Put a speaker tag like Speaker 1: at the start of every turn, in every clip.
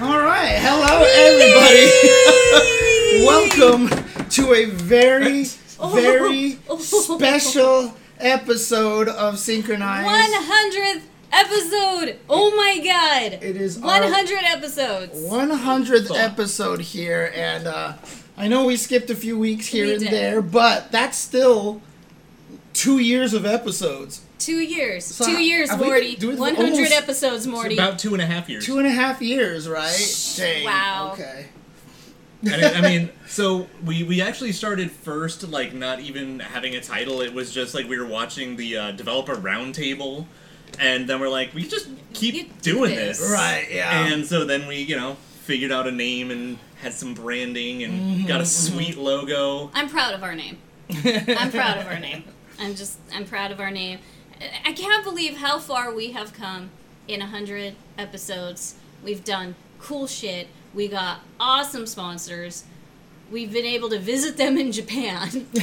Speaker 1: right, hello everybody. Welcome to a very,
Speaker 2: Oh.
Speaker 1: very special episode of Synchronized.
Speaker 2: 100th episode! Oh my god!
Speaker 1: It is our
Speaker 2: 100 episodes!
Speaker 1: 100th episode here, and uh, I know we skipped a few weeks here
Speaker 2: We
Speaker 1: and
Speaker 2: did.
Speaker 1: there, but that's still two years of episodes.
Speaker 2: Two years.
Speaker 1: So
Speaker 2: two years,
Speaker 1: have we
Speaker 2: Morty.
Speaker 1: been doing
Speaker 2: 100
Speaker 1: almost-
Speaker 2: episodes, Morty.
Speaker 3: About two and a half years.
Speaker 1: Two and a half years, right? Dang.
Speaker 2: Wow.
Speaker 1: Okay.
Speaker 3: And I, I mean, so we we actually started first like not even having a title. It was just like we were watching the uh, developer roundtable, and then we're like, we just keep
Speaker 2: You do
Speaker 3: doing
Speaker 2: this.
Speaker 3: this.
Speaker 1: Right, yeah.
Speaker 3: And so then we you know figured out a name and had some branding and
Speaker 2: Mm-hmm,
Speaker 3: got a sweet logo.
Speaker 2: I'm proud of our name. I'm proud of our name. I'm just, I'm proud of our name. I- I can't believe how far we have come in 100 episodes. We've done cool shit. We got awesome sponsors. We've been able to visit them in Japan.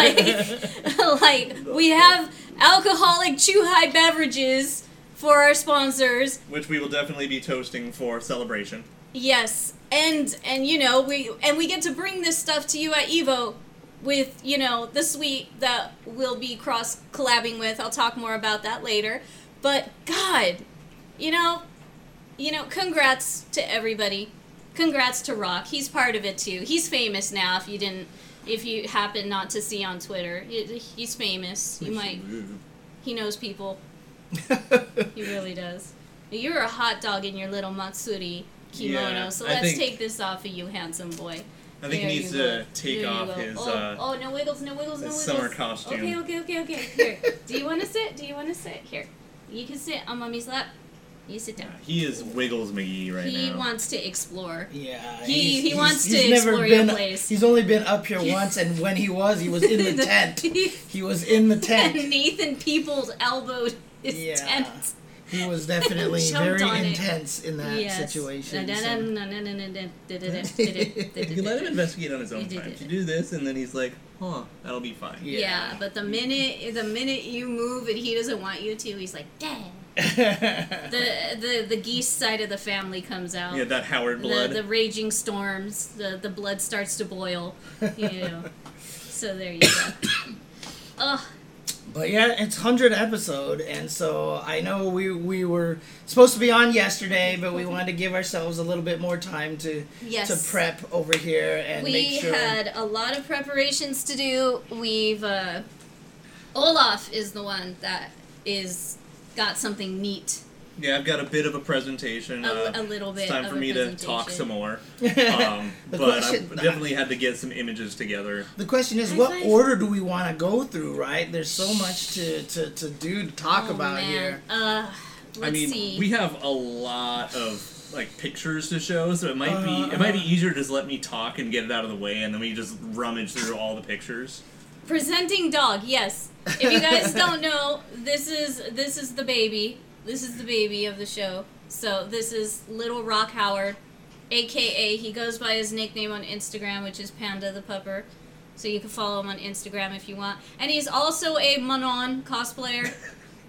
Speaker 2: like, like, we have alcoholic chew high beverages for our sponsors.
Speaker 3: Which we will definitely be toasting for celebration.
Speaker 2: Yes, and and you know we and we get to bring this stuff to you at Evo with you know the suite that we'll be cross collabing with. I'll talk more about that later. But God, you know, you know, congrats to everybody. Congrats to Rock. He's part of it too. He's famous now. If you didn't, if you happen not to see on Twitter, He- he's famous. You might. He knows people. He really does. You're a hot dog in your little Matsuri kimono,
Speaker 3: Yeah,
Speaker 2: so
Speaker 3: I
Speaker 2: let's
Speaker 3: think-
Speaker 2: take this off of you, handsome boy.
Speaker 3: I
Speaker 2: There
Speaker 3: think he
Speaker 2: you
Speaker 3: needs
Speaker 2: go.
Speaker 3: to take
Speaker 2: There you
Speaker 3: off
Speaker 2: go.
Speaker 3: his.
Speaker 2: Oh,
Speaker 3: uh,
Speaker 2: oh, no wiggles, no wiggles, no
Speaker 3: his
Speaker 2: wiggles.
Speaker 3: summer costume.
Speaker 2: Okay, okay, okay, okay. Here. Do you want to sit? Do you want to sit? Here. You can sit on mommy's lap. You sit down.
Speaker 3: He is Wiggles McGee right
Speaker 2: he
Speaker 3: now.
Speaker 2: wants to explore.
Speaker 1: Yeah,
Speaker 2: He-
Speaker 1: he's-
Speaker 2: he
Speaker 1: he's-
Speaker 2: wants
Speaker 1: he's
Speaker 2: to
Speaker 1: never
Speaker 2: explore your
Speaker 1: been,
Speaker 2: place.
Speaker 1: He's only been up here once, and when he was, he was in the tent. He was in the tent.
Speaker 2: Nathan Peoples elbowed his
Speaker 1: Yeah.
Speaker 2: tent.
Speaker 1: He was definitely
Speaker 2: Jumped
Speaker 1: very
Speaker 2: on it.
Speaker 1: intense in that situation. so-
Speaker 3: You can let him investigate on his
Speaker 2: He
Speaker 3: own
Speaker 2: did
Speaker 3: time.
Speaker 2: it.
Speaker 3: You do this, and then he's like, "Huh, that'll be fine."
Speaker 1: Yeah.
Speaker 2: Yeah, but the minute the minute you move and he doesn't want you to, he's like, "Dad." The the the geese side of the family comes out.
Speaker 3: Yeah, that Howard
Speaker 2: the,
Speaker 3: blood.
Speaker 2: the raging storms, the the blood starts to boil. You know. so there you go. Oh, Ugh.
Speaker 1: But yeah, it's hundred episode, and so I know we we were supposed to be on yesterday, but we wanted to give ourselves a little bit more time to
Speaker 2: Yes.
Speaker 1: to prep over here and make
Speaker 2: we
Speaker 1: sure.
Speaker 2: had a lot of preparations to do. We've uh, Olaf is the one that is got something neat.
Speaker 3: yeah, I've got a bit of a presentation.
Speaker 2: A-
Speaker 3: uh,
Speaker 2: a little bit
Speaker 3: It's time
Speaker 2: of
Speaker 3: for
Speaker 2: a
Speaker 3: me to talk
Speaker 2: presentation.
Speaker 3: some more. Um,
Speaker 1: The
Speaker 3: but I
Speaker 1: question-
Speaker 3: definitely had to get some images together.
Speaker 1: the question is,
Speaker 2: High
Speaker 1: what
Speaker 2: five.
Speaker 1: order do we want to go through? Right? There's so much to to, to do to talk
Speaker 2: Oh,
Speaker 1: about
Speaker 2: man.
Speaker 1: here.
Speaker 2: Uh, let's
Speaker 3: I mean,
Speaker 2: see.
Speaker 3: we have a lot of like pictures to show, so it might be it might
Speaker 2: Uh.
Speaker 3: be easier to just let me talk and get it out of the way, and then we just rummage through all the pictures.
Speaker 2: presenting dog yes if you guys don't know this is this is the baby this is the baby of the show so this is little rock howard aka he goes by his nickname on instagram which is panda the pupper so you can follow him on instagram if you want and he's also a manon cosplayer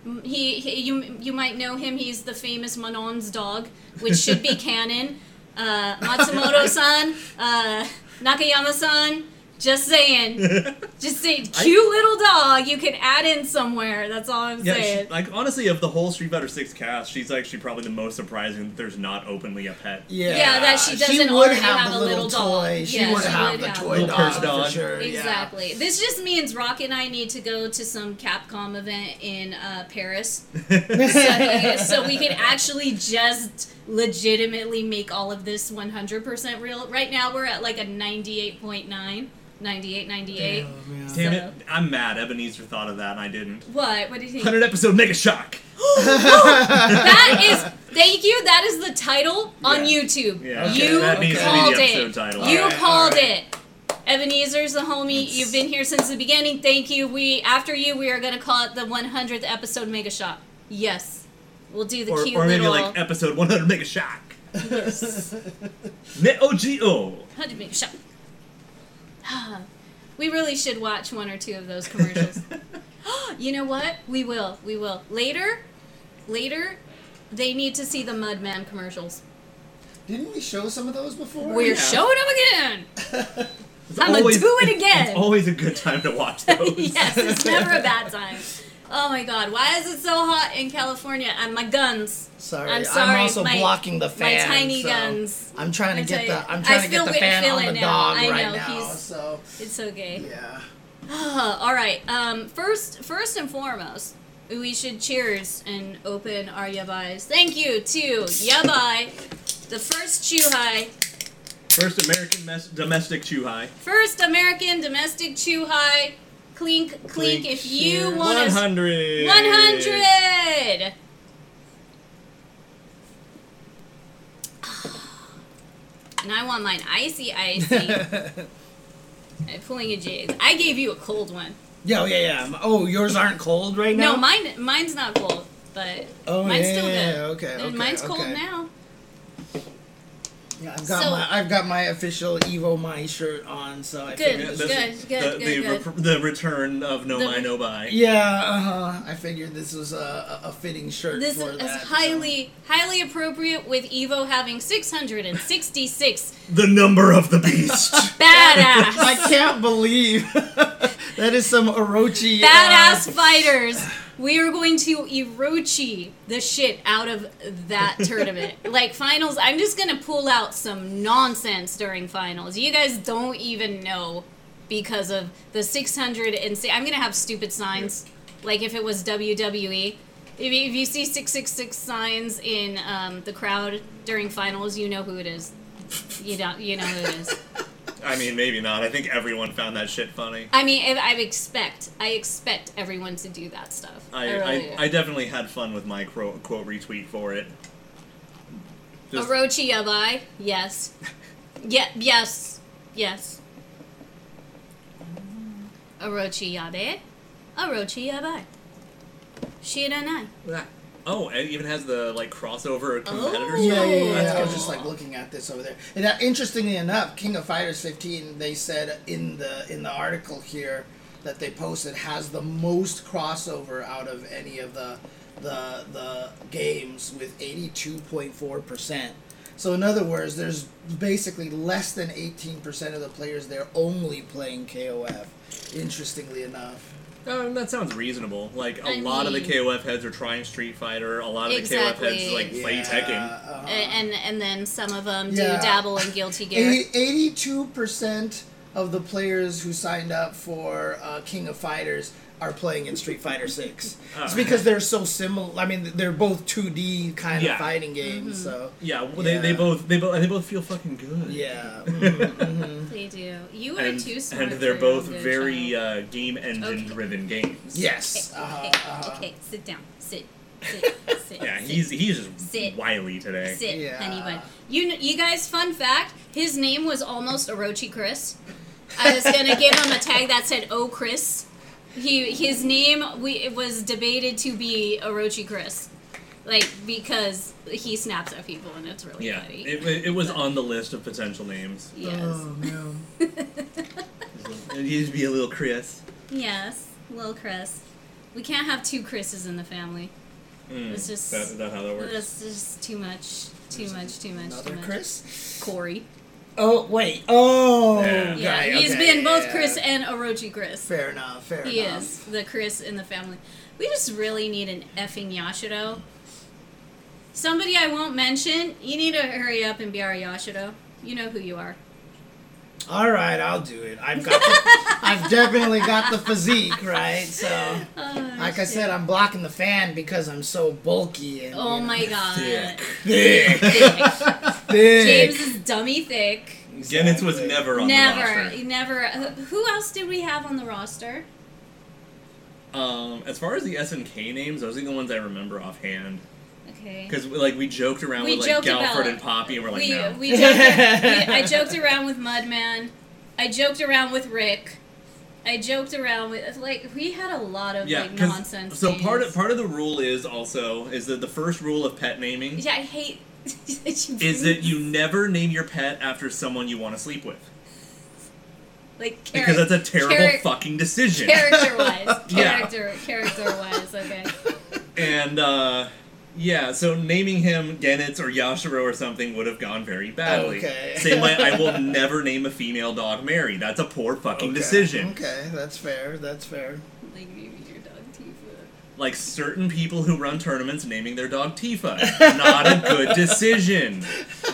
Speaker 2: M- he, he you you might know him he's the famous manon's dog which should be canon uh, matsumoto-san uh, nakayama-san just saying just say cute little dog. You can add in somewhere. That's all I'm
Speaker 3: Yeah,
Speaker 2: saying.
Speaker 3: she, like honestly, of the whole Street Fighter Six cast, she's actually probably the most surprising. that There's not openly a pet.
Speaker 1: Yeah,
Speaker 2: Yeah, that she doesn't
Speaker 1: would
Speaker 2: already
Speaker 1: have,
Speaker 2: have
Speaker 1: the
Speaker 2: a
Speaker 1: little
Speaker 2: little doll.
Speaker 1: toy. She
Speaker 2: Yeah,
Speaker 1: would
Speaker 2: she
Speaker 1: have
Speaker 2: would
Speaker 1: the
Speaker 2: have
Speaker 1: toy
Speaker 2: a
Speaker 3: little
Speaker 1: dog
Speaker 3: purse
Speaker 1: for
Speaker 3: dog.
Speaker 1: sure. yeah.
Speaker 2: exactly. This just means Rock and I need to go to some Capcom event in uh, Paris, so, so we can actually just legitimately make all of this 100% real. Right now we're at like a 98.9, 98,
Speaker 1: Damn,
Speaker 2: 98.
Speaker 1: yeah.
Speaker 3: Damn
Speaker 2: So-
Speaker 3: it! I'm mad. Ebenezer thought of that, and I didn't.
Speaker 2: What? What do you think?
Speaker 3: Hundred episode mega shock.
Speaker 2: that is thank you. That is the title on
Speaker 3: Yeah.
Speaker 2: YouTube.
Speaker 3: Yeah,
Speaker 1: okay,
Speaker 2: You
Speaker 1: that needs to be the
Speaker 2: called
Speaker 3: episode
Speaker 2: it.
Speaker 3: title.
Speaker 2: You
Speaker 1: All right,
Speaker 2: called
Speaker 1: all
Speaker 2: it. Ebenezer's the homie. You've been here since the beginning. Thank you. We after you, we are gonna call it the 100th episode mega shot. Yes, we'll do the
Speaker 3: Or,
Speaker 2: cute
Speaker 3: or maybe
Speaker 2: little
Speaker 3: like episode 100 mega shock.
Speaker 2: yes,
Speaker 3: Net OGO.
Speaker 2: 100 mega shot. we really should watch one or two of those commercials. you know what? We will. We will later. Later, they need to see the Mudman commercials.
Speaker 1: Didn't we show some of those before?
Speaker 2: We're
Speaker 3: Oh, Yeah.
Speaker 2: showing them again.
Speaker 3: It's
Speaker 2: I'ma do it again.
Speaker 3: It's always a good time to watch those.
Speaker 2: yes, it's never a bad time. Oh my god, why is it so hot in California? And my guns.
Speaker 1: Sorry,
Speaker 2: I'm sorry,
Speaker 1: also
Speaker 2: my-
Speaker 1: blocking the
Speaker 2: my
Speaker 1: fan.
Speaker 2: tiny
Speaker 1: so
Speaker 2: guns.
Speaker 1: I'm trying to
Speaker 2: I
Speaker 1: get
Speaker 2: tell
Speaker 1: the
Speaker 2: you,
Speaker 1: I'm
Speaker 2: I
Speaker 1: trying to
Speaker 2: feel
Speaker 1: get the
Speaker 2: it-
Speaker 1: fan
Speaker 2: feel
Speaker 1: on
Speaker 2: it
Speaker 1: the
Speaker 2: now.
Speaker 1: dog
Speaker 2: I
Speaker 1: right
Speaker 2: know,
Speaker 1: now.
Speaker 2: he's-
Speaker 1: So
Speaker 2: It's okay.
Speaker 1: yeah,
Speaker 2: all right. Um, first, first and foremost, we should cheers and open our yabais. Thank you to Yabai, the first Chuhai,
Speaker 3: First American mes- domestic chew high.
Speaker 2: first American domestic Chuhai. Clink, clink, if you want to.
Speaker 3: 100.
Speaker 2: 100! And I want mine icy, icy. I'm pulling a jig. I gave you a cold one.
Speaker 1: yeah, yeah, yeah. Oh, yours aren't cold right now.
Speaker 2: No, mine mine's not cold, but
Speaker 1: Oh,
Speaker 2: mine's
Speaker 1: yeah,
Speaker 2: still good.
Speaker 1: yeah, yeah, okay,
Speaker 2: And
Speaker 1: okay,
Speaker 2: mine's cold
Speaker 1: okay.
Speaker 2: now.
Speaker 1: Yeah, I've got
Speaker 2: So-
Speaker 1: my I've got my official Evo My shirt on, so I
Speaker 2: Good.
Speaker 1: figured.
Speaker 3: Yeah,
Speaker 2: Good,
Speaker 3: that's
Speaker 2: good,
Speaker 3: the,
Speaker 2: good,
Speaker 3: the,
Speaker 2: good.
Speaker 3: re- the return of No
Speaker 2: The-
Speaker 3: Buy, No Buy.
Speaker 1: Yeah, uh-huh. I figured this was a, a a fitting shirt
Speaker 2: This
Speaker 1: for
Speaker 2: is
Speaker 1: that. so.
Speaker 2: highly highly appropriate with Evo having 666
Speaker 3: The number of the beast.
Speaker 1: I
Speaker 2: badass
Speaker 1: can't believe that is some Orochi. uh,
Speaker 2: badass fighters. We are going to Irochi the shit out of that tournament. like finals, I'm just gonna pull out some nonsense during finals. You guys don't even know because of the 600 and si- I'm gonna have stupid signs, like if it was WWE. If you, if you see 666 signs in um, the crowd during finals, you know who it is. You don't. You know who it is.
Speaker 3: I mean, maybe not. I think everyone found that shit funny.
Speaker 2: I mean, I, I expect I expect everyone to do that stuff.
Speaker 3: I,
Speaker 2: really do.
Speaker 3: I, I definitely had fun with my quote, quote retweet for it. Just-
Speaker 2: Orochi Yabai, yes. Yeah, yes, yes. Orochi Yabe, Orochi Yabai. Shiranai.
Speaker 1: Uh-huh.
Speaker 3: oh, it even has the like crossover
Speaker 2: Oh.
Speaker 3: competitors.
Speaker 1: Oh, Yeah, yeah, yeah.
Speaker 3: That's
Speaker 1: I was
Speaker 3: cool.
Speaker 1: just like looking at this over there. And uh, interestingly enough, King of Fighters 15, they said in the in the article here that they posted has the most crossover out of any of the the the games with 82.4 percent. So in other words, there's basically less than 18 percent of the players there only playing KOF. Interestingly enough.
Speaker 3: Um, that sounds reasonable. Like a
Speaker 2: I
Speaker 3: lot of the
Speaker 2: mean-
Speaker 3: KOF heads are trying Street Fighter. A lot of the KOF heads
Speaker 2: Exactly.
Speaker 3: like play
Speaker 1: Yeah,
Speaker 3: Tekken.
Speaker 1: uh-huh.
Speaker 2: A- And and then some of them do
Speaker 1: Yeah.
Speaker 2: dabble in Guilty Gear.
Speaker 1: Eighty-two percent of the players who signed up for uh, King of Fighters are playing in Street Fighter Six. It's because they're so similar. I mean, they're both two D kind
Speaker 3: Yeah.
Speaker 1: of fighting
Speaker 2: Mm-hmm.
Speaker 1: games. So
Speaker 3: Yeah, well, They, they
Speaker 1: Yeah.
Speaker 3: both they both they both feel fucking good.
Speaker 1: yeah, mhm, mhm.
Speaker 2: They do. You are
Speaker 3: And,
Speaker 2: too smart.
Speaker 3: and
Speaker 2: for
Speaker 3: they're
Speaker 2: your
Speaker 3: both
Speaker 2: own good,
Speaker 3: very
Speaker 2: child.
Speaker 3: uh, game engine driven games.
Speaker 1: yes.
Speaker 2: Okay,
Speaker 1: Uh-huh,
Speaker 2: okay,
Speaker 1: uh-huh.
Speaker 2: okay, sit down. Sit. Sit. Sit.
Speaker 3: Yeah,
Speaker 2: sit.
Speaker 3: he's he's just
Speaker 2: Sit.
Speaker 3: wily today.
Speaker 2: Sit,
Speaker 1: Yeah.
Speaker 2: honey bun. You, kn- you guys, fun fact: his name was almost Orochi Chris. I was gonna give him a tag that said "Oh Chris." He his name we it was debated to be Orochi Chris, like because he snaps at people and it's really
Speaker 3: Yeah,
Speaker 2: funny.
Speaker 3: it, it was on the list of potential names.
Speaker 2: yes,
Speaker 1: Oh no.
Speaker 3: It used to be a little Chris.
Speaker 2: yes, little Chris. We can't have two Chris's in the family.
Speaker 3: Mm,
Speaker 2: It's just-
Speaker 3: that, that how that works.
Speaker 2: That's just too much. Too much. Too much. Too
Speaker 1: Another
Speaker 2: much.
Speaker 1: Chris.
Speaker 2: Corey.
Speaker 1: Oh wait. Oh.
Speaker 3: Yeah.
Speaker 1: guy,
Speaker 2: Yeah, he's
Speaker 1: okay,
Speaker 2: been both
Speaker 1: yeah.
Speaker 2: Chris and Orochi Chris.
Speaker 1: Fair enough. Fair
Speaker 2: He
Speaker 1: enough.
Speaker 2: is the Chris in the family. We just really need an effing Yashiro. Somebody I won't mention. You need to hurry up and be our Yashiro. You know who you are.
Speaker 1: All right, I'll do it. I've got. The, I've definitely got the physique, right? So.
Speaker 2: Oh,
Speaker 1: Like I said, I'm blocking the fan because I'm so bulky and
Speaker 2: Oh
Speaker 1: you know,
Speaker 2: my god.
Speaker 1: thick,
Speaker 2: Thick.
Speaker 1: thick.
Speaker 2: James is dummy thick.
Speaker 3: Gennett was
Speaker 1: Exactly.
Speaker 3: never on the
Speaker 2: Never,
Speaker 3: roster.
Speaker 2: never. Who else did we have on the roster?
Speaker 3: Um, as far as the S and K names, those are the ones I remember offhand.
Speaker 2: Okay.
Speaker 3: Because like we joked around
Speaker 2: We
Speaker 3: with like
Speaker 2: joked about
Speaker 3: Galford
Speaker 2: it.
Speaker 3: and Poppy, and we're like,
Speaker 2: we,
Speaker 3: no.
Speaker 2: we, joked, we- I joked around with Mudman. I joked around with Rick. I joked around with like we had a lot of
Speaker 3: yeah,
Speaker 2: like
Speaker 3: 'cause-
Speaker 2: nonsense.
Speaker 3: So part
Speaker 2: names.
Speaker 3: of part of the rule is also is that the first rule of pet naming
Speaker 2: yeah, I hate.
Speaker 3: is that you never name your pet after someone you want to sleep with
Speaker 2: like
Speaker 3: because
Speaker 2: character,
Speaker 3: that's a terrible
Speaker 2: Charac-
Speaker 3: fucking decision.
Speaker 2: character wise,
Speaker 3: Yeah.
Speaker 2: character character wise? Okay,
Speaker 3: and uh, Yeah, so naming him Genitz or Yashiro or something would have gone very badly.
Speaker 1: Okay.
Speaker 3: Same way I will never name a female dog Mary. That's a poor fucking decision.
Speaker 1: Okay, that's fair. That's fair.
Speaker 2: Like maybe your dog Tifa.
Speaker 3: Like certain people who run tournaments naming their dog Tifa. Not a good decision.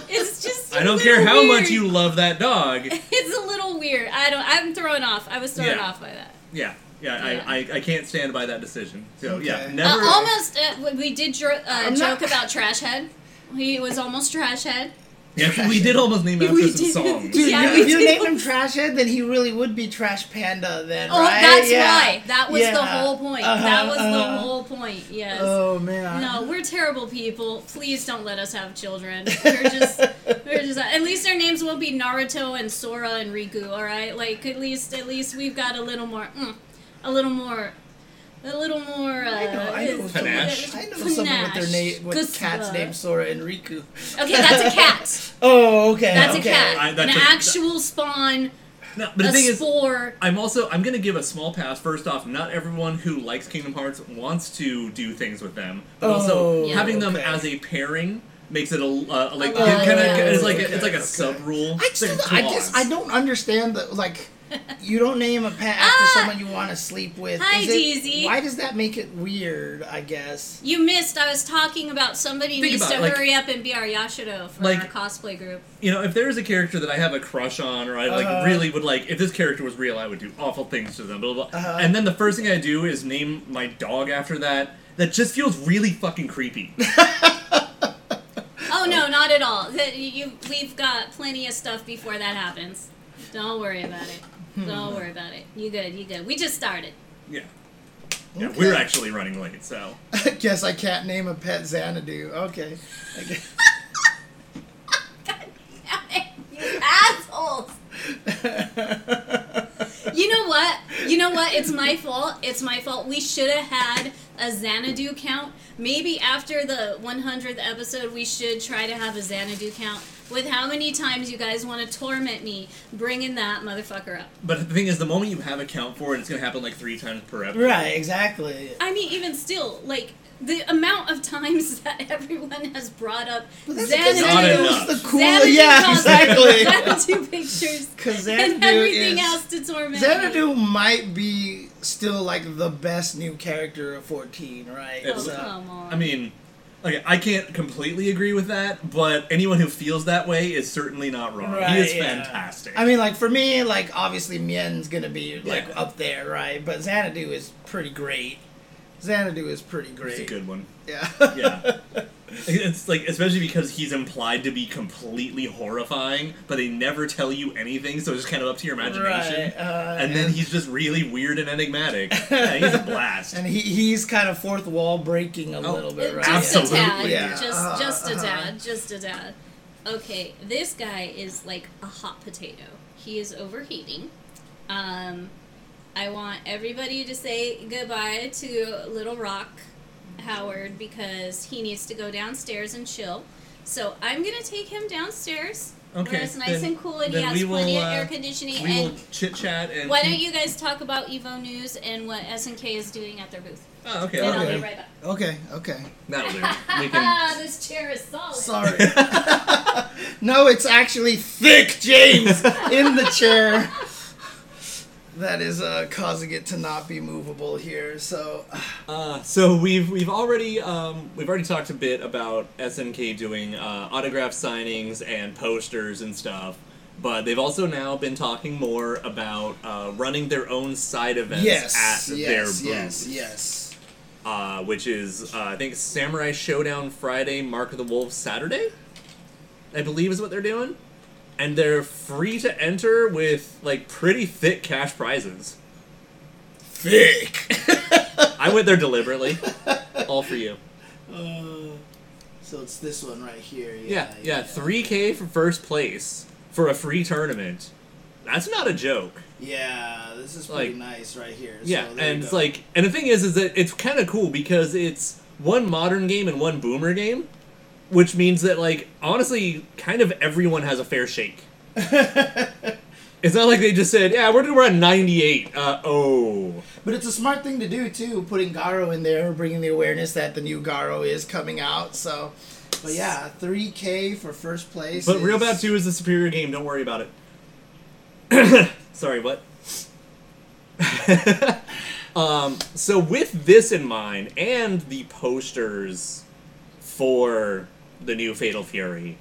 Speaker 2: It's just. I
Speaker 3: I don't care how much you love that dog.
Speaker 2: It's a little weird. I don't. I'm thrown off. I was thrown
Speaker 3: Yeah.
Speaker 2: off by that.
Speaker 3: Yeah. Yeah,
Speaker 2: Yeah.
Speaker 3: I, I, I can't stand by that decision. So yeah,
Speaker 1: Okay.
Speaker 3: never.
Speaker 2: Uh, almost. Uh, we- we did dro- uh,
Speaker 1: I'm
Speaker 2: joke
Speaker 1: not-
Speaker 2: about trash head. He was almost trash head.
Speaker 3: yeah, we did almost name it after
Speaker 2: We
Speaker 3: some
Speaker 2: did.
Speaker 3: songs.
Speaker 1: Dude,
Speaker 2: Yeah,
Speaker 1: you,
Speaker 2: we
Speaker 1: if you
Speaker 2: do.
Speaker 1: name him Trashhead, then he really would be Trash Panda then,
Speaker 2: Oh,
Speaker 1: right?
Speaker 2: that's
Speaker 1: Yeah.
Speaker 2: why. That was the
Speaker 1: Yeah.
Speaker 2: whole point.
Speaker 1: Uh-huh,
Speaker 2: that was the
Speaker 1: uh-huh.
Speaker 2: whole point. Yes.
Speaker 1: Oh man.
Speaker 2: No, we're terrible people. Please don't let us have children. We're just, we're just. At least our names won't be Naruto and Sora and Riku. All right, like at least, at least we've got a little more, mm, a little more, a little more. Uh,
Speaker 1: I know, I know,
Speaker 3: Panache.
Speaker 1: someone, I know someone with their name, with
Speaker 2: Gusla.
Speaker 1: cat's name Sora and Riku.
Speaker 2: Okay, that's a cat.
Speaker 1: Oh, okay.
Speaker 2: That's
Speaker 1: okay.
Speaker 2: a cat.
Speaker 3: I- that's
Speaker 2: An
Speaker 3: a-
Speaker 2: actual spawn.
Speaker 3: No, but the
Speaker 2: a
Speaker 3: thing is,
Speaker 2: spore.
Speaker 3: I'm also I'm gonna give a small pass. First off, not everyone who likes Kingdom Hearts wants to do things with them, but also
Speaker 1: Oh,
Speaker 2: Yeah.
Speaker 3: having them
Speaker 1: okay.
Speaker 3: as a pairing makes it a uh, like
Speaker 2: A
Speaker 3: kind
Speaker 2: lot
Speaker 3: of
Speaker 2: easier.
Speaker 3: it's like a, it's like a
Speaker 1: Okay,
Speaker 3: sub rule.
Speaker 1: I still, I guess I don't understand the like. You don't name a pet after
Speaker 2: Ah!
Speaker 1: someone you want to sleep with.
Speaker 2: Hi,
Speaker 1: Is it-
Speaker 2: Deezy.
Speaker 1: Why does that make it weird? I guess.
Speaker 2: You missed. I was talking about somebody
Speaker 3: Think
Speaker 2: needs
Speaker 3: about
Speaker 2: to
Speaker 3: it, like-
Speaker 2: hurry up and be our Yashido for
Speaker 3: like-
Speaker 2: our cosplay group.
Speaker 3: You know, if there is a character that I have a crush on, or I like
Speaker 1: Uh-huh.
Speaker 3: really would like, if this character was real, I would do awful things to them. Blah blah. blah.
Speaker 1: Uh-huh.
Speaker 3: And then the first thing I do is name my dog after that. That just feels really fucking creepy.
Speaker 2: Oh no, not at all. That you, we've got plenty of stuff before that happens. Don't worry about it. Don't worry about it. You good? You good? We just started.
Speaker 3: yeah. Yeah, we're
Speaker 1: Okay.
Speaker 3: actually running late, so.
Speaker 1: I guess I can't name a pet Xanadu. Okay. I guess.
Speaker 2: God damn it, you assholes! You know what? You know what? It's my fault. It's my fault. We should have had a Xanadu count. Maybe after the 100th episode, we should try to have a Xanadu count. With how many times you guys want to torment me bringing that motherfucker up?
Speaker 3: But the thing is, the moment you have a count for it, it's gonna happen like three times per episode.
Speaker 1: right. Exactly.
Speaker 2: I mean, even still, like the amount of times that everyone has brought up
Speaker 1: That's
Speaker 3: Not
Speaker 1: Xanadu
Speaker 2: Xanadu,
Speaker 3: enough.
Speaker 1: is the cool.
Speaker 2: Xanadu
Speaker 1: yeah.
Speaker 2: causes-
Speaker 1: Exactly.
Speaker 2: Xanadu pictures,
Speaker 1: Because
Speaker 2: and
Speaker 1: Xanadu
Speaker 2: everything
Speaker 1: is.
Speaker 2: else to torment. me.
Speaker 1: Xanadu might be still like the best new character of 14, right?
Speaker 2: Oh,
Speaker 3: It's-
Speaker 2: come on.
Speaker 1: uh,
Speaker 3: I mean, okay, I can't completely agree with that, but anyone who feels that way is certainly not wrong. he is
Speaker 1: yeah.
Speaker 3: fantastic.
Speaker 1: I mean, like for me, like obviously Mien's gonna be like
Speaker 3: Yeah.
Speaker 1: up there, right? But Xanadu is pretty great. Xanadu is pretty great.
Speaker 3: it's a good one.
Speaker 1: Yeah.
Speaker 3: Yeah. it's like, especially because he's implied to be completely horrifying, but they never tell you anything, so it's just kind of up to your imagination.
Speaker 1: Right. Uh,
Speaker 3: and then he's just really weird and enigmatic. yeah, he's a blast.
Speaker 1: and he he's kind of fourth wall breaking a
Speaker 3: Oh,
Speaker 1: little bit, right?
Speaker 2: Just
Speaker 3: Absolutely.
Speaker 2: a tad.
Speaker 1: Yeah. Uh-huh,
Speaker 2: Just just a
Speaker 1: uh-huh.
Speaker 2: tad. Just a tad. Okay, this guy is like a hot potato. He is overheating. Um, I want everybody to say goodbye to Little Rock Howard because he needs to go downstairs and chill. So I'm gonna take him downstairs
Speaker 3: Okay,
Speaker 2: where it's nice
Speaker 3: then-
Speaker 2: and cool and he
Speaker 3: then
Speaker 2: has
Speaker 3: we will,
Speaker 2: plenty of
Speaker 3: uh,
Speaker 2: air conditioning.
Speaker 3: we will
Speaker 2: And
Speaker 3: chit chat and.
Speaker 2: why don't you guys talk about Evo News and what SNK is doing at their booth?
Speaker 3: Oh, okay.
Speaker 2: And
Speaker 3: that'll
Speaker 2: I'll
Speaker 1: Okay.
Speaker 2: be
Speaker 3: do.
Speaker 2: right back.
Speaker 1: Okay. Okay.
Speaker 3: That'll do. We can.
Speaker 2: Ah, this chair is solid.
Speaker 1: Sorry. no, it's actually thick James in the chair. That is uh, causing it to not be movable here. So,
Speaker 3: Uh, so we've we've already um, we've already talked a bit about SNK doing uh, autograph signings and posters and stuff, but they've also now been talking more about uh, running their own side events
Speaker 1: yes,
Speaker 3: at their
Speaker 1: yes,
Speaker 3: booth,
Speaker 1: yes, yes.
Speaker 3: Uh, which is uh, I think Samurai Showdown Friday, Mark of the Wolf Saturday, I believe is what they're doing, and they're free to enter with like pretty thick cash prizes.
Speaker 1: Thick.
Speaker 3: I went there deliberately, all for you.
Speaker 1: Uh, so it's this one right here.
Speaker 3: Yeah,
Speaker 1: Yeah,
Speaker 3: yeah, three K for first place for a free tournament. That's not a joke.
Speaker 1: Yeah, this is pretty
Speaker 3: Like-
Speaker 1: nice right here.
Speaker 3: yeah,
Speaker 1: so there you
Speaker 3: and it's
Speaker 1: go.
Speaker 3: like, and the thing is, is that it's kind of cool because it's one modern game and one boomer game, which means that like honestly, kind of everyone has a fair shake. It's not like they just said, yeah, we're we're at 98. Uh, oh.
Speaker 1: But it's a smart thing to do too, putting Garo in there, bringing the awareness that the new Garo is coming out. So, but yeah, three K for first place.
Speaker 3: But
Speaker 1: is,
Speaker 3: Real Bad 2 is the superior game. Don't worry about it. Sorry, what? um, so with this in mind and the posters for the new Fatal Fury,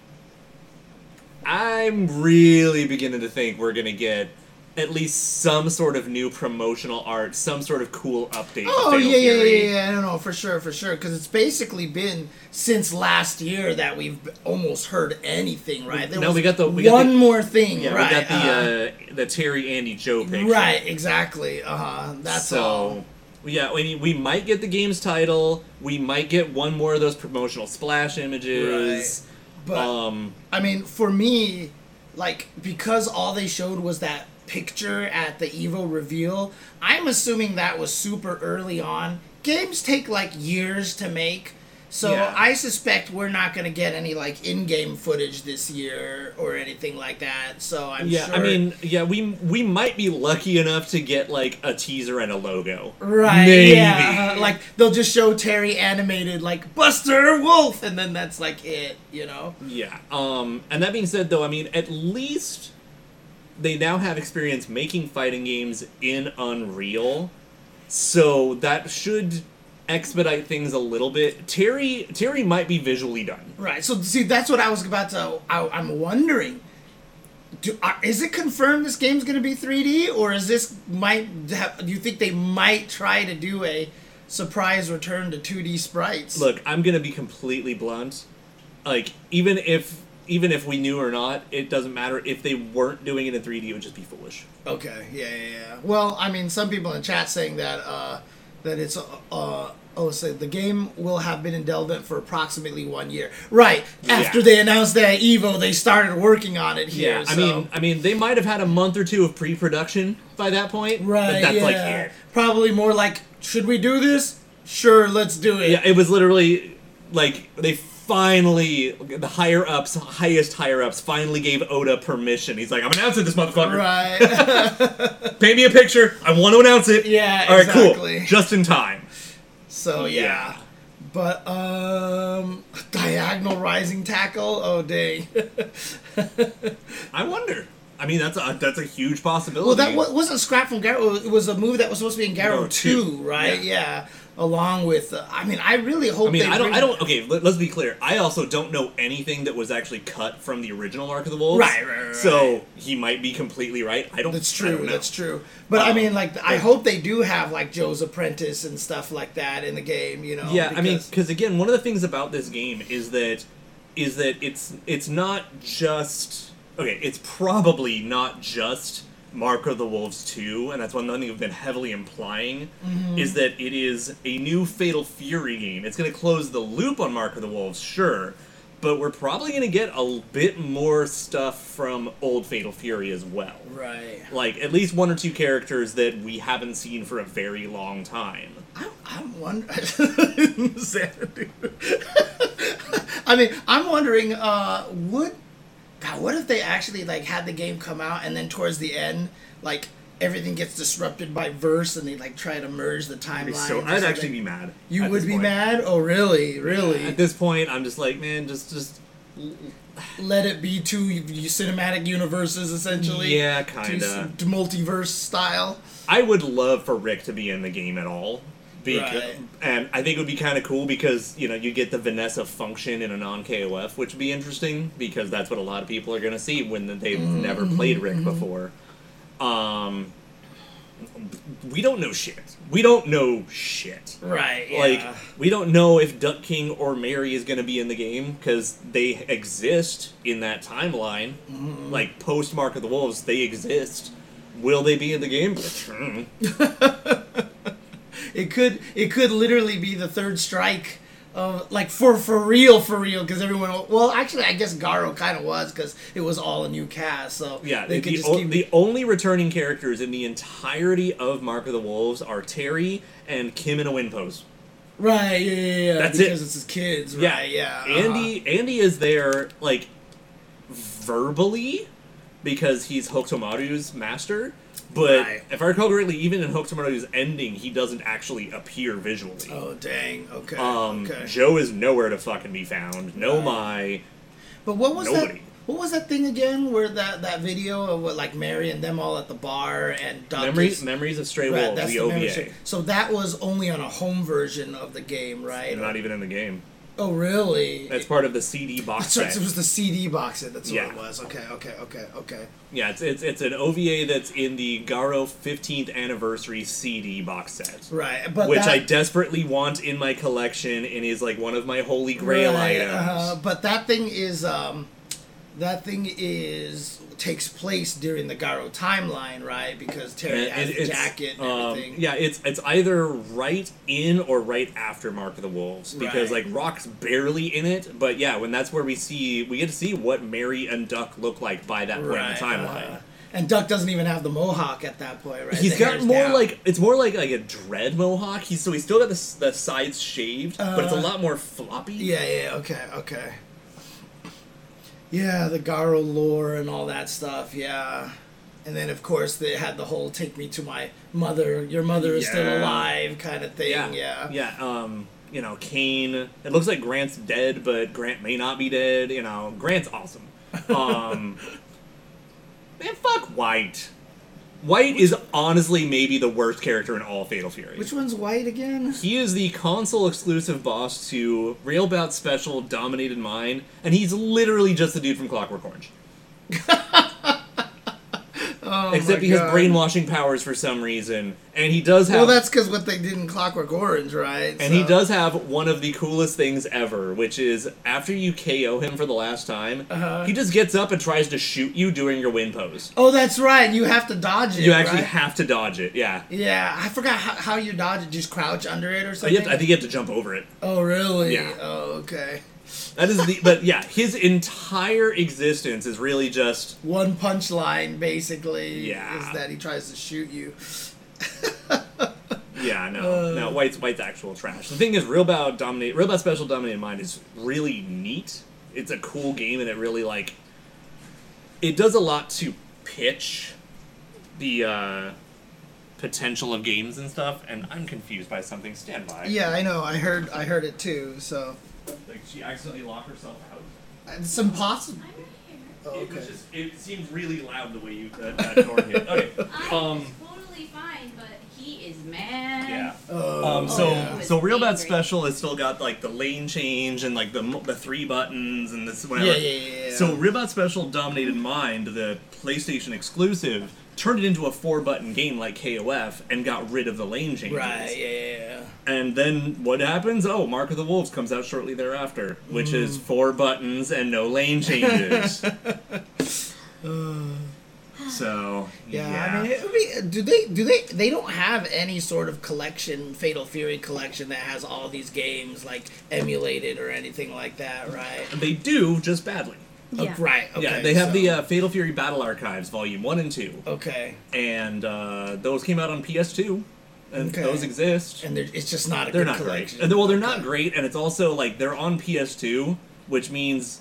Speaker 3: I'm really beginning to think we're gonna get at least some sort of new promotional art, some sort of cool update. to
Speaker 1: Oh
Speaker 3: Fatal
Speaker 1: yeah, yeah,
Speaker 3: Fury.
Speaker 1: yeah, yeah. I don't know for sure, for sure, because it's basically been since last year that we've b- almost heard anything, right? There
Speaker 3: No,
Speaker 1: was
Speaker 3: we got the- we got
Speaker 1: one
Speaker 3: the-
Speaker 1: more thing,
Speaker 3: Yeah,
Speaker 1: right?
Speaker 3: we got
Speaker 1: uh,
Speaker 3: the uh, the Terry Andy Joe picture.
Speaker 1: Right, exactly. Uh huh. That's
Speaker 3: so,
Speaker 1: all.
Speaker 3: Yeah, we, we might get the game's title. We might get one more of those promotional splash images.
Speaker 1: But
Speaker 3: Um,
Speaker 1: I mean, for me, like because all they showed was that picture at the Evo reveal, I'm assuming that was super early on. Games take like years to make. So
Speaker 3: Yeah.
Speaker 1: I suspect we're not going to get any like in-game footage this year or anything like that. So I'm
Speaker 3: yeah,
Speaker 1: sure
Speaker 3: I mean, yeah, we we might be lucky enough to get like a teaser and a logo.
Speaker 1: Right.
Speaker 3: Maybe.
Speaker 1: Yeah. uh, like they'll just show Terry animated like Buster Wolf and then that's like it, you know.
Speaker 3: Yeah. Um, and that being said, though, I mean, at least they now have experience making fighting games in Unreal, so that should expedite things a little bit. Terry Terry might be visually done.
Speaker 1: Right. So see, that's what I was about to. I, I'm wondering. Do, are, is it confirmed this game's going to be 3D, or is this might? Have, do you think they might try to do a surprise return to 2D sprites?
Speaker 3: Look, I'm gonna be completely blunt. Like, even if even if we knew or not, it doesn't matter. If they weren't doing it in 3D, it would just be foolish.
Speaker 1: Okay. Yeah, yeah, yeah. Well, I mean, some people in chat saying that uh, that it's uh, uh oh, say the game will have been in development for approximately one year. Right. After
Speaker 3: Yeah.
Speaker 1: they announced that Evo, they started working on it here.
Speaker 3: I
Speaker 1: so-
Speaker 3: mean, I mean, they might have had a month or two of pre-production by that point. but
Speaker 1: Right.
Speaker 3: that's
Speaker 1: yeah.
Speaker 3: like it.
Speaker 1: Probably more like, should we do this? Sure, let's do it.
Speaker 3: Yeah, it was literally like they finally the higher ups, highest higher ups, finally gave Oda permission. He's like, I'm announcing this motherfucker.
Speaker 1: Right.
Speaker 3: Paint me a picture. I want to announce it.
Speaker 1: Yeah,
Speaker 3: All right,
Speaker 1: exactly.
Speaker 3: cool. Just in time.
Speaker 1: so yeah.
Speaker 3: Yeah.
Speaker 1: But um diagonal rising tackle. Oh dang.
Speaker 3: I wonder. I mean, that's a that's a huge possibility.
Speaker 1: well, that wa- wasn't scrapped from Garrow. It was a move that was supposed to be in Garrow
Speaker 3: No, two.
Speaker 1: two, right?
Speaker 3: Yeah.
Speaker 1: Yeah. Along with, uh, I mean, I really hope.
Speaker 3: I mean,
Speaker 1: they
Speaker 3: I don't,
Speaker 1: bring-
Speaker 3: I don't. Okay, let, us be clear. I also don't know anything that was actually cut from the original Mark of the Wolves.
Speaker 1: Right, right, right,
Speaker 3: So he might be completely right. I don't.
Speaker 1: That's
Speaker 3: I
Speaker 1: true.
Speaker 3: don't know.
Speaker 1: That's true. But I
Speaker 3: Um,
Speaker 1: mean, like, I hope they do have like Joe's apprentice and stuff like that in the game. You know.
Speaker 3: Yeah, I mean,
Speaker 1: Oh, because-
Speaker 3: because again, one of the things about this game is that is that it's it's not just okay. It's probably not just Mark of the Wolves two, and that's one thing we've been heavily implying
Speaker 1: Mm-hmm.
Speaker 3: is that it is a new Fatal Fury game. It's going to close the loop on Mark of the Wolves, sure, but we're probably going to get a l- bit more stuff from old Fatal Fury as well.
Speaker 1: Right.
Speaker 3: Like at least one or two characters that we haven't seen for a very long time.
Speaker 1: I'm, I'm wondering. I mean, I'm wondering. Uh, would God? What if they actually like had the game come out and then towards the end, like everything gets disrupted by verse and they like try to merge the timeline?
Speaker 3: So I'd actually be mad.
Speaker 1: You
Speaker 3: at
Speaker 1: would
Speaker 3: this
Speaker 1: be
Speaker 3: point.
Speaker 1: mad? Oh, really? Really?
Speaker 3: At this point, I'm just like, man, just just
Speaker 1: Let it be two y- y- cinematic universes, essentially.
Speaker 3: yeah,
Speaker 1: Two s-
Speaker 3: kinda.
Speaker 1: multiverse style.
Speaker 3: I would love for Rick to be in the game at all. Because,
Speaker 1: Right.
Speaker 3: And I think it would be kind of cool because you know you get the Vanessa function in a non-KOF, which would be interesting because that's what a lot of people are going to see when they've
Speaker 1: Mm-hmm.
Speaker 3: never played Rick before. Um, we don't know shit. We don't know shit.
Speaker 1: Right.
Speaker 3: Like we don't know if Duck King or Mary is going to be in the game because they exist in that timeline.
Speaker 1: Mm-hmm.
Speaker 3: Like post Mark of the Wolves, they exist. Will they be in the game? Hmm.
Speaker 1: It could it could literally be the third strike of like for for real for real because everyone well actually I guess Garo kind of was because it was all a new cast so
Speaker 3: yeah,
Speaker 1: they
Speaker 3: the,
Speaker 1: could just
Speaker 3: o-
Speaker 1: keep
Speaker 3: the only returning characters in the entirety of Mark of the Wolves are Terry and Kim in a win pose.
Speaker 1: right yeah yeah, yeah
Speaker 3: That's it.
Speaker 1: because it's his kids
Speaker 3: Yeah,
Speaker 1: right yeah uh-huh.
Speaker 3: Andy, Andy is there like verbally, because he's Hokutomaru's master. But
Speaker 1: Right.
Speaker 3: if I recall correctly, even in Hokutomaru's ending, he doesn't actually appear visually.
Speaker 1: Oh dang. Okay.
Speaker 3: um,
Speaker 1: okay.
Speaker 3: Joe is nowhere to fucking be found. No my.
Speaker 1: But what was that?
Speaker 3: Nobody.
Speaker 1: What was that thing again? Where that that video of what, like Mary and them all at the bar and Doc
Speaker 3: Memories,
Speaker 1: is-
Speaker 3: memories of Stray
Speaker 1: Right,
Speaker 3: Wolves,
Speaker 1: that's
Speaker 3: the
Speaker 1: the memory
Speaker 3: OVA.
Speaker 1: shape. So that was only on a home version of the game, right?
Speaker 3: Not even in the game.
Speaker 1: oh, really?
Speaker 3: That's part of the CD box
Speaker 1: That's right.
Speaker 3: set.
Speaker 1: so It was the CD box set. That's
Speaker 3: Yeah.
Speaker 1: what it was. Okay, okay, okay, okay.
Speaker 3: Yeah, it's, it's it's an OVA that's in the Garo 15th anniversary CD box set,
Speaker 1: Right, but
Speaker 3: which
Speaker 1: that,
Speaker 3: I desperately want in my collection and is like one of my holy grail
Speaker 1: right,
Speaker 3: items.
Speaker 1: uh, but that thing is um, that thing is takes place during the Garo timeline, right? Because Terry
Speaker 3: And
Speaker 1: has
Speaker 3: it-
Speaker 1: the
Speaker 3: it's,
Speaker 1: jacket and
Speaker 3: um,
Speaker 1: everything.
Speaker 3: yeah, it's it's either right in or right after Mark of the Wolves because
Speaker 1: Right.
Speaker 3: like Rock's barely in it, but yeah, when that's where we see we get to see what Mary and Duck look like by that point in the
Speaker 1: right.
Speaker 3: timeline.
Speaker 1: uh, and Duck doesn't even have the mohawk at that point, right?
Speaker 3: He's
Speaker 1: The
Speaker 3: got
Speaker 1: hair's
Speaker 3: more
Speaker 1: down.
Speaker 3: like it's more like like a dread mohawk. He's so he's still got the, s- the sides shaved, but it's a
Speaker 1: Uh,
Speaker 3: lot more floppy.
Speaker 1: Yeah, yeah, okay, okay. Yeah, the Garo lore and all that stuff, yeah. And then, of course, they had the whole take me to my mother, your mother is still
Speaker 3: Yeah.
Speaker 1: alive kind of thing, yeah.
Speaker 3: yeah, yeah. Um, you know, Kane. It looks like Grant's dead, but Grant may not be dead. You know, Grant's awesome. Um, man, fuck White. White is honestly maybe the worst character in all Fatal Fury.
Speaker 1: Which one's white again?
Speaker 3: He is the console exclusive boss to Railbout Special Dominated Mind, and he's literally just the dude from Clockwork Orange. Except
Speaker 1: Oh my
Speaker 3: he has
Speaker 1: God.
Speaker 3: brainwashing powers for some reason, and he does have
Speaker 1: Well, that's because what they did in Clockwork Orange, right?
Speaker 3: and he does have one of the coolest things ever, which is after you KO him for the last time, he just gets up and tries to shoot you doing your win pose.
Speaker 1: Uh-huh. Oh, that's right. You have to dodge it.
Speaker 3: You actually
Speaker 1: right?
Speaker 3: have to dodge it, yeah.
Speaker 1: Yeah, I forgot how, how you dodge it. Just crouch under it or
Speaker 3: But
Speaker 1: something.
Speaker 3: Oh, you have to, I think you have to jump over it.
Speaker 1: oh, really?
Speaker 3: Yeah.
Speaker 1: Oh, okay.
Speaker 3: That is the but yeah, his entire existence is really just
Speaker 1: One punchline, basically.
Speaker 3: Yeah.
Speaker 1: Is that he tries to shoot you.
Speaker 3: yeah, no,
Speaker 1: Uh.
Speaker 3: no, White's White's actual trash. The thing is, Real About Dominate, Real About Special Dominated Mind is really neat. It's a cool game, and it really like it does a lot to pitch the uh, potential of games and stuff. And I'm confused by something. Stand by.
Speaker 1: Yeah, I know. I heard. I heard it too. So
Speaker 3: Like she accidentally locked herself out.
Speaker 1: it's impossible.
Speaker 2: I'm right here.
Speaker 1: Oh,
Speaker 3: It was
Speaker 1: okay.
Speaker 3: just. It seemed really loud the way you that, that door hit. Okay.
Speaker 2: I'm
Speaker 3: Um.
Speaker 2: totally fine, but he is mad.
Speaker 3: Yeah.
Speaker 1: Oh,
Speaker 3: Um,
Speaker 2: Oh,
Speaker 3: so
Speaker 1: yeah.
Speaker 2: yeah.
Speaker 3: so real bad
Speaker 2: Angry.
Speaker 3: special has still got like the lane change and like the mo- the three buttons and this whatever.
Speaker 1: Yeah, yeah, yeah, yeah.
Speaker 3: So Ribot Special dominated Mind, the PlayStation exclusive, turned it into a four-button game like KOF and got rid of the lane changes.
Speaker 1: right. Yeah, yeah, yeah.
Speaker 3: And then what happens? Oh, Mark of the Wolves comes out shortly thereafter, which is
Speaker 1: Mm.
Speaker 3: four buttons and no lane changes. so
Speaker 1: Uh, Yeah, I mean, it would be, uh, do they do they they don't have any sort of collection, Fatal Fury collection that has all these games like emulated or anything like that, right?
Speaker 3: they do just badly.
Speaker 1: Oh,
Speaker 2: Yeah.
Speaker 1: right. Okay.
Speaker 3: yeah, they have the
Speaker 1: so- Oh.
Speaker 3: uh, Fatal Fury Battle Archives Volume One and Two,
Speaker 1: okay,
Speaker 3: and uh, those came out on PS2, and
Speaker 1: Okay.
Speaker 3: those exist.
Speaker 1: and they're, it's just not a
Speaker 3: they're
Speaker 1: good
Speaker 3: not
Speaker 1: collection.
Speaker 3: great. And, well, they're not
Speaker 1: Okay.
Speaker 3: great, and it's also like they're on PS2, which means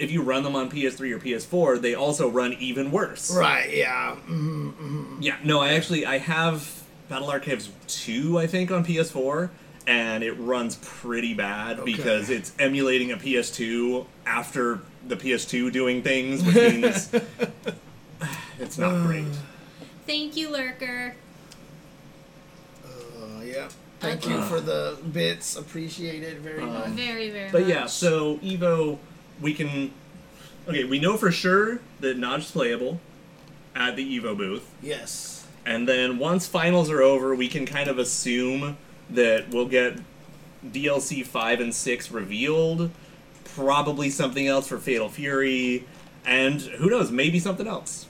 Speaker 3: if you run them on PS3 or PS4, they also run even worse.
Speaker 1: Right. Yeah. Mm,
Speaker 3: Yeah. No, I actually I have Battle Archives 2, I think, on PS4. And it runs pretty bad because it's emulating a PS2 after the PS2 doing things, which means it's not great.
Speaker 2: Thank you, Lurker.
Speaker 1: uh, yeah. Thank you for the bits. Appreciate it very
Speaker 3: uh,
Speaker 1: much.
Speaker 2: Very, very
Speaker 3: But
Speaker 2: much.
Speaker 1: Uh-huh.
Speaker 3: yeah, so Evo, we can. Okay, we know for sure that Nodge is playable at the Evo booth,
Speaker 1: Yes.
Speaker 3: and then once finals are over, we can kind of assume that we'll get DLC five and six revealed, probably something else for Fatal Fury, and who knows, maybe something else.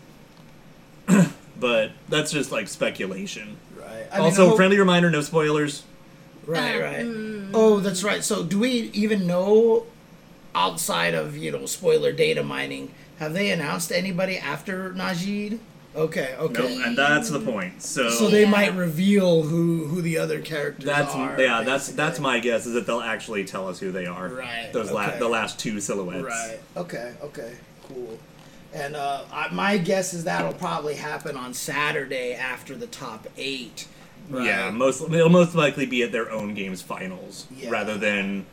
Speaker 3: but that's just like speculation.
Speaker 1: Right. I mean,
Speaker 3: also,
Speaker 1: I hope-
Speaker 3: friendly reminder: no spoilers.
Speaker 1: Right, right.
Speaker 2: Um,
Speaker 1: Oh, that's right. So, do we even know outside of you know spoiler data mining? Have they announced anybody after Najid? Okay,
Speaker 3: Nope,
Speaker 1: okay.
Speaker 3: and that's the point.
Speaker 1: So they
Speaker 2: Yeah.
Speaker 1: might reveal who who the other characters
Speaker 3: That's
Speaker 1: are.
Speaker 3: yeah. That's that's
Speaker 1: basically.
Speaker 3: my guess is that they'll actually tell us who they are.
Speaker 1: Right,
Speaker 3: Those la-
Speaker 1: okay.
Speaker 3: the last two silhouettes.
Speaker 1: right. Okay, okay, cool. And uh, I, my guess is that'll probably happen on Saturday after the top eight. right?
Speaker 3: Yeah, most they'll most likely be at their own game's finals
Speaker 1: Yeah.
Speaker 3: rather than.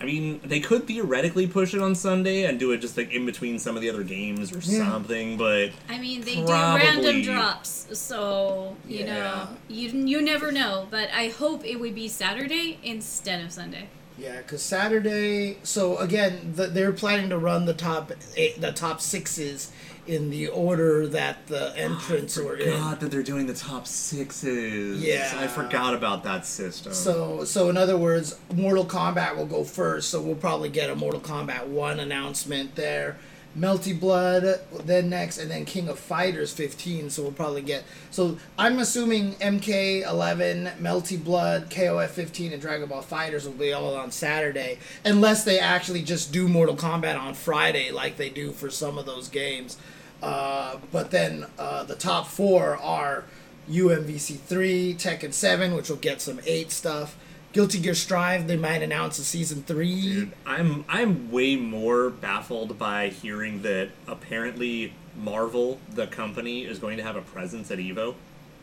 Speaker 3: I mean, they could theoretically push it on Sunday and do it just like in between some of the other games or
Speaker 1: Yeah.
Speaker 3: something, but
Speaker 2: I mean, they
Speaker 3: Probably.
Speaker 2: do random drops, so you
Speaker 1: Yeah.
Speaker 2: know, you you never know. But I hope it would be Saturday instead of Sunday.
Speaker 1: Yeah, because Saturday. So again, the, they're planning to run the top eight, the top sixes in the order that the entrants were in.
Speaker 3: God, that they're doing the top sixes.
Speaker 1: Yeah.
Speaker 3: I forgot about that system.
Speaker 1: So, so in other words, Mortal Kombat will go first. So we'll probably get a Mortal Kombat one announcement there. Melty Blood, then next, and then King of Fighters 15. So we'll probably get. So I'm assuming MK 11, Melty Blood, KOF 15, and Dragon Ball Fighters will be all on Saturday, unless they actually just do Mortal Kombat on Friday, like they do for some of those games. Uh, but then uh, the top four are UMVC 3, Tekken 7, which will get some 8 stuff. Guilty Gear Strive, they might announce a season 3.
Speaker 3: Dude, I'm I'm way more baffled by hearing that apparently Marvel, the company, is going to have a presence at Evo.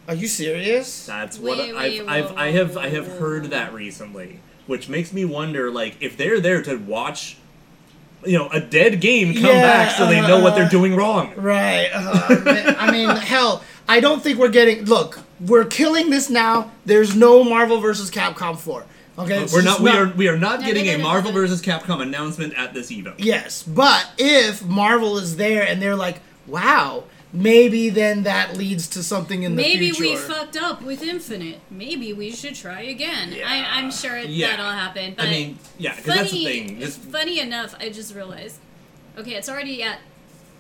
Speaker 1: Are you serious?
Speaker 3: That's
Speaker 2: Wait,
Speaker 3: what
Speaker 2: wait,
Speaker 3: I've,
Speaker 2: whoa,
Speaker 3: I've,
Speaker 2: whoa,
Speaker 3: I have
Speaker 2: whoa,
Speaker 3: I have
Speaker 2: whoa,
Speaker 3: heard
Speaker 2: whoa.
Speaker 3: that recently, which makes me wonder like if they're there to watch, you know, a dead game come
Speaker 1: Yeah,
Speaker 3: back so they know what they're
Speaker 1: uh,
Speaker 3: doing wrong.
Speaker 1: Right. uh, man, I mean, hell, I don't think we're getting. Look, we're killing this now. There's no Marvel vs. Capcom 4. Okay? It's
Speaker 3: We're
Speaker 1: just
Speaker 3: not, we are we are not
Speaker 2: No,
Speaker 3: getting
Speaker 2: no, no,
Speaker 3: a
Speaker 2: no,
Speaker 3: Marvel
Speaker 2: no, no.
Speaker 3: versus Capcom announcement at this Evo.
Speaker 1: Yes, but if Marvel is there and they're like, wow, maybe then that leads to something in the
Speaker 2: Maybe
Speaker 1: future.
Speaker 2: we fucked up with Infinite. Maybe we should try again.
Speaker 3: Yeah.
Speaker 2: I, I'm sure
Speaker 3: Yeah.
Speaker 2: that'll happen. But
Speaker 3: I mean, yeah, because
Speaker 2: funny,
Speaker 3: that's the thing. Just
Speaker 2: funny enough, I just realized. Okay, it's already at.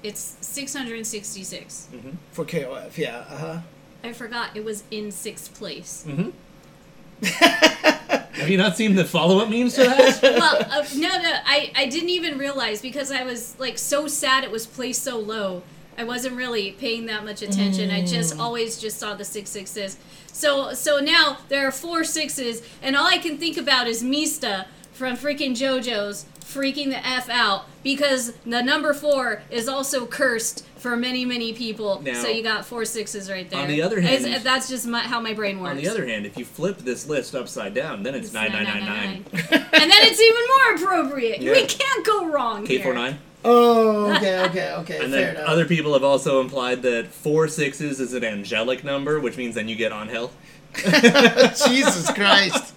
Speaker 2: It's 666.
Speaker 1: For KOF, yeah. Uh huh.
Speaker 2: I forgot it was in sixth place.
Speaker 3: Mm-hmm. have you not seen the follow up memes to that?
Speaker 2: well, uh, no, no, I, I didn't even realize because I was like so sad it was placed so low. I wasn't really paying that much attention. I just
Speaker 3: Mm.
Speaker 2: always just saw the six sixes. So so now there are four sixes, and all I can think about is Mista from freaking JoJo's freaking the f out because the number four is also cursed for many many people.
Speaker 3: Now-
Speaker 2: so you got four sixes right there.
Speaker 3: On the other
Speaker 2: It's-
Speaker 3: hand-
Speaker 2: that's just my, how my brain works.
Speaker 3: On the other hand, if you flip this list upside down, then it's
Speaker 2: It's
Speaker 3: nine nine nine nine.
Speaker 2: 9999. and then it's even more appropriate.
Speaker 3: Yeah.
Speaker 2: We can't go wrong
Speaker 3: K
Speaker 2: here.
Speaker 3: four nine.
Speaker 1: Oh, okay, okay, okay.
Speaker 3: And
Speaker 1: fair
Speaker 3: then
Speaker 1: enough.
Speaker 3: other people have also implied that four sixes is an angelic number, which means then you get on hell.
Speaker 1: Jesus Christ.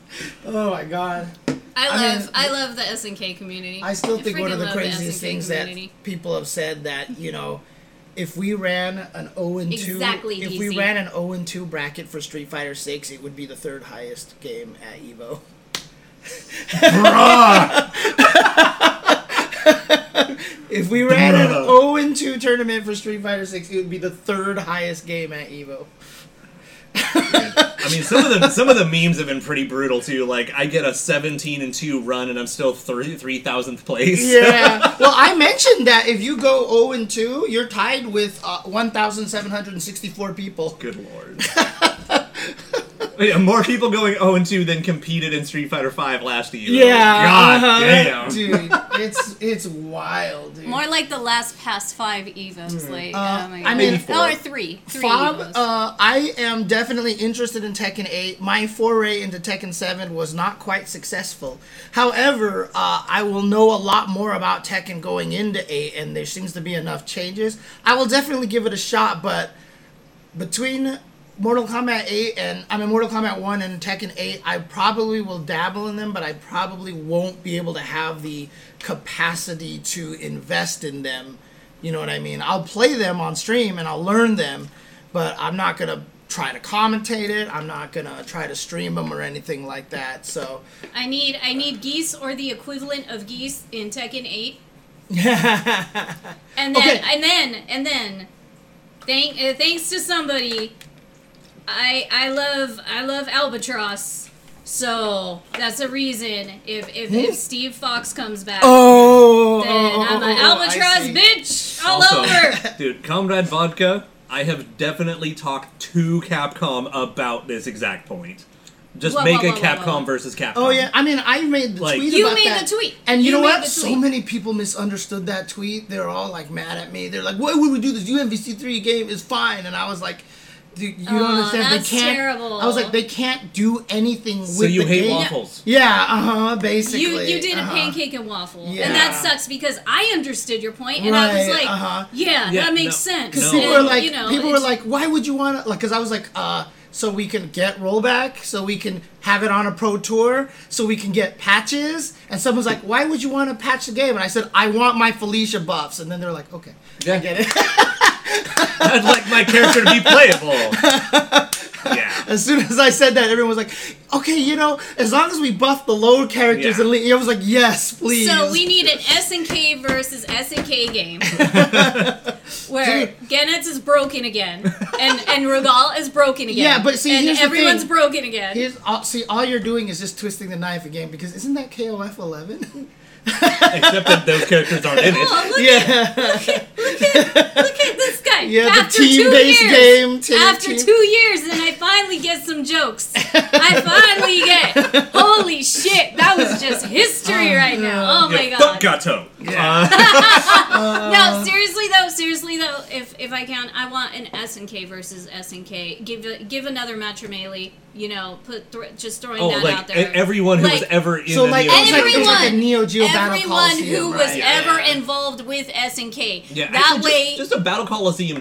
Speaker 1: Oh my God.
Speaker 2: I
Speaker 1: I
Speaker 2: love
Speaker 1: mean,
Speaker 2: I love the SNK community.
Speaker 1: I still think one
Speaker 2: freaking
Speaker 1: of the
Speaker 2: love
Speaker 1: craziest
Speaker 2: SNK
Speaker 1: things
Speaker 2: community.
Speaker 1: that people have said that, you know, if we ran an 0 and 2
Speaker 2: Exactly,
Speaker 1: if we
Speaker 2: DC.
Speaker 1: ran an 0 and 2 bracket for Street Fighter 6, it would be the third highest game at Evo. If we ran an 0
Speaker 3: Bruh.
Speaker 1: and 2 tournament for Street Fighter 6, it would be the third highest game at Evo.
Speaker 3: I mean, some of the some of the memes have been pretty brutal too. Like, I get a seventeen and two run, and I'm still three three thousandth place.
Speaker 1: Yeah. well, I mentioned that if you go 0 and 2, you're tied with uh, 1,764 people.
Speaker 3: Good lord. Yeah, more people going zero and two than competed in Street Fighter Five last year. Oh,
Speaker 1: Yeah,
Speaker 3: God
Speaker 1: uh-huh.
Speaker 3: damn.
Speaker 1: Dude, it's it's wild, dude.
Speaker 2: more like the last past five evos, like
Speaker 1: Uh,
Speaker 2: oh my
Speaker 1: I
Speaker 2: god,
Speaker 1: mean-
Speaker 3: Maybe four.
Speaker 2: oh, or three, three
Speaker 1: Fob,
Speaker 2: evos.
Speaker 1: uh, I am definitely interested in Tekken 8. My foray into Tekken 7 was not quite successful. However, uh, I will know a lot more about Tekken going into 8, and there seems to be enough changes. I will definitely give it a shot, but between Mortal Kombat 8 and, I mean, Mortal Kombat 1 and Tekken 8, I probably will dabble in them, but I probably won't be able to have the capacity to invest in them. You know what I mean? I'll play them on stream and I'll learn them, but I'm not gonna try to commentate it. I'm not gonna try to stream them or anything like that. So
Speaker 2: I need I need geese or the equivalent of geese in Tekken Eight. and then
Speaker 1: Okay.
Speaker 2: and then and then, thank uh, thanks to somebody, I I love I love albatross. So that's a reason if if,
Speaker 1: Hmm?
Speaker 2: if Steve Fox comes back,
Speaker 1: oh,
Speaker 2: then I'm an albatross bitch all over.
Speaker 3: dude, Comrade Vodka, I have definitely talked to Capcom about this exact point. Just
Speaker 2: Whoa,
Speaker 3: make
Speaker 2: whoa,
Speaker 3: a
Speaker 2: whoa, whoa,
Speaker 3: Capcom
Speaker 2: whoa.
Speaker 3: versus Capcom.
Speaker 1: Oh yeah, I mean, I made the
Speaker 3: Like-
Speaker 1: tweet
Speaker 2: You
Speaker 1: about
Speaker 2: made
Speaker 1: that.
Speaker 2: the tweet.
Speaker 1: and you,
Speaker 2: You
Speaker 1: know
Speaker 2: made
Speaker 1: what?
Speaker 2: the
Speaker 1: So
Speaker 2: tweet.
Speaker 1: many people misunderstood that tweet. They're all like mad at me. They're like, "Why would we do this? UMVC three game is fine," and I was like. Dude, you don't
Speaker 2: Aw,
Speaker 1: understand.
Speaker 2: that's
Speaker 1: they can't.
Speaker 2: terrible.
Speaker 1: I was like, they can't do anything
Speaker 3: So
Speaker 1: with
Speaker 3: you
Speaker 1: the
Speaker 3: hate
Speaker 1: game.
Speaker 3: waffles.
Speaker 1: Yeah, uh huh. Basically,
Speaker 2: You you did
Speaker 1: uh-huh.
Speaker 2: a pancake and waffle,
Speaker 1: Yeah.
Speaker 2: and that sucks because I understood your point, and I was
Speaker 1: Right,
Speaker 2: like,
Speaker 1: uh-huh.
Speaker 2: yeah,
Speaker 3: Yeah,
Speaker 2: that makes
Speaker 3: no,
Speaker 2: sense.
Speaker 3: no.
Speaker 1: People
Speaker 2: And,
Speaker 1: were like,
Speaker 2: you know,
Speaker 1: people were
Speaker 2: it's-
Speaker 1: like, why would you want to? Like, because I was like, uh, so we can get rollback, so we can have it on a pro tour, so we can get patches. And someone's like, why would you want to patch the game? And I said, I want my Felicia buffs. And then they're like, okay,
Speaker 3: Yeah.
Speaker 1: I get it.
Speaker 3: I'd like my character to be playable. Yeah.
Speaker 1: as soon as I said that, everyone was like, okay, you know, as long as we buff the lower characters,
Speaker 3: Yeah.
Speaker 1: and le- I was like, yes, please.
Speaker 2: So we need an S and K versus S and K game where Genetz is broken again, and and Rugal is broken again.
Speaker 1: Yeah, but see,
Speaker 2: and
Speaker 1: here's the
Speaker 2: everyone's
Speaker 1: thing.
Speaker 2: broken again.
Speaker 1: Here's, all, see, all you're doing is just twisting the knife again because isn't that KOF 11?
Speaker 3: Except that those characters aren't in it.
Speaker 2: oh, look,
Speaker 1: yeah.
Speaker 2: look at this guy.
Speaker 1: Yeah, the
Speaker 2: After two
Speaker 1: team-based
Speaker 2: years,
Speaker 1: game, team-
Speaker 2: after
Speaker 1: team-
Speaker 2: two years, and I finally get some jokes. I finally get. Holy shit! That was just history right now. Oh my
Speaker 3: Yeah,
Speaker 2: god.
Speaker 3: Fuck Gato.
Speaker 1: Yeah.
Speaker 3: Uh,
Speaker 2: No, seriously though, seriously though, if if I can, I want an S and K versus S and K. Give a- give another match or melee. You know, put thro- just throwing
Speaker 3: oh,
Speaker 2: that
Speaker 3: like
Speaker 2: out there.
Speaker 3: e- everyone who was
Speaker 2: Like,
Speaker 3: ever in
Speaker 1: So
Speaker 3: the
Speaker 1: like, it
Speaker 3: Neo
Speaker 1: was like, it was like a
Speaker 2: Everyone-
Speaker 1: Neo Geo Battle
Speaker 2: everyone
Speaker 1: Coliseum,
Speaker 2: who
Speaker 1: right?
Speaker 2: was
Speaker 1: Yeah.
Speaker 2: ever involved with S and K.
Speaker 3: Yeah,
Speaker 2: that
Speaker 3: actually,
Speaker 2: way.
Speaker 3: just, just a battle coliseum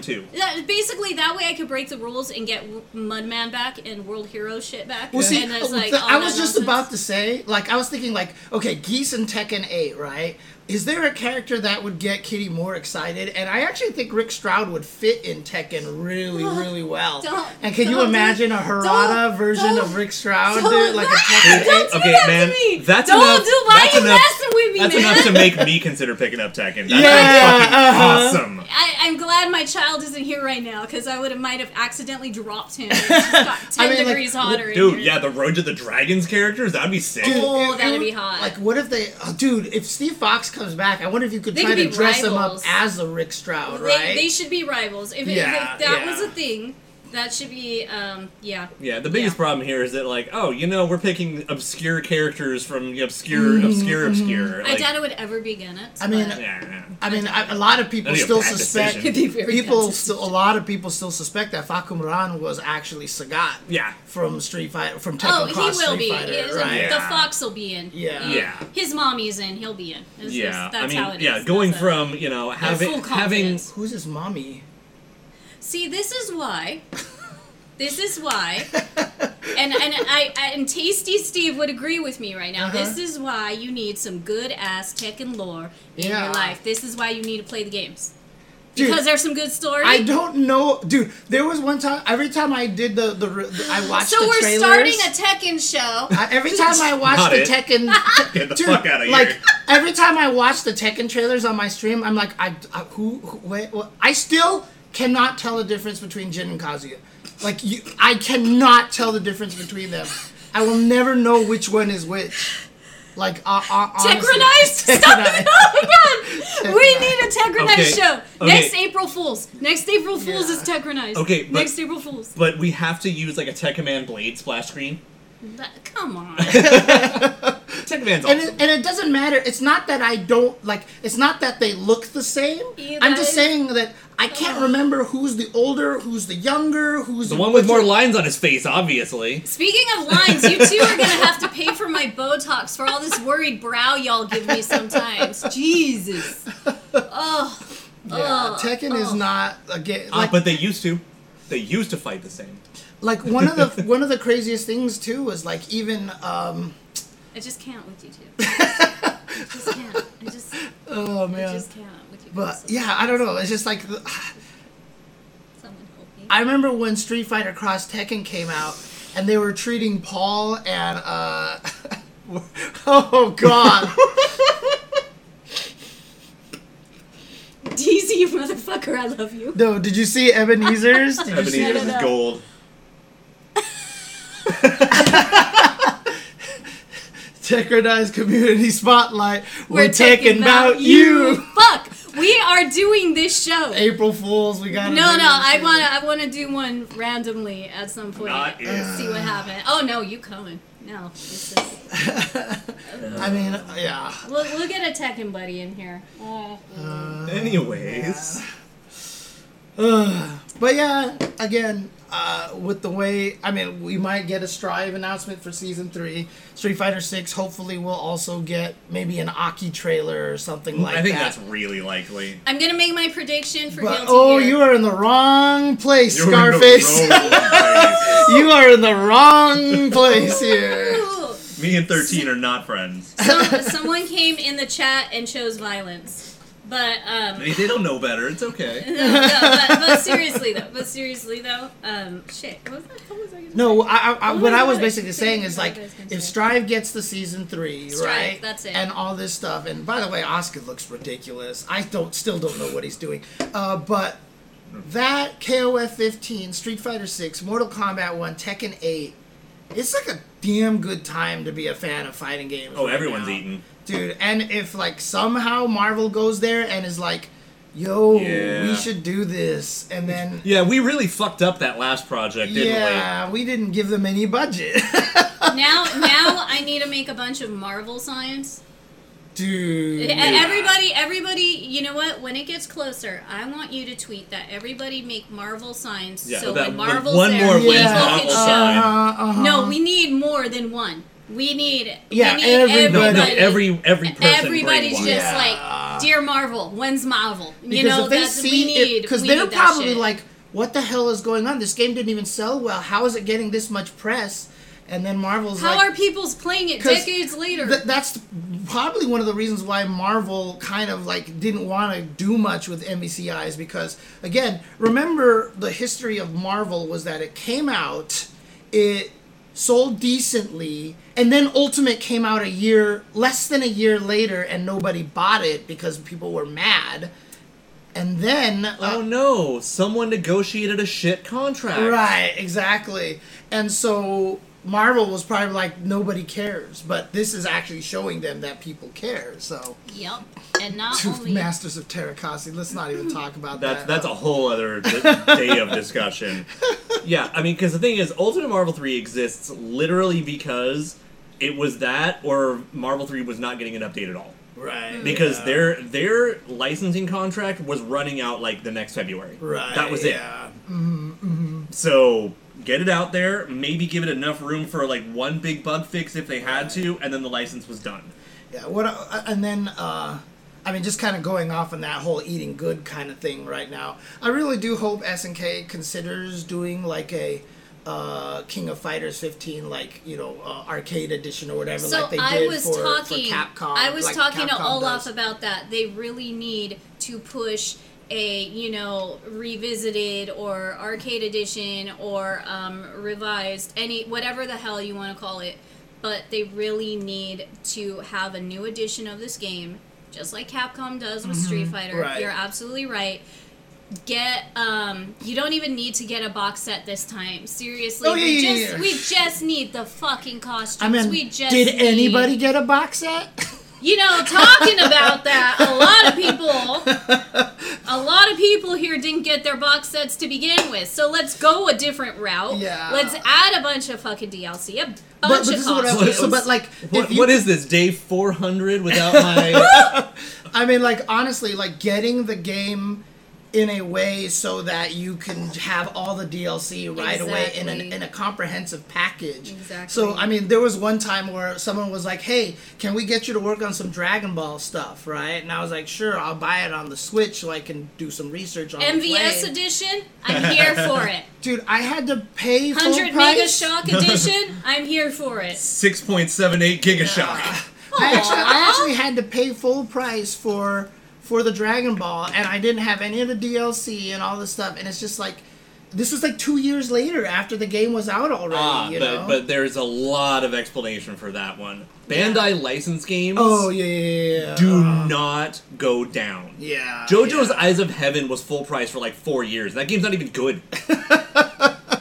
Speaker 3: too.
Speaker 2: that- basically, that way I could break the rules and get W- Mudman back and World Hero shit back.
Speaker 1: Well, see, oh,
Speaker 2: and it's
Speaker 1: the-
Speaker 2: all
Speaker 1: I
Speaker 2: that
Speaker 1: was just
Speaker 2: nonsense.
Speaker 1: about to say, like, I was thinking, like, okay, Geese and Tekken 8, right? Is there a character that would get Kitty more excited? And I actually think Rick Stroud would fit in Tekken really, really well.
Speaker 2: Don't-
Speaker 1: and can you
Speaker 2: don't do-
Speaker 1: imagine a Harada
Speaker 2: don't-
Speaker 1: version
Speaker 2: don't-
Speaker 1: of Rick Stroud,
Speaker 2: don't-
Speaker 1: dude? Like a
Speaker 2: Don't
Speaker 1: Tekken 8?
Speaker 2: do
Speaker 3: Okay,
Speaker 2: that
Speaker 3: man,
Speaker 2: to me.
Speaker 3: that's
Speaker 2: don't
Speaker 3: enough-
Speaker 2: do. Why
Speaker 3: that's
Speaker 2: are you
Speaker 3: enough-
Speaker 2: messing with me,
Speaker 3: That's
Speaker 2: man?
Speaker 3: enough to make me consider picking up Tekken. That's
Speaker 1: Yeah,
Speaker 3: fucking
Speaker 1: uh-huh.
Speaker 3: awesome.
Speaker 2: I, I'm glad my child isn't here right now because I would have might have accidentally dropped him. It's just got ten
Speaker 1: I mean, like,
Speaker 2: degrees hotter. in
Speaker 3: Dude,
Speaker 2: here.
Speaker 3: yeah, the Road to the Dragons characters, that'd be sick.
Speaker 1: Dude,
Speaker 2: Oh,
Speaker 1: it-
Speaker 2: that'd
Speaker 1: it
Speaker 2: be
Speaker 1: would-
Speaker 2: hot.
Speaker 1: Like, what if they, oh, dude? If Steve Fox comes back, I wonder if you could
Speaker 2: They
Speaker 1: try
Speaker 2: could
Speaker 1: to
Speaker 2: be
Speaker 1: dress
Speaker 2: rivals.
Speaker 1: him up as a Rick Stroud,
Speaker 2: they,
Speaker 1: right?
Speaker 2: they should be rivals. If, it,
Speaker 1: Yeah,
Speaker 2: if that
Speaker 1: yeah.
Speaker 2: was a thing, that should be. Um, yeah.
Speaker 3: Yeah, the biggest
Speaker 2: Yeah.
Speaker 3: problem here is that like, oh, you know, we're picking obscure characters from obscure, obscure, obscure.
Speaker 2: I
Speaker 3: Like,
Speaker 2: doubt it would ever be Gennett.
Speaker 1: I mean,
Speaker 2: but-
Speaker 3: yeah, yeah.
Speaker 1: I mean, I, a lot of people
Speaker 3: That'd be a
Speaker 1: still
Speaker 3: bad
Speaker 1: suspect.
Speaker 3: decision.
Speaker 2: It'd be very
Speaker 1: people
Speaker 2: bad
Speaker 1: still, a lot of people still suspect that Fakumran was actually Sagat.
Speaker 3: Yeah.
Speaker 1: From Street Fighter, from Tekken
Speaker 2: oh, he
Speaker 1: Cross
Speaker 2: will
Speaker 1: Street
Speaker 2: be.
Speaker 1: Fighter,
Speaker 2: He-
Speaker 1: right?
Speaker 2: The
Speaker 3: Yeah.
Speaker 2: fox will be in.
Speaker 1: Yeah.
Speaker 3: Yeah.
Speaker 2: His mommy's in. He'll be in. It's
Speaker 3: yeah.
Speaker 2: just- that's
Speaker 3: I mean,
Speaker 2: how it is.
Speaker 3: yeah, going
Speaker 2: That's it.
Speaker 3: from you know having
Speaker 2: full
Speaker 3: having
Speaker 2: confidence.
Speaker 1: Who's his mommy?
Speaker 2: See, this is why. This is why. And and I, I and Tasty Steve would agree with me right now.
Speaker 1: Uh-huh.
Speaker 2: This is why you need some good ass Tekken lore in
Speaker 1: Yeah.
Speaker 2: your life. This is why you need to play the games
Speaker 1: Dude,
Speaker 2: because there's some good stories.
Speaker 1: I don't know, dude. There was one time. Every time I did the the, the I watched
Speaker 2: so
Speaker 1: the
Speaker 2: we're
Speaker 1: trailers.
Speaker 2: starting a Tekken show.
Speaker 1: I- every time I watch
Speaker 3: Not
Speaker 1: the
Speaker 3: it.
Speaker 1: Tekken,
Speaker 3: Get the
Speaker 1: dude,
Speaker 3: fuck outta
Speaker 1: like
Speaker 3: here.
Speaker 1: every time I watch the Tekken trailers on my stream, I'm like, I, I who, who wait, what? I still cannot tell the difference between Jin and Kazuya. Like you, I cannot tell the difference between them. I will never know which one is which. Like, uh, uh, honestly.
Speaker 2: Techronized? Stop
Speaker 1: Techronized.
Speaker 2: it! Oh my god! We
Speaker 1: Techronized.
Speaker 2: need a Techronized
Speaker 3: Okay,
Speaker 2: show!
Speaker 3: okay.
Speaker 2: Next April Fools! Next April Fools
Speaker 1: Yeah.
Speaker 2: is Techronized!
Speaker 3: Okay, but-
Speaker 2: Next April Fools.
Speaker 3: But we have to use like a Tech Command Blade splash screen.
Speaker 2: That- Come on.
Speaker 3: Tech Command's
Speaker 1: And
Speaker 3: awesome.
Speaker 1: it, and it doesn't matter. It's not that I don't like. It's not that they look the same.
Speaker 2: You
Speaker 1: I'm just
Speaker 2: guys-
Speaker 1: saying that I can't remember who's the older, who's the younger, who's
Speaker 3: the one with
Speaker 1: which
Speaker 3: more lines on his face, obviously.
Speaker 2: Speaking of lines, you two are gonna have to pay for my Botox for all this worried brow y'all give me sometimes. Jesus. Oh.
Speaker 1: Yeah,
Speaker 2: oh,
Speaker 1: Tekken is
Speaker 2: oh.
Speaker 1: not a game.
Speaker 3: Uh,
Speaker 1: Like,
Speaker 3: but they used to. They used to fight the same.
Speaker 1: like one of the one of the craziest things too is like even um
Speaker 2: I just can't with you two. I just can't. I just,
Speaker 1: oh
Speaker 2: I
Speaker 1: man.
Speaker 2: just can't with you.
Speaker 1: But
Speaker 2: guys.
Speaker 1: yeah, I don't know. It's just like the-
Speaker 2: Someone help me.
Speaker 1: I remember when Street Fighter Cross Tekken came out, and they were treating Paul and uh oh god.
Speaker 2: DZ, you motherfucker, I love you.
Speaker 1: no, did you see Ebenezer's? Did you see
Speaker 2: Ebenezer.
Speaker 3: Ebenezer's
Speaker 2: no,
Speaker 3: is
Speaker 2: no.
Speaker 3: gold.
Speaker 1: Tekken Community Spotlight? We're, taking
Speaker 2: talking
Speaker 1: about you.
Speaker 2: Fuck! We are doing this show.
Speaker 1: April Fools, we got
Speaker 2: No, no, I wanna, I wanna do one randomly at some point.
Speaker 3: Not
Speaker 2: and
Speaker 3: yet.
Speaker 2: See what happens. Oh no, you coming? No, this is,
Speaker 1: I mean, yeah.
Speaker 2: we'll, we'll get a tech and buddy in here. Oh,
Speaker 3: Anyways.
Speaker 1: Ugh. but yeah, again, uh, with the way, I mean, we might get a Strive announcement for season three. Street Fighter Six. Hopefully, we'll also get maybe an Aki trailer or something like that.
Speaker 3: I think that's really likely.
Speaker 2: I'm gonna make my prediction for
Speaker 1: But
Speaker 2: Guilty
Speaker 1: oh,
Speaker 2: Gear.
Speaker 1: you are in the wrong place,
Speaker 3: You're in the
Speaker 1: Scarface.
Speaker 3: wrong
Speaker 1: you are in the wrong place here.
Speaker 2: Ooh.
Speaker 3: place. Me and 13 are not friends.
Speaker 2: Some, someone came in the chat and chose violence, but um,
Speaker 3: They, they don't know better. It's okay.
Speaker 2: no, no, but, but seriously though, but seriously though, um, shit, what was that? What was I gonna
Speaker 1: No, I, I, I, what
Speaker 2: my
Speaker 1: I was
Speaker 2: God, I
Speaker 1: basically
Speaker 2: keep
Speaker 1: saying
Speaker 2: thinking
Speaker 1: is
Speaker 2: about
Speaker 1: like,
Speaker 2: what I was gonna
Speaker 1: if
Speaker 2: say.
Speaker 1: Strive gets the season three,
Speaker 2: Strive,
Speaker 1: right?
Speaker 2: that's it.
Speaker 1: And all this stuff. And by the way, Oscar looks ridiculous. I don't, still don't know what he's doing. Uh, but that KOF 15, Street Fighter 6, Mortal Kombat 1, Tekken 8, it's like a damn good time to be a fan of fighting games.
Speaker 3: Oh,
Speaker 1: right
Speaker 3: everyone's
Speaker 1: now.
Speaker 3: eating.
Speaker 1: dude. And if like somehow Marvel goes there and is like, "Yo,
Speaker 3: Yeah.
Speaker 1: we should do this," and then
Speaker 3: Yeah, we really fucked up that last project, didn't
Speaker 1: yeah, we didn't give them any budget,
Speaker 2: say? Now, now I need to make a bunch of Marvel signs.
Speaker 1: dude.
Speaker 2: E- Everybody, everybody, you know what? When it gets closer, I want you to tweet that everybody make Marvel signs.
Speaker 3: Yeah,
Speaker 2: so
Speaker 3: that
Speaker 2: when
Speaker 3: one-
Speaker 2: Marvel's
Speaker 3: one
Speaker 2: there,
Speaker 3: more
Speaker 2: we
Speaker 3: wins
Speaker 2: look at
Speaker 3: Marvel
Speaker 2: show.
Speaker 3: sign.
Speaker 1: Uh-huh, uh-huh.
Speaker 2: No, we need more than one. We need.
Speaker 1: Yeah,
Speaker 2: we need
Speaker 3: we? No,
Speaker 1: everybody.
Speaker 3: no, every every person
Speaker 2: Everybody's
Speaker 3: brainwashed.
Speaker 2: just
Speaker 1: Yeah.
Speaker 2: like, dear Marvel, when's Marvel? You
Speaker 1: Because
Speaker 2: know,
Speaker 1: if they
Speaker 2: that's
Speaker 1: see
Speaker 2: we need.
Speaker 1: because
Speaker 2: we
Speaker 1: they're
Speaker 2: need that
Speaker 1: probably
Speaker 2: shit.
Speaker 1: like, "What the hell is going on? This game didn't even sell well. How is it getting this much press?" And then Marvel's
Speaker 2: how
Speaker 1: like,
Speaker 2: are people's playing it
Speaker 1: 'Cause
Speaker 2: decades later?
Speaker 1: Th- that's probably one of the reasons why Marvel kind of like didn't want to do much with NBCI is because again, remember the history of Marvel was that it came out, it sold decently, and then Ultimate came out a year less than a year later, and nobody bought it because people were mad, and then uh,
Speaker 3: Oh no! Someone negotiated a shit contract.
Speaker 1: Right, exactly. And so Marvel was probably like nobody cares, but this is actually showing them that people care. So
Speaker 2: yep, and not
Speaker 1: Two
Speaker 2: only
Speaker 1: Masters of Terracossi, let's not even talk about
Speaker 3: That's
Speaker 1: that.
Speaker 3: that's a whole other d- day of discussion. Yeah, I mean, because the thing is, Ultimate Marvel three exists literally because it was that, or Marvel three was not getting an update at all
Speaker 1: right.
Speaker 3: because
Speaker 1: yeah.
Speaker 3: their their licensing contract was running out like the next February.
Speaker 1: right.
Speaker 3: that was it.
Speaker 1: yeah.
Speaker 3: So get it out there, maybe give it enough room for like one big bug fix if they had to, and then the license was done.
Speaker 1: Yeah. What? Uh, and then, uh, I mean, just kind of going off on that whole eating good kind of thing right now. I really do hope SNK considers doing like a uh, King of Fighters 15, like you know, uh, arcade edition or whatever.
Speaker 2: So
Speaker 1: like they
Speaker 2: I
Speaker 1: did
Speaker 2: was
Speaker 1: for, for
Speaker 2: talking.
Speaker 1: Capcom.
Speaker 2: I was
Speaker 1: like
Speaker 2: talking to
Speaker 1: Capcom
Speaker 2: Olaf
Speaker 1: does.
Speaker 2: about that. They really need to push a you know revisited or arcade edition or um, revised any whatever the hell you want to call it. But they really need to have a new edition of this game, just like Capcom does with Street Fighter.
Speaker 1: Mm-hmm. right.
Speaker 2: You're absolutely right. Get um you don't even need to get a box set this time. Seriously.
Speaker 1: Oh, yeah,
Speaker 2: we
Speaker 1: yeah,
Speaker 2: just
Speaker 1: yeah.
Speaker 2: we just need the fucking costumes.
Speaker 1: I mean,
Speaker 2: we just
Speaker 1: did
Speaker 2: need-
Speaker 1: anybody get a box set?
Speaker 2: you know, talking about that, a lot of people, a lot of people here didn't get their box sets to begin with. So let's go a different route.
Speaker 1: Yeah.
Speaker 2: Let's add a bunch of fucking DLC, a bunch
Speaker 1: but, but
Speaker 2: of
Speaker 1: this is what I
Speaker 2: costumes.
Speaker 1: so, but like,
Speaker 3: What,
Speaker 1: if you,
Speaker 3: what is this day four hundred without my?
Speaker 1: I mean, like honestly, like getting the game in a way so that you can have all the DLC right away in an,
Speaker 2: Exactly.
Speaker 1: in a comprehensive package. So
Speaker 2: Exactly.
Speaker 1: I mean, there was one time where someone was like, "Hey, can we get you to work on some Dragon Ball stuff?" Right, and I was like, "Sure, I'll buy it on the Switch so I can do some research on the
Speaker 2: MVS
Speaker 1: play."
Speaker 2: edition, I'm here for it.
Speaker 1: Dude, I had to pay full
Speaker 2: 100
Speaker 1: price.
Speaker 2: Mega Shock edition, I'm here for it.
Speaker 3: Six point seven eight gigashock.
Speaker 1: I actually, I
Speaker 2: Aw.
Speaker 1: actually had to pay full price for for the Dragon Ball, and I didn't have any of the DLC and all this stuff. And it's just like, this was like two years later after the game was out already.
Speaker 3: Ah,
Speaker 1: you know?
Speaker 3: but, but there's a lot of explanation for that one. Bandai license games
Speaker 1: oh yeah, yeah, yeah, yeah.
Speaker 3: do
Speaker 1: Uh,
Speaker 3: not go down.
Speaker 1: yeah.
Speaker 3: JoJo's
Speaker 1: yeah.
Speaker 3: Eyes of Heaven was full price for like four years. That game's not even good.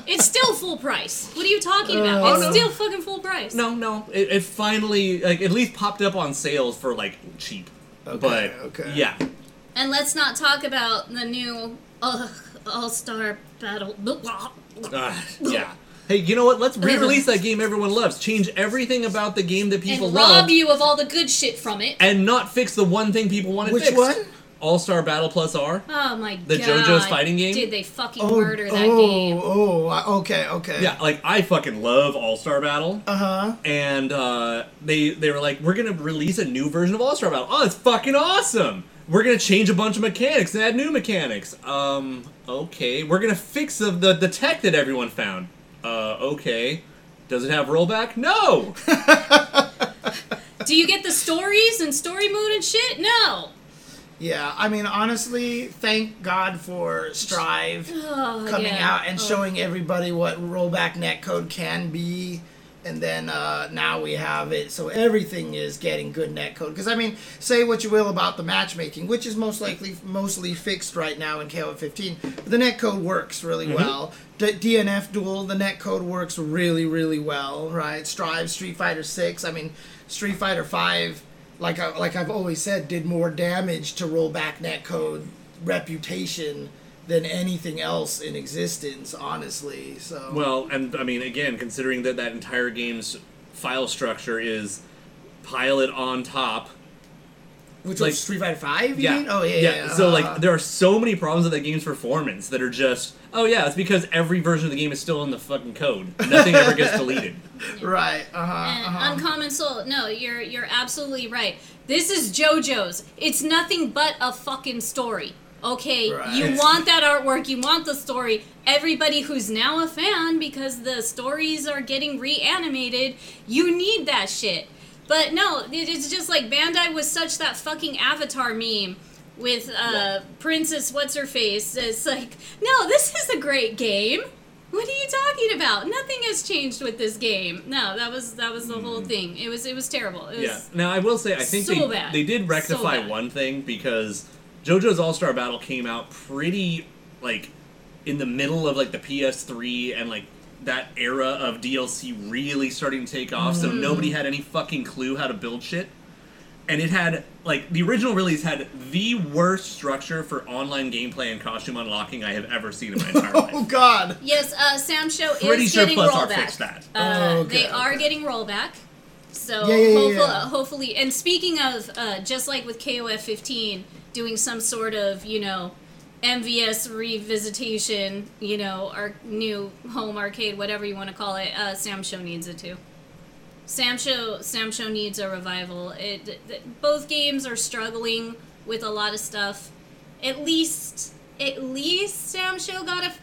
Speaker 2: It's still full price. What are you talking about?
Speaker 1: Uh,
Speaker 2: it's
Speaker 1: oh, no.
Speaker 2: still fucking full price.
Speaker 3: No, no, it, it finally like at least popped up on sales for like cheap.
Speaker 1: Okay,
Speaker 3: but
Speaker 1: okay.
Speaker 3: yeah,
Speaker 2: And let's not talk about the new uh, All Star Battle.
Speaker 3: Ugh, yeah. Hey, you know what? Let's re-release that game everyone loves. Change everything about the game that people
Speaker 2: and
Speaker 3: love,
Speaker 2: rob you of all the good shit from it.
Speaker 3: and not fix the one thing people wanted
Speaker 1: Which
Speaker 3: fixed.
Speaker 1: one?
Speaker 3: All Star Battle Plus R.
Speaker 2: Oh my
Speaker 3: The
Speaker 2: god.
Speaker 3: JoJo's fighting game?
Speaker 2: Did they fucking
Speaker 1: Oh,
Speaker 2: murder that
Speaker 1: oh,
Speaker 2: game?
Speaker 1: oh, I- okay, okay.
Speaker 3: Yeah, like I fucking love All Star Battle,
Speaker 1: Uh
Speaker 2: Uh-huh.
Speaker 1: huh.
Speaker 3: and uh, they they were like, we're gonna release a new version of All Star Battle. Oh, it's fucking awesome. We're gonna change a bunch of mechanics and add new mechanics. Um, okay. We're gonna fix the the, the tech that everyone found. Uh, okay. Does it have rollback? No.
Speaker 2: Do you get the stories and story mode and shit? No.
Speaker 1: Yeah, I mean, honestly, thank God for Strive
Speaker 2: Oh,
Speaker 1: coming
Speaker 2: yeah.
Speaker 1: out and
Speaker 2: Oh.
Speaker 1: showing everybody what rollback netcode can be. And then uh, now we have it, so everything is getting good netcode. Because I mean, say what you will about the matchmaking, which is most likely mostly fixed right now in KOF 15. But the netcode works really well. D- DNF Duel, the netcode works really, really well, right? Strive, Street Fighter 6. I mean, Street Fighter 5 like I, like I've always said, did more damage to rollback netcode reputation than anything else in existence. Honestly, so
Speaker 3: Well, and I mean, again, considering that that entire game's file structure is pile it on top.
Speaker 1: which
Speaker 3: like-
Speaker 1: was Street Fighter Five? You
Speaker 3: Yeah.
Speaker 1: mean? Oh yeah, yeah.
Speaker 3: So
Speaker 1: uh,
Speaker 3: like, there are so many problems with that game's performance that are just, oh yeah, it's because every version of the game is still in the fucking code. Nothing ever gets deleted.
Speaker 1: right. Uh huh.
Speaker 2: And Uncommon Soul. No, you're you're absolutely right. This is JoJo's. It's nothing but a fucking story. Okay,
Speaker 1: Right.
Speaker 2: you want that artwork, you want the story. Everybody who's now a fan because the stories are getting reanimated, you need that shit. But no, it- it's just like Bandai was such that fucking Avatar meme with uh, Princess What's Her Face. It's like, no, this is a great game. What are you talking about? Nothing has changed with this game. No, that was that was the whole thing. It was it was terrible. It was
Speaker 3: Hmm. Yeah. Now I will say I think
Speaker 2: So
Speaker 3: they,
Speaker 2: bad.
Speaker 3: they did
Speaker 2: So
Speaker 3: rectify
Speaker 2: bad.
Speaker 3: one thing because JoJo's All Star Battle came out pretty like in the middle of like the PS3 and like that era of DLC really starting to take off.
Speaker 2: Mm.
Speaker 3: So nobody had any fucking clue how to build shit. And it had like the original release had the worst structure for online gameplay and costume unlocking I have ever seen in my entire
Speaker 1: Oh
Speaker 3: life.
Speaker 1: God.
Speaker 2: Yes, uh, Sam Show
Speaker 3: Pretty
Speaker 2: is
Speaker 3: sure
Speaker 2: getting
Speaker 3: Plus R
Speaker 2: rollback.
Speaker 3: fixed that.
Speaker 2: Uh,
Speaker 1: Oh, okay,
Speaker 2: they are
Speaker 1: okay.
Speaker 2: getting rollback. So
Speaker 1: Yeah, yeah, yeah,
Speaker 2: hopeful,
Speaker 1: yeah.
Speaker 2: Uh, hopefully, and speaking of, uh, just like with KOF 15, doing some sort of you know MVS revisitation, you know our new home arcade, whatever you want to call it. Uh, Sam Show needs it too. Sam Show, Sam Show needs a revival. It, th- both games are struggling with a lot of stuff. At least, at least Sam Show got a f-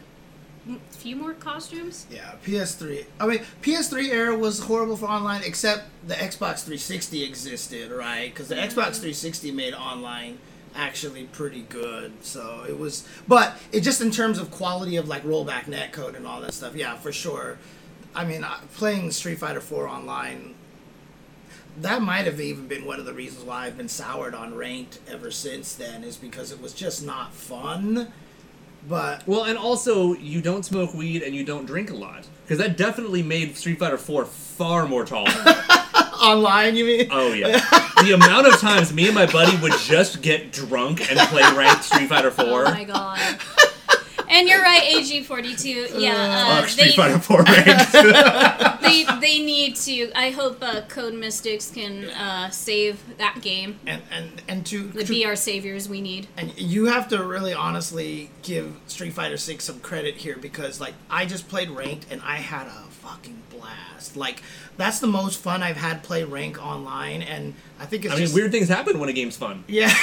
Speaker 2: m- few more costumes.
Speaker 1: Yeah, PS3. I mean, PS3 era was horrible for online, except the Xbox 360 existed, right? Because the Xbox 360 made online actually pretty good. So it was, but it just in terms of quality of like rollback netcode and all that stuff. Yeah, for sure. I mean, I- playing Street Fighter 4 online that might have even been one of the reasons why I've been soured on ranked ever since then is because it was just not fun. But
Speaker 3: Well, and also you don't smoke weed and you don't drink a lot because that definitely made Street Fighter Four far more tolerable.
Speaker 1: online, you mean?
Speaker 3: oh yeah, the amount of times me and my buddy would just get drunk and play ranked Street Fighter Four.
Speaker 2: Oh my god. and you're right, AG42. Yeah, uh,
Speaker 3: Oh, Fuck Street Fighter
Speaker 2: they,
Speaker 3: Four ranked.
Speaker 2: they they need to. I hope uh, Code Mystics can uh, save that game.
Speaker 1: and and and to,
Speaker 2: The
Speaker 1: to-
Speaker 2: be our saviors we need.
Speaker 1: and you have to really honestly give Street Fighter Six some credit here because like I just played ranked and I had a fucking blast. Like that's the most fun I've had play rank online, and I think it's
Speaker 3: I mean,
Speaker 1: just
Speaker 3: weird things happen when a game's fun.
Speaker 1: Yeah.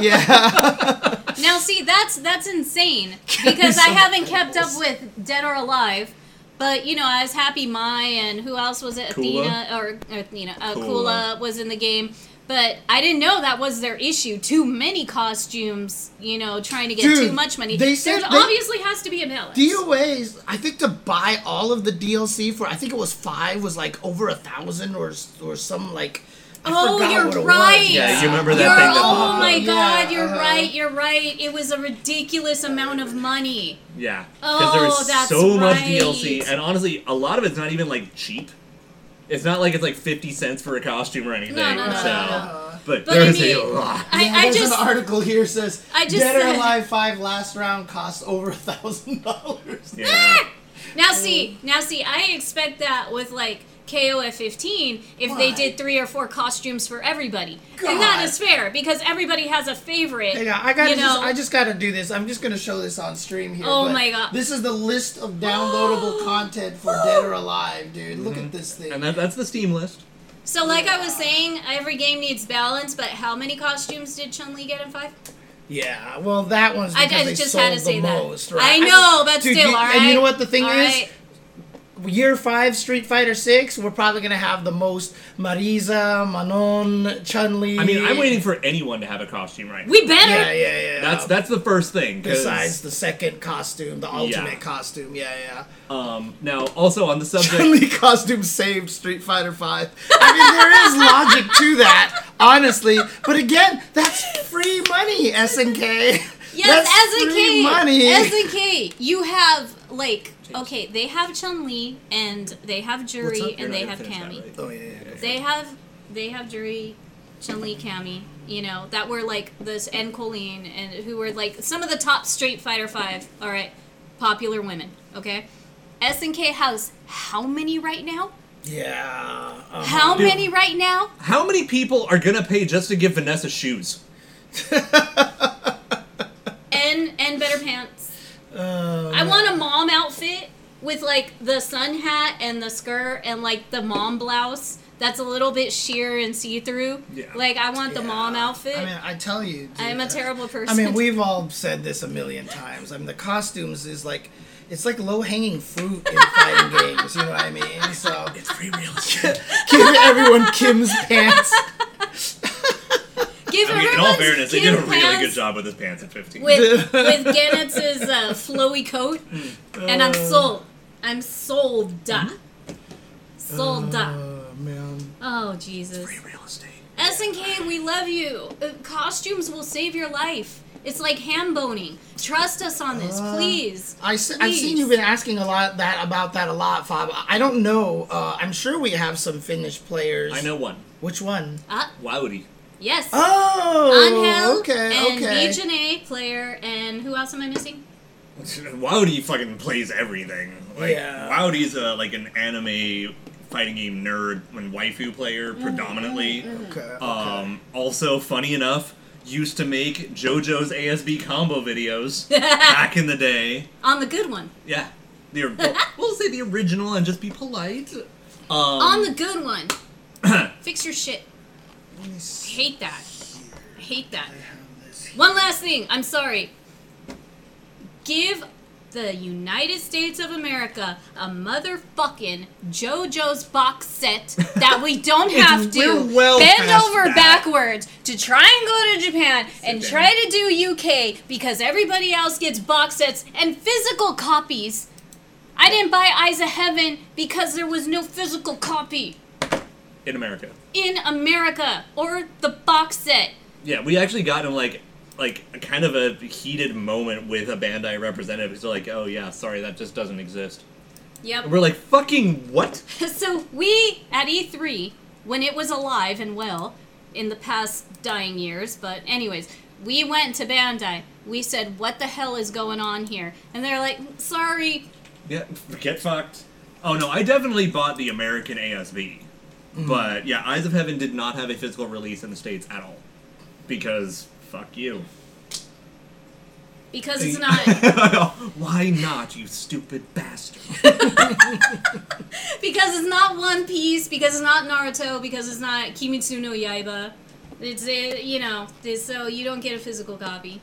Speaker 1: yeah.
Speaker 2: Now, see, that's that's insane because I haven't kept up with Dead or Alive. But you know, I was happy. Mai and who else was it?
Speaker 3: Kula?
Speaker 2: Athena or Athena? Uh,
Speaker 3: Kula.
Speaker 2: Kula was in the game. But I didn't know that was their issue. Too many costumes, you know, trying to get
Speaker 1: Dude,
Speaker 2: too much money.
Speaker 1: they said
Speaker 2: there
Speaker 1: they-
Speaker 2: obviously has to be a balance.
Speaker 1: DOA's, I think to buy all of the DLC for I think it was five was like over a thousand or s- or some like. I
Speaker 2: Oh,
Speaker 1: forgot
Speaker 2: you're
Speaker 1: what it was.
Speaker 2: right.
Speaker 3: Yeah, you remember that
Speaker 2: You're-
Speaker 3: thing that
Speaker 2: oh
Speaker 3: popped
Speaker 2: my
Speaker 3: up.
Speaker 2: god,
Speaker 1: Yeah,
Speaker 2: you're
Speaker 1: uh-huh.
Speaker 2: right. You're right. It was a ridiculous amount of money.
Speaker 3: Yeah,
Speaker 2: Oh,
Speaker 3: there is
Speaker 2: that's
Speaker 3: so much
Speaker 2: right.
Speaker 3: DLC, and honestly, a lot of it's not even like cheap. It's not like it's like fifty cents for a costume or anything.
Speaker 2: No, no, no, no,
Speaker 3: so.
Speaker 2: no.
Speaker 1: Uh,
Speaker 3: but,
Speaker 2: But I
Speaker 3: there's a
Speaker 2: mean-
Speaker 3: lot.
Speaker 2: I,
Speaker 1: Yeah,
Speaker 2: I
Speaker 1: there's
Speaker 2: just
Speaker 1: an article here says
Speaker 2: I just
Speaker 1: Dead or
Speaker 2: said-
Speaker 1: Alive Five Last Round costs over a thousand dollars.
Speaker 3: Yeah.
Speaker 2: now see now see I expect that with like KOF 15 if
Speaker 1: Why?
Speaker 2: they did three or four costumes for everybody, and that
Speaker 1: God.
Speaker 2: is fair because everybody has a favorite.
Speaker 1: Hang on, I gotta
Speaker 2: you know?
Speaker 1: just, I just gotta do this. I'm just gonna show this on stream here.
Speaker 2: Oh
Speaker 1: but
Speaker 2: my God.
Speaker 1: This is the list of downloadable content for Dead or Alive, dude. Look at this thing.
Speaker 3: Mm-hmm. And that, that's the Steam list.
Speaker 2: So, like I was saying, every game needs balance, but how many costumes did Chun Li get in five?
Speaker 1: yeah, well, that one's
Speaker 2: I,
Speaker 1: because
Speaker 2: I
Speaker 1: they
Speaker 2: just
Speaker 1: sold
Speaker 2: had to
Speaker 1: the
Speaker 2: say that.
Speaker 1: most,
Speaker 2: I
Speaker 1: right?
Speaker 2: know, but
Speaker 1: Dude,
Speaker 2: still,
Speaker 1: you-
Speaker 2: all right.
Speaker 1: and you know what the thing
Speaker 2: all
Speaker 1: is?
Speaker 2: right.
Speaker 1: Year five Street Fighter Six, we're probably gonna have the most Marisa, Manon, Chun Li.
Speaker 3: I mean, I'm waiting for anyone to have a costume right now.
Speaker 2: We better.
Speaker 1: Yeah, yeah, yeah.
Speaker 3: that's that's the first thing. 'cause,
Speaker 1: besides the second costume, the ultimate costume. Yeah, yeah.
Speaker 3: um, now also on the subject.
Speaker 1: Chun Li costume saved Street Fighter Five. I mean, there is logic to that, honestly. But again, that's free money, SNK.
Speaker 2: Yes,
Speaker 1: that's
Speaker 2: as a
Speaker 1: free
Speaker 2: K.
Speaker 1: money.
Speaker 2: As a K, you have like okay, they have Chun Li and they have
Speaker 1: What's up?
Speaker 2: Jury
Speaker 3: You're
Speaker 2: and
Speaker 3: not
Speaker 2: they
Speaker 3: gonna
Speaker 2: have
Speaker 3: finish that,
Speaker 2: Cammy.
Speaker 3: right?
Speaker 1: oh yeah, yeah, yeah.
Speaker 2: They have they have Jury, Chun Li, Cammy. You know that were like this and Colleen and who were like some of the top Street Fighter Five. All right, popular women. Okay, S and K has how many right now?
Speaker 1: yeah. uh-huh.
Speaker 2: How
Speaker 3: Dude.
Speaker 2: many right now?
Speaker 3: How many people are gonna pay just to give Vanessa shoes?
Speaker 2: And and better pants.
Speaker 1: Um,
Speaker 2: I want a mom outfit with like the sun hat and the skirt and like the mom blouse that's a little bit sheer and see through.
Speaker 3: Yeah.
Speaker 2: Like I want the
Speaker 1: yeah.
Speaker 2: mom outfit.
Speaker 1: I mean, I tell you, dude,
Speaker 2: I'm a
Speaker 1: uh,
Speaker 2: terrible
Speaker 1: I
Speaker 2: person.
Speaker 1: mean, we've all said this a million times. I mean, the costumes is like, it's like low hanging fruit in fighting games. You know what I mean? So
Speaker 3: It's free real estate.
Speaker 1: give everyone Kim's pants.
Speaker 2: Give
Speaker 3: I mean, in all
Speaker 2: everyone's
Speaker 3: fairness, they
Speaker 2: kid
Speaker 3: did a really good
Speaker 2: pants
Speaker 3: job with his pants at 15.
Speaker 2: With with Gannett's uh, flowy coat,
Speaker 1: Mm.
Speaker 2: and
Speaker 1: Uh.
Speaker 2: I'm sold. I'm sold. uh,
Speaker 1: Mm-hmm.
Speaker 2: Sold. uh.
Speaker 1: Oh man.
Speaker 2: Oh Jesus.
Speaker 3: free real estate.
Speaker 2: SNK, we love you. Uh, Costumes will save your life. It's like ham boning. Trust us on this, please.
Speaker 1: Uh. I se- I've seen
Speaker 2: Please.
Speaker 1: you've been asking a lot that about that a lot, Fab. I don't know. Uh, I'm sure we have some Finnish players.
Speaker 3: I know one.
Speaker 1: Which one?
Speaker 2: Ah,
Speaker 3: Wowdy.
Speaker 2: yes.
Speaker 1: Oh,
Speaker 2: Angel
Speaker 1: okay,
Speaker 2: and
Speaker 1: okay.
Speaker 2: Legion A player, and who else am I missing?
Speaker 3: Wowdy fucking plays everything. Like,
Speaker 1: Yeah.
Speaker 3: Wowdy's a, like an anime fighting game nerd and waifu player
Speaker 2: Mm-hmm.
Speaker 3: predominantly.
Speaker 1: okay, okay.
Speaker 3: Um, also, funny enough, used to make JoJo's ASB combo videos back in the day.
Speaker 2: On the good one.
Speaker 3: Yeah. The, or- we'll say the original and just be polite. Um,
Speaker 2: On the good one. Fix your shit.
Speaker 1: Let me see
Speaker 2: Hate that. Hate that.
Speaker 1: this here.
Speaker 2: One last thing. I'm sorry. Give the United States of America a motherfucking JoJo's box set that we don't have to
Speaker 1: we're well
Speaker 2: bend
Speaker 1: past
Speaker 2: over
Speaker 1: that.
Speaker 2: backwards to try and go to Japan and
Speaker 3: down.
Speaker 2: try to do UK because everybody else gets box sets and physical copies. I didn't buy Eyes of Heaven because there was no physical copy
Speaker 3: in America.
Speaker 2: in America or the box set.
Speaker 3: Yeah, we actually got in like like a kind of a heated moment with a Bandai representative. who's like, "Oh yeah, sorry, that just doesn't exist."
Speaker 2: Yep.
Speaker 3: And we're like, "Fucking what?"
Speaker 2: So we at E3, when it was alive and well, in the past dying years, but anyways, we went to Bandai. We said, "What the hell is going on here?" And they're like, "Sorry,
Speaker 3: Yeah, get fucked. Oh no, I definitely bought the American ASB, but yeah, Eyes of Heaven did not have a physical release in the states at all because fuck you.
Speaker 2: because it's not
Speaker 3: Why not, you stupid bastard?
Speaker 2: because it's not One Piece, because it's not Naruto, because it's not Kimetsu no Yaiba. It's it, you know, it's, so you don't get a physical copy.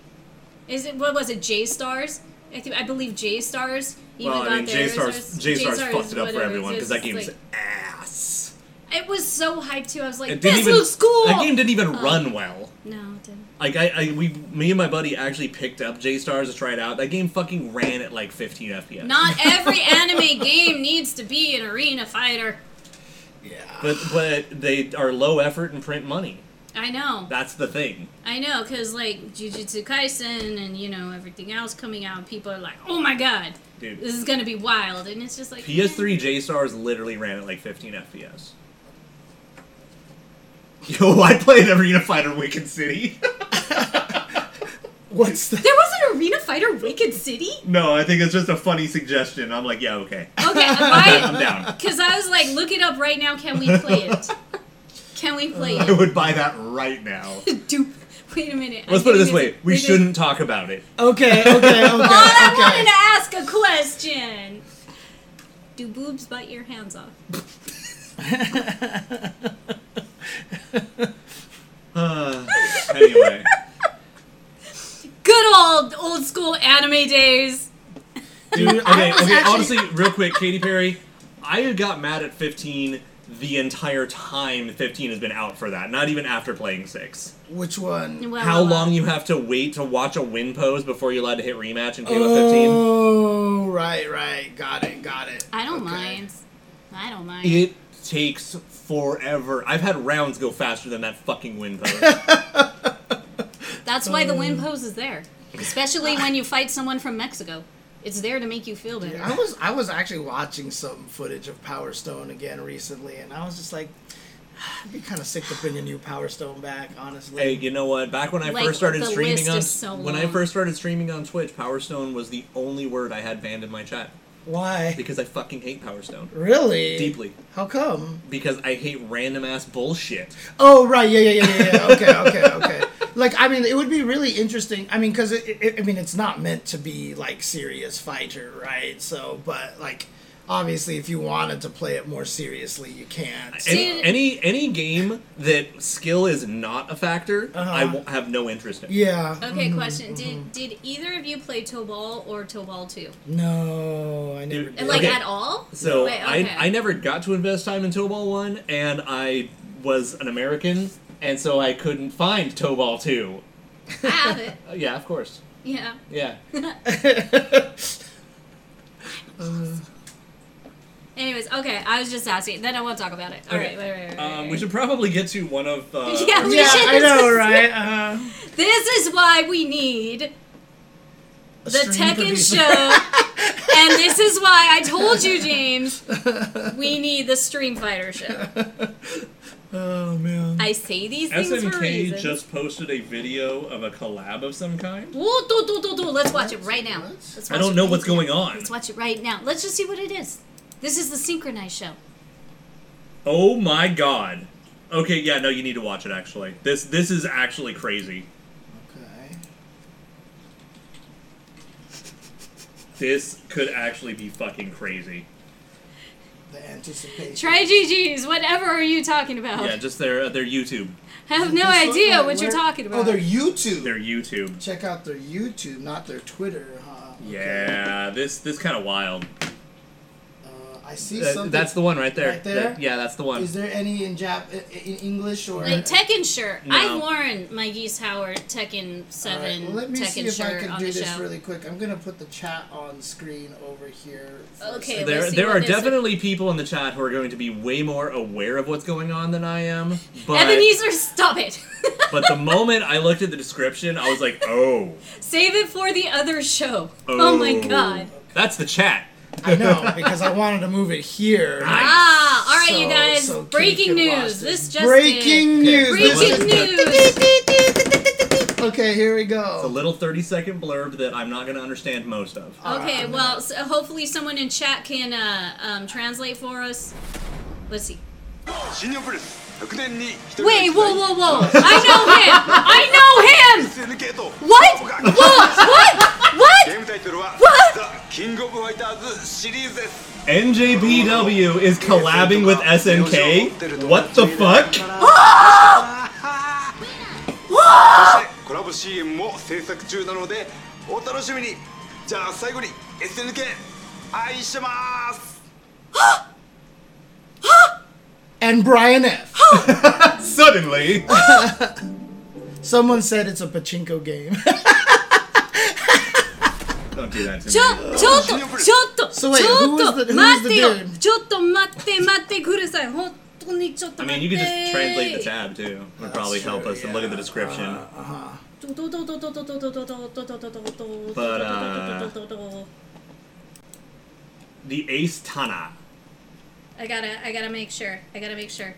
Speaker 2: Is it what was it? J Stars? I, think I believe J Stars.
Speaker 3: well, I mean, J Stars J Stars fucked it up for everyone because
Speaker 2: because
Speaker 3: that game's ass.
Speaker 2: It was so hyped too. I was like,
Speaker 3: It
Speaker 2: this
Speaker 3: didn't even-
Speaker 2: looks cool. Oh.
Speaker 3: That game didn't even run well.
Speaker 2: no, it didn't.
Speaker 3: Like I, I, we, me and my buddy actually picked up J Stars to try it out. That game fucking ran at like 15 FPS.
Speaker 2: Not every anime game needs to be an arena fighter.
Speaker 1: Yeah.
Speaker 3: but but they are low effort and print money.
Speaker 2: I know,
Speaker 3: That's the thing.
Speaker 2: I know, because like Jujutsu Kaisen and you know everything else coming out, people are like, oh my god,
Speaker 3: Dude.
Speaker 2: this is gonna be wild, and it's just like
Speaker 3: PS3 J Stars literally ran at like 15 FPS. Yo, I played Arena Fighter Wicked City.
Speaker 1: What's the?
Speaker 2: There was an Arena Fighter Wicked City?
Speaker 3: no, I think it's just a funny suggestion. I'm like, yeah, okay.
Speaker 2: Okay,
Speaker 3: Okay, I'm
Speaker 2: why?
Speaker 3: down.
Speaker 2: Because I was like, look it up right now. Can we play it? Can we play
Speaker 3: I
Speaker 2: it?
Speaker 3: would buy that right now.
Speaker 2: Dupe. Wait a minute. I
Speaker 3: Let's put it
Speaker 2: think
Speaker 3: this way:
Speaker 2: it's-
Speaker 3: we
Speaker 2: maybe-
Speaker 3: shouldn't talk about it.
Speaker 1: Okay, okay, okay.
Speaker 2: All I
Speaker 1: okay.
Speaker 2: wanted to ask a question. Do boobs bite your hands off?
Speaker 3: Uh, anyway,
Speaker 2: Good old old school anime days.
Speaker 3: dude.
Speaker 1: I
Speaker 3: Okay,
Speaker 1: was
Speaker 3: okay.
Speaker 1: actually-
Speaker 3: Honestly, real quick, Katy Perry. I got mad at 15 the entire time 15 has been out for that. Not even after playing six.
Speaker 1: Which one?
Speaker 2: Well,
Speaker 3: How
Speaker 2: well,
Speaker 3: long you have to wait to watch a win pose before you're allowed to hit rematch in Halo 15?
Speaker 1: Oh, right, right. Got it, got it.
Speaker 2: I don't
Speaker 1: Okay.
Speaker 2: mind. I don't mind.
Speaker 3: It takes forever. I've had rounds go faster than that fucking wind pose.
Speaker 2: That's why the
Speaker 3: Um,
Speaker 2: win pose is there, especially when you fight someone from Mexico. It's there to make you feel better.
Speaker 1: I was I was actually watching some footage of Power Stone again recently, and I was just like, "Ah, I'd be kind of sick to bring a new Power Stone back, honestly.
Speaker 3: hey, you know what? Back when I
Speaker 2: Like,
Speaker 3: first started
Speaker 2: the
Speaker 3: streaming
Speaker 2: list
Speaker 3: on
Speaker 2: is so
Speaker 3: when I
Speaker 2: long.
Speaker 3: first started streaming on Twitch, Power Stone was the only word I had banned in my chat
Speaker 1: Why?
Speaker 3: because I fucking hate Power Stone
Speaker 1: Really?
Speaker 3: deeply
Speaker 1: How come?
Speaker 3: because I hate random ass bullshit.
Speaker 1: Oh, right. Yeah, yeah, yeah, yeah. yeah. Okay, okay, okay. Like, I mean, it would be really interesting. I mean, because it, it, I mean, it's not meant to be like serious fighter, right? So, but like, obviously, if you wanted to play it more seriously, you can.
Speaker 3: And
Speaker 2: See-
Speaker 3: any any game that skill is not a factor, I
Speaker 1: Uh-huh.
Speaker 3: won't have no interest in.
Speaker 1: yeah.
Speaker 2: Okay, question.
Speaker 3: Mm-hmm,
Speaker 2: Did did either of you play Tobal or Tobal 2?
Speaker 1: No, I never
Speaker 3: Dude,
Speaker 1: did.
Speaker 2: And like
Speaker 3: Okay.
Speaker 2: at all?
Speaker 3: So
Speaker 2: Wait, okay.
Speaker 3: I, I never got to invest time in Tobal 1, and I was an American, and so I couldn't find Tobal 2.
Speaker 2: I have it.
Speaker 3: Uh, yeah, of course.
Speaker 2: Yeah.
Speaker 3: Yeah. Um,
Speaker 2: Anyways, okay. I was just asking. Then I won't talk about it. All right.
Speaker 3: Okay.
Speaker 2: Wait, wait, wait, wait,
Speaker 3: Um,
Speaker 2: wait.
Speaker 3: we should probably get to one of. Uh,
Speaker 2: Yeah, we
Speaker 1: yeah,
Speaker 2: should-
Speaker 1: I know, right? Uh,
Speaker 2: This is why we need the
Speaker 1: stream
Speaker 2: Tekken
Speaker 1: producer.
Speaker 2: show. and this is why I told you, James, we need the Stream Fighter show.
Speaker 1: Oh man.
Speaker 2: I say these things for a
Speaker 4: SNK
Speaker 2: reason.
Speaker 4: just posted a video of a collab of some kind.
Speaker 2: Whoa, do, do, do, do. Let's watch it right now. Let's watch
Speaker 3: I don't
Speaker 2: it
Speaker 3: know
Speaker 2: right
Speaker 3: what's
Speaker 2: now.
Speaker 3: going on.
Speaker 2: Let's watch it right now. Let's just see what it is. This is the synchronized show.
Speaker 3: Oh my god. Okay, yeah, no, you need to watch it actually. This this is actually crazy.
Speaker 1: Okay.
Speaker 3: This could actually be fucking crazy.
Speaker 1: The anticipation.
Speaker 2: Try GG's, whatever are you talking about?
Speaker 3: Yeah, just their their YouTube.
Speaker 2: I have no
Speaker 1: This one-
Speaker 2: idea
Speaker 1: wait,
Speaker 2: what you're
Speaker 1: where-
Speaker 2: talking about.
Speaker 1: Oh, their YouTube.
Speaker 3: Their YouTube.
Speaker 1: Check out their YouTube, not their Twitter, huh? Okay.
Speaker 3: Yeah, this this kind of wild.
Speaker 1: Uh, I see
Speaker 3: That-
Speaker 1: something.
Speaker 3: that's the one right there.
Speaker 1: Right there?
Speaker 3: That- yeah, that's the one.
Speaker 1: Is there any in Jap i- in English or?
Speaker 2: like Tekken shirt.
Speaker 3: No.
Speaker 2: I've worn my Geese Howard Tekken
Speaker 1: All right,
Speaker 2: Seven
Speaker 1: well, let me see
Speaker 2: Tekken
Speaker 1: if I
Speaker 2: shirt
Speaker 1: can
Speaker 2: on
Speaker 1: do
Speaker 2: the
Speaker 1: this
Speaker 2: show.
Speaker 1: really quick. I'm gonna put the chat on screen over here. for a
Speaker 2: Okay,
Speaker 1: second.
Speaker 2: let's
Speaker 3: There,
Speaker 2: see
Speaker 3: there
Speaker 2: what
Speaker 3: are
Speaker 2: this is.
Speaker 3: definitely people in the chat who are going to be way more aware of what's going on than I am. But,
Speaker 2: Ebenezer, stop it.
Speaker 3: but the moment I looked at the description, I was like, oh,
Speaker 2: Save it for the other show.
Speaker 3: oh.
Speaker 2: Oh, my god.
Speaker 3: That's the chat.
Speaker 1: I know because I wanted to move it here.
Speaker 3: Nice.
Speaker 2: Ah, all right, you
Speaker 1: So-
Speaker 2: guys.
Speaker 1: so Kate
Speaker 2: breaking
Speaker 1: can watch
Speaker 2: news.
Speaker 1: this.
Speaker 2: This just in.
Speaker 1: breaking news.
Speaker 3: Okay,
Speaker 1: This
Speaker 2: Breaking
Speaker 1: is
Speaker 2: news.
Speaker 1: the- Okay, here we go.
Speaker 3: It's a little 30 second blurb that I'm not going to understand most of.
Speaker 2: Okay,
Speaker 1: Um,
Speaker 2: well, so hopefully someone in chat can uh, um, translate for us. Let's see.
Speaker 5: 新日本プロレス100年に一人
Speaker 2: Wait, whoa, whoa, whoa! I know him. I know him.
Speaker 5: SNK と
Speaker 2: What? Whoa! What? What?
Speaker 5: ゲームタイトルは
Speaker 2: わ
Speaker 5: ザ・キングオブファイターズシリーズです
Speaker 3: NJPW is collabing with SNK? What the fuck?
Speaker 5: そしてコラボ CM も制作中なのでお楽しみにじゃあ最後に SNK 愛してます、
Speaker 1: and Brian F.
Speaker 2: Oh.
Speaker 3: Suddenly.
Speaker 1: Someone said it's a pachinko game.
Speaker 3: Don't do that to
Speaker 2: ちょ、ちょっと、ちょっと、ち
Speaker 1: So
Speaker 2: ょ
Speaker 1: wait, who was
Speaker 2: っ
Speaker 1: the- who
Speaker 2: と、
Speaker 1: was
Speaker 2: 待ってよ
Speaker 1: the dude?
Speaker 2: ちょっと待って、待ってください。本当にちょっと
Speaker 3: I
Speaker 2: 待
Speaker 3: mean,
Speaker 2: って。
Speaker 3: you could just translate the tab too. Would probably help
Speaker 1: true,
Speaker 3: us and look at the
Speaker 1: yeah.
Speaker 3: description.
Speaker 6: Uh,
Speaker 2: どどどどどどどどどどどどどどどどどどどどどど
Speaker 3: But, uh,
Speaker 2: どどど
Speaker 3: The Ace Tana.
Speaker 2: I gotta, I gotta make sure. I gotta make sure.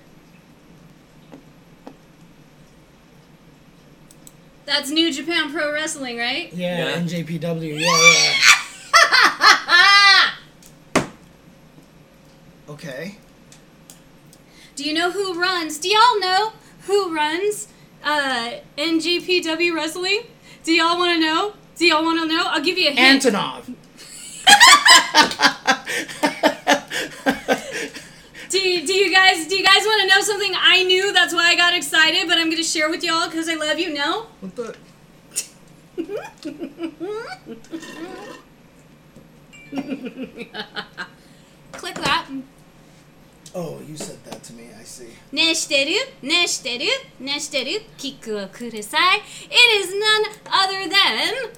Speaker 2: That's New Japan Pro Wrestling, right?
Speaker 1: Yeah,
Speaker 6: Yeah.
Speaker 1: NJPW. Yeah, yeah.
Speaker 2: Ah!
Speaker 1: okay.
Speaker 2: Do you know who runs? Do y'all know who runs uh, NGPW Wrestling? Do y'all want to know? Do y'all want to know? I'll give you a hint.
Speaker 1: Antonov.
Speaker 2: Do you, do you guys do you guys want to know something I knew? That's why I got excited, but I'm gonna share with y'all because I love you. No,
Speaker 1: What the?
Speaker 2: click that.
Speaker 1: Oh, you said that to me. I see.
Speaker 2: ねしてるねしてるねしてるキックをください It is none other than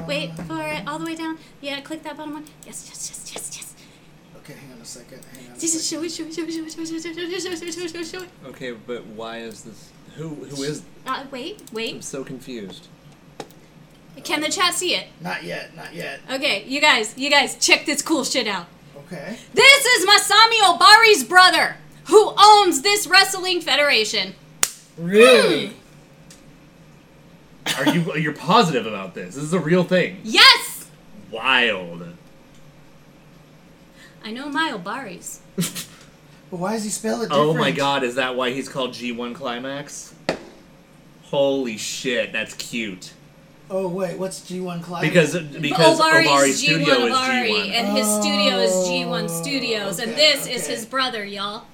Speaker 1: Um,
Speaker 2: Wait for it all the way down. Yeah, click that bottom one. Yes, yes, yes, yes, yes.
Speaker 1: Okay, hang on a second. Hang on. A
Speaker 2: Just
Speaker 1: second.
Speaker 2: show it, show it, show it, show it, show it, show it, show it, show it, show it, show it, show it, show it.
Speaker 6: Okay, but why is this? Who who is?
Speaker 2: Uh, wait,
Speaker 6: I'm
Speaker 2: wait.
Speaker 6: so confused.
Speaker 2: Can the chat see it?
Speaker 1: Not yet. Not yet.
Speaker 2: Okay, you guys, you guys, check this cool shit out.
Speaker 1: Okay.
Speaker 2: This is Masami Obari's brother, who owns this wrestling federation.
Speaker 1: Really?
Speaker 3: Are you you're positive about this? This is a real thing.
Speaker 2: Yes!
Speaker 3: Wild.
Speaker 2: I know my Obaris.
Speaker 1: But why does he spell it different?
Speaker 3: Oh my god, is that why he's called G1 Climax? Holy shit, that's cute.
Speaker 1: Oh wait, what's G1 Cloud?
Speaker 3: Because because
Speaker 2: Obari's
Speaker 3: Obari's, studio
Speaker 2: G1
Speaker 3: is
Speaker 2: Obari,
Speaker 3: G1.
Speaker 2: and his studio is G1
Speaker 1: Oh,
Speaker 2: Studios, and
Speaker 1: okay,
Speaker 2: this is
Speaker 1: okay.
Speaker 2: his brother, y'all.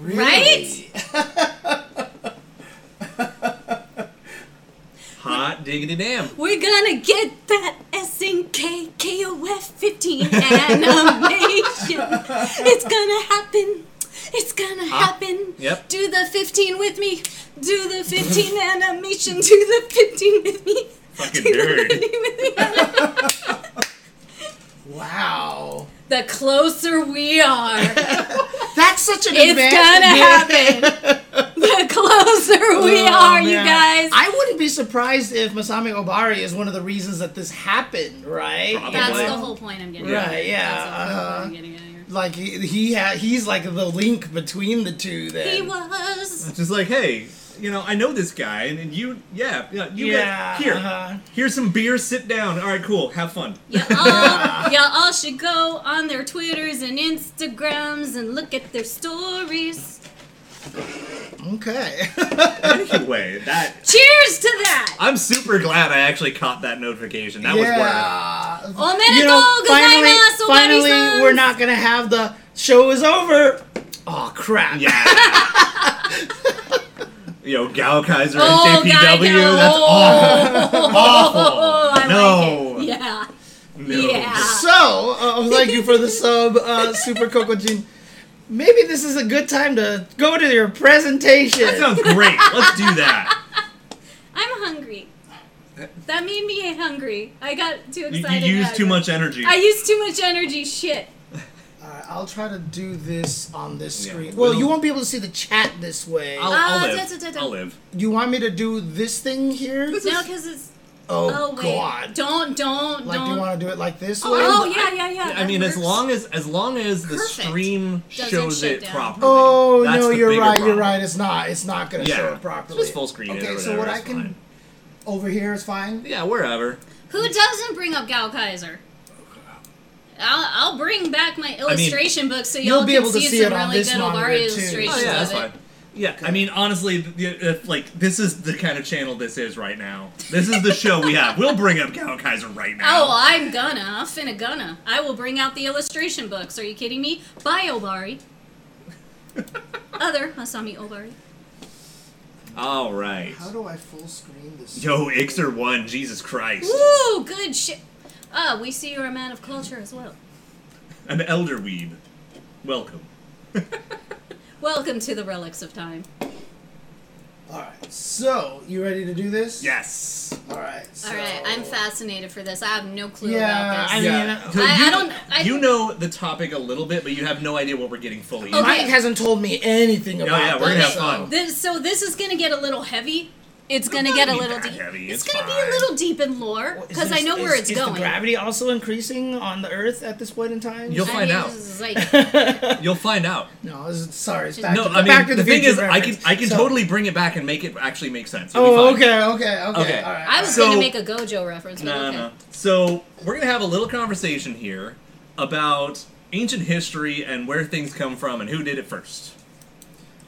Speaker 1: Really?
Speaker 3: Hot diggity damn.
Speaker 2: We're gonna get that SNK KOF 15 animation. it's gonna happen. It's gonna happen.
Speaker 3: Ah, Yep.
Speaker 2: Do the 15 with me. Do the 15 animation. Do the 15 with me.
Speaker 3: Fucking
Speaker 2: Do the
Speaker 3: nerd.
Speaker 2: 15 with me.
Speaker 1: Wow.
Speaker 2: the closer we are,
Speaker 1: That's such an
Speaker 2: it's
Speaker 1: advanced-
Speaker 2: gonna
Speaker 1: Yeah.
Speaker 2: happen. The closer we
Speaker 1: Oh,
Speaker 2: are, you
Speaker 1: man.
Speaker 2: guys.
Speaker 1: I wouldn't be surprised if Masami Obari is one of the reasons that this happened, right? You
Speaker 2: That's
Speaker 1: know?
Speaker 2: the whole point I'm getting.
Speaker 1: Right,
Speaker 2: At.
Speaker 1: yeah,
Speaker 2: That's the whole point
Speaker 1: uh-huh.
Speaker 2: I'm getting at here.
Speaker 1: Like he, he ha- he's like the link between the two. Then
Speaker 2: He was.
Speaker 3: Just like, hey, you know, I know this guy, and, and you, yeah, yeah, you
Speaker 1: yeah.
Speaker 3: guys, here,
Speaker 1: uh-huh.
Speaker 3: here's some beer, sit down. All right, cool, have fun.
Speaker 2: Y'all, y'all should go on their Twitters and Instagrams and look at their stories.
Speaker 1: Okay.
Speaker 3: Anyway, that
Speaker 2: Cheers to that!
Speaker 3: I'm super glad I actually caught that notification. That was worth.
Speaker 1: yeah.
Speaker 2: Omedetou
Speaker 1: Uh, You know, finally,
Speaker 2: gozaimasu,
Speaker 1: finally,
Speaker 2: Obari-san.
Speaker 1: we're not gonna have the show is over. Oh crap.
Speaker 3: it. Yeah. Yo, Gal Kaiser
Speaker 2: Oh,
Speaker 3: and JPW.
Speaker 2: Gal-
Speaker 3: that's
Speaker 2: oh. Oh, I
Speaker 3: No.
Speaker 2: like it. Yeah.
Speaker 3: no.
Speaker 2: Yeah.
Speaker 1: So, uh, thank you for the sub, uh, Super Coco Jean. Maybe this is a good time to go to your presentation.
Speaker 3: That sounds great. Let's do that.
Speaker 2: I'm hungry. That made me hungry. I got too
Speaker 3: You,
Speaker 2: excited.
Speaker 3: you used
Speaker 2: about
Speaker 3: too
Speaker 2: it.
Speaker 3: much energy.
Speaker 2: I used too much energy. Shit.
Speaker 1: Alright, I'll try to do this on this
Speaker 3: Yeah.
Speaker 1: screen.
Speaker 3: We
Speaker 1: Well,
Speaker 3: don't-
Speaker 1: you won't be able to see the chat this way.
Speaker 3: I'll,
Speaker 2: Ah, da, da,
Speaker 3: I'll
Speaker 2: da,
Speaker 3: live.
Speaker 2: da.
Speaker 3: I'll live.
Speaker 1: you want me to do this thing here?
Speaker 2: No, because it's.
Speaker 1: oh,
Speaker 2: Oh wait.
Speaker 1: God.
Speaker 2: Don't don't
Speaker 1: like, do you
Speaker 2: don't.
Speaker 1: want to do it like this way?
Speaker 2: oh yeah yeah yeah.
Speaker 3: I
Speaker 2: that
Speaker 3: mean, as
Speaker 2: works.
Speaker 3: long as as long as the
Speaker 2: Perfect.
Speaker 3: stream
Speaker 2: Doesn't
Speaker 3: shows
Speaker 2: shut
Speaker 3: it
Speaker 2: down.
Speaker 3: properly.
Speaker 1: Oh,
Speaker 3: That's
Speaker 1: no,
Speaker 3: the
Speaker 1: you're
Speaker 3: bigger
Speaker 1: right, you're
Speaker 3: problem.
Speaker 1: right. It's not. It's not going to show it properly.
Speaker 3: Just full screen. it
Speaker 1: Okay,
Speaker 3: or
Speaker 1: so what
Speaker 3: whatever,
Speaker 1: I
Speaker 3: it's
Speaker 1: can.
Speaker 3: fine.
Speaker 1: Over here is fine?
Speaker 3: Yeah, wherever.
Speaker 2: Who doesn't bring up Gal Kaiser? I'll, I'll bring back my illustration book so y'all
Speaker 1: You'll be
Speaker 2: can
Speaker 1: able to
Speaker 2: see,
Speaker 1: see
Speaker 2: some
Speaker 1: it on
Speaker 2: really
Speaker 1: this
Speaker 2: good
Speaker 1: monitor,
Speaker 2: Obari
Speaker 1: too.
Speaker 2: illustrations
Speaker 3: Oh yeah,
Speaker 2: of
Speaker 3: that's
Speaker 2: it.
Speaker 3: fine. Yeah, I mean, honestly, th- th- if, like this is the kind of channel this is right now. This is the show we have. We'll bring up Gal Kaiser right now.
Speaker 2: Oh, I'm gonna. I'm finna gonna. I will bring out the illustration books. Are you kidding me? Bye, Obari. Other Masami Obari.
Speaker 3: All right.
Speaker 1: How do I full screen this?
Speaker 3: Yo, Ixer one. Jesus Christ,
Speaker 2: Woo, good shit. Ah, we see you're a man of culture as well.
Speaker 3: an elder weeb. Welcome.
Speaker 2: Welcome to the Relics of Time.
Speaker 1: Alright, so, you ready to do this?
Speaker 3: Yes.
Speaker 1: Alright, so.
Speaker 2: All right, I'm fascinated for this. I have no clue
Speaker 1: Yeah,
Speaker 2: about
Speaker 1: I
Speaker 2: this.
Speaker 1: mean,
Speaker 3: Yeah.
Speaker 2: I- I
Speaker 3: you,
Speaker 2: don't- I-
Speaker 3: you know the topic a little bit, but you have no idea what we're getting fully.
Speaker 2: Okay.
Speaker 1: Mike hasn't told me anything about
Speaker 3: yeah, we're gonna
Speaker 1: this,
Speaker 3: have
Speaker 1: so-
Speaker 3: fun.
Speaker 2: This, so this is gonna get a little heavy, it's gonna get a
Speaker 4: be
Speaker 2: little
Speaker 4: that
Speaker 2: deep.
Speaker 4: heavy,
Speaker 2: It's,
Speaker 4: it's
Speaker 2: gonna be
Speaker 4: fine.
Speaker 2: a little deep in lore
Speaker 1: Is
Speaker 2: because I
Speaker 1: this-
Speaker 2: know where
Speaker 1: is-
Speaker 2: it's
Speaker 1: is
Speaker 2: going.
Speaker 1: the gravity also increasing on the Earth at this point in time?
Speaker 3: You'll
Speaker 2: I
Speaker 3: find
Speaker 2: mean,
Speaker 3: out.
Speaker 2: it's like-
Speaker 3: You'll find out.
Speaker 1: no, this is, sorry. It's
Speaker 2: Just-
Speaker 1: back
Speaker 3: No,
Speaker 1: to,
Speaker 3: I mean
Speaker 1: back to
Speaker 3: the,
Speaker 1: the,
Speaker 3: thing
Speaker 1: Future
Speaker 3: is, I can
Speaker 1: reference.
Speaker 3: I can
Speaker 1: So-
Speaker 3: totally bring it back and make it actually make sense. It'll be
Speaker 1: Oh,
Speaker 3: fine.
Speaker 1: okay, okay, okay.
Speaker 3: Okay.
Speaker 1: All right.
Speaker 2: I was
Speaker 1: all
Speaker 2: gonna
Speaker 3: So-
Speaker 2: make a Gojo reference, but
Speaker 4: No,
Speaker 2: okay.
Speaker 4: no.
Speaker 3: So we're gonna have a little conversation here about ancient history and where things come from and who did it first.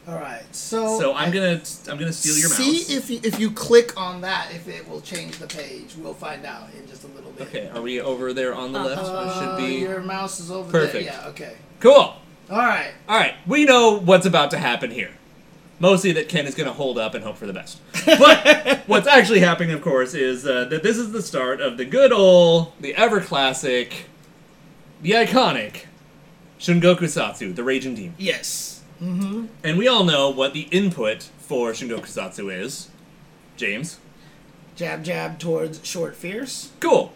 Speaker 1: right. All right. So
Speaker 3: So I'm
Speaker 1: I-
Speaker 3: gonna I'm gonna steal your
Speaker 1: see
Speaker 3: mouse.
Speaker 1: if you, if you click on that, if it will change the page. We'll find out in just a little bit.
Speaker 3: okay, are we over there on the left?
Speaker 1: Uh,
Speaker 3: It should be
Speaker 1: Your mouse is over
Speaker 3: Perfect.
Speaker 1: there. Yeah. Okay.
Speaker 3: cool.
Speaker 1: All right.
Speaker 3: All right, we know what's about to happen here. Mostly that Ken is going to hold up and hope for the best. But what's actually happening, of course, is uh, that this is the start of the good old, the ever classic, the iconic Shungoku Satsu, the Raging Demon.
Speaker 1: Yes.
Speaker 3: And we all know what the input for Shingoku Satsu is. James.
Speaker 1: Jab jab towards short fierce.
Speaker 3: Cool.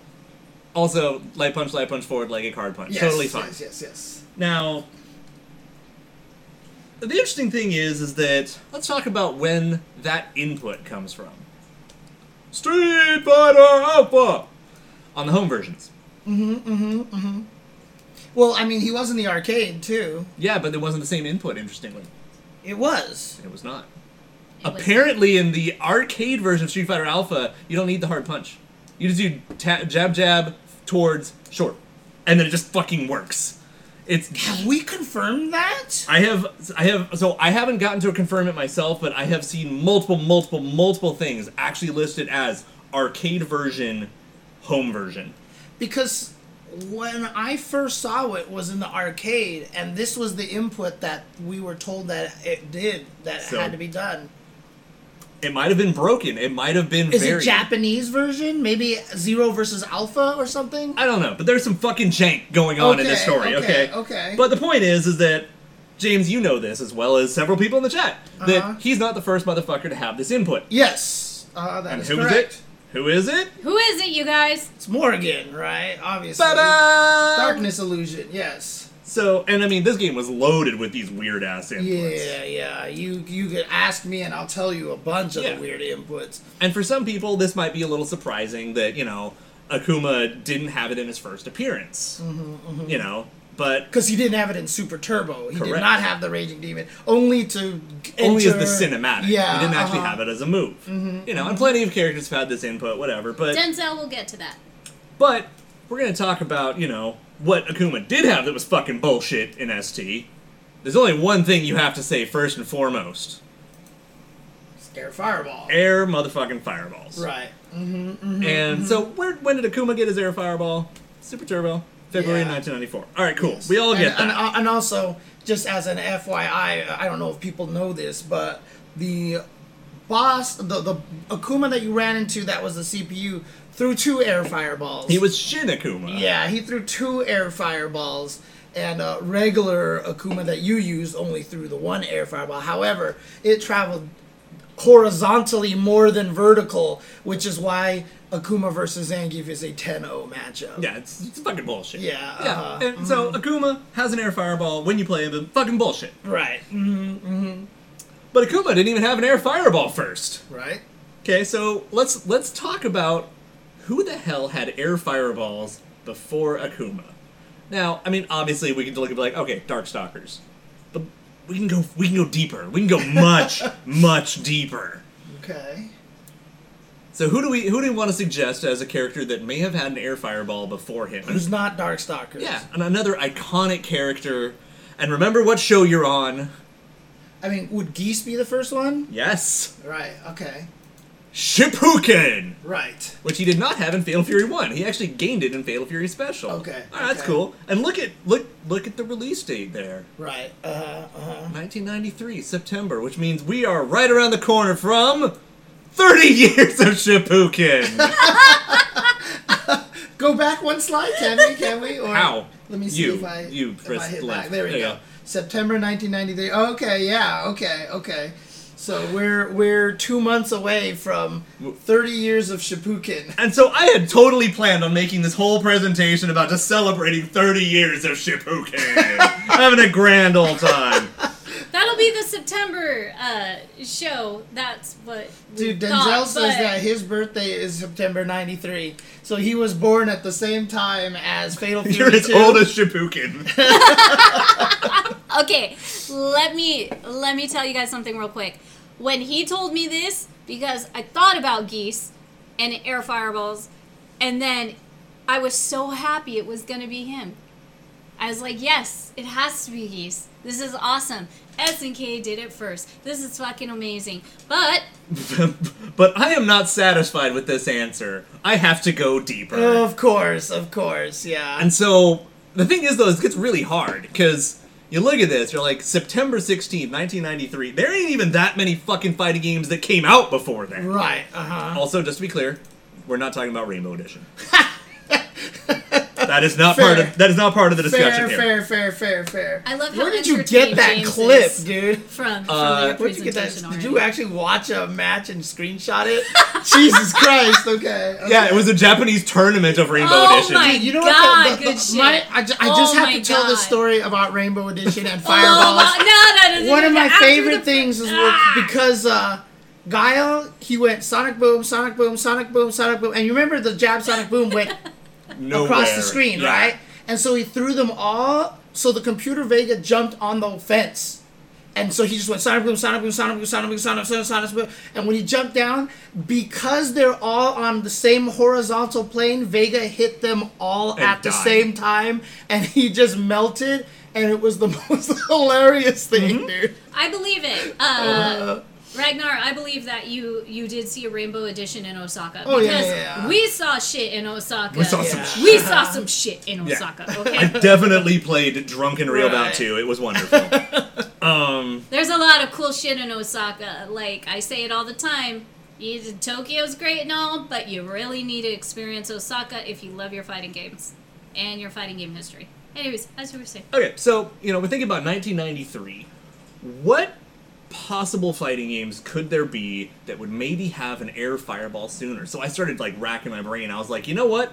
Speaker 3: Also, light punch, light punch, forward, leg, and card punch.
Speaker 1: Yes,
Speaker 3: totally fine.
Speaker 1: Yes. Yes. Yes.
Speaker 3: Now, the interesting thing is, is that let's talk about when that input comes from. Street Fighter Alpha on the home versions.
Speaker 1: Well, I mean, he was in the arcade too.
Speaker 3: Yeah, but it wasn't the same input. Interestingly,
Speaker 1: It was.
Speaker 3: it was not.
Speaker 2: It was-
Speaker 3: Apparently, in the arcade version of Street Fighter Alpha, you don't need the hard punch. You just do ta- jab, jab towards short, and then it just fucking works. It's
Speaker 1: Have we confirmed that?
Speaker 3: I have, I have, so I haven't gotten to confirm it myself, but I have seen multiple, multiple, multiple things actually listed as arcade version, home version.
Speaker 1: Because when I first saw it was in the arcade, and this was the input that we were told that it did that
Speaker 3: So-
Speaker 1: had to be done.
Speaker 3: It might have been broken. It might have been
Speaker 1: Is
Speaker 3: very.
Speaker 1: it Japanese version? Maybe Zero versus Alpha or something.
Speaker 3: I don't know, but there's some fucking jank going on in this
Speaker 1: Okay, okay,
Speaker 3: story. Okay,
Speaker 1: okay.
Speaker 3: But the point is, is that James, you know this as well as several people in the chat
Speaker 1: Uh-huh.
Speaker 3: that he's not the first motherfucker to have this input.
Speaker 1: yes, uh, that
Speaker 3: And
Speaker 1: is
Speaker 3: who is
Speaker 1: correct.
Speaker 3: it? Who is it?
Speaker 2: Who is it, you guys?
Speaker 1: It's Morgan, right? Obviously.
Speaker 3: Ta-da!
Speaker 1: Darkness illusion. Yes.
Speaker 3: So, and I mean, this game was loaded with these weird ass inputs.
Speaker 1: Yeah, yeah. You you could ask me, and I'll tell you a bunch of
Speaker 3: Yeah.
Speaker 1: the weird inputs.
Speaker 3: And for some people, this might be a little surprising that, you know, Akuma didn't have it in his first appearance. You know, but
Speaker 1: Because he didn't have it in Super Turbo. He did
Speaker 3: Correct.
Speaker 1: not have the Raging Demon. Only to
Speaker 3: only as
Speaker 1: enter-
Speaker 3: the cinematic.
Speaker 1: Yeah,
Speaker 3: He didn't
Speaker 1: uh-huh.
Speaker 3: actually
Speaker 1: Mm-hmm,
Speaker 3: have it as a move. You know, and plenty of characters have had this input, whatever. But,
Speaker 2: Denzel will get to that.
Speaker 3: but we're going to talk about, you know, what Akuma did have that was fucking bullshit in ST. There's only one thing you have to say first and foremost
Speaker 1: Scare Fireball.
Speaker 3: air motherfucking fireballs.
Speaker 1: Right.
Speaker 3: And so, where, when did Akuma get his air fireball? Super Turbo, February
Speaker 1: Yeah.
Speaker 3: 1994. All right, cool.
Speaker 1: Yes.
Speaker 3: We all get
Speaker 1: and,
Speaker 3: that.
Speaker 1: And, uh, and also, just as an FYI, I don't know if people know this, but the boss, the, the Akuma that you ran into that was the CPU, threw two air fireballs.
Speaker 3: He was Shin Akuma.
Speaker 1: Yeah, he threw two air fireballs, and uh, regular Akuma that you used only threw the one air fireball. However, it traveled horizontally more than vertical, which is why Akuma versus Zangief is a 10 0 matchup.
Speaker 3: Yeah, it's, it's fucking bullshit.
Speaker 1: Yeah,
Speaker 3: Yeah.
Speaker 1: uh-huh.
Speaker 3: And so Akuma has an air fireball when you play him, but fucking bullshit.
Speaker 1: Right. Mm.
Speaker 3: But Akuma didn't even have an air fireball first.
Speaker 1: Right?
Speaker 3: Okay, so let's let's talk about who the hell had air fireballs before Akuma. Now, I mean, obviously we can look at like, okay, Darkstalkers. But we can go we can go deeper. We can go much, much deeper.
Speaker 1: Okay.
Speaker 3: So who do we who do we want to suggest as a character that may have had an air fireball before him?
Speaker 1: Who's not Darkstalkers?
Speaker 3: Yeah, and another iconic character. And remember what show you're on.
Speaker 1: I mean, would Geese be the first one?
Speaker 3: Yes.
Speaker 1: Right, okay.
Speaker 3: Shippuden!
Speaker 1: Right.
Speaker 3: Which he did not have in Fatal Fury 1. He actually gained it in Fatal Fury Special.
Speaker 1: Okay,
Speaker 3: All right, that's
Speaker 1: okay.
Speaker 3: cool. And look at look look at the release date there.
Speaker 1: Right. Uh, uh,
Speaker 3: 1993 September, which means we are right around the corner from 30 years of Shippuden.
Speaker 1: go back one slide, can we? Can we? Or
Speaker 3: How?
Speaker 1: Let me see
Speaker 3: You-
Speaker 1: if I
Speaker 3: you
Speaker 1: if I
Speaker 3: press
Speaker 1: hit
Speaker 3: left.
Speaker 1: back. There we
Speaker 3: There you
Speaker 1: go.
Speaker 3: go.
Speaker 1: September 1993. Okay, yeah. Okay, okay. So we're we're two months away from 30 years of Shippuden.
Speaker 3: and so I had totally planned on making this whole presentation about just celebrating 30 years of Shippuden. Having a grand old time.
Speaker 2: That'll that'll be the September uh, show. That's what we
Speaker 1: Dude, Denzel
Speaker 2: thought,
Speaker 1: says
Speaker 2: but-
Speaker 1: that his birthday is September '93, so he was born at the same time as Fatal Fury
Speaker 4: You're as
Speaker 1: 2.
Speaker 4: old as Shipukin.
Speaker 2: Okay, let me let me tell you guys something real quick. When he told me this, because I thought about geese and air fireballs, and then I was so happy it was gonna be him. I was like, yes, it has to be geese. This is awesome. SNK did it first. This is fucking amazing. But
Speaker 3: but I am not satisfied with this answer. I have to go deeper.
Speaker 1: Of course, of course, yeah.
Speaker 3: And so the thing is, though, is it gets really hard because you look at this, you're like September 16th, 1993. There ain't even that many fucking fighting games that came out before then.
Speaker 1: right, uh huh.
Speaker 3: Also, just to be clear, we're not talking about Rainbow Edition.
Speaker 4: That is not part
Speaker 1: Fair.
Speaker 4: of that is not part of the discussion
Speaker 1: Fair,
Speaker 4: here.
Speaker 1: fair, fair, fair, fair.
Speaker 2: I love how
Speaker 1: Where did you
Speaker 2: entertaining
Speaker 1: get that
Speaker 2: James
Speaker 1: clip,
Speaker 2: is.
Speaker 1: dude?
Speaker 2: from, from
Speaker 3: Uh,
Speaker 2: your
Speaker 1: Where'd you get that?
Speaker 2: presentation
Speaker 1: Did
Speaker 2: already.
Speaker 1: you actually watch a match and screenshot it? Jesus Christ! Okay. okay.
Speaker 3: Yeah, it was a Japanese tournament of Rainbow
Speaker 2: Oh
Speaker 3: Edition.
Speaker 2: my-
Speaker 1: You know
Speaker 2: God,
Speaker 1: what? The, the,
Speaker 2: good
Speaker 1: the, my,
Speaker 2: shit.
Speaker 1: I, ju- I
Speaker 2: Oh
Speaker 1: just have
Speaker 2: my
Speaker 1: to tell the
Speaker 2: God.
Speaker 1: story about Rainbow Edition and
Speaker 2: Oh,
Speaker 1: Fireballs.
Speaker 2: no, no, no, no,
Speaker 1: One
Speaker 2: no,
Speaker 1: of
Speaker 2: no,
Speaker 1: my
Speaker 2: after
Speaker 1: favorite
Speaker 2: the-
Speaker 1: things is
Speaker 2: Ah!
Speaker 1: when- because uh, Guile he went Sonic Boom, Sonic Boom, Sonic Boom, Sonic Boom, and you remember the jab Sonic Boom went
Speaker 3: Nowhere.
Speaker 1: across the screen,
Speaker 3: Yeah.
Speaker 1: right? And so he threw them all. So the computer Vega jumped on the fence, and so he just went Sonic Boom, Sonic Boom, Sonic Boom, Sonic Boom, Sonic Boom, Sonic Boom. And when he jumped down, because they're all on the same horizontal plane, Vega hit them all at the
Speaker 4: died.
Speaker 1: same time, and he just melted. And it was the most hilarious thing,
Speaker 3: Mm-hmm.
Speaker 1: dude.
Speaker 2: I believe it. Uh, Ragnar, I believe that you you did see a Rainbow Edition in Osaka.
Speaker 1: Oh, yeah,
Speaker 2: because
Speaker 1: yeah, yeah.
Speaker 2: we saw shit in Osaka.
Speaker 4: We saw some
Speaker 1: Yeah.
Speaker 4: shit.
Speaker 2: We saw some shit in
Speaker 4: Yeah.
Speaker 2: Osaka.
Speaker 4: I
Speaker 2: Okay,
Speaker 4: definitely played Drunken Reelbout
Speaker 1: Right.
Speaker 4: 2. It was wonderful.
Speaker 2: there's a lot of cool shit in Osaka. Like I say it all the time. You, Tokyo's great and all, but you really need to experience Osaka if you love your fighting games and your fighting game history. Anyways, as we were saying,
Speaker 3: Okay, so you know we're thinking about 1993. What possible fighting games could there be that would maybe have an air fireball sooner? So I started like racking my brain. I was like, you know what?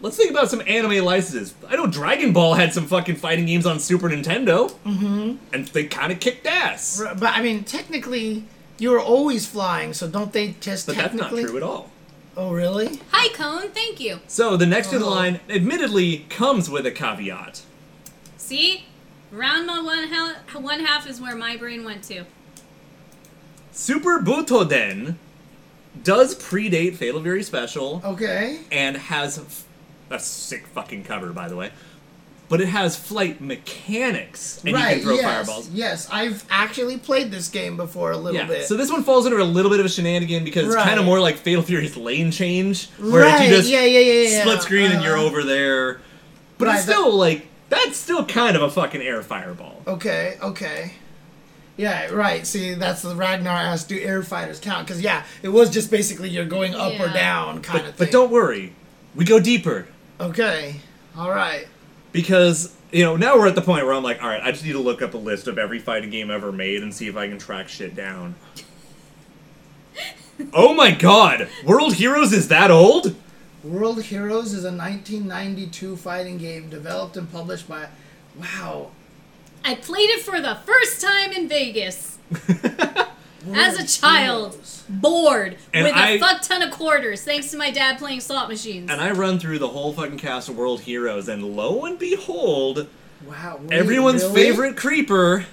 Speaker 3: Let's think about some anime licenses. I know Dragon Ball had some fucking fighting games on Super Nintendo, mm-hmm. and they kind of kicked ass.
Speaker 1: But but, I mean, technically, you were always flying, so don't they just
Speaker 3: But that's not
Speaker 1: technically?
Speaker 3: true at all.
Speaker 1: Oh, really?
Speaker 2: hi Cone, thank you.
Speaker 3: So the next in
Speaker 1: Oh.
Speaker 3: line, admittedly, comes with a caveat.
Speaker 2: See, round my one hel- one half is where my brain went to.
Speaker 3: Super Butoden does predate Fatal Fury Special.
Speaker 1: Okay.
Speaker 3: and has f- a sick fucking cover, by the way. But it has flight mechanics, and
Speaker 1: right.
Speaker 3: you can throw
Speaker 1: yes.
Speaker 3: fireballs.
Speaker 1: Yes, I've actually played this game before a little
Speaker 3: Yeah.
Speaker 1: bit.
Speaker 3: So this one falls under a little bit of a shenanigan because it's
Speaker 1: Right.
Speaker 3: kind of more like Fatal Fury's lane change, where
Speaker 1: right.
Speaker 3: you just
Speaker 1: yeah, yeah, yeah, yeah.
Speaker 4: Split screen and
Speaker 1: Uh,
Speaker 4: you're over there.
Speaker 3: But
Speaker 1: Right,
Speaker 3: it's still like that's still kind of a fucking air fireball.
Speaker 1: Okay. Okay. Yeah, right. See, that's the Ragnar asked, do air fighters count? Because, yeah, it was just basically you're going up or
Speaker 2: Yeah.
Speaker 1: down kind of
Speaker 3: But,
Speaker 1: thing.
Speaker 3: but don't worry, we go deeper
Speaker 1: Okay. All right.
Speaker 3: because you know now we're at the point where I'm like, all right, I just need to look up a list of every fighting game ever made and see if I can track shit down. oh my god, World Heroes is that old?
Speaker 1: World Heroes is a 1992 fighting game developed and published by. Wow.
Speaker 2: I played it for the first time in Vegas as a child,
Speaker 1: Heroes.
Speaker 2: bored
Speaker 3: And
Speaker 2: with a
Speaker 3: I-
Speaker 2: fuck ton of quarters, thanks to my dad playing slot machines.
Speaker 3: And I run through the whole fucking cast of World Heroes, and lo and behold,
Speaker 1: Wow. wait,
Speaker 3: everyone's
Speaker 1: really?
Speaker 3: favorite creeper,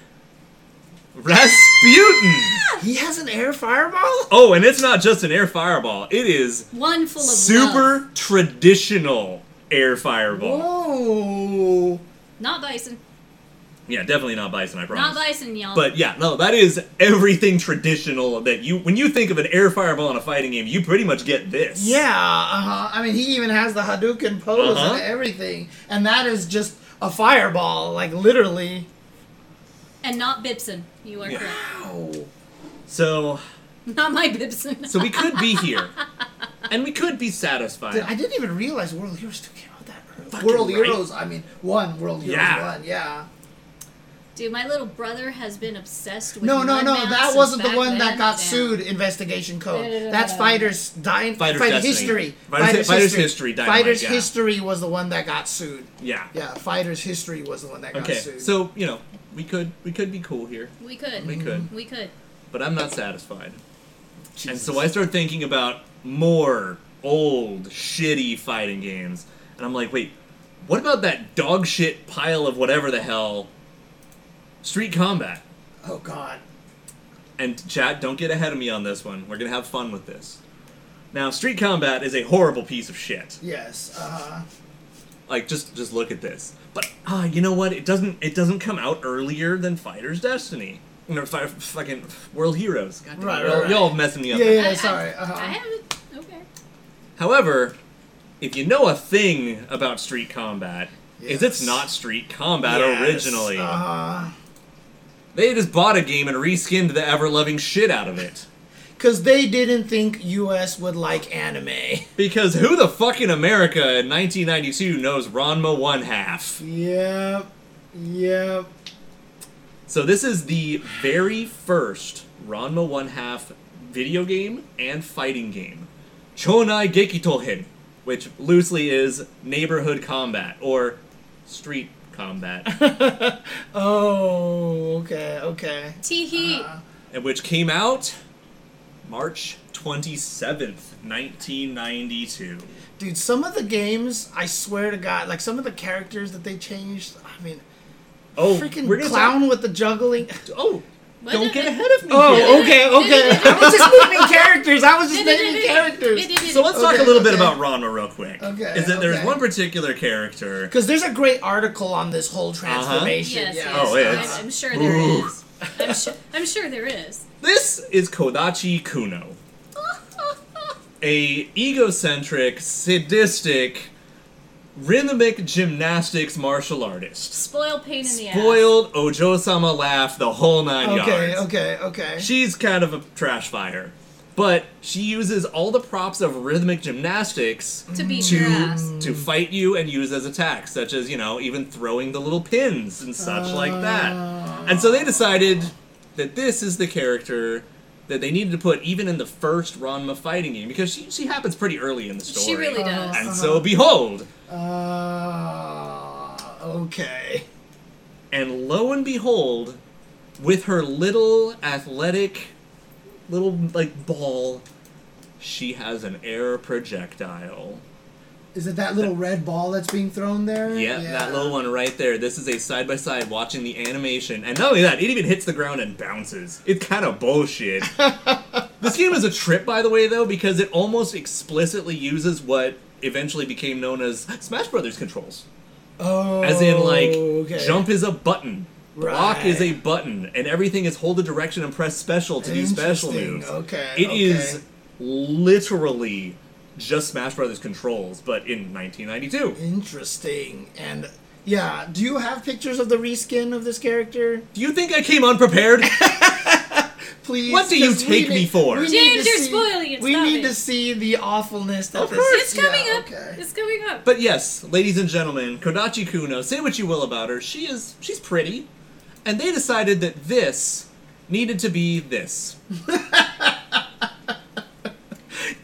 Speaker 3: Rasputin.
Speaker 1: He has an air fireball?
Speaker 3: oh, and it's not just an air fireball; it is
Speaker 2: One full of
Speaker 3: super
Speaker 2: love.
Speaker 3: traditional air fireball.
Speaker 1: Whoa.
Speaker 2: not bison,
Speaker 3: Yeah, definitely not bison. I
Speaker 2: not
Speaker 3: promise.
Speaker 2: bison, y'all.
Speaker 3: But yeah, no, that is everything traditional that you when you think of an air fireball in a fighting game, you pretty much get this.
Speaker 1: Yeah, uh-huh. I mean, he even has the Hadouken pose
Speaker 3: Uh-huh.
Speaker 1: and everything, and that is just a fireball, like literally.
Speaker 2: and not Bibson. You are correct.
Speaker 1: Oh,
Speaker 3: So
Speaker 2: Not my Bibson.
Speaker 3: so we could be here. and we could be satisfied.
Speaker 1: Dude, I didn't even realize World Heroes 2 came out that early.
Speaker 3: Fucking
Speaker 1: World
Speaker 3: right.
Speaker 1: Heroes, I mean, one World Heroes
Speaker 3: Yeah.
Speaker 1: one, yeah.
Speaker 2: Dude, my little brother has been obsessed with.
Speaker 1: No, no,
Speaker 2: mud
Speaker 1: no,
Speaker 2: mounts
Speaker 1: that
Speaker 2: since
Speaker 1: wasn't the
Speaker 2: back
Speaker 1: one that
Speaker 2: then.
Speaker 1: got
Speaker 2: Damn.
Speaker 1: sued. Investigation Code.
Speaker 2: No, no, no, no,
Speaker 1: That's
Speaker 2: no, no.
Speaker 1: Fighters Dying.
Speaker 3: Fighter's
Speaker 1: Fight
Speaker 3: Destiny.
Speaker 1: History.
Speaker 3: Fighter's- Fighter's History Dynamite,
Speaker 1: Fighters
Speaker 3: yeah.
Speaker 1: History was the one that got sued.
Speaker 3: yeah.
Speaker 1: Yeah, Fighters History was the one that got
Speaker 3: Okay.
Speaker 1: sued.
Speaker 3: So, you know, we could we could be cool here,
Speaker 2: We could.
Speaker 3: We could.
Speaker 2: We could.
Speaker 3: but I'm not satisfied. And so I start thinking about more old shitty fighting games, and I'm like, wait, what about that dog shit pile of whatever the hell, Street Combat?
Speaker 1: Oh God.
Speaker 3: and chat, don't get ahead of me on this one. We're gonna have fun with this. Now, Street Combat is a horrible piece of shit.
Speaker 1: Yes. Uh huh.
Speaker 3: Like, just just look at this. But ah, you know what? It doesn't it doesn't come out earlier than Fighter's Destiny or fi- fucking World Heroes. God damn,
Speaker 1: Right,
Speaker 3: y'all,
Speaker 1: right, right.
Speaker 3: y'all messing me up.
Speaker 1: Yeah, yeah.
Speaker 2: I- I-
Speaker 1: sorry. Uh-huh.
Speaker 2: I haven't. Okay.
Speaker 3: However, if you know a thing about Street Combat, is it's
Speaker 1: Yes.
Speaker 3: not Street Combat originally.
Speaker 1: Uh huh.
Speaker 3: They just bought a game and reskinned the ever loving shit out of it.
Speaker 1: Because they didn't think U.S. would like anime.
Speaker 3: Because who the fuck in America in 1992 knows Ranma one half?
Speaker 1: Yep. Yep.
Speaker 3: So this is the very first Ranma one half video game and fighting game, Chonai Gekitohen, which loosely is neighborhood combat or street combat,
Speaker 1: Oh. Okay. Okay.
Speaker 2: Teehee.
Speaker 1: Uh-huh.
Speaker 3: and which came out March 27th, 1992.
Speaker 1: Dude, some of the games, I swear to God, like some of the characters that they changed. I mean,
Speaker 3: Oh,
Speaker 1: freaking
Speaker 3: we're gonna
Speaker 1: clown with the juggling.
Speaker 3: talk- oh,
Speaker 2: What
Speaker 3: don't
Speaker 2: did
Speaker 3: get
Speaker 2: it-
Speaker 3: ahead of me. here.
Speaker 1: Oh, okay, okay. I was just naming characters. I was just naming characters.
Speaker 2: So
Speaker 3: So let's talk
Speaker 1: Okay,
Speaker 3: a little bit
Speaker 1: okay.
Speaker 3: about Ranma real quick.
Speaker 1: Okay,
Speaker 3: Is that there's
Speaker 1: okay.
Speaker 3: one particular character.
Speaker 1: Because there's a great article on this whole transformation.
Speaker 2: Uh-huh. Yes, yes.
Speaker 1: Yeah.
Speaker 3: Oh, it's-
Speaker 2: I'm, I'm sure there
Speaker 3: Ooh.
Speaker 2: is. I'm, su- I'm sure there is.
Speaker 3: This is Kodachi Kuno, a egocentric, sadistic, rhythmic gymnastics martial artist.
Speaker 2: Spoil pain in the ass.
Speaker 3: Spoiled Ojo-sama laugh the whole nine
Speaker 1: Okay,
Speaker 3: yards.
Speaker 1: okay, okay.
Speaker 3: She's kind of a trash fire, but she uses all the props of rhythmic gymnastics
Speaker 2: to beat
Speaker 3: to
Speaker 2: your ass.
Speaker 3: to fight you and use as attacks, such as you know even throwing the little pins and such like that. And
Speaker 2: Oh.
Speaker 3: so they decided that this is the character that they needed to put even in the first Ranma fighting game because she she happens pretty early in the story.
Speaker 2: She really does. Uh-huh.
Speaker 3: And so behold,
Speaker 1: Uh, okay.
Speaker 3: and lo and behold, with her little athletic little like ball, she has an air projectile.
Speaker 1: Is it that little red ball that's being thrown there?
Speaker 3: Yep, that little one right there. This is a side by side watching the animation. And not only that, it even hits the ground and bounces. It's kind of bullshit. this game is a trip, by the way, though, because it almost explicitly uses what eventually became known as Smash Brothers controls.
Speaker 1: Oh.
Speaker 3: As in, like,
Speaker 1: okay.
Speaker 3: jump is a button. Block
Speaker 1: Right.
Speaker 3: is a button, and everything is hold a direction and press special to do special
Speaker 1: Interesting.
Speaker 3: moves.
Speaker 1: Okay,
Speaker 3: It is
Speaker 1: okay.
Speaker 3: literally just Smash Brothers controls, but in 1992.
Speaker 1: Interesting. And yeah, do you have pictures of the reskin of this character?
Speaker 3: Do you think I came unprepared?
Speaker 1: Please.
Speaker 3: What do you
Speaker 1: 'cause we
Speaker 3: take me
Speaker 1: need-
Speaker 3: for?
Speaker 1: we need
Speaker 2: James,
Speaker 1: to
Speaker 2: you're
Speaker 1: see-
Speaker 2: spoiling it,
Speaker 1: We
Speaker 2: stop
Speaker 1: need
Speaker 2: it.
Speaker 1: to see the awfulness that this
Speaker 2: It's coming
Speaker 1: yeah,
Speaker 2: up.
Speaker 1: Okay.
Speaker 2: It's coming up.
Speaker 3: But yes, ladies and gentlemen, Kodachi Kuno, say what you will about her, she is she's pretty. And they decided that this needed to be this.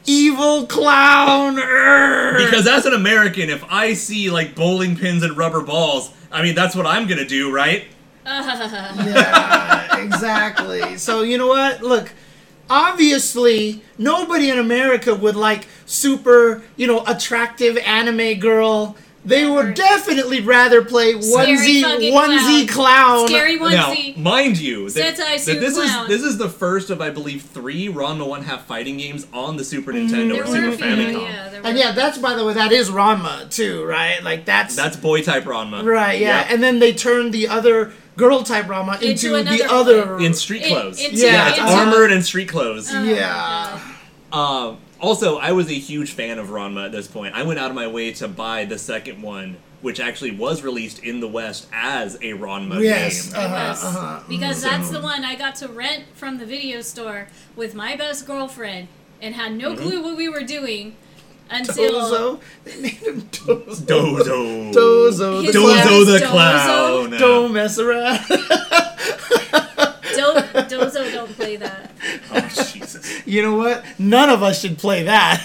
Speaker 1: Evil clown. Err.
Speaker 3: Because as an American, if I see like bowling pins and rubber balls, I mean that's what I'm gonna do, right?
Speaker 1: yeah, exactly. So you know what? Look, obviously nobody in America would like super, you know, attractive anime girl. They would definitely rather play onesie
Speaker 2: fucking
Speaker 1: onesie clown.
Speaker 2: Scary
Speaker 3: Now,
Speaker 2: onesie.
Speaker 3: mind you, that,
Speaker 2: Sentai
Speaker 3: that
Speaker 2: suit
Speaker 3: this
Speaker 2: clown.
Speaker 3: is this is the first of I believe three Ranma One Half fighting games on the Super Nintendo
Speaker 2: Mm, there
Speaker 3: or
Speaker 2: were
Speaker 3: Super
Speaker 2: a few.
Speaker 3: Famicom.
Speaker 2: Yeah, there were.
Speaker 1: And yeah, that's by the way, that is Ranma too, right? Like that's
Speaker 3: That's boy type Ranma.
Speaker 1: right. Yeah,
Speaker 3: Yep.
Speaker 1: and then they turned the other girl type Ranma
Speaker 2: Into
Speaker 1: into, the
Speaker 2: another
Speaker 1: other.
Speaker 3: in street
Speaker 2: It-
Speaker 3: clothes.
Speaker 2: it's-
Speaker 1: Yeah,
Speaker 3: yeah, it's
Speaker 1: it's-
Speaker 3: armored and street clothes.
Speaker 2: Oh,
Speaker 1: yeah.
Speaker 3: Um, also, I was a huge fan of Ranma at this point. I went out of my way to buy the second one, which actually was released in the West as a Ranma
Speaker 1: Yes.
Speaker 3: game.
Speaker 1: Uh-huh,
Speaker 2: Oh, Yes,
Speaker 1: uh-huh.
Speaker 2: because that's the one I got to rent from the video store with my best girlfriend and had no clue what we were doing until
Speaker 1: Dozo. They named him Dozo.
Speaker 3: Dozo.
Speaker 1: Dozo.
Speaker 2: His
Speaker 1: the
Speaker 2: last
Speaker 1: clown.
Speaker 3: Dozo
Speaker 2: Dozo.
Speaker 3: the clown.
Speaker 1: Don't mess around.
Speaker 2: don't, Dozo don't play that.
Speaker 4: Oh, Jesus.
Speaker 1: You know what? None of us should play that.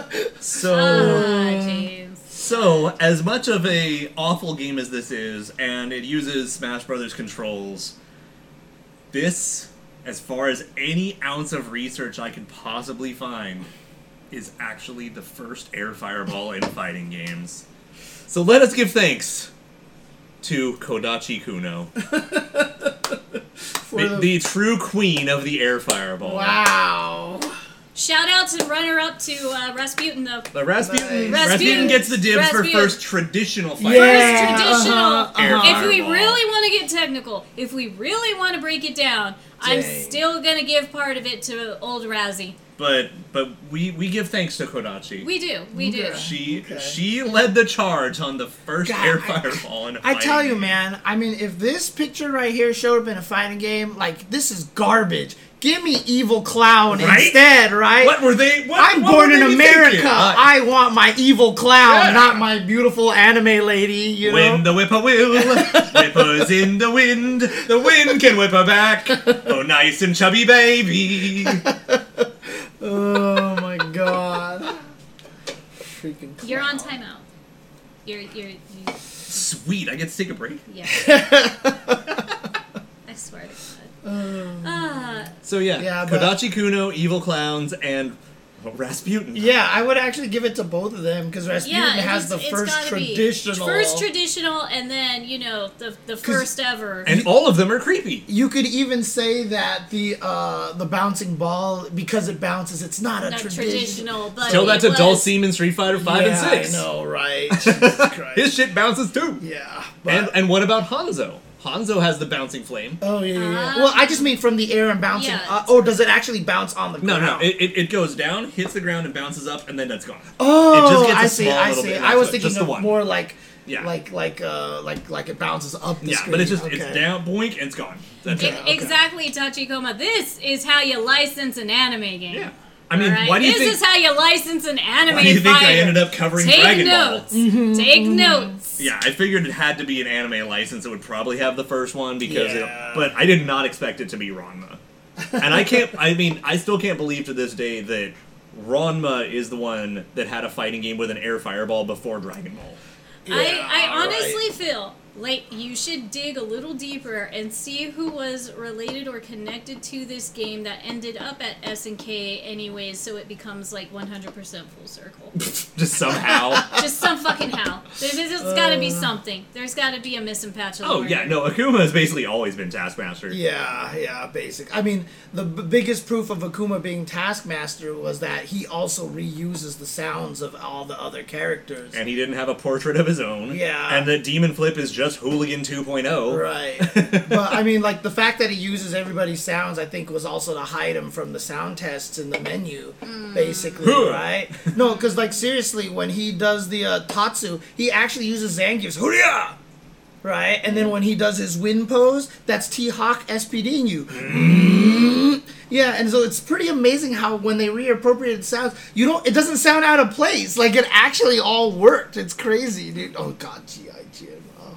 Speaker 3: So,
Speaker 2: Uh,
Speaker 3: Oh.
Speaker 2: Ah, James.
Speaker 3: so as much of a awful game as this is, and it uses Smash Brothers controls, this, as far as any ounce of research I could possibly find, is actually the first air fireball in fighting games. So let us give thanks to Kodachi Kuno,
Speaker 1: For
Speaker 3: the, the true queen of the air fireball.
Speaker 1: wow.
Speaker 2: Shout out to runner up to uh, Rasputin, the
Speaker 3: But Rasputin,
Speaker 1: Nice.
Speaker 3: Rasputin gets the dibs
Speaker 2: Rasputin.
Speaker 3: for first traditional fight.
Speaker 1: Yeah,
Speaker 2: traditional.
Speaker 1: uh-huh,
Speaker 3: Air
Speaker 1: uh-huh.
Speaker 2: If we
Speaker 3: Fireball.
Speaker 2: really want to get technical, if we really want to break it down, I'm
Speaker 1: Dang.
Speaker 2: still gonna give part of it to old Razzie.
Speaker 3: But but we we give thanks to Kodachi.
Speaker 2: We do, we do.
Speaker 1: Okay.
Speaker 3: she
Speaker 1: Okay.
Speaker 3: she led the charge on the first
Speaker 1: God,
Speaker 3: air
Speaker 1: I-
Speaker 3: fireball in a
Speaker 1: I
Speaker 3: fighting
Speaker 1: tell you,
Speaker 3: game.
Speaker 1: man. I mean, if this picture right here showed up in a fighting game, like this is garbage. Give me evil clown
Speaker 3: Right?
Speaker 1: instead, right?
Speaker 3: What were they? What,
Speaker 1: I'm
Speaker 3: what
Speaker 1: born
Speaker 3: were
Speaker 1: in
Speaker 3: they
Speaker 1: America.
Speaker 3: thinking? Uh,
Speaker 1: I want my evil clown,
Speaker 3: Yeah.
Speaker 1: not my beautiful anime lady. You
Speaker 3: when
Speaker 1: know.
Speaker 3: the whipper will whippers in the wind, the wind can whip her back. Oh, nice and chubby baby.
Speaker 1: oh my god. Freaking. Clown.
Speaker 2: You're on timeout. You're, you're, you,
Speaker 3: Sweet, I get to take a break.
Speaker 2: yeah. I swear to
Speaker 1: Um,
Speaker 2: God. Ah,
Speaker 3: So yeah,
Speaker 1: Yeah, but-
Speaker 3: Kodachi Kuno, Evil Clowns, and Rasputin.
Speaker 1: Yeah, I would actually give it to both of them because Rasputin
Speaker 2: yeah, it
Speaker 1: has the
Speaker 2: it's
Speaker 1: first
Speaker 2: gotta be.
Speaker 1: traditional.
Speaker 2: first traditional, and then you know the the first ever.
Speaker 3: and all of them are creepy.
Speaker 1: you could even say that the uh, the bouncing ball because it bounces, it's not a
Speaker 2: not
Speaker 1: tradition-
Speaker 2: traditional, but
Speaker 3: Tell that
Speaker 2: it
Speaker 3: to
Speaker 2: was- e-
Speaker 3: Dulcine in Street Fighter Five and
Speaker 1: Yeah,
Speaker 3: Six.
Speaker 1: I know, right? Jesus Christ.
Speaker 3: His shit bounces too.
Speaker 1: yeah, but,
Speaker 3: And and what about Hanzo? Hanzo has the bouncing flame.
Speaker 1: oh yeah, yeah. yeah. well, I just mean from the air and bouncing.
Speaker 2: Uh-huh. Yeah,
Speaker 1: uh,
Speaker 2: it's-
Speaker 1: oh, does it actually bounce on the
Speaker 3: No,
Speaker 1: ground?
Speaker 3: no, it, it, it goes down, hits the ground, and bounces up, and then that's gone.
Speaker 1: oh,
Speaker 3: it just gets a
Speaker 1: I see,
Speaker 3: small
Speaker 1: I
Speaker 3: little
Speaker 1: see.
Speaker 3: bit,
Speaker 1: I
Speaker 3: that's
Speaker 1: was
Speaker 3: it,
Speaker 1: thinking
Speaker 3: just the
Speaker 1: of
Speaker 3: one.
Speaker 1: more like,
Speaker 3: Yeah.
Speaker 1: like, like, uh, like, like it bounces up the
Speaker 3: Yeah,
Speaker 1: screen.
Speaker 3: but it's just
Speaker 1: Okay.
Speaker 3: it's down, boink, and it's gone. That's
Speaker 2: E-
Speaker 3: it.
Speaker 1: Yeah, okay.
Speaker 2: Exactly, Tachikoma. This is how you license an anime game.
Speaker 3: Yeah. I mean,
Speaker 2: Alright?
Speaker 3: why do you
Speaker 2: this
Speaker 3: think?
Speaker 2: is how you license an anime
Speaker 3: why do you think
Speaker 2: fighter.
Speaker 3: I ended up covering
Speaker 2: Take
Speaker 3: Dragon
Speaker 2: notes.
Speaker 3: Ball?
Speaker 2: Take
Speaker 1: Mm-hmm.
Speaker 2: notes.
Speaker 3: Yeah, I figured it had to be an anime license. It would probably have the first one because,
Speaker 1: Yeah.
Speaker 3: it, but I did not expect it to be Ranma. and I can't. I mean, I still can't believe to this day that Ranma is the one that had a fighting game with an air fireball before Dragon Ball.
Speaker 1: Yeah,
Speaker 2: I, I
Speaker 1: right.
Speaker 2: honestly feel like you should dig a little deeper and see who was related or connected to this game that ended up at SNK anyways, so it becomes like 100% full circle.
Speaker 3: Just somehow.
Speaker 2: Just some fucking how. There's, there's got to be
Speaker 1: Uh.
Speaker 2: something. There's got to be a missing patch of
Speaker 3: Oh
Speaker 2: lore.
Speaker 3: yeah, no, Akuma has basically always been Taskmaster.
Speaker 1: Yeah, yeah, basic. I mean, the b- biggest proof of Akuma being Taskmaster was that he also reuses the sounds of all the other characters.
Speaker 3: And he didn't have a portrait of his own.
Speaker 1: Yeah.
Speaker 3: And the Demon Flip is just Hooligan oh. 2.0.
Speaker 1: Right. but I mean, like the fact that he uses everybody's sounds, I think, was also to hide him from the sound tests in the menu, basically,
Speaker 3: Huh.
Speaker 1: right? No, because like seriously, when he does the uh, Tatsu, he actually uses Zangief's Hurya, right? And then when he does his win pose, that's T Hawk SPDing you. Yeah, and so it's pretty amazing how when they reappropriated sounds, you don't it doesn't sound out of place. Like it actually all worked. It's crazy, dude. Oh god, G.I. Jim. Oh.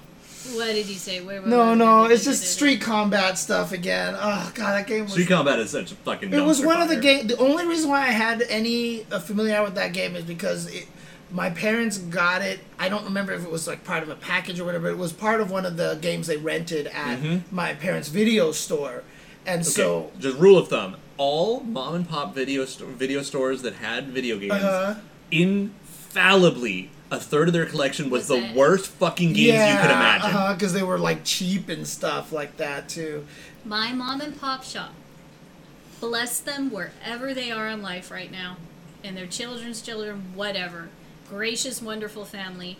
Speaker 2: What did you say? Where, where,
Speaker 1: No,
Speaker 2: where-
Speaker 1: no,
Speaker 2: where-
Speaker 1: it's
Speaker 2: where-
Speaker 1: just
Speaker 2: where-
Speaker 1: street combat stuff again. Oh god, that game was.
Speaker 3: Street Combat is such a fucking
Speaker 1: it was
Speaker 3: dumpster
Speaker 1: one of the
Speaker 3: fire.
Speaker 1: game. The only reason why I had any uh, familiarity with that game is because it, my parents got it. I don't remember if it was like part of a package or whatever. It was part of one of the games they rented at my parents' video store, and
Speaker 3: Mm-hmm. Okay,
Speaker 1: so
Speaker 3: just rule of thumb. All mom and pop video sto- video stores that had video games
Speaker 1: Uh-huh.
Speaker 3: infallibly a third of their collection
Speaker 2: Was
Speaker 3: was, the
Speaker 2: it?
Speaker 3: worst fucking games you could imagine.
Speaker 1: because uh-huh, they were like cheap and stuff like that too.
Speaker 2: My mom and pop shop. Bless them wherever they are in life right now, and their children's children, whatever. Gracious, wonderful family.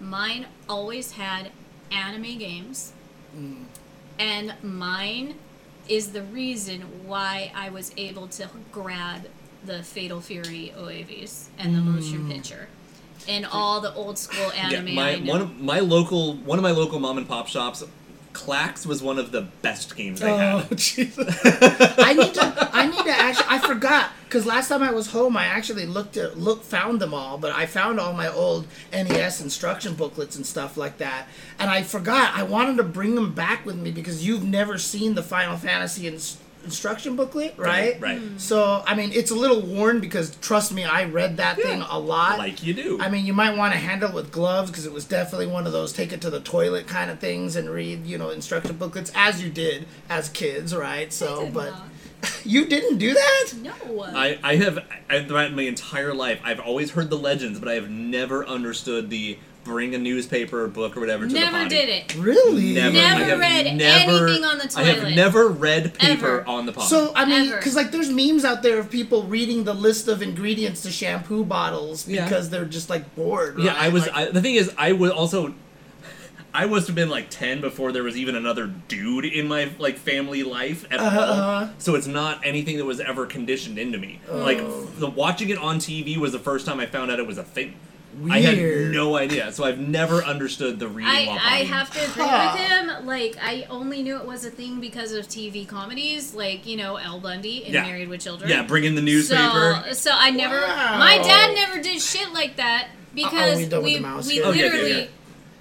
Speaker 2: Mine always had anime games,
Speaker 3: Mm.
Speaker 2: and mine is the reason why I was able to grab the Fatal Fury OAVs and the motion picture and all the old school
Speaker 3: Mm. Yeah,
Speaker 2: anime.
Speaker 3: my
Speaker 2: I know.
Speaker 3: one of my local one of my local mom and pop shops, Clax was one of the best games they had.
Speaker 1: Uh-huh. Jesus. Oh, I need to. I need to actually. I forgot because last time I was home, I actually looked at look found them all, but I found all my old NES instruction booklets and stuff like that, and I forgot. I wanted to bring them back with me because you've never seen the Final Fantasy ins- instruction booklet, right?
Speaker 3: Right.
Speaker 1: So I mean, it's a little worn because trust me, I read that thing a lot.
Speaker 3: Like you do.
Speaker 1: I mean, you might want to handle it with gloves because it was definitely one of those take it to the toilet kind of things and read, you know, instruction booklets as you did as kids, right? So,
Speaker 2: did
Speaker 1: but
Speaker 2: not.
Speaker 1: you didn't do that.
Speaker 2: No.
Speaker 3: Oh, I, I have I, throughout my entire life I've always heard the legends, but I have never understood the bring a newspaper or book or whatever to the
Speaker 2: never
Speaker 3: potty.
Speaker 2: did it.
Speaker 1: Really?
Speaker 3: Never, I
Speaker 2: Never
Speaker 3: have
Speaker 2: read
Speaker 3: never-
Speaker 2: anything on the
Speaker 3: I
Speaker 2: toilet.
Speaker 3: have never read paper
Speaker 2: Ever.
Speaker 3: on the potty.
Speaker 1: So I mean,
Speaker 2: Ever.
Speaker 1: because like there's memes out there of people reading the list of ingredients to shampoo bottles
Speaker 3: Yeah.
Speaker 1: because they're just like bored.
Speaker 3: yeah,
Speaker 1: right?
Speaker 3: I was.
Speaker 1: Like,
Speaker 3: I, the thing is, I was also. I must have been like ten before there was even another dude in my like family life at
Speaker 1: Uh-huh. Oh.
Speaker 3: all. So it's not anything that was ever conditioned into me. Like the watching it on TV was the first time I found out it was a thing. I
Speaker 1: Weird.
Speaker 3: had no idea, so I've never understood the reading.
Speaker 2: I,
Speaker 3: while
Speaker 2: I
Speaker 3: pottying.
Speaker 2: have to agree
Speaker 1: Huh.
Speaker 2: with him. Like, I only knew it was a thing because of TV comedies, like, you know, Al Bundy in
Speaker 3: Yeah.
Speaker 2: Married with Children.
Speaker 3: Yeah, bring in the newspaper.
Speaker 2: So, so I never.
Speaker 1: Wow.
Speaker 2: My dad never did shit like that because
Speaker 1: we done with
Speaker 2: we,
Speaker 1: the mouse
Speaker 2: we
Speaker 1: here.
Speaker 3: Oh, yeah, yeah,
Speaker 2: literally
Speaker 3: yeah.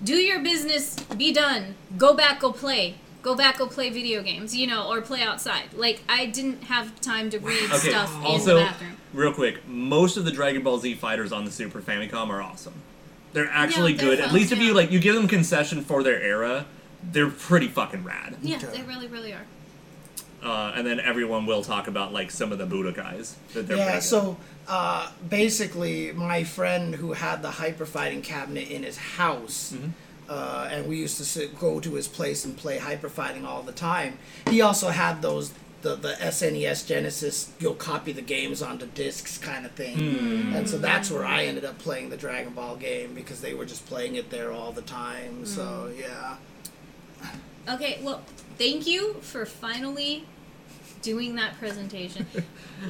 Speaker 2: do your business, be done, go back, go play, go back, go play video games, you know, or play outside. Like I didn't have time to read
Speaker 3: okay.
Speaker 2: stuff
Speaker 3: also,
Speaker 2: in the bathroom.
Speaker 3: real quick, most of the Dragon Ball Z fighters on the Super Famicom are awesome. They're actually
Speaker 2: they're
Speaker 3: good.
Speaker 2: fun,
Speaker 3: At least if
Speaker 2: yeah.
Speaker 3: you like, you give them concession for their era. They're pretty fucking rad.
Speaker 2: Yeah,
Speaker 1: Okay.
Speaker 2: they really, really are.
Speaker 3: Uh, and then everyone will talk about like some of the Budokai that they're
Speaker 1: yeah.
Speaker 3: pretty
Speaker 1: So uh, basically, my friend who had the hyper fighting cabinet in his house. Uh, and we used to sit, go to his place and play hyper fighting all the time. He also had those the, the SNES Genesis. You'll copy the games onto discs kind of thing, and so that's where I ended up playing the Dragon Ball game because they were just playing it there all the time. So yeah.
Speaker 2: Okay, well, thank you for finally doing that presentation.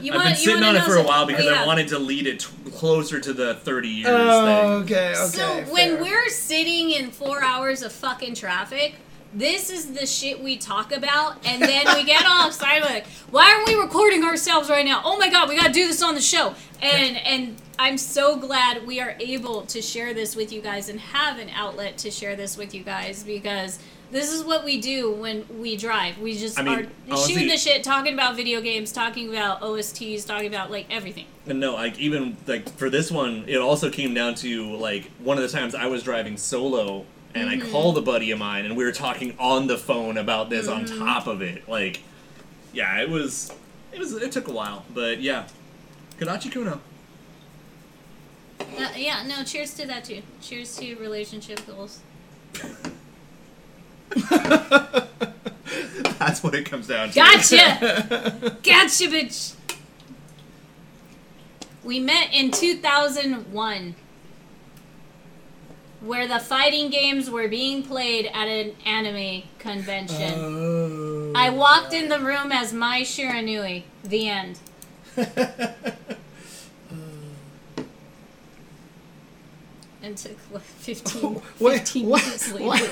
Speaker 2: You
Speaker 3: good. I've been sitting
Speaker 2: wanna
Speaker 3: on it
Speaker 2: know
Speaker 3: for a
Speaker 2: some-
Speaker 3: while because
Speaker 2: yeah.
Speaker 3: I wanted to lead it t- closer to the thirty years
Speaker 1: Oh,
Speaker 3: thing.
Speaker 1: okay, okay.
Speaker 2: so when
Speaker 1: fair.
Speaker 2: we're sitting in four hours of fucking traffic, this is the shit we talk about, and then we get all excited like, why aren't we recording ourselves right now? Oh my god, we gotta do this on the show. And and I'm so glad we are able to share this with you guys and have an outlet to share this with you guys because this is what we do when we drive. We just
Speaker 3: I mean,
Speaker 2: are shooting
Speaker 3: honestly-
Speaker 2: the shit, talking about video games, talking about OSTs, talking about like everything.
Speaker 3: And no, like even like for this one, it also came down to like one of the times I was driving solo and
Speaker 2: Mm-hmm.
Speaker 3: I called a buddy of mine and we were talking on the phone about this on
Speaker 2: Mm-hmm.
Speaker 3: top of it. Like yeah, it was it was it took a while, but yeah. Kadachi Kuno.
Speaker 2: Uh, yeah, no, cheers to that too. Cheers to relationship goals.
Speaker 3: That's what it comes down to.
Speaker 2: Gotcha! gotcha, bitch! We met in 2001, where the fighting games were being played at an anime convention.
Speaker 1: Oh.
Speaker 2: I walked in the room as Mai Shiranui. The end. And took what, 15, 15 minutes later.
Speaker 1: What?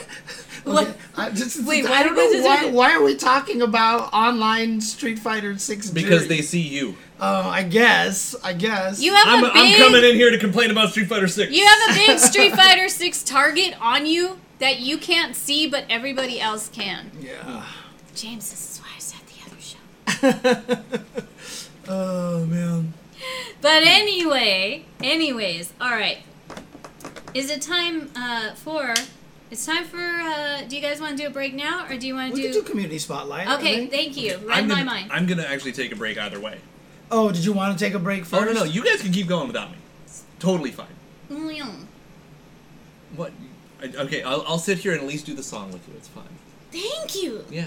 Speaker 2: What?
Speaker 1: I, just,
Speaker 2: Wait,
Speaker 1: I
Speaker 2: why
Speaker 1: don't
Speaker 2: did we
Speaker 1: know
Speaker 2: just-
Speaker 1: why. Why are we talking about online Street Fighter Six?
Speaker 3: Because they see you.
Speaker 1: Oh, I guess. I guess.
Speaker 2: You have
Speaker 3: I'm,
Speaker 2: a
Speaker 3: I'm
Speaker 2: big
Speaker 3: coming in here to complain about Street Fighter Six.
Speaker 2: You have a big Street Fighter 6 target on you that you can't see, but everybody else can.
Speaker 1: Yeah.
Speaker 2: James, this is why I said the other show.
Speaker 1: Oh man.
Speaker 2: But anyway, anyways, all right. Is it time uh, for? It's time for. Uh, do you guys want to do a break now, or do you want
Speaker 1: We
Speaker 2: to
Speaker 1: could do
Speaker 2: do?
Speaker 1: community spotlight. I
Speaker 2: Okay,
Speaker 1: think.
Speaker 2: thank you. Read
Speaker 3: I'm
Speaker 2: my
Speaker 3: gonna,
Speaker 2: mind.
Speaker 3: I'm gonna actually take a break either way.
Speaker 1: oh, did you want to take a break
Speaker 3: Oh
Speaker 1: first?
Speaker 3: no no, you guys can keep going without me. It's totally fine.
Speaker 2: Mm,
Speaker 3: What? I, okay, I'll, I'll sit here and at least do the song with you. It's fine.
Speaker 2: Thank you.
Speaker 3: Yeah.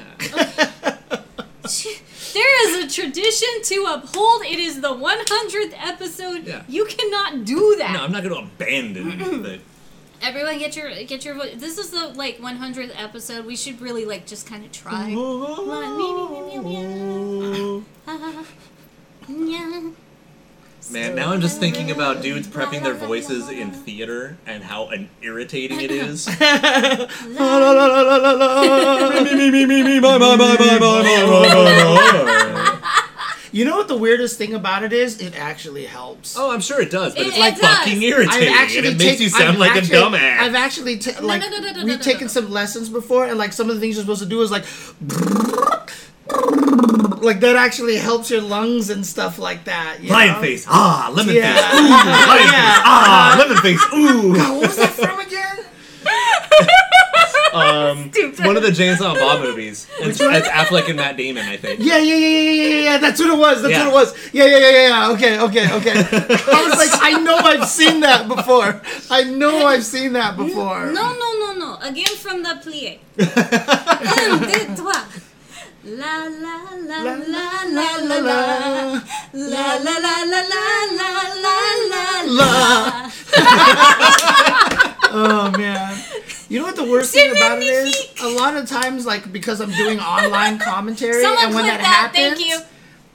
Speaker 2: There is a tradition to uphold. It is the 100th episode.
Speaker 3: Yeah.
Speaker 2: You cannot do that.
Speaker 3: No, I'm not going to abandon the.
Speaker 2: Everyone, get your get your voice. This is the like 100th episode. We should really like just kind of try. Yeah.
Speaker 3: Man, now I'm just thinking about dudes prepping their voices in theater and how an irritating it is. oh,
Speaker 1: You know what the weirdest thing about it is? It actually helps.
Speaker 3: Oh, I'm sure it does, but
Speaker 2: It-
Speaker 3: it's
Speaker 2: it
Speaker 3: like
Speaker 2: does.
Speaker 3: fucking irritating.
Speaker 1: I've actually
Speaker 3: it makes
Speaker 1: take-
Speaker 3: you sound
Speaker 1: I've
Speaker 3: like
Speaker 1: actually-
Speaker 3: a dumbass.
Speaker 1: I've actually ta- like
Speaker 2: no, no, no, no,
Speaker 1: we've
Speaker 2: no,
Speaker 1: taken
Speaker 2: no.
Speaker 1: some lessons before, and like some of the things you're supposed to do is like help. Like that actually helps your lungs and stuff like that. You
Speaker 4: Lion
Speaker 1: know?
Speaker 4: face, ah, lemon
Speaker 1: Yeah.
Speaker 4: face, ooh, lion face, ah, lemon face, ooh.
Speaker 1: What was that from again?
Speaker 3: Um,
Speaker 2: Stupid.
Speaker 3: one of the James Bond Bob movies. It's, it's Affleck and Matt Damon, I think.
Speaker 1: Yeah, yeah, yeah, yeah, yeah, yeah, yeah. That's what it was. That's
Speaker 3: Yeah.
Speaker 1: what it was. Yeah, yeah, yeah, yeah, yeah. Okay, okay, okay. I was like, I know I've seen that before. I know I've seen that before.
Speaker 2: No, no, no, no. Again from the plie. Un, deux, trois. La la la la la la la la la la la la la la la.
Speaker 1: La. oh man. You know what the worst
Speaker 2: C'est
Speaker 1: thing about it is?
Speaker 2: magnifique.
Speaker 1: A lot of times, like because I'm doing online commentary,
Speaker 2: Someone
Speaker 1: and when
Speaker 2: clip
Speaker 1: that,
Speaker 2: that.
Speaker 1: happens,
Speaker 2: Thank you.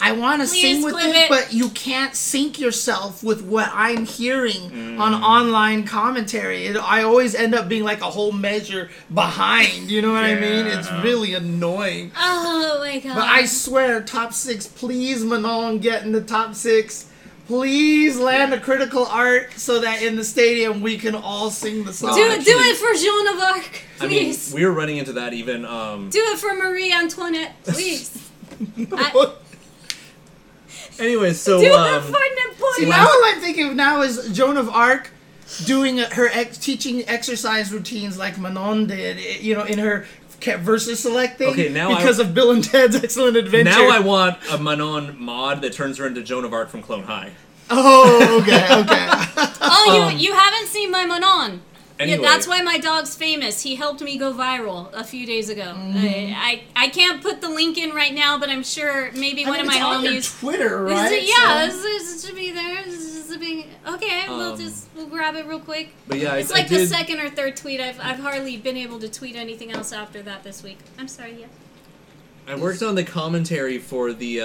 Speaker 1: I want to
Speaker 2: Please
Speaker 1: sing with
Speaker 2: clip
Speaker 1: it,
Speaker 2: it.
Speaker 1: but you can't sync yourself with what I'm hearing on online commentary. It, I always end up being like a whole measure behind. You know what I mean? It's
Speaker 4: Yeah.
Speaker 1: really annoying.
Speaker 2: Oh my god.
Speaker 1: But I swear, top six, please, Manon, get in the top six. Please land a critical art so that in the stadium we can all sing the song.
Speaker 2: do do
Speaker 3: actually-
Speaker 2: it for Joan of Arc,
Speaker 3: I mean,
Speaker 2: please.
Speaker 3: we were running into that even. Um,
Speaker 2: do it for Marie Antoinette, please. I,
Speaker 3: anyway, so
Speaker 2: do it
Speaker 3: um,
Speaker 2: for Napoleon.
Speaker 1: now all I'm thinking of now is Joan of Arc doing her ex- teaching exercise routines like Manon did, i- you know, in her ca- versus select thing.
Speaker 3: Okay, now I-
Speaker 1: because of Bill and Ted's Excellent Adventure.
Speaker 3: now I want a Manon mod that turns her into Joan of Arc from Clone High.
Speaker 1: Oh, okay, okay.
Speaker 2: Oh, you you haven't seen my Manon.
Speaker 3: um, Anyway.
Speaker 2: Yeah, that's why my dog's famous. He helped me go viral a few days ago.
Speaker 3: Mm-hmm.
Speaker 2: I, I I can't put the link in right now, but I'm sure maybe one of my
Speaker 1: it's on your
Speaker 2: homies.
Speaker 1: Twitter,
Speaker 2: Is
Speaker 1: right?
Speaker 2: it- yeah,
Speaker 1: So-
Speaker 2: this is- it should be there. This is- it be- okay, we'll
Speaker 3: Um,
Speaker 2: just we'll grab it real quick.
Speaker 3: But yeah, I-
Speaker 2: it's
Speaker 3: I
Speaker 2: like the
Speaker 3: did-
Speaker 2: second or third tweet. I've I've hardly been able to tweet anything else after that this week. I'm sorry. Yeah.
Speaker 3: I worked on the commentary for the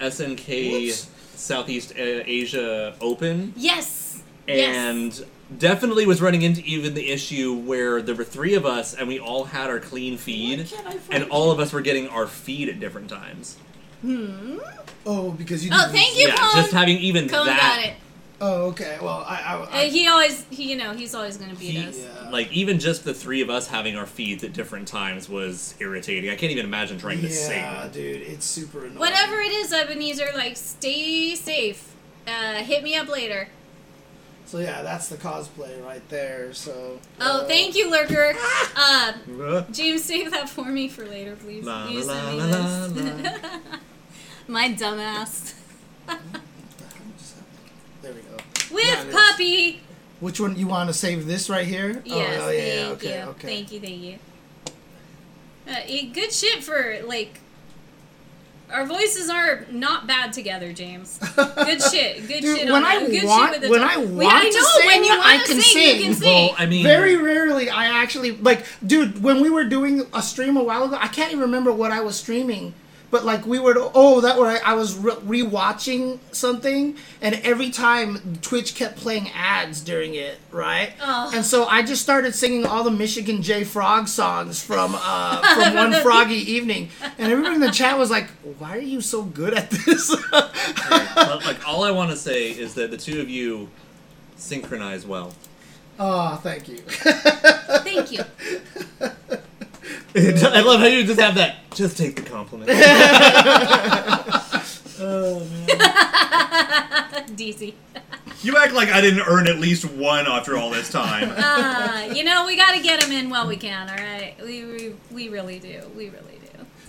Speaker 3: uh, SNK Southeast uh, Asia Open,
Speaker 2: Yes.
Speaker 3: and definitely was running into even the issue where there were three of us and we all had our clean feed, and all of us were getting our feed at different times.
Speaker 1: Oh, because you.
Speaker 2: yes. Oh,
Speaker 1: didn't-
Speaker 2: thank you,
Speaker 3: yeah,
Speaker 2: Cone.
Speaker 3: just having even
Speaker 2: Cone
Speaker 3: that.
Speaker 2: got it.
Speaker 1: Oh, okay. Well, I. I, I
Speaker 2: Uh, he always, he, you know, he's always gonna beat
Speaker 3: He-
Speaker 2: us.
Speaker 1: yeah.
Speaker 3: Like even just the three of us having our feeds at different times was irritating. I can't even imagine trying to
Speaker 1: Yeah,
Speaker 3: sing.
Speaker 1: dude, it's super annoying.
Speaker 2: Whatever it is, Ebenezer, like, stay safe. Uh, hit me up later.
Speaker 1: So yeah, that's the cosplay right there. So.
Speaker 2: Oh, thank you, Lurker.
Speaker 1: Ah!
Speaker 2: Uh, James, save that for me for later, please.
Speaker 3: La,
Speaker 2: you
Speaker 3: la,
Speaker 2: sent me
Speaker 3: la, la,
Speaker 2: this. My dumbass.
Speaker 1: There we go.
Speaker 2: With
Speaker 1: Nice.
Speaker 2: puppy.
Speaker 1: Which one you want to save? This right here?
Speaker 2: Yes,
Speaker 1: Oh, oh, yeah, yeah,
Speaker 2: thank
Speaker 1: okay,
Speaker 2: you.
Speaker 1: okay.
Speaker 2: Thank you, thank you. Uh, eh, good shit for, like, our voices are not bad together, James. Good shit. Good
Speaker 1: Dude,
Speaker 2: shit.
Speaker 1: when
Speaker 2: on that.
Speaker 1: I
Speaker 2: good
Speaker 1: want-
Speaker 2: shit with the
Speaker 1: when
Speaker 2: tongue.
Speaker 1: I
Speaker 2: We-
Speaker 1: want
Speaker 2: I
Speaker 1: to
Speaker 2: know when
Speaker 1: sing,
Speaker 2: you want
Speaker 1: I
Speaker 2: to
Speaker 1: can
Speaker 2: sing, you
Speaker 1: sing.
Speaker 2: can sing.
Speaker 3: Well, I mean,
Speaker 1: Very rarely, I actually like, dude. When we were doing a stream a while ago, I can't even remember what I was streaming, but like we were. Oh, that where I, I was re- rewatching something, and every time Twitch kept playing ads during it, right?
Speaker 2: Oh.
Speaker 1: And so I just started singing all the Michigan J Frog songs from uh, from One Froggy Evening, and everybody in the chat was like, "Why are you so good at this?"
Speaker 3: but, uh, like all I want to say is that the two of you synchronize well.
Speaker 1: oh, thank you.
Speaker 2: Thank you.
Speaker 3: I love how you just have that. Just take the compliment.
Speaker 2: DZ.
Speaker 4: You act like I didn't earn at least one after all this time.
Speaker 2: Uh, you know, we got to get him in while we can, all right? We, we, we really do. We really do.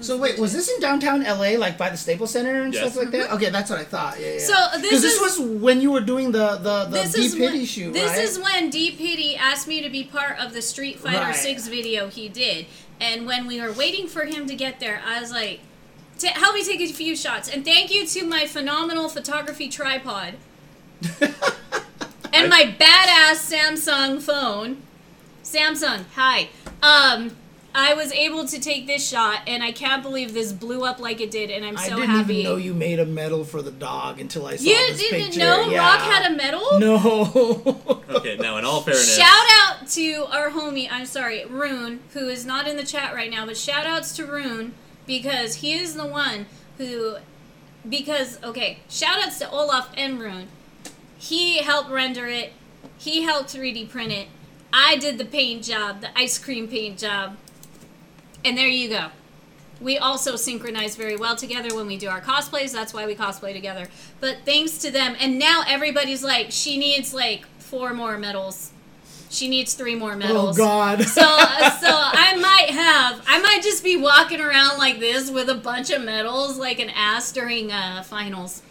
Speaker 1: So wait, was this in downtown LA, like by the Staples Center and
Speaker 3: Yes.
Speaker 1: stuff like that? Okay, that's what I thought. Yeah, yeah.
Speaker 2: Mm-hmm. So this
Speaker 1: 'Cause this
Speaker 2: is-
Speaker 1: was when you were doing the the the
Speaker 2: This
Speaker 1: Deep
Speaker 2: is
Speaker 1: Pity
Speaker 2: when,
Speaker 1: shoot,
Speaker 2: This
Speaker 1: right?
Speaker 2: is when Deep Pity asked me to be part of the Street Fighter
Speaker 1: Right.
Speaker 2: 6 video he did. And when we were waiting for him to get there, I was like, "Ta- help me take a few shots. And thank you to my phenomenal photography tripod and my badass Samsung phone. Samsung, hi. Um, I was able to take this shot, and I can't believe this blew up like it did, and I'm
Speaker 1: I
Speaker 2: so
Speaker 1: didn't
Speaker 2: happy.
Speaker 1: even know you made a medal for the dog until I saw
Speaker 2: You
Speaker 1: this
Speaker 2: didn't
Speaker 1: picture.
Speaker 2: know
Speaker 1: yeah.
Speaker 2: Rock had a medal?
Speaker 1: No.
Speaker 3: Okay, now in all fairness,
Speaker 2: Shout out to our homie, I'm sorry, Rune, who is not in the chat right now, but shout outs to Rune because he is the one who because okay, shout outs to Olaf and Rune. He helped render it. He helped 3D print it. I did the paint job, the ice cream paint job. And there you go. we also synchronize very well together when we do our cosplays. That's why we cosplay together. But thanks to them, and now everybody's like, she needs like four more medals. She needs three more
Speaker 1: Oh
Speaker 2: medals.
Speaker 1: God.
Speaker 2: So, so I might have, I might just be walking around like this with a bunch of medals, like an ass during uh, finals.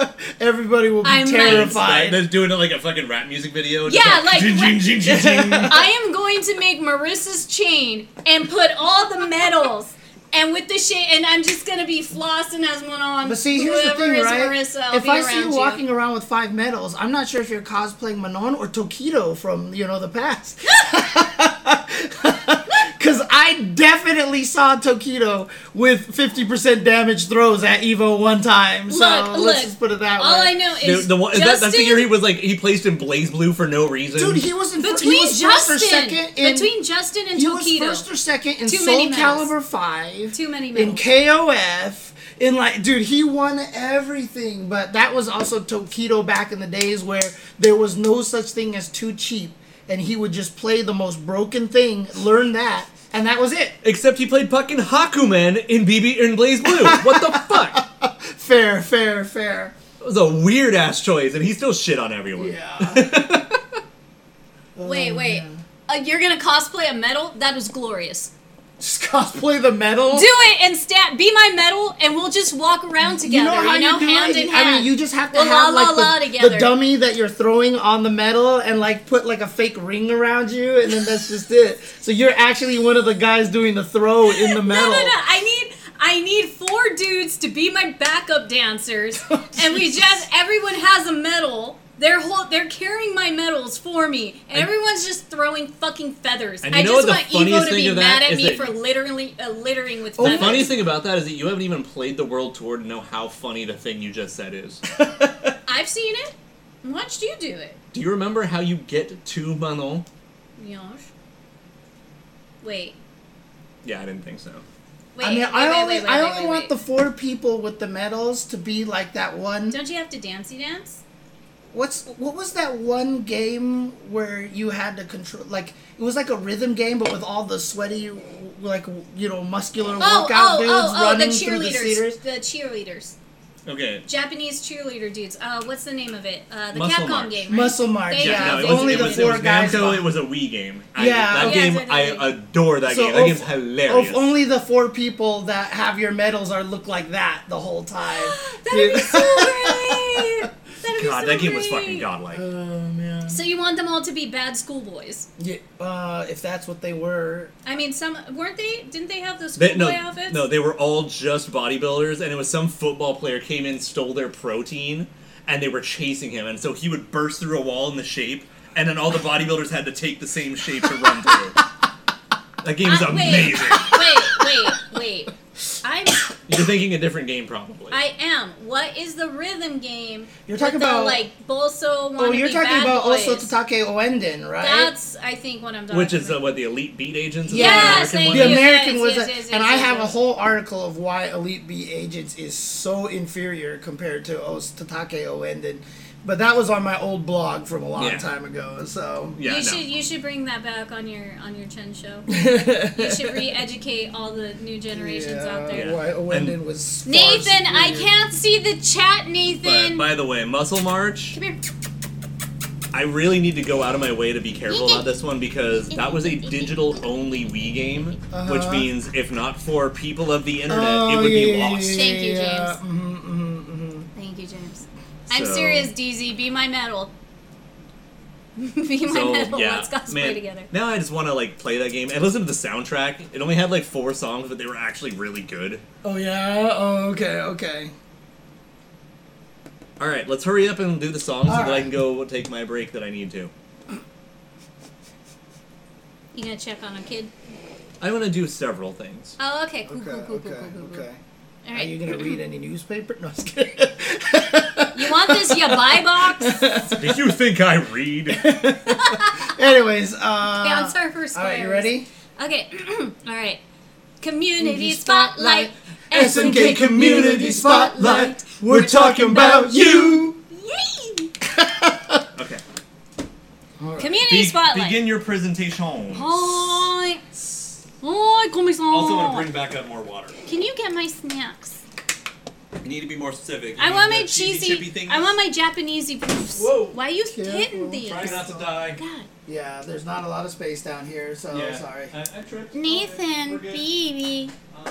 Speaker 1: Everybody will be
Speaker 2: I might-
Speaker 1: terrified.
Speaker 3: They're doing it like a fucking rap music video. just
Speaker 2: Yeah, like-
Speaker 3: Jing, jing, jing, jing, jing.
Speaker 2: I am going to make Marissa's chain and put all the medals and with the shade, and I'm just gonna be flossing as one on.
Speaker 1: But see, here's the
Speaker 2: Whoever
Speaker 1: thing,
Speaker 2: is
Speaker 1: right?
Speaker 2: Marissa, I'll
Speaker 1: if
Speaker 2: be
Speaker 1: I see you
Speaker 2: around
Speaker 1: walking around with five medals, I'm not sure if you're cosplaying Manon or Tokido from you know the past. Because I definitely saw Tokido with 50% damage throws at Evo one time. So
Speaker 2: Look,
Speaker 1: let's
Speaker 2: look,
Speaker 1: just put it that
Speaker 2: all
Speaker 1: way.
Speaker 2: I know
Speaker 3: The,
Speaker 2: is
Speaker 3: the one, is that,
Speaker 2: Justin,
Speaker 3: that's the year he was like he placed in Blaze Blue for no reason.
Speaker 1: Dude, he was in fir-
Speaker 2: between
Speaker 1: he was
Speaker 2: Justin,
Speaker 1: first or second in
Speaker 2: between Justin and
Speaker 1: he was
Speaker 2: Tokido.
Speaker 1: first or second in
Speaker 2: Too
Speaker 1: Soul
Speaker 2: many medals.
Speaker 1: Calibur Five.
Speaker 2: Too many
Speaker 1: in
Speaker 2: medals.
Speaker 1: KOF. In like, dude, he won everything. But that was also Tokido back in the days where there was no such thing as too cheap, and he would just play the most broken thing, learn that, and that was it.
Speaker 3: Except he played fucking Hakumen in BB in Blaze Blue. What the fuck?
Speaker 1: Fair, fair, fair.
Speaker 3: It was a weird ass choice, and he still shit on everyone.
Speaker 1: Yeah.
Speaker 2: wait, wait.
Speaker 1: Oh,
Speaker 2: Uh, you're gonna cosplay a medal? That is glorious.
Speaker 1: just cosplay the medal.
Speaker 2: Do it and stat. Be my medal, and we'll just walk around
Speaker 1: you
Speaker 2: together.
Speaker 1: know how you, do
Speaker 2: hand
Speaker 1: it?
Speaker 2: in hand.
Speaker 1: I mean, you just have to
Speaker 2: We'll
Speaker 1: have
Speaker 2: la,
Speaker 1: like
Speaker 2: la, la
Speaker 1: the,
Speaker 2: together.
Speaker 1: the dummy that you're throwing on the metal and like put like a fake ring around you, and then that's just it. So you're actually one of the guys doing the throw in the metal.
Speaker 2: No, no, no. I need I need four dudes to be my backup dancers,
Speaker 1: Oh,
Speaker 2: and we just everyone has a medal. They're whole, they're carrying my medals for me, and, everyone's just throwing fucking feathers.
Speaker 3: and you
Speaker 2: I
Speaker 3: know
Speaker 2: just
Speaker 3: what
Speaker 2: want
Speaker 3: the funniest
Speaker 2: Evo to
Speaker 3: thing
Speaker 2: be
Speaker 3: of that
Speaker 2: mad at
Speaker 3: is
Speaker 2: me
Speaker 3: that-
Speaker 2: for literally uh, littering with
Speaker 1: the
Speaker 2: feathers.
Speaker 3: The funniest thing about that is that you haven't even played the world tour to know how funny the thing you just said is.
Speaker 2: I've seen it. and Watched you do it.
Speaker 3: Do you remember how you get to Manon?
Speaker 2: Yosh. Wait.
Speaker 3: Yeah, I didn't think so.
Speaker 2: Wait,
Speaker 1: I mean,
Speaker 2: wait,
Speaker 1: I
Speaker 2: wait,
Speaker 1: only,
Speaker 2: wait, wait,
Speaker 1: I
Speaker 2: wait,
Speaker 1: only
Speaker 2: wait,
Speaker 1: want
Speaker 2: wait.
Speaker 1: the four people with the medals to be like that one.
Speaker 2: Don't you have to dancey dance?
Speaker 1: What's what was that one game where you had to control? Like it was like a rhythm game, but with all the sweaty, like you know, muscular
Speaker 2: Oh,
Speaker 1: workout
Speaker 2: oh,
Speaker 1: dudes
Speaker 2: oh, oh, the
Speaker 1: running through the cedars.
Speaker 2: cheerleaders. The cheerleaders.
Speaker 3: Okay.
Speaker 2: Japanese cheerleader dudes. Uh, what's the name of it? Uh, the
Speaker 3: Muscle
Speaker 2: Capcom
Speaker 3: March.
Speaker 2: game. Right?
Speaker 1: Muscle March,
Speaker 2: They-
Speaker 1: yeah.
Speaker 2: Yeah,
Speaker 3: no,
Speaker 2: if
Speaker 3: it
Speaker 1: if
Speaker 3: was,
Speaker 1: only
Speaker 3: it
Speaker 1: the
Speaker 3: was, it
Speaker 1: four
Speaker 3: was
Speaker 1: guys.
Speaker 3: Namco,
Speaker 1: behind.
Speaker 3: it was a Wii game. I,
Speaker 1: Yeah.
Speaker 3: that
Speaker 2: Yeah,
Speaker 3: game,
Speaker 2: it's a
Speaker 3: I
Speaker 2: Wii game.
Speaker 3: adore that
Speaker 1: So
Speaker 3: game. That
Speaker 1: if-
Speaker 3: game's hilarious.
Speaker 1: If only the four people that have your medals are look like that the whole time.
Speaker 2: That'd be so great. That'd be
Speaker 3: God,
Speaker 2: so
Speaker 3: that game was
Speaker 2: great.
Speaker 3: fucking godlike.
Speaker 1: Oh man.
Speaker 2: So you want them all to be bad schoolboys?
Speaker 1: Yeah, uh, if that's what they were,
Speaker 2: I mean, some weren't they? Didn't they have those
Speaker 3: They,
Speaker 2: schoolboy
Speaker 3: no,
Speaker 2: outfits?
Speaker 3: no, they were all just bodybuilders, and it was some football player came in, stole their protein, and they were chasing him, and so he would burst through a wall in the shape, and then all the bodybuilders had to take the same shape to run through. that game is
Speaker 2: Uh, wait.
Speaker 3: amazing.
Speaker 2: wait, wait, wait. I'm,
Speaker 3: You're thinking a different game, probably.
Speaker 2: I am. What is the rhythm game?
Speaker 1: You're talking
Speaker 2: with the,
Speaker 1: about-
Speaker 2: like Bolso.
Speaker 1: Oh, you're talking
Speaker 2: bad
Speaker 1: about
Speaker 2: boys?
Speaker 1: also Tatake Oenden, right?
Speaker 2: That's I think what I'm talking.
Speaker 3: Which is uh,
Speaker 2: about.
Speaker 3: what the Elite Beat Agents. is
Speaker 1: Yeah.
Speaker 2: Yes,
Speaker 3: the
Speaker 2: thank
Speaker 1: the
Speaker 3: American
Speaker 2: you.
Speaker 3: one?
Speaker 1: American
Speaker 2: yes,
Speaker 1: was,
Speaker 2: yes,
Speaker 1: a-
Speaker 2: yes,
Speaker 1: and
Speaker 2: yes,
Speaker 1: I
Speaker 2: yes,
Speaker 1: have a
Speaker 2: yes.
Speaker 1: whole article of why Elite B Agents is so inferior compared to Os Tatake Oenden, but that was on my old blog from a long
Speaker 3: Yeah.
Speaker 1: time ago. So
Speaker 3: Yeah,
Speaker 2: you
Speaker 3: no.
Speaker 2: should you should bring that back on your on your Chen show. you should re-educate all the new generations out there.
Speaker 1: why Oenden was far
Speaker 2: Nathan, I
Speaker 1: superior.
Speaker 2: can't see the chat, Nathan.
Speaker 3: But by the way, Muscle March.
Speaker 2: Come here.
Speaker 3: I really need to go out of my way to be careful about this one because that was a digital only Wii game, which
Speaker 1: Uh-huh.
Speaker 3: means if not for people of the internet, it
Speaker 1: Oh,
Speaker 3: would be
Speaker 1: yeah,
Speaker 3: lost.
Speaker 2: Thank you,
Speaker 1: yeah,
Speaker 2: James.
Speaker 1: mhm, mhm, mhm.
Speaker 2: Thank you, James. I'm
Speaker 3: So-
Speaker 2: serious, DZ. Be my medal. be my
Speaker 3: So
Speaker 2: medal.
Speaker 3: yeah,
Speaker 2: Let's cosplay
Speaker 3: man,
Speaker 2: together.
Speaker 3: now I just want to like play that game and listen to the soundtrack. It only had like four songs, but they were actually really good.
Speaker 1: Oh yeah. Oh okay. Okay.
Speaker 3: All right, let's hurry up and do the songs so
Speaker 1: All
Speaker 3: that I
Speaker 1: right.
Speaker 3: can go take my break that I need to.
Speaker 2: You gonna check on a kid?
Speaker 3: I want to do several things.
Speaker 2: Oh, okay. Cool,
Speaker 1: Okay.
Speaker 2: cool, cool,
Speaker 1: Okay.
Speaker 2: cool, cool, cool,
Speaker 1: Okay.
Speaker 2: cool. All
Speaker 1: Are
Speaker 2: right.
Speaker 1: you
Speaker 2: You,
Speaker 1: gonna read any newspaper? No, I'm just kidding.
Speaker 2: want this? You buy
Speaker 1: Uh,
Speaker 2: box.
Speaker 3: Did you think I read?
Speaker 1: Anyways, uh,
Speaker 2: Bouncer for squares.
Speaker 1: all right, you ready?
Speaker 2: Okay. all right. Community spotlight.
Speaker 1: SNK Community Spotlight. We're talking about you.
Speaker 2: Yay!
Speaker 3: Okay.
Speaker 2: Community spotlight.
Speaker 3: Begin your presentation.
Speaker 2: Point. Oh, komi-san.
Speaker 7: Also, want to bring back up more water.
Speaker 2: Can you get my snacks?
Speaker 7: You need to be more specific. You
Speaker 2: I
Speaker 7: need
Speaker 2: want
Speaker 7: the
Speaker 2: my
Speaker 7: cheesy.
Speaker 2: cheesy.
Speaker 7: chippy things.
Speaker 2: I want my Japanesey poofs.
Speaker 7: Whoa.
Speaker 2: Why are you
Speaker 1: Careful.
Speaker 2: hitting these?
Speaker 7: Try not to die.
Speaker 2: God.
Speaker 1: Yeah, there's not a lot of space down here, so
Speaker 7: yeah.
Speaker 1: Oh, sorry.
Speaker 7: I, I tripped.
Speaker 2: Nathan,
Speaker 7: We're good.
Speaker 2: baby.
Speaker 7: Uh,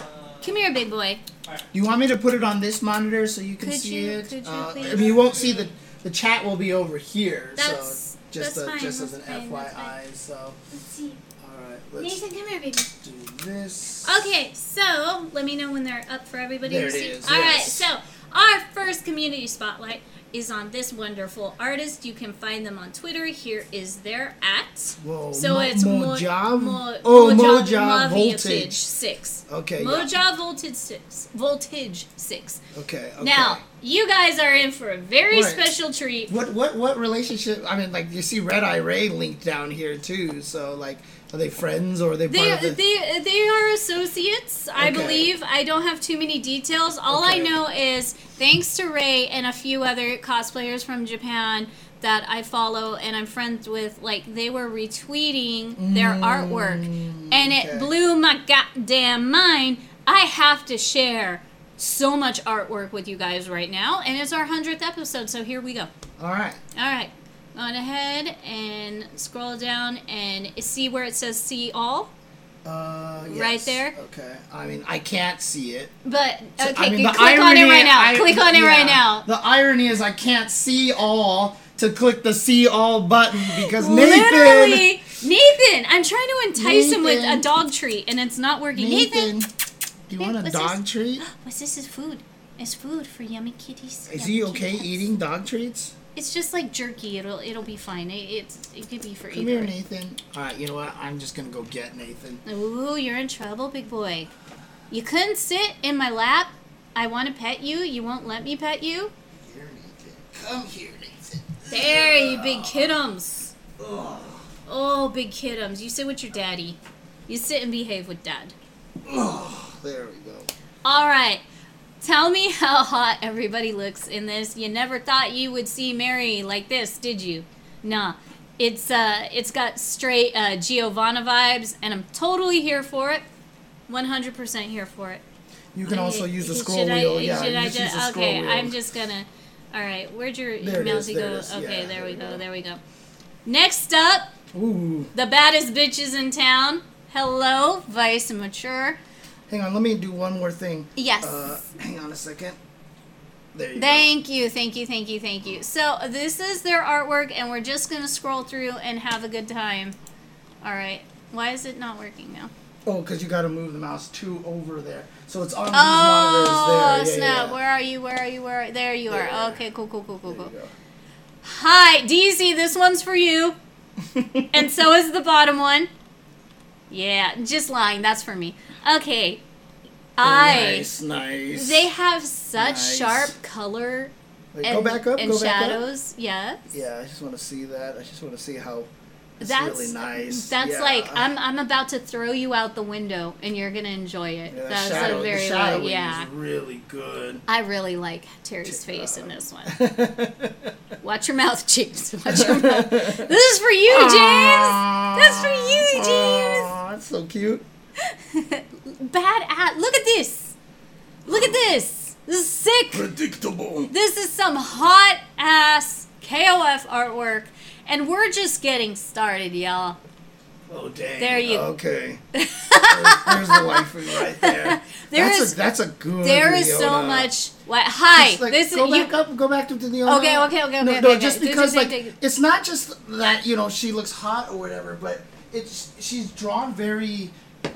Speaker 2: Come here, big boy.
Speaker 1: Do you want me to put it on this monitor so you can
Speaker 2: Could
Speaker 1: see
Speaker 2: you-
Speaker 1: it?
Speaker 2: could you
Speaker 1: uh, I
Speaker 2: please?
Speaker 1: mean, you won't see the the chat will be over here.
Speaker 2: That's-
Speaker 1: so just
Speaker 2: that's
Speaker 1: a-
Speaker 2: fine,
Speaker 1: just as an
Speaker 2: that's fine, that's
Speaker 1: FYI. So all
Speaker 2: Let's see.
Speaker 1: right, let's
Speaker 2: Nathan, come here, baby.
Speaker 1: do this.
Speaker 2: Okay, so let me know when they're up for everybody
Speaker 1: There it
Speaker 2: to see.
Speaker 1: is,
Speaker 2: All right,
Speaker 1: yes.
Speaker 2: so our first community spotlight is on this wonderful artist. You can find them on Twitter. Here is their at.
Speaker 1: Whoa,
Speaker 2: So
Speaker 1: Oh, Mo-
Speaker 2: it's
Speaker 1: Mojave?
Speaker 2: Mo-
Speaker 1: Oh,
Speaker 2: Mojave
Speaker 1: Mojave
Speaker 2: Voltage
Speaker 1: Voltage.
Speaker 2: six.
Speaker 1: Okay, yeah.
Speaker 2: Moja Voltage six. Voltage six.
Speaker 1: Okay. Okay.
Speaker 2: Now you guys are in for a very
Speaker 1: Right.
Speaker 2: special treat.
Speaker 1: What what what relationship? I mean, like you see Red Eye Ray linked down here too. So like, are they friends or are they
Speaker 2: They,
Speaker 1: part of the?
Speaker 2: they, they are associates, I
Speaker 1: Okay.
Speaker 2: believe. I don't have too many details. All I
Speaker 1: Okay.
Speaker 2: know is thanks to Ray and a few other cosplayers from Japan that I follow and I'm friends with, like, they were retweeting their artwork. And it
Speaker 1: Mm, okay.
Speaker 2: blew my goddamn mind. I have to share so much artwork with you guys right now. And it's our 100th episode, so here we go.
Speaker 1: All right.
Speaker 2: All right. Go on ahead and scroll down and see where it says see all.
Speaker 1: Uh, yes.
Speaker 2: Right there?
Speaker 1: Okay. I mean, I can't see it.
Speaker 2: But okay,
Speaker 1: I mean, the
Speaker 2: click on it
Speaker 1: irony-
Speaker 2: right now.
Speaker 1: I-
Speaker 2: click on it
Speaker 1: yeah.
Speaker 2: right now.
Speaker 1: The irony is I can't see all to click the see all button because Nathan.
Speaker 2: Literally, Nathan. I'm trying to entice him with a
Speaker 1: Nathan.
Speaker 2: dog treat, and it's not working.
Speaker 1: Nathan,
Speaker 2: Nathan,
Speaker 1: do you
Speaker 2: Hey,
Speaker 1: want a
Speaker 2: what's
Speaker 1: dog
Speaker 2: this?
Speaker 1: treat?
Speaker 2: what's this? Is food? It's food for yummy kitties.
Speaker 1: Is
Speaker 2: yummy
Speaker 1: he
Speaker 2: kitty
Speaker 1: okay
Speaker 2: cats.
Speaker 1: eating dog treats?
Speaker 2: It's just like jerky. It'll it'll be fine. It, it's it could be for
Speaker 1: Come here,
Speaker 2: either.
Speaker 1: Nathan. All right. You know what? I'm just gonna go get Nathan.
Speaker 2: Ooh, you're in trouble, big boy. You couldn't sit in my lap. I want to pet you. You won't let me pet you.
Speaker 1: Here, Nathan. Come here, Nathan.
Speaker 2: There, you big kiddums. Oh, big kiddums. You sit with your daddy. You sit and behave with dad.
Speaker 1: There we go.
Speaker 2: All right. Tell me how hot everybody looks in this. You never thought you would see Mary like this, did you? Nah. It's uh it's got straight uh Giovanna vibes and I'm totally here for it. 100% here for it.
Speaker 1: You can also
Speaker 2: Okay,
Speaker 1: use the
Speaker 2: should
Speaker 1: scroll
Speaker 2: I-
Speaker 1: wheel. Yeah,
Speaker 2: should
Speaker 1: you
Speaker 2: I
Speaker 1: just use
Speaker 2: ju-
Speaker 1: the scroll
Speaker 2: okay,
Speaker 1: wheel.
Speaker 2: I'm just gonna. All right, where'd your
Speaker 1: There it
Speaker 2: emails
Speaker 1: is,
Speaker 2: you
Speaker 1: there
Speaker 2: go?
Speaker 1: it is.
Speaker 2: Okay,
Speaker 1: Yeah,
Speaker 2: there
Speaker 1: there
Speaker 2: we
Speaker 1: we
Speaker 2: go,
Speaker 1: go.
Speaker 2: there we go. Next up,
Speaker 1: Ooh.
Speaker 2: the baddest bitches in town. Hello, Vice and Mature.
Speaker 1: Hang on, let me do one more thing.
Speaker 2: Yes.
Speaker 1: Uh, hang on a second. There you
Speaker 2: Thank you, thank you, thank you, thank you. So this is their artwork, and we're just gonna scroll through and have a good time. All right. Why is it not working now?
Speaker 1: go. Oh, because you got to move the mouse two over there. So it's on these
Speaker 2: Oh
Speaker 1: monitors there. Yeah,
Speaker 2: snap!
Speaker 1: yeah.
Speaker 2: Where are you? Where are you? Where? Are, there you are.
Speaker 1: There.
Speaker 2: Okay, cool, cool, cool, cool,
Speaker 1: There
Speaker 2: cool.
Speaker 1: you go.
Speaker 2: Hi, DZ, this one's for you. and so is the bottom one. Yeah, just lying. That's for me. Okay. I.
Speaker 1: Nice, Oh, nice.
Speaker 2: They have such
Speaker 1: Nice.
Speaker 2: sharp color
Speaker 1: Wait,
Speaker 2: and,
Speaker 1: go back up.
Speaker 2: and
Speaker 1: go Back up.
Speaker 2: shadows. Yes.
Speaker 1: Yeah, I just want to see that. I just want to see how. It's
Speaker 2: That's
Speaker 1: really nice.
Speaker 2: That's
Speaker 1: Yeah.
Speaker 2: like I'm I'm about to throw you out the window and you're gonna enjoy it.
Speaker 1: Yeah, the
Speaker 2: that's
Speaker 1: shadow,
Speaker 2: a
Speaker 1: the
Speaker 2: very
Speaker 1: shadowing
Speaker 2: low, yeah.
Speaker 1: is really good.
Speaker 2: I really like Terry's
Speaker 1: Check it
Speaker 2: face in
Speaker 1: out.
Speaker 2: this one. Watch your mouth, James. Watch your mouth. This is for you, James. That's for you, James.
Speaker 1: Aw, that's so cute.
Speaker 2: Bad at. Look at this. Look at this. This is sick.
Speaker 1: Predictable.
Speaker 2: This is some hot ass KOF artwork, and we're just getting started, y'all.
Speaker 1: Oh dang.
Speaker 2: There you-
Speaker 1: Okay. there's, there's the waifu right there.
Speaker 2: There
Speaker 1: that's
Speaker 2: is-
Speaker 1: a, that's a good.
Speaker 2: There is so
Speaker 1: Leona.
Speaker 2: much. What? Hi.
Speaker 1: Just, like,
Speaker 2: this is
Speaker 1: go
Speaker 2: you.
Speaker 1: back up. Go back to the.
Speaker 2: Okay, okay, okay,
Speaker 1: No,
Speaker 2: okay,
Speaker 1: no,
Speaker 2: okay,
Speaker 1: just
Speaker 2: okay.
Speaker 1: because
Speaker 2: Dig,
Speaker 1: like
Speaker 2: dig, dig, dig.
Speaker 1: it's not just that you know she looks hot or whatever, but it's she's drawn very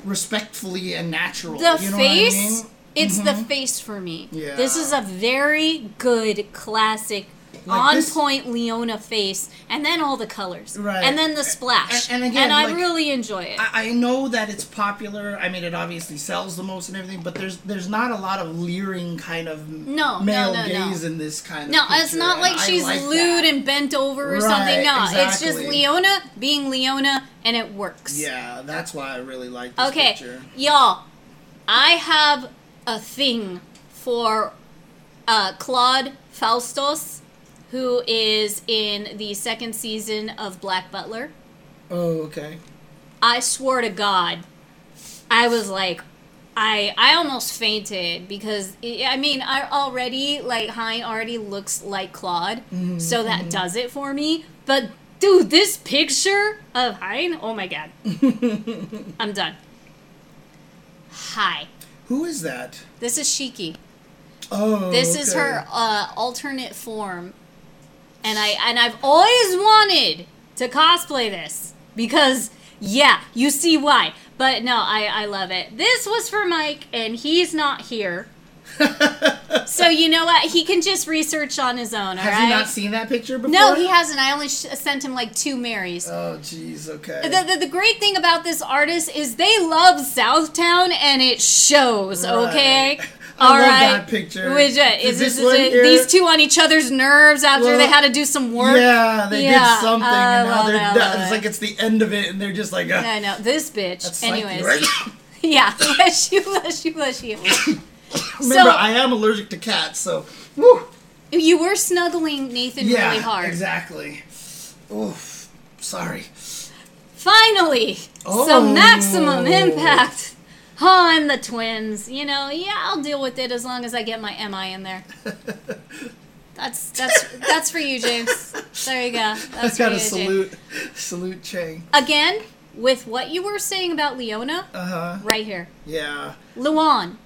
Speaker 1: respectfully and natural.
Speaker 2: the
Speaker 1: you know
Speaker 2: face
Speaker 1: What I mean? Mm-hmm.
Speaker 2: it's the face for me
Speaker 1: Yeah.
Speaker 2: this is a very good classic
Speaker 1: Like
Speaker 2: on
Speaker 1: this-
Speaker 2: point leona face and then all the colors
Speaker 1: Right.
Speaker 2: and then the splash
Speaker 1: and- and again,
Speaker 2: i
Speaker 1: like-
Speaker 2: really enjoy it
Speaker 1: I I know that it's popular. I mean, it obviously sells the most and everything, but there's there's not a lot of leering kind of
Speaker 2: No, no,
Speaker 1: male
Speaker 2: no, no.
Speaker 1: gaze in this kind
Speaker 2: no
Speaker 1: of.
Speaker 2: it's
Speaker 1: picture,
Speaker 2: not
Speaker 1: and
Speaker 2: like
Speaker 1: I
Speaker 2: she's
Speaker 1: like that.
Speaker 2: lewd and bent over or
Speaker 1: Right,
Speaker 2: something no it's just
Speaker 1: exactly.
Speaker 2: leona being leona and it works
Speaker 1: Yeah, that's why I really like this
Speaker 2: okay
Speaker 1: picture.
Speaker 2: y'all i have a thing for uh, claude faustos who is in the second season of black butler
Speaker 1: Oh, okay.
Speaker 2: I swear to God, I was like, I I almost fainted because i I mean I already like Hein already looks like Claude, so that does it for me. But dude, this picture of Hein, oh my god, I'm done. Hi,
Speaker 1: Who is that?
Speaker 2: this is Shiki.
Speaker 1: Oh,
Speaker 2: This is
Speaker 1: okay.
Speaker 2: her uh, alternate form, and I and I've always wanted to cosplay this because yeah, you see why. But no, I I love it. This was for Mike, and he's not here. so you know what? He can just research on his own. All right.
Speaker 1: Has he not seen that picture before?
Speaker 2: no, he hasn't. I only sh- sent him like two Marys.
Speaker 1: Oh, jeez. Okay.
Speaker 2: The, the, the great thing about this artist is they love Southtown and it shows, okay?
Speaker 1: Right. I
Speaker 2: all right.
Speaker 1: love that picture.
Speaker 2: Which, uh,
Speaker 1: Is
Speaker 2: is
Speaker 1: this
Speaker 2: this,
Speaker 1: one
Speaker 2: is it-
Speaker 1: here?
Speaker 2: these two on each other's nerves after
Speaker 1: Well,
Speaker 2: they had to do some work?
Speaker 1: yeah, they
Speaker 2: Yeah, Oh,
Speaker 1: did something,
Speaker 2: I
Speaker 1: and now
Speaker 2: love
Speaker 1: they're
Speaker 2: it, I
Speaker 1: done.
Speaker 2: love
Speaker 1: It's
Speaker 2: it.
Speaker 1: like it's the end of it, and they're just like, "Ah,
Speaker 2: I know. This bitch.
Speaker 1: That's psyche,
Speaker 2: Anyways.
Speaker 1: right?
Speaker 2: Yeah. Bless you, bless you, bless you.
Speaker 1: Remember,
Speaker 2: So-
Speaker 1: I am allergic to cats, so. Woo,
Speaker 2: you were snuggling Nathan
Speaker 1: yeah,
Speaker 2: really hard.
Speaker 1: exactly. Oof, sorry.
Speaker 2: Finally,
Speaker 1: Oh.
Speaker 2: some maximum impact on the twins. You know, yeah, I'll deal with it as long as I get my MI in there. That's that's that's for you, James. There you go. That's
Speaker 1: I
Speaker 2: for
Speaker 1: gotta
Speaker 2: you, James.
Speaker 1: salute, salute Chang.
Speaker 2: Again, with what you were saying about Leona,
Speaker 1: Uh huh.
Speaker 2: right here,
Speaker 1: Yeah,
Speaker 2: Luan,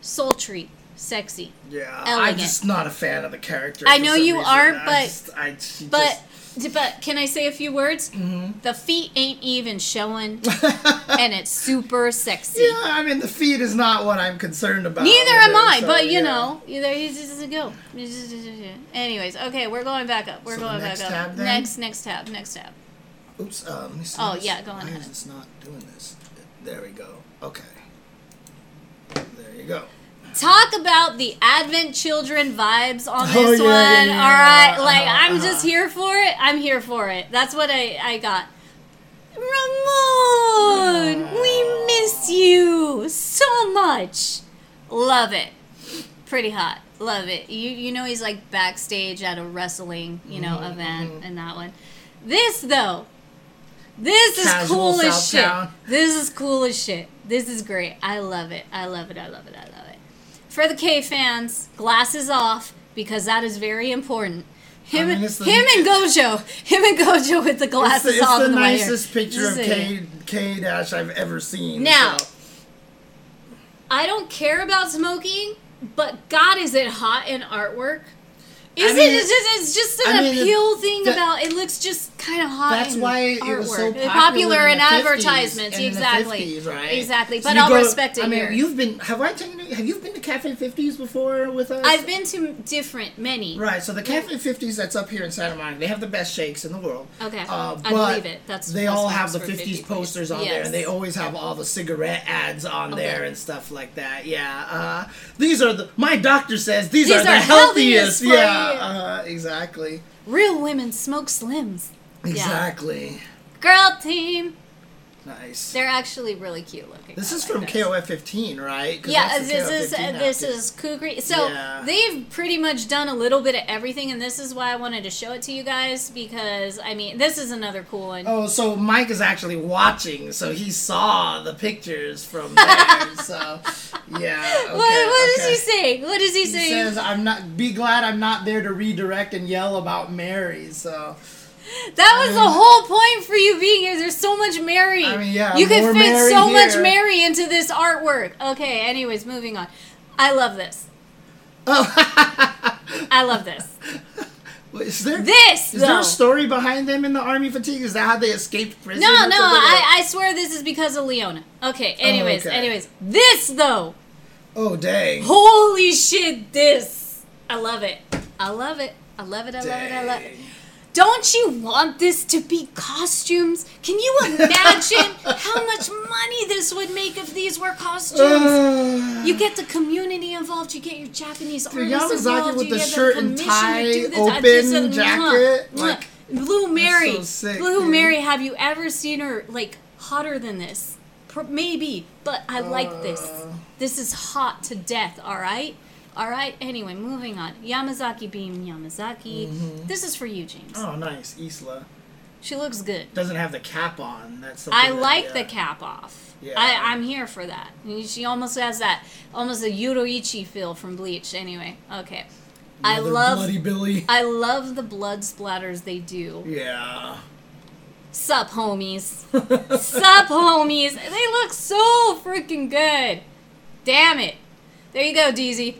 Speaker 2: sultry, sexy.
Speaker 1: yeah. I'm
Speaker 2: Elegant.
Speaker 1: just not a fan of the character.
Speaker 2: I
Speaker 1: for
Speaker 2: know
Speaker 1: some
Speaker 2: you
Speaker 1: reason.
Speaker 2: aren't,
Speaker 1: I
Speaker 2: but-
Speaker 1: just- I, she
Speaker 2: But
Speaker 1: just- Mm-hmm.
Speaker 2: but can I say a few words? The feet ain't even showing, and it's super sexy.
Speaker 1: yeah, I mean, the feed is not what I'm concerned about.
Speaker 2: Neither
Speaker 1: with
Speaker 2: am
Speaker 1: her,
Speaker 2: I,
Speaker 1: so,
Speaker 2: but you
Speaker 1: yeah.
Speaker 2: know, either he just doesn't go. He just doesn't go. Anyways, okay, we're going back up. We're
Speaker 1: So the
Speaker 2: going
Speaker 1: next
Speaker 2: back
Speaker 1: tab
Speaker 2: up.
Speaker 1: then?
Speaker 2: Next, next tab, next tab.
Speaker 1: Oops. Uh, let me see
Speaker 2: Oh,
Speaker 1: this.
Speaker 2: yeah, go on
Speaker 1: Why
Speaker 2: ahead.
Speaker 1: is this not doing this? There we go. Okay. There you go.
Speaker 2: Talk about the Advent children vibes on
Speaker 1: Oh,
Speaker 2: this
Speaker 1: yeah,
Speaker 2: one.
Speaker 1: yeah, yeah,
Speaker 2: All right,
Speaker 1: yeah.
Speaker 2: like
Speaker 1: Uh-huh,
Speaker 2: I'm
Speaker 1: uh-huh.
Speaker 2: just here for it. I'm here for it. That's what I I got. Ramon, we miss you so much. Love it. Pretty hot. Love it. You you know he's like backstage at a wrestling, you know,
Speaker 1: Mm-hmm,
Speaker 2: event and that one. This though. This is
Speaker 1: Casual
Speaker 2: cool as shit.
Speaker 1: Southtown.
Speaker 2: This is cool as shit. This is great. I love it. I love it. I love it. I love it. For the K fans, glasses off because that is very important. Him,
Speaker 1: I mean, it's the-
Speaker 2: him and Gojo, him and Gojo with the
Speaker 1: It's
Speaker 2: glasses
Speaker 1: the, it's
Speaker 2: off.
Speaker 1: the
Speaker 2: in white hair.
Speaker 1: nicest picture of
Speaker 2: This is
Speaker 1: K
Speaker 2: it.
Speaker 1: K dash I've ever seen.
Speaker 2: Now-
Speaker 1: so-
Speaker 2: I don't care about smoking, but God, is it hot in artwork? Is
Speaker 1: mean,
Speaker 2: it? It's just, it's just an
Speaker 1: I mean,
Speaker 2: appeal thing
Speaker 1: that-
Speaker 2: about. It looks just kind of hot.
Speaker 1: That's
Speaker 2: in
Speaker 1: why it was so
Speaker 2: artwork.
Speaker 1: popular,
Speaker 2: in,
Speaker 1: the 50s
Speaker 2: advertisements.
Speaker 1: and in the
Speaker 2: exactly,
Speaker 1: 50s, right?
Speaker 2: exactly.
Speaker 1: So
Speaker 2: But
Speaker 1: you
Speaker 2: I'll
Speaker 1: go-
Speaker 2: respect it
Speaker 1: I mean,
Speaker 2: here.
Speaker 1: you've been. Have I taken? Have you been to Cafe Fifties before with us?
Speaker 2: I've been to different many.
Speaker 1: Right, so the Cafe Fifties that's up here in Santa Monica, they have the best shakes in the world.
Speaker 2: Okay,
Speaker 1: uh, but
Speaker 2: I believe it. That's
Speaker 1: they
Speaker 2: that's
Speaker 1: all
Speaker 2: what
Speaker 1: have the
Speaker 2: Oxford
Speaker 1: fifties
Speaker 2: 50 place.
Speaker 1: posters on there,
Speaker 2: Yes.
Speaker 1: and they always have all the cigarette ads on
Speaker 2: Okay.
Speaker 1: there and stuff like that. Yeah, uh, these are the. My doctor says these,
Speaker 2: These
Speaker 1: are, the
Speaker 2: are
Speaker 1: healthiest.
Speaker 2: healthiest for you.
Speaker 1: yeah, uh, exactly,
Speaker 2: Real women smoke slims.
Speaker 1: exactly.
Speaker 2: Girl team.
Speaker 1: Nice.
Speaker 2: They're actually really cute looking.
Speaker 1: this
Speaker 2: I
Speaker 1: is
Speaker 2: like
Speaker 1: from
Speaker 2: this.
Speaker 1: KOF fifteen, right? 'Cause
Speaker 2: Yeah,
Speaker 1: that's the
Speaker 2: this is
Speaker 1: KOF15
Speaker 2: this
Speaker 1: outfit.
Speaker 2: is Kugri. So
Speaker 1: Yeah.
Speaker 2: they've pretty much done a little bit of everything, and this is why I wanted to show it to you guys because I mean this is another cool one.
Speaker 1: Oh, so Mike is actually watching, so he saw the pictures from there. so, yeah. Okay,
Speaker 2: what what is
Speaker 1: okay.
Speaker 2: he saying? What is he,
Speaker 1: He
Speaker 2: saying?
Speaker 1: says, "I'm not. Be glad I'm not there to redirect and yell about Mary." So
Speaker 2: that was the whole point for you being here. There's so much Mary.
Speaker 1: I mean, yeah,
Speaker 2: you could
Speaker 1: more
Speaker 2: fit
Speaker 1: Mary
Speaker 2: so much
Speaker 1: here.
Speaker 2: Mary into this artwork. Okay, anyways, moving on. I love this. I love this.
Speaker 1: Oh. Wait, is there
Speaker 2: This
Speaker 1: is
Speaker 2: though.
Speaker 1: there a story behind them in the army fatigue? Is that how they escaped prison?
Speaker 2: No,
Speaker 1: or
Speaker 2: no,
Speaker 1: something?
Speaker 2: I, I swear this is because of Leona. Okay, anyways,
Speaker 1: Oh, okay.
Speaker 2: anyways. This though.
Speaker 1: oh dang.
Speaker 2: Holy shit, this. I love it. I love it. I love it. I love it. I love it.
Speaker 1: Dang.
Speaker 2: Don't you want this to be costumes? Can you imagine how much money this would make if these were costumes?
Speaker 1: Uh,
Speaker 2: you get the community involved. You get your Japanese artists
Speaker 1: Yamazaki
Speaker 2: involved.
Speaker 1: with
Speaker 2: you
Speaker 1: the
Speaker 2: get
Speaker 1: shirt
Speaker 2: the
Speaker 1: and
Speaker 2: commission
Speaker 1: tie,
Speaker 2: to do the
Speaker 1: open
Speaker 2: this and-
Speaker 1: jacket,
Speaker 2: Mwah,
Speaker 1: like,
Speaker 2: mwah. Blue uh-huh. Mary.
Speaker 1: so sick,
Speaker 2: Blue
Speaker 1: dude.
Speaker 2: Mary. Have you ever seen her like hotter than this? Pro- Maybe, but I like this.
Speaker 1: Uh.
Speaker 2: This is hot to death. All right. All right. Anyway,
Speaker 1: Mm-hmm.
Speaker 2: moving on. Yamazaki beam Yamazaki. This is for you, James.
Speaker 1: oh nice, Isla.
Speaker 2: She looks good.
Speaker 1: Doesn't have the cap on. That's something
Speaker 2: I
Speaker 1: that-
Speaker 2: like
Speaker 1: yeah.
Speaker 2: the cap off.
Speaker 1: Yeah.
Speaker 2: I, I'm here for that. I mean, She almost has that, almost a Yuroichi feel from Bleach. Anyway, okay. I
Speaker 1: Another
Speaker 2: love,
Speaker 1: bloody Billy.
Speaker 2: I love the blood splatters they do.
Speaker 1: yeah. Oh,
Speaker 2: Sup, homies. Sup, homies. They look so freaking good. Damn it. There you go, DZ.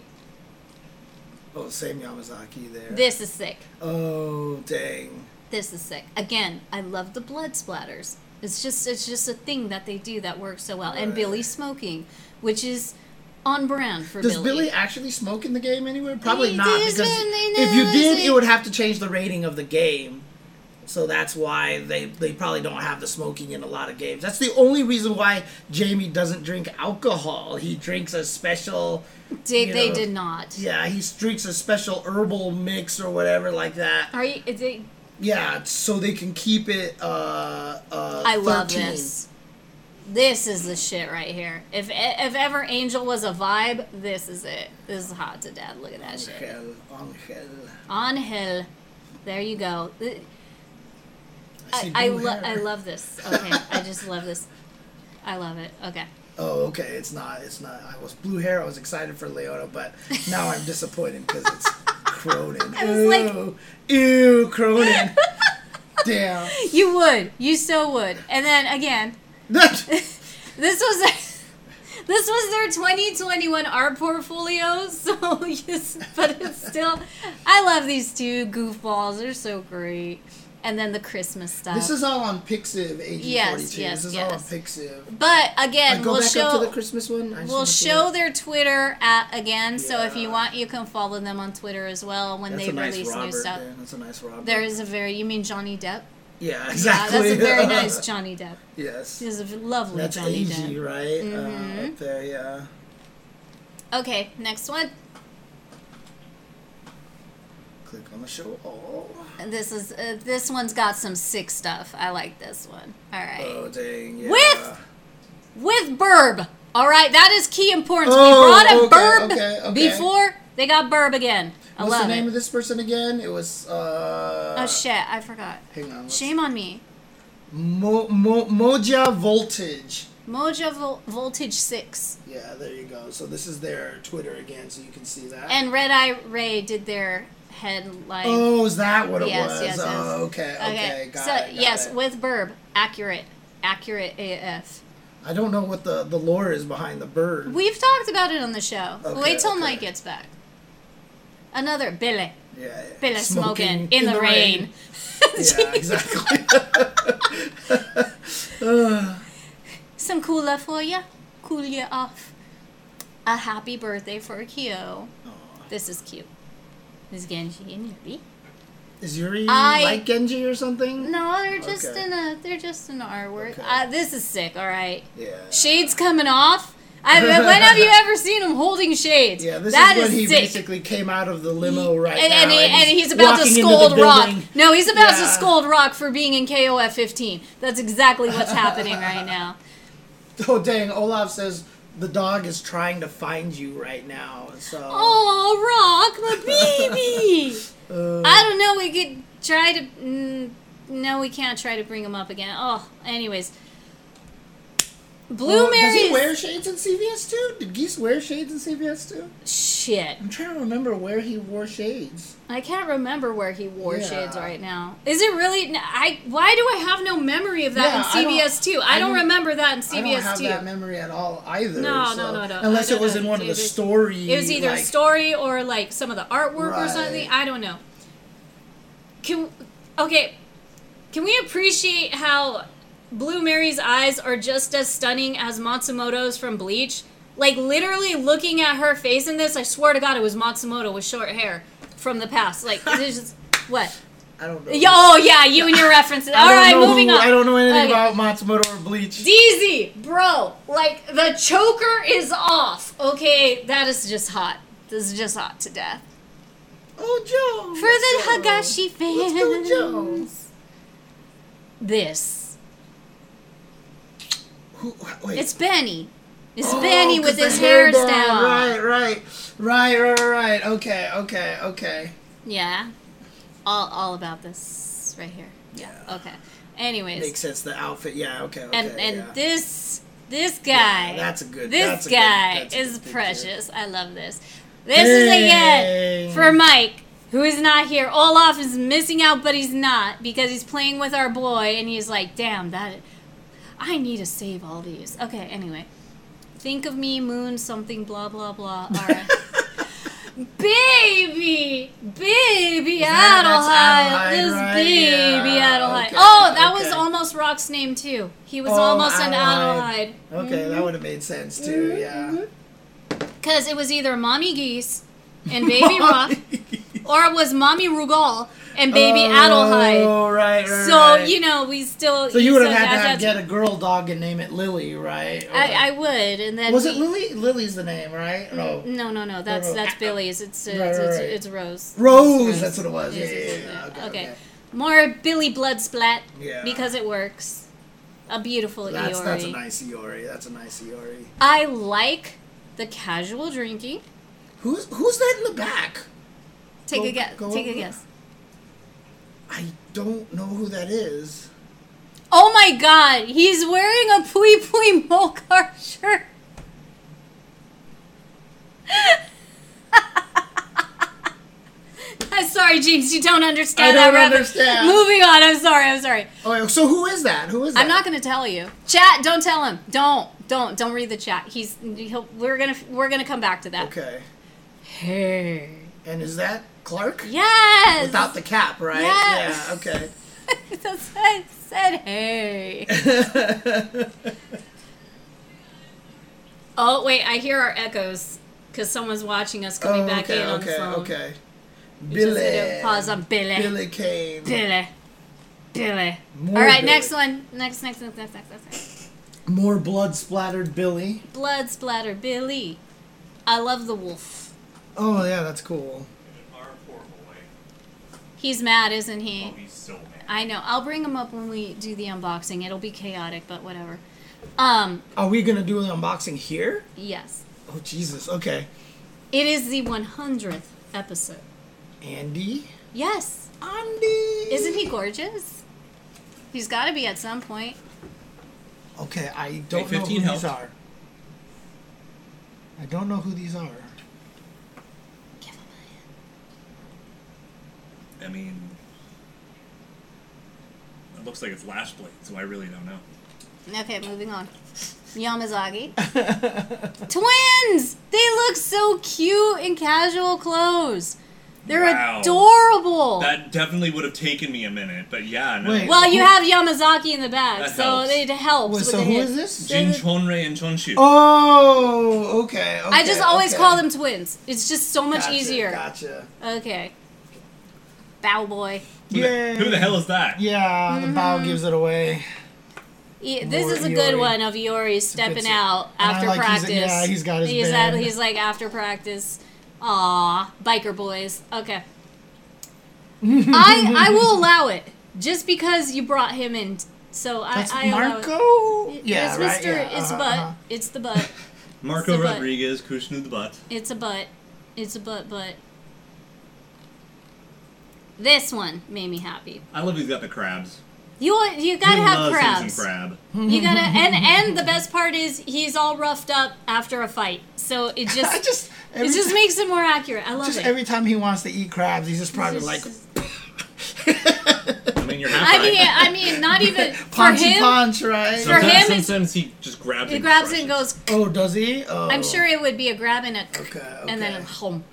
Speaker 1: Oh, same Yamazaki there.
Speaker 2: This is sick.
Speaker 1: Oh, dang.
Speaker 2: This is sick. Again, I love the blood splatters. It's just it's just a thing that they do that works so well. And Billy smoking, which is on brand for
Speaker 1: Does
Speaker 2: Billy.
Speaker 1: Billy actually smoke in the game anywhere? Probably
Speaker 2: He
Speaker 1: not,
Speaker 2: does,
Speaker 1: because
Speaker 2: man, they
Speaker 1: if you
Speaker 2: never
Speaker 1: did,
Speaker 2: say-
Speaker 1: it would have to change the rating of the game. So that's why they, they probably don't have the smoking in a lot of games. That's the only reason why Jamie doesn't drink alcohol. He drinks a special
Speaker 2: did
Speaker 1: you
Speaker 2: they
Speaker 1: know,
Speaker 2: did not.
Speaker 1: yeah, he drinks a special herbal mix or whatever like that.
Speaker 2: Are you is it,
Speaker 1: Yeah, so they can keep it. Uh, uh,
Speaker 2: I love
Speaker 1: 13.
Speaker 2: this. This is the shit right here. If if ever Angel was a vibe, this is it. This is hot to dad. Look at that shit.
Speaker 1: Angel, Angel.
Speaker 2: On hill. There you go. Th- I,
Speaker 1: see
Speaker 2: I,
Speaker 1: blue
Speaker 2: lo-
Speaker 1: hair.
Speaker 2: I love this. Okay. I just love this. I love it. Okay.
Speaker 1: Oh, okay. It's not. It's not. I was blue hair. I was excited for Leona, but now I'm disappointed because it's Cronin.
Speaker 2: I was like-
Speaker 1: ew, ew, Cronin. Damn.
Speaker 2: You would. You so would. And then again, this was this was their 2021 art portfolio. So yes, but it's still. I love these two goofballs. They're so great. And then the Christmas stuff.
Speaker 1: this is all on Pixiv, AG42.
Speaker 2: Yes, yes,
Speaker 1: this is all on
Speaker 2: yes.
Speaker 1: Pixiv.
Speaker 2: but again,
Speaker 1: Like, go
Speaker 2: we'll
Speaker 1: back
Speaker 2: show
Speaker 1: up to the Christmas one. I just
Speaker 2: We'll
Speaker 1: wanna see
Speaker 2: show
Speaker 1: it.
Speaker 2: their Twitter at again, so if you
Speaker 1: Yeah.
Speaker 2: want, you can follow them on Twitter as well when
Speaker 1: That's
Speaker 2: they
Speaker 1: a nice
Speaker 2: release
Speaker 1: Robert
Speaker 2: new stuff.
Speaker 1: there. That's a nice Robert.
Speaker 2: There is a very you mean Johnny Depp?
Speaker 1: yeah,
Speaker 2: Yeah,
Speaker 1: exactly.
Speaker 2: that's a very nice Johnny Depp.
Speaker 1: yes.
Speaker 2: He's a lovely
Speaker 1: That's
Speaker 2: Johnny
Speaker 1: AG,
Speaker 2: Depp.
Speaker 1: right? Uh,
Speaker 2: Mhm.
Speaker 1: up there, yeah.
Speaker 2: Okay, next one.
Speaker 1: Click on the show Oh, all.
Speaker 2: This is uh, this one's got some sick stuff. I like this one. All right,
Speaker 1: Oh, dang. Yeah.
Speaker 2: With- with burb. All right, that is key importance.
Speaker 1: Oh,
Speaker 2: we
Speaker 1: okay,
Speaker 2: brought a burb
Speaker 1: okay, okay.
Speaker 2: before they got burb again. I
Speaker 1: What's
Speaker 2: love
Speaker 1: the name
Speaker 2: it.
Speaker 1: of this person again? It was uh.
Speaker 2: oh shit, I forgot.
Speaker 1: Hang on. let's-
Speaker 2: Shame on me.
Speaker 1: Mo, Mo, Moja Voltage.
Speaker 2: Moja Vol- Voltage Six.
Speaker 1: Yeah, there you go. So this is their Twitter again, so you can see that.
Speaker 2: And Red Eye Ray did their headline.
Speaker 1: oh, is that what it
Speaker 2: Yes,
Speaker 1: was?
Speaker 2: yes, yes.
Speaker 1: Oh, okay, okay, got
Speaker 2: so
Speaker 1: it. got
Speaker 2: yes,
Speaker 1: it.
Speaker 2: with Burb, accurate, accurate AF.
Speaker 1: I don't know what the the lore is behind the bird.
Speaker 2: We've talked about it on the show.
Speaker 1: Okay,
Speaker 2: Wait till
Speaker 1: okay.
Speaker 2: Mike gets back. Another Billy,
Speaker 1: yeah, yeah.
Speaker 2: Billy smoking, in, the, rain.
Speaker 1: yeah, exactly. Uh,
Speaker 2: Some cooler for ya, cool ya off. A happy birthday for Kyo. This is cute. Is Genji and Yuri?
Speaker 1: is Yuri
Speaker 2: I-
Speaker 1: like Genji or something?
Speaker 2: No, they're just
Speaker 1: Okay.
Speaker 2: in a they're just in our work.
Speaker 1: Okay.
Speaker 2: Uh, this is sick. All right.
Speaker 1: Yeah.
Speaker 2: shades coming off. I, when have you ever seen him holding shades?
Speaker 1: Yeah, this
Speaker 2: That
Speaker 1: is when
Speaker 2: is
Speaker 1: he
Speaker 2: sick.
Speaker 1: basically came out of the limo right
Speaker 2: and,
Speaker 1: now,
Speaker 2: and, he- and he's about to
Speaker 1: walking into the
Speaker 2: scold Rock.
Speaker 1: building.
Speaker 2: No, he's about to
Speaker 1: Yeah.
Speaker 2: scold Rock for being in KOF 15. That's exactly what's happening right now.
Speaker 1: Oh dang! Olaf says the dog is trying to find you right now. So
Speaker 2: Oh, Rock, my baby!
Speaker 1: Uh,
Speaker 2: I don't know. We could try to. Mm, no, we can't try to bring him up again. Oh, anyways. Blue
Speaker 1: Well, Does he
Speaker 2: Mary's
Speaker 1: wear shades in CVS too? Did Geese wear shades in CVS too?
Speaker 2: shit.
Speaker 1: I'm trying to remember where he wore shades.
Speaker 2: I can't remember where he wore
Speaker 1: Yeah.
Speaker 2: shades right now. Is it really? n- I why do I have no memory of that
Speaker 1: Yeah, I
Speaker 2: in
Speaker 1: don't-
Speaker 2: CBS two? I,
Speaker 1: I
Speaker 2: don't
Speaker 1: don't-
Speaker 2: remember that in
Speaker 1: I don't have that
Speaker 2: CBS
Speaker 1: memory at all either.
Speaker 2: No,
Speaker 1: so-
Speaker 2: no, no, no.
Speaker 1: Unless
Speaker 2: I
Speaker 1: it was
Speaker 2: don't
Speaker 1: in
Speaker 2: know.
Speaker 1: one of the
Speaker 2: It was-
Speaker 1: story.
Speaker 2: two. It was either
Speaker 1: like,
Speaker 2: a story or like some of the artwork or
Speaker 1: Right.
Speaker 2: something. I don't know. Can okay? Can we appreciate how Blue Mary's eyes are just as stunning as Matsumoto's from Bleach? Like literally looking at her face in this, I swear to God, it was Matsumoto with short hair from the past. Like it's just what.
Speaker 1: I don't know.
Speaker 2: Yo, oh, yeah, you and your references.
Speaker 1: I
Speaker 2: All
Speaker 1: don't
Speaker 2: right,
Speaker 1: know
Speaker 2: moving
Speaker 1: who-
Speaker 2: on.
Speaker 1: I don't know anything
Speaker 2: Okay.
Speaker 1: about Matsumoto or Bleach.
Speaker 2: DZ, bro, like the choker is off. Okay, that is just hot. This is just hot to death.
Speaker 1: oh, Joe.
Speaker 2: For the Hagashi
Speaker 1: Let's go, Joe.
Speaker 2: fans, this
Speaker 1: Who, wait.
Speaker 2: it's Benny. It's
Speaker 1: Oh,
Speaker 2: Benny
Speaker 1: 'cause
Speaker 2: with
Speaker 1: the
Speaker 2: his hair
Speaker 1: down.
Speaker 2: down.
Speaker 1: Right, right, right, right, right. Okay, okay, okay.
Speaker 2: Yeah, all all about this right here. Yeah. Okay. Anyways,
Speaker 1: Makes sense. The outfit. Yeah. Okay. okay
Speaker 2: and and
Speaker 1: yeah.
Speaker 2: this this guy.
Speaker 1: Yeah, that's a good-
Speaker 2: This
Speaker 1: that's a good-
Speaker 2: guy
Speaker 1: that's a
Speaker 2: is
Speaker 1: good picture.
Speaker 2: precious. I love this. This is a
Speaker 1: Hey.
Speaker 2: get for Mike, who is not here. Olaf is missing out, but he's not because he's playing with our boy, and he's like, "Damn that! I need to save all these." Okay. Anyway, think of me, moon, something, blah blah blah. All right. Baby, baby,
Speaker 1: that- that's
Speaker 2: Adelheid,
Speaker 1: Adelheid,
Speaker 2: this
Speaker 1: right?
Speaker 2: baby
Speaker 1: Yeah,
Speaker 2: Adelheid.
Speaker 1: okay,
Speaker 2: oh, that was
Speaker 1: okay.
Speaker 2: almost Rock's name too. He was
Speaker 1: Oh,
Speaker 2: almost an
Speaker 1: Adelheid.
Speaker 2: Adelheid
Speaker 1: Okay, that would have made sense
Speaker 2: Mm-hmm,
Speaker 1: too. Yeah.
Speaker 2: because it was either Mommy Geese and Baby Rock, or it was Mommy Rugal and Baby Adelheid.
Speaker 1: Oh right. right
Speaker 2: So
Speaker 1: right.
Speaker 2: you know we still.
Speaker 1: So you would have had to
Speaker 2: that-
Speaker 1: have
Speaker 2: that's-
Speaker 1: get a girl dog and name it Lily, right? Or-
Speaker 2: I, I would, Mm-hmm. and then
Speaker 1: was
Speaker 2: we,
Speaker 1: it Lily? Lily's the name, right? Oh, No.
Speaker 2: No, no, no. That's
Speaker 1: no.
Speaker 2: that's Billy's. It's it's,
Speaker 1: Right, right,
Speaker 2: it's,
Speaker 1: right.
Speaker 2: it's Rose.
Speaker 1: Rose,
Speaker 2: It's
Speaker 1: that's what it was.
Speaker 2: Yes,
Speaker 1: Yeah,
Speaker 2: yes,
Speaker 1: yeah,
Speaker 2: yes,
Speaker 1: yeah.
Speaker 2: yeah.
Speaker 1: Okay,
Speaker 2: Okay.
Speaker 1: okay.
Speaker 2: More Billy Blood Splat.
Speaker 1: Yeah.
Speaker 2: Because it works. A beautiful
Speaker 1: That's
Speaker 2: Eeyore.
Speaker 1: that's a nice Iori. That's a nice Iori.
Speaker 2: I like the casual drinking.
Speaker 1: Who's who's that in the back?
Speaker 2: Take
Speaker 1: Go-
Speaker 2: a guess.
Speaker 1: go
Speaker 2: Take a
Speaker 1: over.
Speaker 2: guess.
Speaker 1: I don't know who that is.
Speaker 2: Oh my god, he's wearing a Pui Pui Mokar shirt. I'm sorry, Jinx, you don't understand
Speaker 1: I
Speaker 2: that
Speaker 1: don't
Speaker 2: reference.
Speaker 1: understand.
Speaker 2: Moving on, I'm sorry, I'm sorry.
Speaker 1: Oh, so who is that? Who is that?
Speaker 2: I'm not gonna tell you. Chat, don't tell him. Don't, don't, don't read the chat. He's, he'll, we're gonna, we're gonna come back to that.
Speaker 1: Okay.
Speaker 2: Hey.
Speaker 1: And is that Clark?
Speaker 2: Yes.
Speaker 1: Without the cap, right?
Speaker 2: Yes.
Speaker 1: Yeah. Okay.
Speaker 2: That's why I said hey. oh wait, I hear our echoes because someone's watching us coming
Speaker 1: oh,
Speaker 2: back
Speaker 1: okay.
Speaker 2: in on
Speaker 1: okay.
Speaker 2: the phone.
Speaker 1: Okay.
Speaker 2: Just
Speaker 1: Billy.
Speaker 2: need to pause on Billy.
Speaker 1: Billy Kane.
Speaker 2: Billy. Billy.
Speaker 1: More
Speaker 2: All right,
Speaker 1: Billy.
Speaker 2: next one. Next, next, next, next, next, next, next.
Speaker 1: More blood splattered Billy.
Speaker 2: Blood splatter, Billy. I love the wolf.
Speaker 1: Oh yeah, that's cool.
Speaker 7: Our poor boy.
Speaker 2: He's mad, isn't he?
Speaker 7: He's so mad.
Speaker 2: I know. I'll bring him up when we do the unboxing. It'll be chaotic, but whatever. Um,
Speaker 1: Are we gonna do the unboxing here?
Speaker 2: yes.
Speaker 1: Oh Jesus. Okay.
Speaker 2: It is the 100th episode.
Speaker 1: Andy.
Speaker 2: Yes.
Speaker 1: Andy.
Speaker 2: Isn't he gorgeous? He's got to be at some point.
Speaker 1: Okay, I don't know
Speaker 3: 15
Speaker 1: who
Speaker 3: helps.
Speaker 1: these are. I don't know who these are.
Speaker 2: Give him a hint.
Speaker 4: I mean, it looks like it's lash blade, so I really don't know.
Speaker 2: Okay, moving on. Yamazaki. Twins! They look so cute in casual clothes. They're
Speaker 4: Wow.
Speaker 2: adorable.
Speaker 4: That definitely would have taken me a minute, but yeah, no.
Speaker 1: Oh. Wait.
Speaker 2: well, you
Speaker 1: Who-
Speaker 2: have Yamazaki in the back,
Speaker 4: That
Speaker 2: so
Speaker 4: helps.
Speaker 2: it helps.
Speaker 1: Wait,
Speaker 2: with
Speaker 1: so
Speaker 2: the
Speaker 1: who
Speaker 2: hint.
Speaker 1: is this?
Speaker 4: Jin
Speaker 2: They're the-
Speaker 4: Chonrei and Chonshu.
Speaker 1: Oh, okay. okay
Speaker 2: I just always
Speaker 1: okay.
Speaker 2: call them twins. It's just so much
Speaker 1: Gotcha,
Speaker 2: easier.
Speaker 1: Gotcha.
Speaker 2: Okay. Bow boy.
Speaker 4: who, the,
Speaker 1: Yay.
Speaker 4: who the hell is that?
Speaker 1: Yeah,
Speaker 2: Mm-hmm.
Speaker 1: the bow gives it away.
Speaker 2: Yeah, E, this
Speaker 1: More
Speaker 2: is a good
Speaker 1: Iori.
Speaker 2: one of Iori stepping
Speaker 1: good-
Speaker 2: out
Speaker 1: and I
Speaker 2: after
Speaker 1: like he's-
Speaker 2: practice.
Speaker 1: yeah, he's got his
Speaker 2: He's, at-
Speaker 1: band.
Speaker 2: he's like after practice. Aw, biker boys. Okay. I I will allow it just because you brought him in. So I,
Speaker 1: That's
Speaker 2: I allow it.
Speaker 1: Marco. Yeah,
Speaker 2: it's
Speaker 1: right.
Speaker 2: Mr.
Speaker 1: Yeah,
Speaker 2: it's
Speaker 1: uh-huh,
Speaker 2: butt.
Speaker 1: uh-huh.
Speaker 2: It's the butt.
Speaker 4: Marco
Speaker 2: It's a butt.
Speaker 4: Rodriguez, Kushnu the butt.
Speaker 2: It's a butt. It's a butt butt. This one made me happy.
Speaker 4: I love he's got the crabs.
Speaker 2: You you gotta
Speaker 4: he
Speaker 2: have
Speaker 4: loves him
Speaker 2: crabs.
Speaker 4: some crab.
Speaker 2: You gotta and and the best part is he's all roughed up after a fight, so it just,
Speaker 1: I just every,
Speaker 2: it just makes it more accurate. I love
Speaker 1: just
Speaker 2: it.
Speaker 1: every time he wants to eat crabs, he's just probably
Speaker 2: It's
Speaker 1: like
Speaker 2: just-
Speaker 4: I mean, you're half
Speaker 2: I
Speaker 4: right.
Speaker 2: mean, I mean, not even for
Speaker 1: paunchy
Speaker 2: him.
Speaker 1: paunch, right?
Speaker 2: For him,
Speaker 4: sometimes,
Speaker 2: it's-
Speaker 4: sometimes he just grabs
Speaker 2: He
Speaker 4: and
Speaker 2: grabs it
Speaker 4: crushes.
Speaker 2: and goes.
Speaker 1: oh, does he? Oh.
Speaker 2: I'm sure it would be a grab and a,
Speaker 1: Okay,
Speaker 2: and then
Speaker 1: okay.
Speaker 2: home.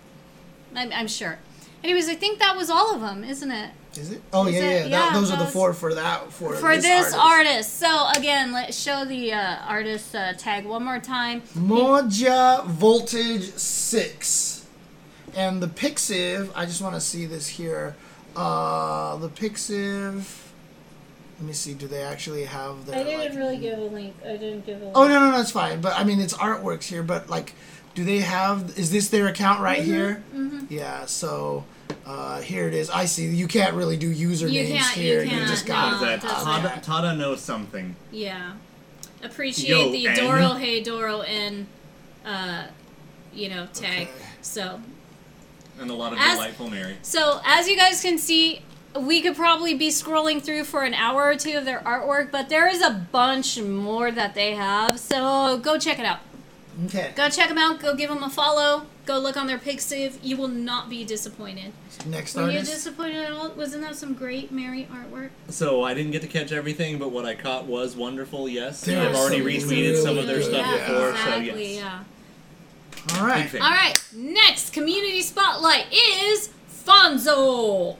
Speaker 2: I'm, I'm sure. Anyways, I think that was all of them, isn't it?
Speaker 1: Is it? Oh
Speaker 2: Is
Speaker 1: yeah,
Speaker 2: it?
Speaker 1: yeah. that-
Speaker 2: Yeah,
Speaker 1: those are the
Speaker 2: those-
Speaker 1: four for that. For,
Speaker 2: For
Speaker 1: this,
Speaker 2: this,
Speaker 1: artist.
Speaker 2: artist. So again, let's show the uh, artist uh, tag one more time.
Speaker 1: Moja Voltage 6. And the Pixiv, I just want to see this here. Uh, the Pixiv. Let me see, do they actually have their. like-
Speaker 2: give a link. I didn't give a link.
Speaker 1: Oh, no, no, no, it's fine. But I mean, it's artworks here, but like, do they have. Is this their account right
Speaker 2: Mm-hmm,
Speaker 1: here? Yeah, so. Uh, here it is. I see. You can't really do usernames
Speaker 2: You can't. You
Speaker 1: here.
Speaker 2: can't.
Speaker 1: just
Speaker 2: no,
Speaker 1: got
Speaker 4: Is that
Speaker 2: it doesn't.
Speaker 4: Tada, Tada knows something.
Speaker 2: Yeah. Appreciate
Speaker 4: Yo,
Speaker 2: the
Speaker 4: N.
Speaker 2: Doro Hey Doro N uh you know tag.
Speaker 1: Okay.
Speaker 2: So
Speaker 4: And a lot of
Speaker 2: As-
Speaker 4: delightful Mary.
Speaker 2: so as you guys can see, we could probably be scrolling through for an hour or two of their artwork, but there is a bunch more that they have. So go check it out.
Speaker 1: Okay.
Speaker 2: Go check them out. Go give them a follow. Go look on their Pixiv. You will not be disappointed.
Speaker 1: Next
Speaker 2: Were you
Speaker 1: artist.
Speaker 2: disappointed at all? Wasn't that some great Mary artwork?
Speaker 3: So I didn't get to catch everything, but what I caught was wonderful. Yes,
Speaker 1: There
Speaker 3: I've
Speaker 1: was
Speaker 3: already
Speaker 1: some
Speaker 3: retweeted
Speaker 1: really
Speaker 3: some of their
Speaker 1: good-
Speaker 3: stuff
Speaker 2: yeah,
Speaker 3: before. So
Speaker 2: Exactly,
Speaker 3: yes.
Speaker 2: yeah.
Speaker 1: All
Speaker 3: Big
Speaker 1: right.
Speaker 3: fan.
Speaker 2: All right. Next community spotlight is Fonzo.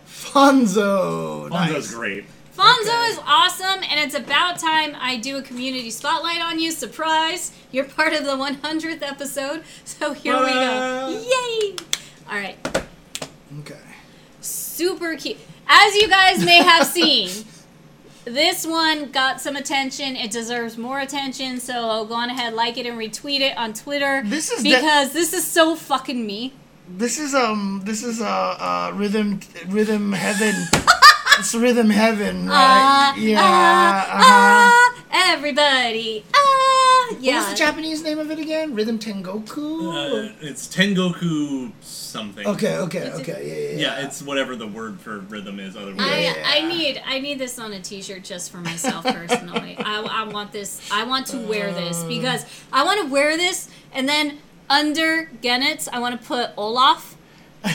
Speaker 1: Fonzo.
Speaker 4: Fonzo's
Speaker 1: Nice.
Speaker 4: great.
Speaker 2: Fonzo
Speaker 1: Okay.
Speaker 2: is awesome, and it's about time I do a community spotlight on you. Surprise! You're part of the 100th episode, so here we go. Yay! All right,
Speaker 1: Okay.
Speaker 2: super cute. As you guys may have seen, this one got some attention. It deserves more attention, so go on ahead, like it, and retweet it on Twitter.
Speaker 1: This is the-
Speaker 2: because this is so fucking me.
Speaker 1: This is um. This is uh, uh rhythm rhythm heaven. it's rhythm heaven, right?
Speaker 2: Ah,
Speaker 1: yeah.
Speaker 2: ah,
Speaker 1: uh-huh.
Speaker 2: ah, everybody. Ah, yeah.
Speaker 1: What was the Japanese name of it again? Rhythm Tengoku.
Speaker 4: Uh, it's Tengoku something.
Speaker 1: okay. Okay. Okay. Yeah. Yeah.
Speaker 4: Yeah, it's whatever the word for rhythm is otherwise.
Speaker 2: I, uh,
Speaker 1: Yeah.
Speaker 2: I need I need this on a T-shirt just for myself personally. I, I want this. I want to wear
Speaker 1: Mm.
Speaker 2: this because I want to wear this, and then under Gennett's, I want to put Olaf,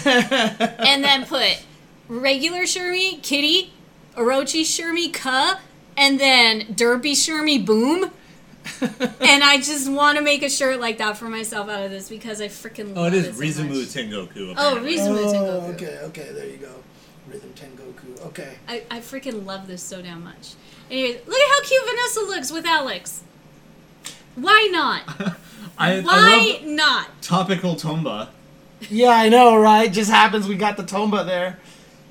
Speaker 2: and then put regular Shermie, Kitty, Orochi Shermie, Ka, and then Derpy Shermie, Boom. and I just want to make a shirt like that for myself out of this because I freaking
Speaker 3: Oh,
Speaker 2: love
Speaker 3: it is
Speaker 2: it so
Speaker 3: Rizumu
Speaker 2: much.
Speaker 3: Tengoku.
Speaker 2: Oh,
Speaker 3: apparently.
Speaker 2: Rizumu
Speaker 1: Oh,
Speaker 2: Tengoku.
Speaker 1: okay. Okay. There you go. Rhythm Tengoku. Okay.
Speaker 2: I, I freaking love this so damn much. Anyways, look at how cute Vanessa looks with Alex. Why not?
Speaker 4: I, I
Speaker 2: Why
Speaker 4: love
Speaker 2: not?
Speaker 4: topical tomba.
Speaker 1: Yeah, I know, right? Just happens we got the Tomba there.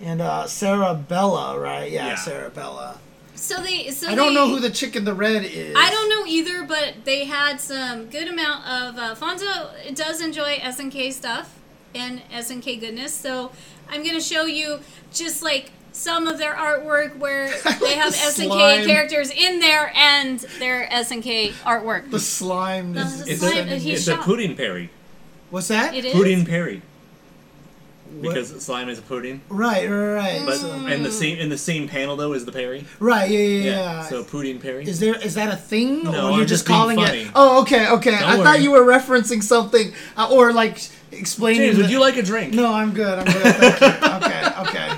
Speaker 1: And uh Sarah Bella, right? Yeah,
Speaker 4: Yeah.
Speaker 1: Sarah Bella.
Speaker 2: So they so
Speaker 1: I don't know
Speaker 2: they-
Speaker 1: who the chick in the red is.
Speaker 2: I don't know either, but they had some good amount of uh, Fonzo does enjoy SNK stuff and SNK goodness. So I'm gonna show you just like some of their artwork where they have
Speaker 1: the
Speaker 2: SNK
Speaker 1: slime.
Speaker 2: characters in there and their SNK artwork.
Speaker 1: The slime.
Speaker 2: The
Speaker 1: is
Speaker 2: It's
Speaker 4: It's,
Speaker 2: slime
Speaker 1: sending-
Speaker 2: that
Speaker 4: a,
Speaker 2: he
Speaker 4: it's a
Speaker 2: shot.
Speaker 4: pudding perry.
Speaker 1: What's that?
Speaker 2: it is.
Speaker 4: Pudding perry.
Speaker 1: What-
Speaker 4: Because slime is a pudding.
Speaker 1: right, right, right.
Speaker 4: But
Speaker 8: Mm.
Speaker 1: So-
Speaker 4: and the same in the same panel though is the Perry.
Speaker 1: right, yeah, yeah, yeah.
Speaker 4: So pudding Perry.
Speaker 1: is there is that a thing,
Speaker 4: No,
Speaker 1: or
Speaker 4: I'm
Speaker 1: you're just,
Speaker 4: just being
Speaker 1: calling it?
Speaker 4: funny.
Speaker 1: Oh, okay, okay. I thought
Speaker 4: worry.
Speaker 1: you were referencing something, uh, or like explaining.
Speaker 4: James, would
Speaker 1: the-
Speaker 4: you like a drink?
Speaker 1: No, I'm good. I'm good. Thank you. Okay, okay.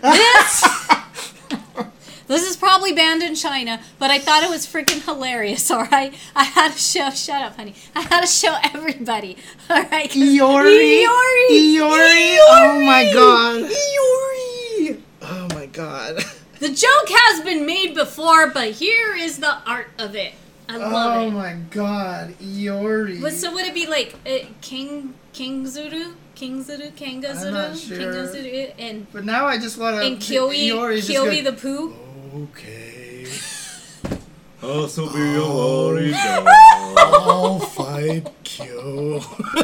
Speaker 2: this this is probably banned in China, but I thought it was freaking hilarious. All right, I had to show. Shut up, honey. I had to show everybody. All right, 'cause-
Speaker 1: Iori.
Speaker 2: Iori.
Speaker 1: Iori. Oh my god.
Speaker 2: Iori.
Speaker 1: Oh my god.
Speaker 2: The joke has been made before, but here is the art of it. I love
Speaker 1: oh
Speaker 2: it.
Speaker 1: my god, Iori.
Speaker 2: But so would it be like uh, King King Zuru, King Zuru, Kanga
Speaker 1: I'm not
Speaker 2: Zuru,
Speaker 1: sure.
Speaker 2: Kinga Zuru, and
Speaker 1: but now I just want to.
Speaker 2: and Kyoe
Speaker 1: Iori's just
Speaker 2: Kyoe
Speaker 1: gonna,
Speaker 2: the Pooh.
Speaker 1: Okay.
Speaker 4: Oh, so be
Speaker 1: I'll fight Kyo.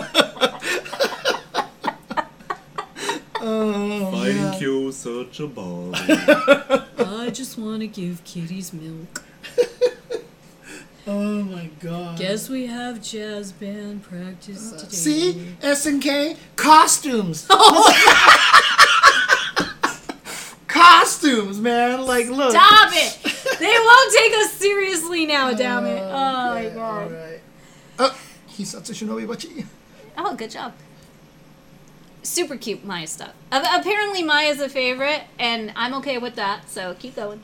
Speaker 1: oh, yeah.
Speaker 4: you such a ball.
Speaker 2: I just want to give kitties milk.
Speaker 1: oh my god.
Speaker 2: Guess we have jazz band practice today.
Speaker 1: Uh, See? SNK? Costumes. Costumes, man. Like, look.
Speaker 2: Stop it! They won't take us seriously now, damn it. Oh my
Speaker 1: Okay,
Speaker 2: god.
Speaker 1: alright. Oh, Hisatsu Shinobi Bachi.
Speaker 2: Oh, good job. Super cute Maya stuff. A- Apparently, Maya's a favorite, and I'm okay with that, so keep going.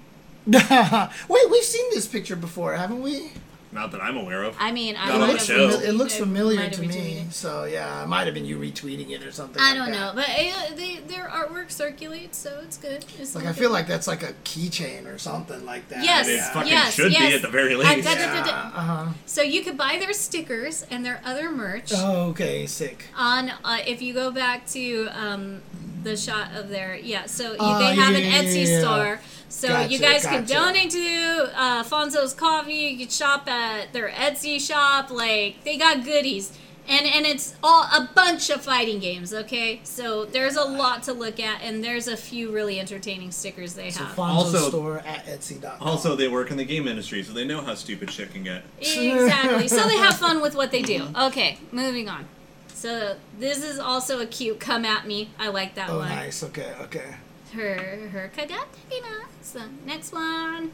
Speaker 1: Wait, we've seen this picture before, haven't we?
Speaker 4: Not that I'm aware of.
Speaker 2: I mean, I
Speaker 4: Not
Speaker 1: It
Speaker 4: on the
Speaker 2: might
Speaker 1: looks,
Speaker 2: have
Speaker 4: show.
Speaker 1: fami- it looks
Speaker 2: I
Speaker 1: familiar
Speaker 2: might
Speaker 1: to
Speaker 2: have
Speaker 1: me.
Speaker 2: retweeted.
Speaker 1: So, yeah, it might have been you retweeting it or something.
Speaker 2: I
Speaker 1: like
Speaker 2: don't
Speaker 1: that.
Speaker 2: know, but uh, they, their artwork circulates, so it's good. It's
Speaker 1: Like,
Speaker 2: all
Speaker 1: I
Speaker 2: good.
Speaker 1: feel like that's like a keychain or something like that.
Speaker 2: Yes,
Speaker 4: It fucking
Speaker 2: yes,
Speaker 4: should
Speaker 2: yes.
Speaker 4: be at the very
Speaker 2: I-
Speaker 4: least.
Speaker 2: da- da- da- da-
Speaker 1: Uh huh.
Speaker 2: So you could buy their stickers and their other merch.
Speaker 1: Oh, okay, sick.
Speaker 2: on uh, if you go back to um, the shot of their yeah so you
Speaker 1: Ah,
Speaker 2: they have
Speaker 1: yeah,
Speaker 2: an
Speaker 1: yeah,
Speaker 2: etsy
Speaker 1: yeah, yeah.
Speaker 2: store so you
Speaker 1: Gotcha,
Speaker 2: guys can
Speaker 1: gotcha.
Speaker 2: donate to uh, fonzo's coffee you could shop at their etsy shop like they got goodies and and it's all a bunch of fighting games okay so there's a lot to look at and there's a few really entertaining stickers they
Speaker 1: So
Speaker 2: have
Speaker 1: Fonzo's
Speaker 4: Also-
Speaker 1: store at Etsy.com.
Speaker 4: Also, they work in the game industry, so they know how stupid shit can get.
Speaker 2: Exactly. So they have fun with what they do. Okay, moving on. So this is also a cute come at me. I like that
Speaker 1: oh,
Speaker 2: one.
Speaker 1: nice. Okay, okay.
Speaker 2: her her kagatina. So next one,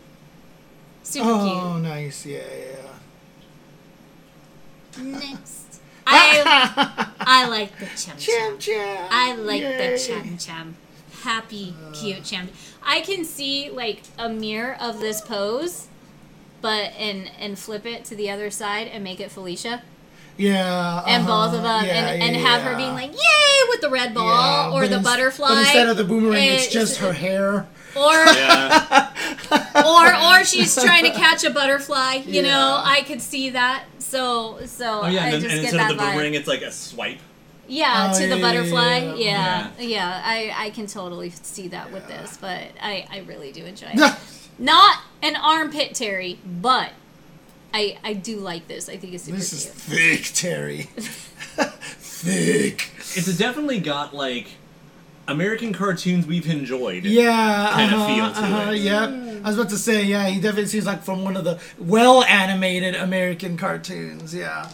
Speaker 2: super
Speaker 1: Oh, nice. Yeah, yeah.
Speaker 2: cute. Next, I I like the chum
Speaker 1: Cham
Speaker 2: chum.
Speaker 1: cham.
Speaker 2: I like
Speaker 1: Yay.
Speaker 2: the chum chum. Happy, cute chum. I can see like a mirror of this pose, but and and flip it to the other side and make it Felicia.
Speaker 1: Yeah.
Speaker 2: and
Speaker 1: uh-huh.
Speaker 2: both of them
Speaker 1: Yeah,
Speaker 2: and, and
Speaker 1: yeah,
Speaker 2: have her
Speaker 1: yeah.
Speaker 2: being like yay with the red ball
Speaker 1: Yeah,
Speaker 2: or
Speaker 1: but
Speaker 2: the
Speaker 1: ins-
Speaker 2: butterfly
Speaker 1: But instead of the boomerang, it's,
Speaker 2: It's-
Speaker 1: just her hair.
Speaker 2: or
Speaker 3: Yeah.
Speaker 2: or or she's trying to catch a butterfly you know
Speaker 1: Yeah.
Speaker 2: i could see that so so
Speaker 8: Oh yeah,
Speaker 2: i
Speaker 8: and, then, and
Speaker 2: just get
Speaker 8: instead
Speaker 2: that
Speaker 8: of the
Speaker 2: vibe
Speaker 8: boomerang, it's like a swipe.
Speaker 2: yeah
Speaker 1: Oh,
Speaker 2: to
Speaker 1: yeah,
Speaker 2: the
Speaker 1: yeah,
Speaker 2: butterfly
Speaker 1: yeah,
Speaker 2: yeah
Speaker 1: yeah.
Speaker 2: yeah, i i can totally see that with this but i i really do enjoy it
Speaker 1: this
Speaker 2: not an armpit terry but i i do like this i think it's super
Speaker 1: is
Speaker 2: cute
Speaker 1: thick, Terry. thick.
Speaker 3: It's definitely got like American cartoons we've enjoyed.
Speaker 1: Yeah.
Speaker 3: Kinda
Speaker 1: uh-huh,
Speaker 3: feel to
Speaker 1: uh-huh,
Speaker 3: it.
Speaker 1: Yep. I was about to say, yeah, he definitely seems like from one of the well animated American cartoons. Yeah.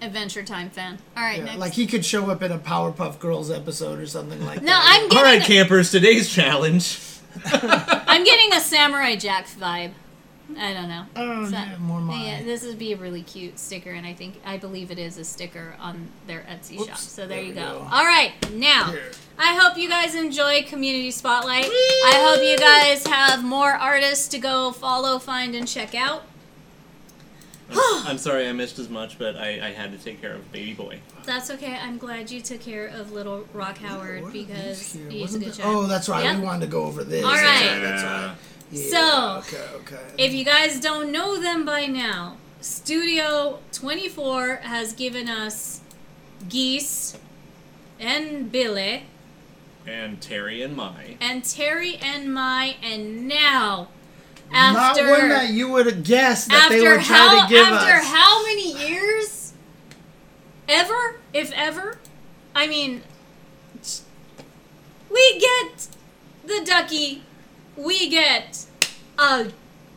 Speaker 2: adventure time fan all right
Speaker 1: Yeah,
Speaker 2: next
Speaker 1: Like he could show up in a Powerpuff Girls episode or something like
Speaker 2: no
Speaker 1: that.
Speaker 2: i'm
Speaker 3: All
Speaker 2: getting
Speaker 3: right, campers. Today's challenge.
Speaker 2: I'm getting a Samurai Jack vibe. I don't know.
Speaker 1: Oh,
Speaker 2: So-
Speaker 1: yeah, more mine.
Speaker 2: yeah, this would be a really cute sticker, and I think I believe it is a sticker on their Etsy shop.
Speaker 1: Whoops,
Speaker 2: So there,
Speaker 1: there
Speaker 2: you
Speaker 1: we
Speaker 2: go.
Speaker 1: go.
Speaker 2: All right, now
Speaker 1: Here.
Speaker 2: I hope you guys enjoy Community Spotlight. I hope you guys have more artists to go follow, find, and check out.
Speaker 3: I'm, I'm sorry I missed as much, but I, I had to take care of baby boy.
Speaker 2: That's okay. I'm glad you took care of Little Rock Howard
Speaker 1: What are these
Speaker 2: because
Speaker 1: here?
Speaker 2: he's a
Speaker 1: Wasn't
Speaker 2: good
Speaker 1: there-
Speaker 2: child.
Speaker 1: Oh, that's right.
Speaker 2: Yep.
Speaker 1: We wanted to go over this.
Speaker 2: All
Speaker 1: That's
Speaker 2: right.
Speaker 1: right, That's right. Yeah,
Speaker 2: So,
Speaker 1: okay, okay.
Speaker 2: If you guys don't know them by now, Studio 24 has given us Geese and Billy
Speaker 3: And Terry and Mai.
Speaker 2: and Terry and Mai, and now
Speaker 1: Not
Speaker 2: after
Speaker 1: one that you would have guessed that they
Speaker 2: after
Speaker 1: would try
Speaker 2: how
Speaker 1: to give
Speaker 2: after
Speaker 1: us.
Speaker 2: how many years? Ever, if ever, I mean, we get the ducky, we get a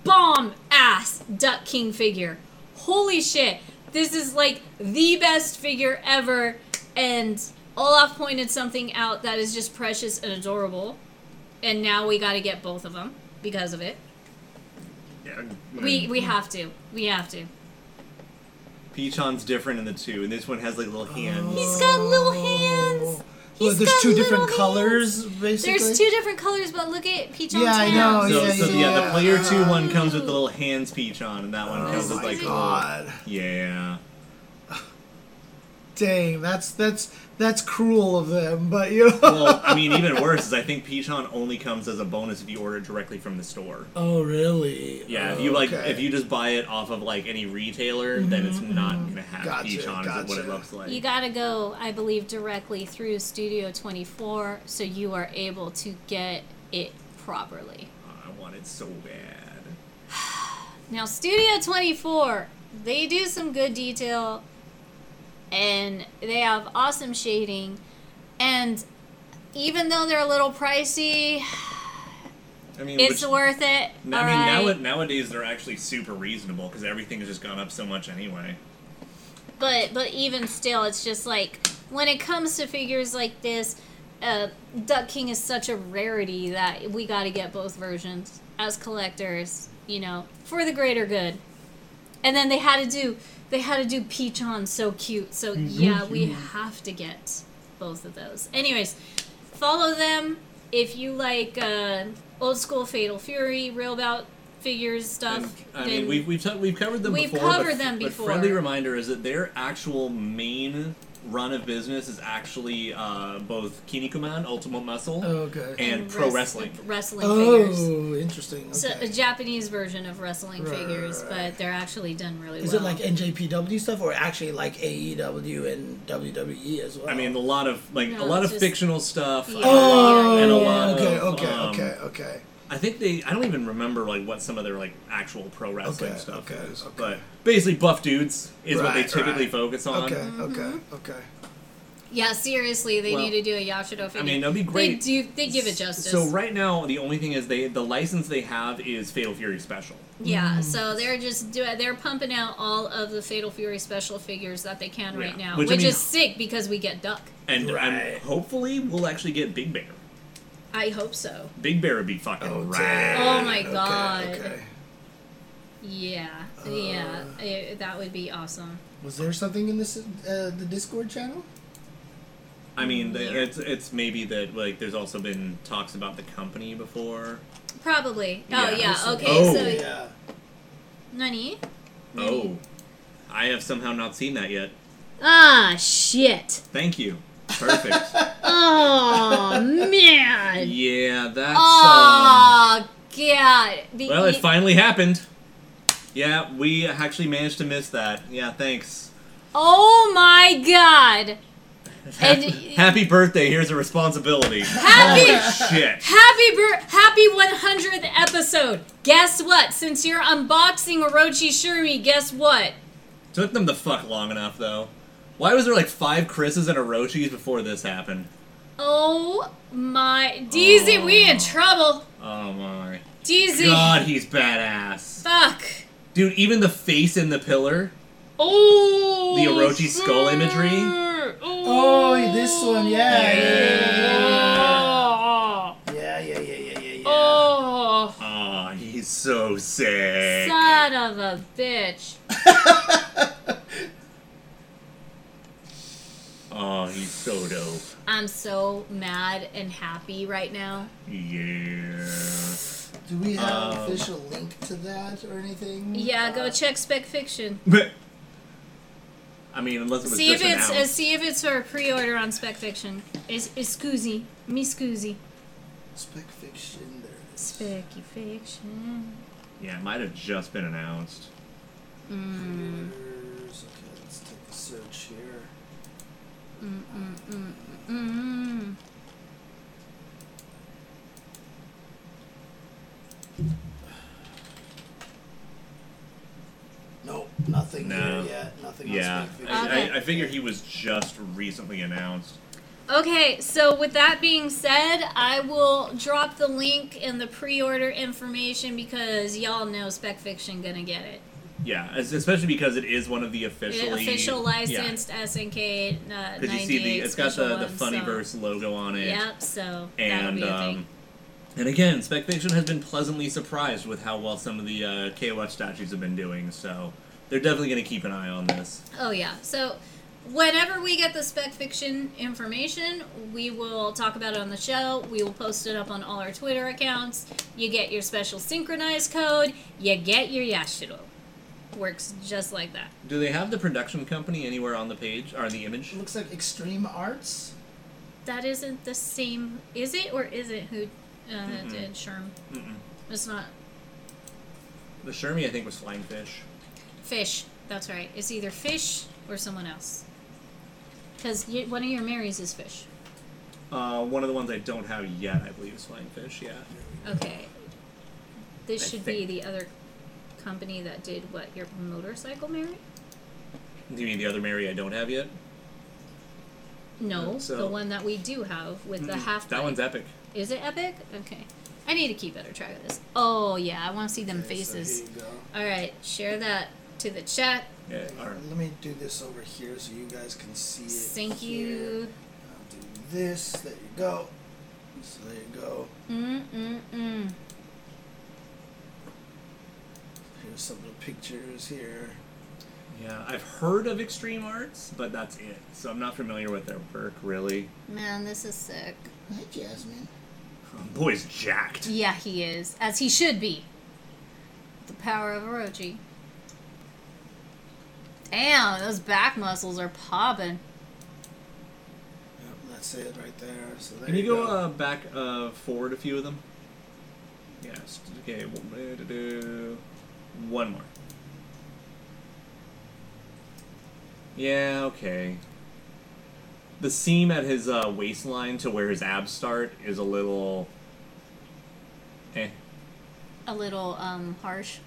Speaker 2: bomb ass Duck King figure. Holy shit. This is like the best figure ever. And Olaf pointed something out that is just precious and adorable. And now we got to get both of them because of it.
Speaker 3: Yeah,
Speaker 2: We
Speaker 1: Mm-hmm.
Speaker 2: we have to. We have to.
Speaker 3: Pichon's different in the two, and this one has like little
Speaker 1: Oh,
Speaker 3: hands.
Speaker 2: He's got little hands.
Speaker 1: well,
Speaker 2: He's
Speaker 1: there's
Speaker 2: got
Speaker 1: two different
Speaker 2: little
Speaker 1: colors, basically.
Speaker 2: There's two different colors, but look at Peach on
Speaker 1: Yeah, I know,
Speaker 2: town.
Speaker 3: so,
Speaker 1: yeah,
Speaker 3: so
Speaker 1: yeah,
Speaker 3: yeah,
Speaker 1: yeah.
Speaker 3: the player two one comes with the little hands Pichon, and that one comes
Speaker 1: Oh
Speaker 2: This
Speaker 3: with
Speaker 1: my
Speaker 3: like
Speaker 2: is-
Speaker 1: god.
Speaker 3: little- yeah.
Speaker 1: Dang, that's that's that's cruel of them, but you know.
Speaker 3: Well, I mean, even worse is I think Pichon only comes as a bonus if you order it directly from the store.
Speaker 1: Oh really?
Speaker 3: Yeah,
Speaker 1: Oh,
Speaker 3: if you like,
Speaker 1: okay. Mm-hmm.
Speaker 3: if you just buy it off of like any retailer, then it's not gonna have
Speaker 1: Gotcha,
Speaker 3: Pichon is what
Speaker 1: gotcha.
Speaker 3: it looks like.
Speaker 2: You gotta go, I believe, directly through Studio 24 so you are able to get it properly.
Speaker 3: Oh, I want it so bad.
Speaker 2: Now, Studio 24, they do some good detail and they have awesome shading. And even though they're a little pricey,
Speaker 3: I mean,
Speaker 2: it's
Speaker 3: which-
Speaker 2: worth it.
Speaker 3: I mean,
Speaker 2: all right?
Speaker 3: now, nowadays they're actually super reasonable because everything has just gone up so much anyway.
Speaker 2: but but even still it's just like when it comes to figures like this uh, duck king is such a rarity that we got to get both versions as collectors you know for the greater good and then they had to do they had to do peach on so cute so yeah we have to get both of those anyways follow them if you like uh, old school fatal fury real about figures stuff
Speaker 3: And, I
Speaker 2: then-
Speaker 3: mean, we've we've, t- we've covered them
Speaker 2: We've
Speaker 3: before. but-
Speaker 2: covered them
Speaker 3: But
Speaker 2: before.
Speaker 3: friendly reminder is that their actual main run of business is actually uh, both Kinikuman, Ultimate Muscle,
Speaker 1: Okay.
Speaker 3: and pro
Speaker 2: wrest-
Speaker 3: wrestling.
Speaker 2: wrestling figures
Speaker 1: oh, interesting.
Speaker 2: So uh, a
Speaker 1: Okay.
Speaker 2: Japanese version of wrestling
Speaker 1: Right,
Speaker 2: figures,
Speaker 1: right, right.
Speaker 2: but they're actually done really
Speaker 1: Is
Speaker 2: well.
Speaker 1: it like NJPW stuff, or actually like AEW and WWE as well?
Speaker 3: I mean, a lot of like
Speaker 2: No,
Speaker 3: a lot
Speaker 2: it's
Speaker 3: of
Speaker 2: just-
Speaker 3: fictional stuff.
Speaker 2: Yeah.
Speaker 1: Oh,
Speaker 3: and a lot
Speaker 1: okay,
Speaker 3: of,
Speaker 1: okay,
Speaker 3: um,
Speaker 1: okay, okay.
Speaker 3: I think they. I don't even remember like what some of their like actual pro wrestling
Speaker 1: Okay,
Speaker 3: stuff
Speaker 1: okay,
Speaker 3: is.
Speaker 1: okay.
Speaker 3: But basically, buff dudes is what they
Speaker 1: Right,
Speaker 3: typically
Speaker 1: right.
Speaker 3: focus on.
Speaker 1: Okay, okay, okay.
Speaker 2: yeah, seriously, they
Speaker 3: Well,
Speaker 2: need to do a Yashido figure.
Speaker 3: mean, that'd be
Speaker 2: They
Speaker 3: great.
Speaker 2: do. They give it justice.
Speaker 3: So right now, the only thing is they the license they have is Fatal Fury Special.
Speaker 2: yeah,
Speaker 3: Hmm.
Speaker 2: so they're just do, they're pumping out all of the Fatal Fury special figures that they can
Speaker 3: Yeah.
Speaker 2: right now, which,
Speaker 3: Which, I mean-
Speaker 2: is sick because we get Duck.
Speaker 3: And um,
Speaker 1: Right.
Speaker 3: hopefully, we'll actually get Big Bear.
Speaker 2: I hope so.
Speaker 3: Big Bear would be fucking rad.
Speaker 1: damn.
Speaker 2: Oh my God.
Speaker 1: Okay.
Speaker 2: Yeah, yeah,
Speaker 3: Uh.
Speaker 2: eh, that would be awesome.
Speaker 1: Was there something in this uh, the Discord channel?
Speaker 3: I mean, th- it's it's maybe that like there's also been talks about the company before.
Speaker 2: Probably. Oh
Speaker 3: Yeah.
Speaker 2: yeah. Okay.
Speaker 3: Oh.
Speaker 2: So
Speaker 1: Yeah.
Speaker 2: nani?
Speaker 3: Oh, I have somehow not seen that yet.
Speaker 2: Ah shit.
Speaker 3: Thank you. Perfect.
Speaker 2: Oh man.
Speaker 3: yeah, that's. um,
Speaker 2: Oh god. e- Be-
Speaker 3: well, it finally happened. Yeah, we actually managed to miss that. Yeah, thanks.
Speaker 2: oh my god. And-
Speaker 3: happy birthday. Here's a responsibility.
Speaker 2: Happy
Speaker 3: Shit.
Speaker 2: Happy bir- happy 100th episode. Guess what? Since you're unboxing Orochi Shurumi, guess what?
Speaker 3: Took them the fuck long enough though. Why was there like five Chris's and Orochis before this happened?
Speaker 2: Oh my DZ, we in trouble.
Speaker 3: Oh my.
Speaker 2: DZ.
Speaker 3: God, he's badass.
Speaker 2: Fuck.
Speaker 3: Dude, even the face in the pillar.
Speaker 2: Oh.
Speaker 3: The Orochi skull imagery?
Speaker 2: sir.
Speaker 1: Oh, this one. Yeah.
Speaker 2: Oh.
Speaker 1: Yeah. Yeah. Yeah. Yeah. Yeah. yeah, yeah.
Speaker 2: Oh.
Speaker 3: Aw, he's so sick.
Speaker 2: Son of a bitch.
Speaker 3: Oh, he's so dope.
Speaker 2: I'm so mad and happy right now.
Speaker 3: Yeah.
Speaker 1: Do we have an
Speaker 3: Um,
Speaker 1: official link to that or anything? Uh,
Speaker 2: Yeah, go check Spec Fiction.
Speaker 3: But I mean, unless it was
Speaker 2: See if
Speaker 3: just
Speaker 2: it's uh,
Speaker 3: announced.
Speaker 2: see if it's for pre-order on Spec Fiction. Is is Scoozy. Me Scoozy.
Speaker 1: Spec fiction. There it is.
Speaker 2: Specky Fiction.
Speaker 3: yeah, it might have just been announced.
Speaker 2: Hmm.
Speaker 1: Creators. Okay, let's take a search here.
Speaker 2: Mm.
Speaker 1: Nope, nothing
Speaker 3: No.
Speaker 1: here yet. Nothing
Speaker 3: Yeah,
Speaker 1: on spec fiction.
Speaker 3: I,
Speaker 2: Okay.
Speaker 3: I, I figure he was just recently announced.
Speaker 2: Okay, so with that being said, I will drop the link and the pre-order information because y'all know Spec Fiction gonna get it.
Speaker 3: Yeah, es- especially because it is one of the
Speaker 2: Official,
Speaker 3: officially
Speaker 2: licensed SNK uh,
Speaker 3: Because you see the
Speaker 2: 98
Speaker 3: it's got
Speaker 2: special
Speaker 3: the the
Speaker 2: one,
Speaker 3: Funnyverse logo on
Speaker 2: So.
Speaker 3: it.
Speaker 2: Yep, so that'll
Speaker 3: And
Speaker 2: be a thing.
Speaker 3: um, and again, Spec Fiction has been pleasantly surprised with how well some of the uh, K-Watch statues have been doing. So they're definitely going to keep an eye on this.
Speaker 2: Oh yeah. So whenever we get the spec fiction information, we will talk about it on the show. We will post it up on all our Twitter accounts. You get your special synchronized code. You get your Yashiro. Works just like that.
Speaker 3: Do they have the production company anywhere on the page or on the image?
Speaker 1: It looks like Extreme Arts.
Speaker 2: That isn't the same, is it? Or is it who uh, did Sherm?
Speaker 3: Mm-mm.
Speaker 2: It's not
Speaker 3: The Shermie, I think, was Flying Fish.
Speaker 2: Fish. That's right. It's either Fish or someone else. Because one of your Marys is Fish.
Speaker 3: Uh, one of the ones I don't have yet, I believe, is Flying Fish. Yeah.
Speaker 2: Okay. This
Speaker 3: I
Speaker 2: should
Speaker 3: think.
Speaker 2: be the other company that did what your motorcycle Mary?
Speaker 3: Do you mean the other Mary I don't have yet?
Speaker 2: No, the
Speaker 3: So-
Speaker 2: one that we do have with the
Speaker 3: Mm-mm.
Speaker 2: half.
Speaker 3: Mm-hmm. That
Speaker 2: pipe.
Speaker 3: one's epic.
Speaker 2: Is it epic? Okay, I need to keep better track of this. Oh yeah, I want to see them
Speaker 1: Okay, so
Speaker 2: faces.
Speaker 1: here you go.
Speaker 2: All right, share that to the chat.
Speaker 3: Yeah. Or,
Speaker 1: Let me do this over here so you guys can see it.
Speaker 2: Thank
Speaker 1: here.
Speaker 2: you.
Speaker 1: I'll do this. There you go. So there you go.
Speaker 2: Mm mm mm.
Speaker 1: Here's some little pictures here.
Speaker 3: yeah. I've heard of Extreme Arts, but that's it. So I'm not familiar with their work really.
Speaker 2: Man, this is sick.
Speaker 1: Hi, Jasmine.
Speaker 3: Boy's jacked.
Speaker 2: Yeah, he is, as he should be. The power of Orochi. Damn, those back muscles are popping.
Speaker 1: Yep, that's it right there. So there
Speaker 3: Can you go
Speaker 1: go.
Speaker 3: uh, back uh, forward a few of them? Yes. Okay. one- uh, do-do. One more. Yeah. Okay. The seam at his uh, waistline to where his abs start is a little. Eh.
Speaker 2: A little um harsh.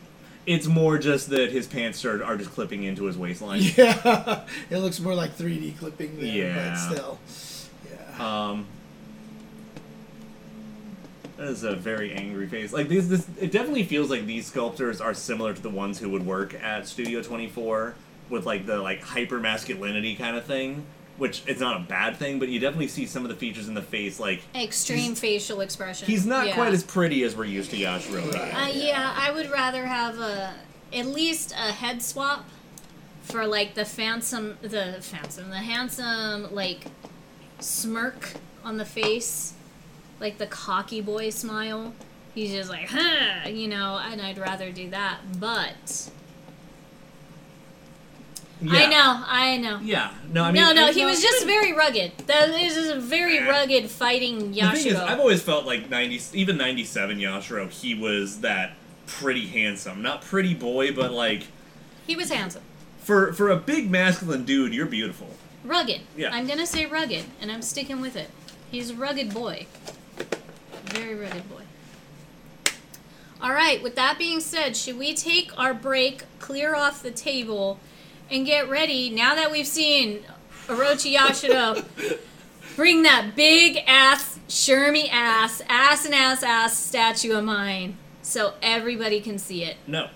Speaker 3: It's more just that his pants are, are just clipping into his waistline.
Speaker 1: Yeah, it looks more like 3D clipping there,
Speaker 3: Yeah.
Speaker 1: but still. Yeah.
Speaker 3: Um, that is a very angry face. Like these, this it definitely feels like these sculptors are similar to the ones who would work at Studio Twenty Four with like the like hyper masculinity kind of thing, which it's not a bad thing, but you definitely see some of the features in the face. Like
Speaker 2: Extreme facial expression.
Speaker 3: he's not
Speaker 2: Yeah.
Speaker 3: quite as pretty as we're used to Yashiro. being.
Speaker 2: Uh, yeah, I would rather have a at least a head swap for like the phantom, the phantom, the handsome like smirk on the face, like the cocky boy smile. He's just like, huh, you know, and I'd rather do that. But I
Speaker 3: Yeah.
Speaker 2: know, I know.
Speaker 3: Yeah. No, I mean.
Speaker 2: no, no,
Speaker 3: it-
Speaker 2: he was just very rugged. That is just a very
Speaker 3: Yeah.
Speaker 2: rugged fighting
Speaker 3: The thing is, I've
Speaker 2: Yashiro.
Speaker 3: always felt like ninety, even ninety-seven Yashiro, he was that pretty handsome, not pretty boy, but like
Speaker 2: He was handsome,
Speaker 3: for for a big masculine dude, you're beautiful.
Speaker 2: rugged.
Speaker 3: Yeah.
Speaker 2: I'm gonna say rugged, and I'm sticking with it. He's a rugged boy, very rugged boy. All right. With that being said, should we take our break, clear off the table, and get ready? Now that we've seen Orochi Yashiro bring that big ass, shermy ass, ass and ass ass statue of mine, so everybody can see it.
Speaker 3: No,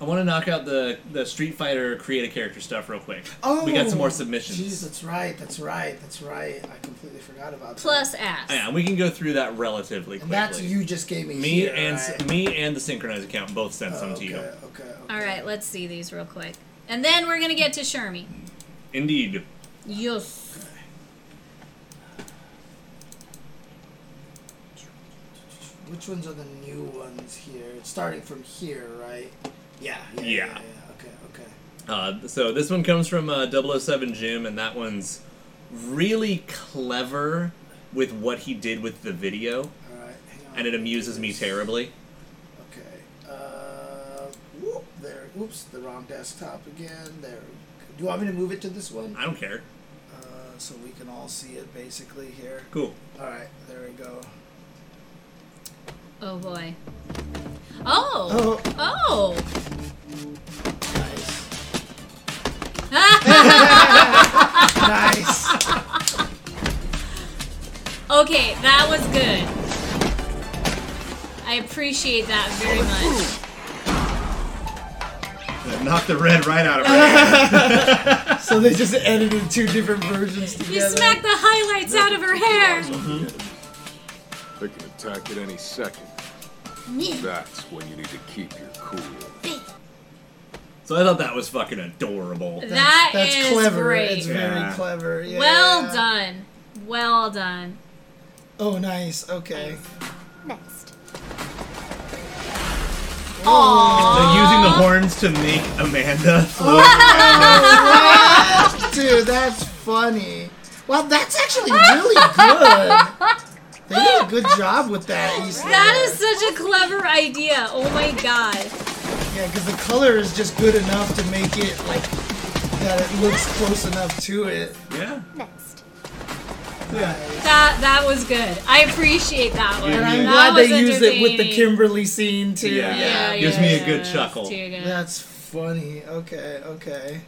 Speaker 3: I want to knock out the the Street Fighter create a character stuff real quick.
Speaker 1: Oh,
Speaker 3: Uh, we got some more submissions.
Speaker 1: Jeez, that's right. That's right. That's right. I completely forgot about that.
Speaker 2: Plus ass.
Speaker 3: Oh, Yeah, we can go through that relatively
Speaker 1: and
Speaker 3: quickly.
Speaker 1: that's you just gave me.
Speaker 3: Me
Speaker 1: here,
Speaker 3: and
Speaker 1: right?
Speaker 3: me and the synchronized account both sent
Speaker 1: Oh,
Speaker 3: some to
Speaker 1: okay,
Speaker 3: you.
Speaker 1: okay, okay.
Speaker 2: All right, let's see these real quick. And then we're going to get to Shermie.
Speaker 3: Indeed.
Speaker 2: Yes.
Speaker 1: Which ones are the new ones here? It's starting from here, right? Yeah. Yeah. Yeah.
Speaker 3: Yeah.
Speaker 1: yeah, Okay. Okay.
Speaker 3: Uh, so this one comes from uh, 007 Jim, and that one's really clever with what he did with the video,
Speaker 1: All right. Hang on.
Speaker 3: and it amuses me terribly.
Speaker 1: Okay. Uh, whoop, there. Oops, the wrong desktop again. There. Do you want me to move it to this one?
Speaker 3: I don't care.
Speaker 1: Uh, so we can all see it basically here.
Speaker 3: Cool.
Speaker 1: All right. There we go.
Speaker 2: Oh boy. Oh. Oh.
Speaker 1: Nice.
Speaker 2: Ah!
Speaker 1: nice.
Speaker 2: okay, that was good. I appreciate that very much.
Speaker 3: Knock the red right out of her.
Speaker 1: So they just edited two different versions together.
Speaker 2: You smacked the highlights out of her hair.
Speaker 5: They can attack at any second. That's when you need to keep your cool.
Speaker 3: so I thought that was fucking adorable.
Speaker 2: That
Speaker 1: that's
Speaker 2: is
Speaker 1: clever.
Speaker 2: great.
Speaker 1: It's very
Speaker 3: Yeah.
Speaker 1: clever. Yeah.
Speaker 2: Well done. Well done.
Speaker 1: Oh, nice. Okay.
Speaker 9: Next.
Speaker 2: Aww.
Speaker 3: They're using the horns to make Amanda float.
Speaker 1: Dude, that's funny. Well, that's actually really good. They did a good job with that. Easter.
Speaker 2: That is such a clever idea. Oh my god.
Speaker 1: Yeah, because the color is just good enough to make it like that. It looks close enough to it.
Speaker 3: yeah.
Speaker 9: Next.
Speaker 1: Yeah.
Speaker 2: That that was good. I appreciate that one.
Speaker 1: And I'm
Speaker 2: That
Speaker 1: glad
Speaker 2: was
Speaker 1: they used it with the
Speaker 2: entertaining.
Speaker 1: Kimberly scene too.
Speaker 3: Yeah.
Speaker 2: Yeah,
Speaker 3: Gives
Speaker 2: yeah,
Speaker 3: me a
Speaker 2: yeah,
Speaker 3: good
Speaker 2: that's
Speaker 3: chuckle.
Speaker 2: too good.
Speaker 1: That's funny. Okay. Okay.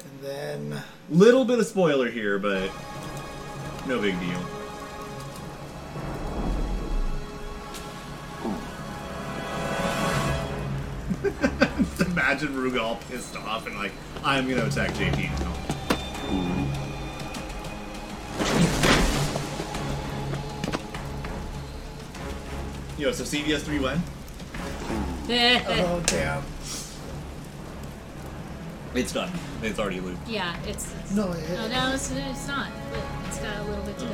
Speaker 1: And then.
Speaker 3: Little bit of spoiler here, but no big deal. Imagine Rugal pissed off and like, I'm gonna attack JT now. Yo, so CVS 3 when?
Speaker 1: Oh damn.
Speaker 3: It's done. It's already looped.
Speaker 2: yeah, it's, it's
Speaker 1: No, it-
Speaker 2: Oh, no, no, it's, it's not. But it's got a little bit to go.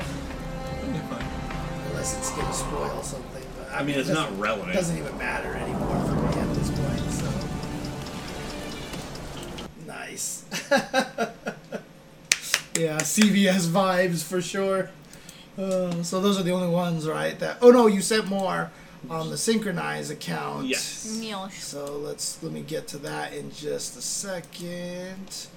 Speaker 1: Unless it's gonna spoil something. But
Speaker 3: I mean, it's
Speaker 1: it
Speaker 3: not
Speaker 1: doesn't-
Speaker 3: relevant.
Speaker 1: Doesn't even matter anymore for me at this point. So. Nice. yeah, CVS vibes for sure. Uh, so those are the only ones, right? That. Oh no, you sent more on the synchronize account.
Speaker 3: Yes.
Speaker 2: Meows.
Speaker 1: So let's let me get to that in just a second.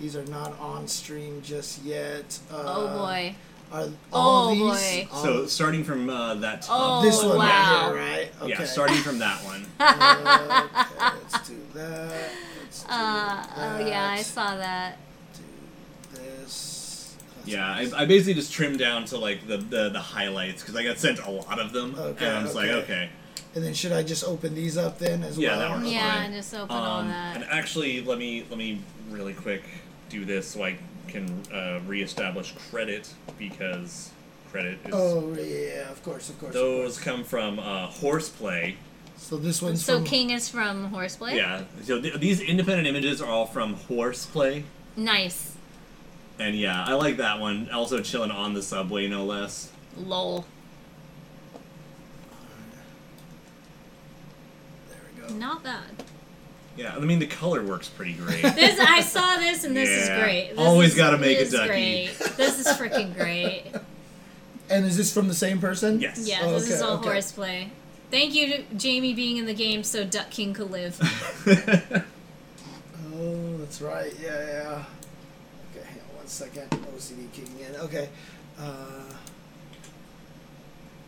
Speaker 1: These are not on stream just yet. Uh,
Speaker 2: Oh boy.
Speaker 1: Are all
Speaker 2: Oh,
Speaker 1: these?
Speaker 2: boy.
Speaker 1: all-
Speaker 3: So starting from uh, that
Speaker 2: Oh,
Speaker 3: top.
Speaker 1: this one
Speaker 2: wow.
Speaker 1: right here, right?
Speaker 3: Yeah, starting from that one.
Speaker 1: Uh, okay, let's do that. Let's do
Speaker 2: Uh, oh yeah, I
Speaker 1: that.
Speaker 2: saw that.
Speaker 1: this. That's
Speaker 3: Yeah,
Speaker 1: nice.
Speaker 3: I, I basically just trimmed down to like the the, the highlights because I got sent a lot of them,
Speaker 1: Okay,
Speaker 3: and I'm just like,
Speaker 1: okay.
Speaker 3: okay,
Speaker 1: and then should I just open these up then as
Speaker 3: Yeah,
Speaker 1: well?
Speaker 3: that works.
Speaker 2: Yeah,
Speaker 3: fine.
Speaker 2: and just open all
Speaker 3: um,
Speaker 2: that.
Speaker 3: and actually, let me let me really quick do this so I can uh, reestablish credit because credit is.
Speaker 1: Oh yeah, of course, of course.
Speaker 3: Those
Speaker 1: Of course.
Speaker 3: come from uh, horseplay.
Speaker 1: So this one's
Speaker 2: So
Speaker 1: from
Speaker 2: King is from Horseplay?
Speaker 3: Yeah. So th- these independent images are all from horseplay.
Speaker 2: Nice.
Speaker 3: And yeah, I like that one. Also, chilling on the subway, no less.
Speaker 2: Lol.
Speaker 1: There we go.
Speaker 2: Not bad.
Speaker 3: Yeah, I mean the color works pretty great.
Speaker 2: This I saw this and this
Speaker 3: Yeah.
Speaker 2: is great. This
Speaker 3: Always
Speaker 2: is-
Speaker 3: gotta make a
Speaker 2: this is
Speaker 3: ducky.
Speaker 2: Great. This is freaking great.
Speaker 1: And is this from the same person?
Speaker 3: yes.
Speaker 2: Yeah,
Speaker 1: Oh,
Speaker 2: this is
Speaker 1: okay,
Speaker 2: all
Speaker 1: okay.
Speaker 2: horseplay. Thank you to Jamie being in the game so Duck King could live.
Speaker 1: Oh, that's right. Yeah, yeah. Okay, hang on one second. OCD kicking in. Okay. Uh,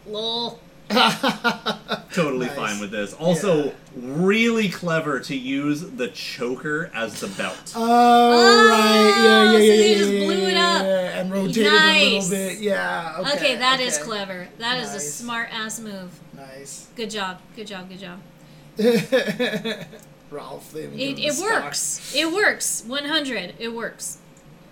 Speaker 2: Lol.
Speaker 3: totally
Speaker 1: Nice.
Speaker 3: fine with this. Also,
Speaker 1: Yeah.
Speaker 3: really clever to use the choker as the belt.
Speaker 1: oh, right. Yeah, yeah, yeah,
Speaker 2: so they
Speaker 1: yeah,
Speaker 2: just
Speaker 1: yeah,
Speaker 2: blew it
Speaker 1: yeah,
Speaker 2: up.
Speaker 1: yeah, and rotated it
Speaker 2: Nice.
Speaker 1: a little bit. Yeah. Okay,
Speaker 2: Okay, that is
Speaker 1: okay.
Speaker 2: clever. That is a
Speaker 1: Nice.
Speaker 2: smart ass move.
Speaker 1: Nice.
Speaker 2: Good job. Good job. Good job.
Speaker 1: Ralph, they even
Speaker 2: It,
Speaker 1: give him a
Speaker 2: it
Speaker 1: star.
Speaker 2: works. It works. 100. It works.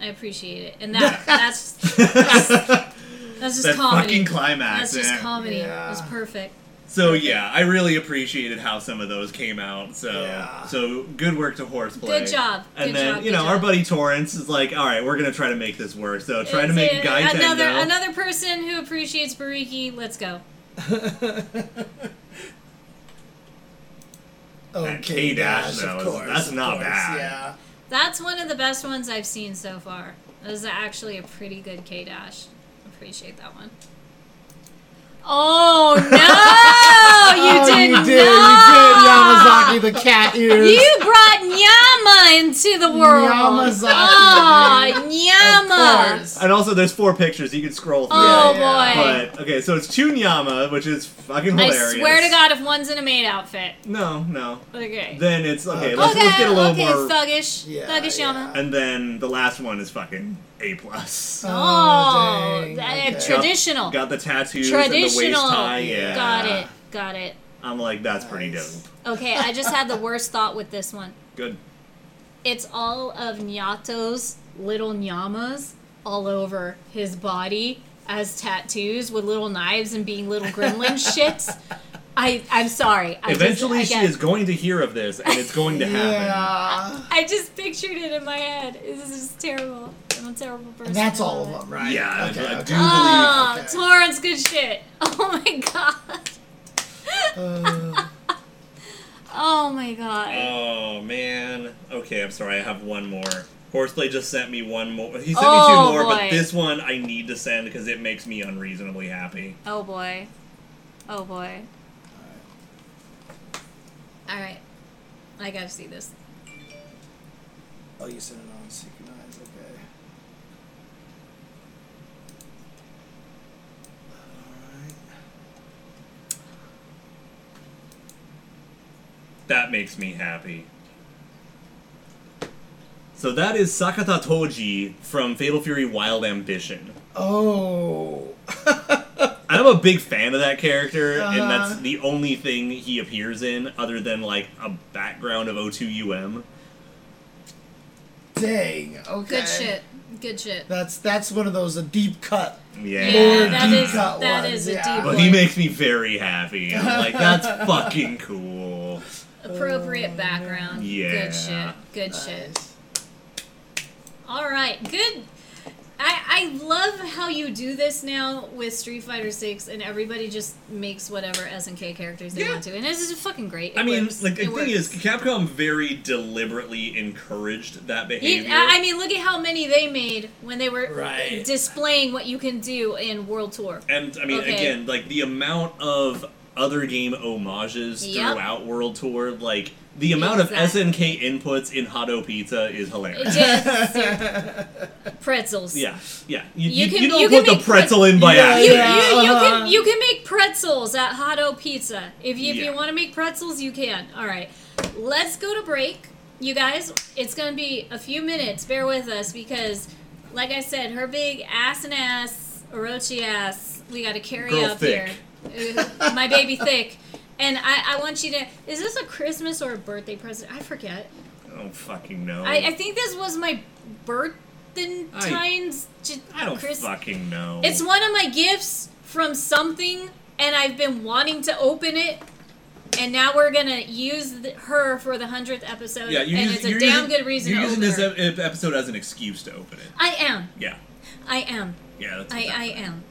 Speaker 2: I appreciate it. And that that's that's, that's just
Speaker 3: that
Speaker 2: comedy.
Speaker 3: fucking climax.
Speaker 2: that's just
Speaker 3: eh?
Speaker 2: comedy.
Speaker 1: Yeah.
Speaker 2: It's perfect.
Speaker 3: so yeah, I really appreciated how some of those came out. So
Speaker 1: Yeah.
Speaker 3: so good work to horseplay.
Speaker 2: Good job.
Speaker 3: And
Speaker 2: Good
Speaker 3: then
Speaker 2: job.
Speaker 3: you
Speaker 2: Good
Speaker 3: know our
Speaker 2: job.
Speaker 3: buddy Torrance is like, all right, we're gonna try to make this work. So trying to
Speaker 2: It's
Speaker 3: make
Speaker 2: it.
Speaker 3: Guy
Speaker 2: another
Speaker 3: Tendo.
Speaker 2: another person who appreciates Bariki. Let's go.
Speaker 1: Okay,
Speaker 3: K dash,
Speaker 1: dash,
Speaker 3: though,
Speaker 1: of
Speaker 3: is-
Speaker 1: course.
Speaker 3: that's
Speaker 1: of
Speaker 3: not
Speaker 1: course,
Speaker 3: bad.
Speaker 1: Yeah.
Speaker 2: That's one of the best ones I've seen so far. That was actually a pretty good K dash. Appreciate that one. Oh no! You
Speaker 1: oh,
Speaker 2: did
Speaker 1: you
Speaker 2: not.
Speaker 1: did. You did, Yamazaki the cat ears.
Speaker 2: You brought Nyama into the world.
Speaker 1: Yamazaki.
Speaker 2: Oh,
Speaker 1: of
Speaker 2: Nyama.
Speaker 1: course.
Speaker 3: and also, there's four pictures you can scroll through.
Speaker 2: Oh
Speaker 1: Yeah,
Speaker 2: boy.
Speaker 3: But okay, so it's two Nyama, which is fucking
Speaker 2: I
Speaker 3: hilarious.
Speaker 2: swear to God, if one's in a maid outfit.
Speaker 3: No, no.
Speaker 2: Okay.
Speaker 3: Then it's okay.
Speaker 1: Okay.
Speaker 3: Let's, let's get a little
Speaker 2: okay,
Speaker 3: more.
Speaker 2: thuggish.
Speaker 1: Yeah,
Speaker 2: thuggish
Speaker 1: yeah.
Speaker 2: Yama.
Speaker 3: and then the last one is fucking a plus.
Speaker 2: Oh,
Speaker 1: dang,
Speaker 2: that-
Speaker 1: okay.
Speaker 2: tradi- Traditional.
Speaker 3: Got the tattoos and the waist
Speaker 2: Oh. Traditional.
Speaker 3: tie. Yeah.
Speaker 2: Got it. Got it.
Speaker 3: I'm like, that's pretty dope.
Speaker 1: Nice.
Speaker 2: Okay, I just had the worst thought with this one.
Speaker 3: Good.
Speaker 2: It's all of Nyato's little nyamas all over his body as tattoos with little knives and being little gremlin shits. I I'm sorry. I
Speaker 3: Eventually,
Speaker 2: just,
Speaker 3: she
Speaker 2: I
Speaker 3: is going to hear of this, and it's going to happen.
Speaker 1: Yeah.
Speaker 2: I just pictured it in my head. This is just terrible. I'm a terrible person.
Speaker 1: And that's
Speaker 2: I
Speaker 1: all
Speaker 2: love
Speaker 1: of
Speaker 2: it.
Speaker 1: them, right?
Speaker 3: Yeah, I-
Speaker 1: Okay,
Speaker 3: I
Speaker 1: okay.
Speaker 3: do
Speaker 2: Oh,
Speaker 1: Okay.
Speaker 2: Torrance, good shit. Oh my god. Ah,
Speaker 1: Uh,
Speaker 2: Oh my god.
Speaker 3: Oh man. Okay, I'm sorry. I have one more. Horseplay just sent me one more. He sent
Speaker 2: Oh,
Speaker 3: me two more,
Speaker 2: boy.
Speaker 3: but this one I need to send because it makes me unreasonably happy.
Speaker 2: Oh boy. Oh boy.
Speaker 1: Uh,
Speaker 2: Alright. I gotta see this.
Speaker 1: oh, you said it on synchronized. Okay. Alright.
Speaker 3: That makes me happy. So that is Sakata Toji from Fatal Fury Wild Ambition.
Speaker 1: Oh.
Speaker 3: I'm a big fan of that character, and
Speaker 1: Uh-huh.
Speaker 3: that's the only thing he appears in other than like a background of O2UM.
Speaker 1: Dang. Okay.
Speaker 2: Good shit. Good shit.
Speaker 1: That's that's one of those a deep cut.
Speaker 3: Yeah.
Speaker 2: Yeah,
Speaker 1: Lord
Speaker 2: that is
Speaker 1: Deepcut
Speaker 2: that
Speaker 1: ones,
Speaker 2: is a
Speaker 1: yeah.
Speaker 2: deep
Speaker 3: But
Speaker 2: one.
Speaker 3: he makes me very happy. I'm like, that's fucking cool.
Speaker 2: appropriate background.
Speaker 3: Yeah.
Speaker 2: Good shit. Good shit.
Speaker 1: Nice.
Speaker 2: All right. Good. I I love how you do this now with Street Fighter 6 and everybody just makes whatever SNK characters they
Speaker 3: Yeah.
Speaker 2: want to. And this is fucking great. It
Speaker 3: I mean,
Speaker 2: works.
Speaker 3: like the
Speaker 2: It
Speaker 3: thing
Speaker 2: works.
Speaker 3: is, Capcom very deliberately encouraged that
Speaker 2: You-
Speaker 3: behavior.
Speaker 2: I I mean, look at how many they made when they were
Speaker 1: Right.
Speaker 2: displaying what you can do in World Tour.
Speaker 3: And I mean,
Speaker 2: Okay.
Speaker 3: again, like the amount of other game homages
Speaker 2: Yep.
Speaker 3: throughout World Tour, like the amount
Speaker 2: Exactly.
Speaker 3: of SNK inputs in Hado Pizza is
Speaker 2: It
Speaker 3: hilarious.
Speaker 2: just- pretzels.
Speaker 3: Yeah, yeah. You,
Speaker 2: You
Speaker 3: you,
Speaker 2: can-
Speaker 3: you don't
Speaker 2: you can
Speaker 3: put the
Speaker 2: make
Speaker 3: pretzel in by
Speaker 1: Yeah,
Speaker 2: You,
Speaker 3: accident.
Speaker 1: yeah.
Speaker 2: you, you can
Speaker 1: Uh-huh.
Speaker 2: you can make pretzels at Hotto Pizza. If you, if
Speaker 3: Yeah.
Speaker 2: you want to make pretzels, you can. All right, let's go to break, you guys. It's gonna be a few minutes. Bear with us because, like I said, her big ass and ass Orochi ass. We got to carry
Speaker 3: Girl
Speaker 2: up
Speaker 3: thick.
Speaker 2: here. Uh, My baby thick. And I, I want you to. Is this a Christmas or a birthday present? I forget.
Speaker 4: I don't fucking know.
Speaker 2: I,
Speaker 3: Oh.
Speaker 2: I think this was my Birthentine's. j-
Speaker 4: I don't
Speaker 2: Chris-
Speaker 4: fucking know.
Speaker 2: It's one of my gifts from something, and I've been wanting to open it. And now we're gonna use th- her for the hundredth episode.
Speaker 4: yeah, you're
Speaker 2: and
Speaker 4: using,
Speaker 2: it's a
Speaker 4: you're
Speaker 2: damn
Speaker 4: using,
Speaker 2: good reason
Speaker 4: You're
Speaker 2: to
Speaker 4: using
Speaker 2: open
Speaker 4: this
Speaker 2: her.
Speaker 4: ep- episode as an excuse to open it.
Speaker 2: I am.
Speaker 4: Yeah,
Speaker 2: I am.
Speaker 4: yeah. That's
Speaker 2: I,
Speaker 4: what that-
Speaker 2: I am.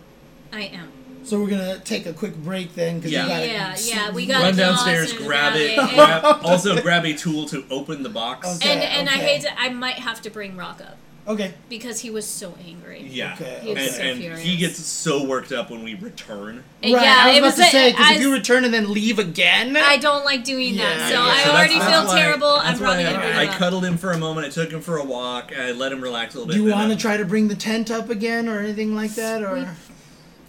Speaker 2: I am.
Speaker 1: So we're gonna take a quick break then, because
Speaker 4: Yeah.
Speaker 1: we gotta
Speaker 2: Yeah,
Speaker 1: s-
Speaker 2: yeah, we got
Speaker 4: Run downstairs, grab it. grab, also, grab a tool to open the box.
Speaker 1: Okay.
Speaker 2: And and I
Speaker 1: okay.
Speaker 2: hate to. I might have to bring Rock up
Speaker 1: Okay.
Speaker 2: because he was so angry.
Speaker 4: Yeah,
Speaker 1: Okay,
Speaker 2: He was so
Speaker 4: and, and he
Speaker 2: furious.
Speaker 4: gets so worked up when we return.
Speaker 2: And
Speaker 1: right. I was about
Speaker 2: it
Speaker 1: to
Speaker 2: a-
Speaker 1: say because
Speaker 2: I-
Speaker 1: if you return and then leave again,
Speaker 2: I don't like doing
Speaker 1: Yeah,
Speaker 2: that, so
Speaker 1: yeah.
Speaker 2: I
Speaker 1: So
Speaker 4: that's-
Speaker 2: already
Speaker 4: that's
Speaker 2: feel
Speaker 4: why-
Speaker 2: terrible. I'm
Speaker 4: that's why
Speaker 2: probably gonna bring
Speaker 4: I, I
Speaker 2: him up.
Speaker 4: cuddled him for a moment. I took him for a walk. I let him relax a little bit.
Speaker 1: do you
Speaker 4: then
Speaker 1: want
Speaker 4: I-
Speaker 1: to try to bring the tent up again or anything like that, or?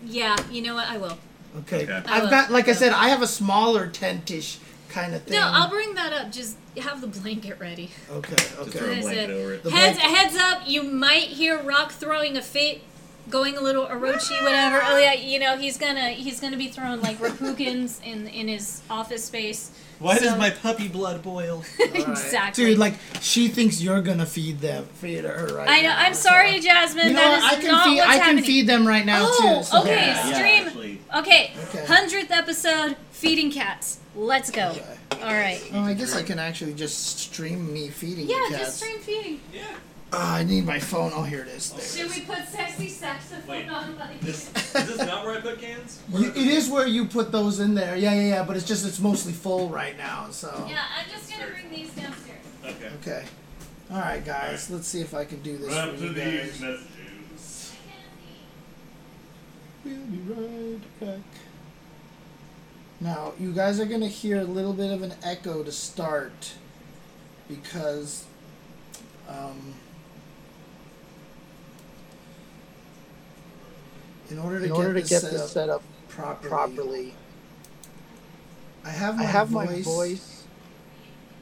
Speaker 2: Yeah, you know what? I will.
Speaker 1: Okay.
Speaker 4: Okay.
Speaker 1: I've
Speaker 2: will.
Speaker 1: got, like I
Speaker 2: Oh, Yeah.
Speaker 1: said, I have a smaller tentish kind of thing.
Speaker 2: No, I'll bring that up. Just have the blanket ready.
Speaker 1: Okay,
Speaker 4: throw
Speaker 1: okay.
Speaker 4: it.
Speaker 2: That's
Speaker 4: blanket over
Speaker 2: it.
Speaker 4: it.
Speaker 1: The
Speaker 2: Heads,
Speaker 1: blanket-
Speaker 2: heads up, you might hear Rock throwing a fit, going a little Orochi, whatever. Oh yeah, you know he's gonna he's gonna be throwing like Rapukins in in his office space.
Speaker 10: Why does
Speaker 2: So-
Speaker 10: my puppy blood boil?
Speaker 1: All right.
Speaker 2: Exactly.
Speaker 1: Dude, like she thinks you're gonna feed them, feed her right
Speaker 2: I know.
Speaker 1: now,
Speaker 2: I'm
Speaker 1: so-
Speaker 2: sorry, Jasmine.
Speaker 1: You know,
Speaker 2: that
Speaker 1: what?
Speaker 2: is
Speaker 1: I can
Speaker 2: not
Speaker 1: feed,
Speaker 2: what's
Speaker 1: I can
Speaker 2: happening.
Speaker 1: feed them right now
Speaker 2: Oh,
Speaker 1: too. so-
Speaker 2: okay,
Speaker 4: Yeah, yeah,
Speaker 2: stream.
Speaker 4: actually.
Speaker 2: Okay,
Speaker 1: Okay.
Speaker 2: hundredth episode, feeding cats. Let's go.
Speaker 1: Okay.
Speaker 2: All right.
Speaker 1: Oh, I guess I can actually just stream me feeding
Speaker 2: Yeah,
Speaker 1: the cats.
Speaker 2: just stream feeding.
Speaker 1: Oh, I need my phone. Oh, here it is. There.
Speaker 2: Should we put sexy saxophone
Speaker 3: Wait.
Speaker 2: on? Like,
Speaker 3: This, is this not where I put cans?
Speaker 1: You, it is where you put those in there. Yeah, yeah, yeah. But it's just it's mostly full right now. So
Speaker 2: yeah, I'm just gonna bring these downstairs.
Speaker 3: Okay.
Speaker 1: okay. All right, guys. Let's see if I can do this for you guys.
Speaker 7: messages.
Speaker 1: We'll be right back. Now, you guys are going to hear a little bit of an echo to start because um, in order to
Speaker 11: in
Speaker 1: get,
Speaker 11: order to
Speaker 1: this,
Speaker 11: get
Speaker 1: set
Speaker 11: this
Speaker 1: up
Speaker 11: set up
Speaker 1: properly,
Speaker 11: properly.
Speaker 1: I have my
Speaker 11: I have my
Speaker 1: voice,
Speaker 11: voice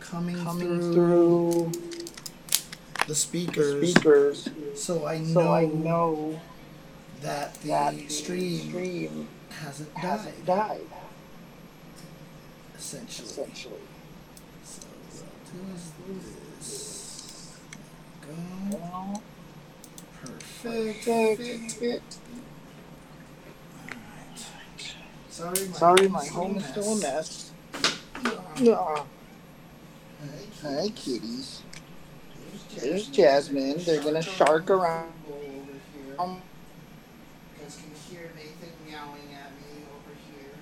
Speaker 1: coming,
Speaker 11: coming
Speaker 1: through,
Speaker 11: through
Speaker 1: the speakers,
Speaker 11: speakers,
Speaker 1: so I know,
Speaker 11: so I know
Speaker 1: that the
Speaker 11: that the
Speaker 1: stream,
Speaker 11: stream
Speaker 1: hasn't died,
Speaker 11: hasn't died,
Speaker 1: essentially.
Speaker 11: essentially.
Speaker 1: So what is this? Go.
Speaker 11: Well,
Speaker 1: Perfect.
Speaker 11: check
Speaker 1: Fit.
Speaker 11: it.
Speaker 1: Alright. Sorry, my
Speaker 11: Sorry,
Speaker 1: home's
Speaker 11: my
Speaker 1: still a
Speaker 11: home is still a
Speaker 1: mess.
Speaker 11: mess.
Speaker 1: Ah,
Speaker 11: Ah, Hi,
Speaker 1: okay.
Speaker 11: kitties.
Speaker 1: There's
Speaker 11: There's Jasmine. They're gonna shark around.
Speaker 1: Over here.
Speaker 11: Um,
Speaker 1: You guys can hear Nathan meowing at me over here.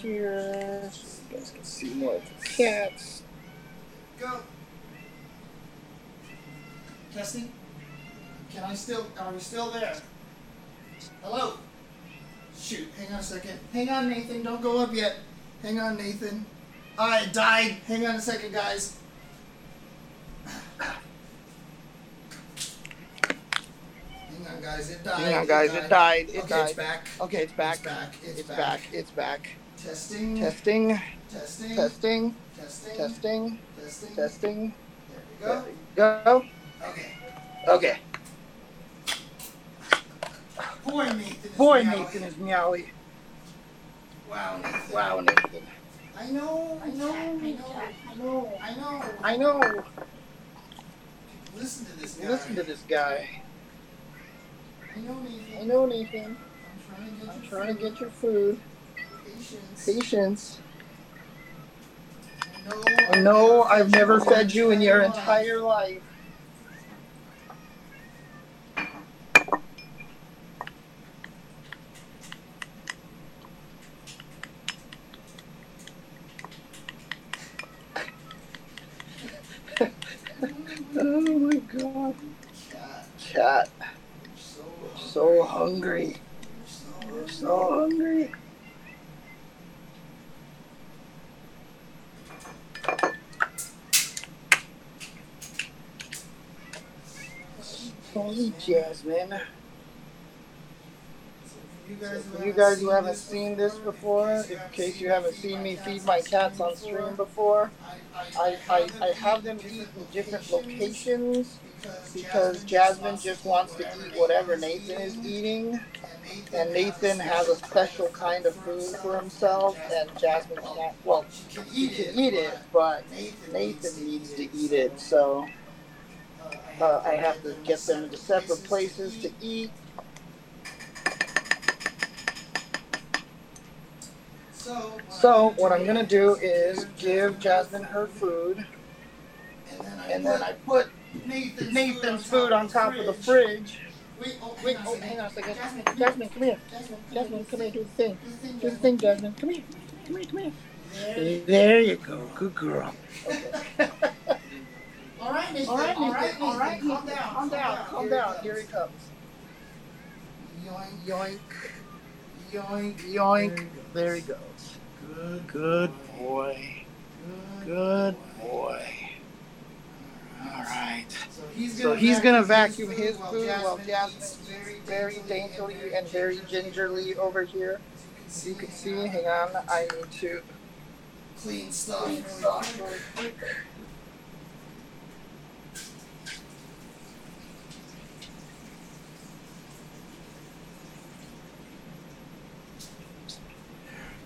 Speaker 11: Here, so you guys can see more of the cats.
Speaker 1: Go. Testing. Can I still? Are we still there? Hello. Shoot. Hang on a second. Hang on, Nathan. Don't go up yet. Hang on, Nathan. All right, died. Hang on a second, guys. Hang on, guys. It died.
Speaker 11: Hang on, guys. It died. It
Speaker 1: okay,
Speaker 11: died. Oh.
Speaker 1: it's back.
Speaker 11: Okay, it's back.
Speaker 1: It's back. It's,
Speaker 11: It's
Speaker 1: back.
Speaker 11: back. Mm. It's back.
Speaker 1: Testing.
Speaker 11: Testing, Mm.
Speaker 1: Testing.
Speaker 11: testing,
Speaker 1: Testing.
Speaker 11: testing,
Speaker 1: Testing.
Speaker 11: testing.
Speaker 1: There we
Speaker 11: There
Speaker 1: go.
Speaker 11: we Mm. Go.
Speaker 1: Okay.
Speaker 11: Okay.
Speaker 1: Boy, Nathan. is
Speaker 11: Boy,
Speaker 1: meowing.
Speaker 11: Nathan is meowing.
Speaker 1: Wow, Nathan.
Speaker 11: Wow, Nathan.
Speaker 1: I know, I know, I know, I know, I know.
Speaker 11: I know.
Speaker 1: Listen to this guy.
Speaker 11: Listen to this guy.
Speaker 1: I know,
Speaker 11: I
Speaker 1: Nathan.
Speaker 11: know, Nathan.
Speaker 1: I'm trying to get
Speaker 11: I'm
Speaker 1: you
Speaker 11: trying to get your food.
Speaker 1: patience.
Speaker 11: Patience.
Speaker 1: No,
Speaker 11: I know I've never fed you in your entire life. oh my god.
Speaker 1: God,
Speaker 11: Cat,
Speaker 1: you're so,
Speaker 11: so hungry.
Speaker 1: you're so,
Speaker 11: So hungry. Don't eat Jasmine.
Speaker 1: so
Speaker 11: For you guys who haven't seen this before, in case you haven't seen me feed my cats on stream before, I, I, I have them eat in different locations because Jasmine just wants to eat whatever Nathan is eating. And Nathan has a special kind of food for himself, and Jasmine can't. Well, he can eat it, but Nathan needs to eat it, so uh, I have to get them into separate places to eat. So what I'm gonna do is give Jasmine her food, and then I put
Speaker 1: Nathan's,
Speaker 11: Nathan's food on top of the fridge.
Speaker 1: Wait, oh,
Speaker 11: Wait, oh, hang on a second. Jasmine, come here. Jasmine, come here. Do the thing. Do the thing, Jasmine. Come here. Come here. Come here. There you go. Good girl.
Speaker 1: All right, Nathan.
Speaker 11: All right,
Speaker 1: All right,
Speaker 11: Nathan. All right,
Speaker 1: Calm
Speaker 11: Nathan.
Speaker 1: down.
Speaker 11: Calm down. Calm down. Here he comes.
Speaker 1: Yoink, yoink, yoink,
Speaker 11: Yoink. There he goes.
Speaker 1: Good,
Speaker 11: Good boy. Good boy. All right.
Speaker 1: So he's
Speaker 11: So he's gonna vacuum his food while Jasmine's very daintily and very gingerly over here. You can see. Hang on. I need to
Speaker 1: clean stuff.
Speaker 11: stop really quick.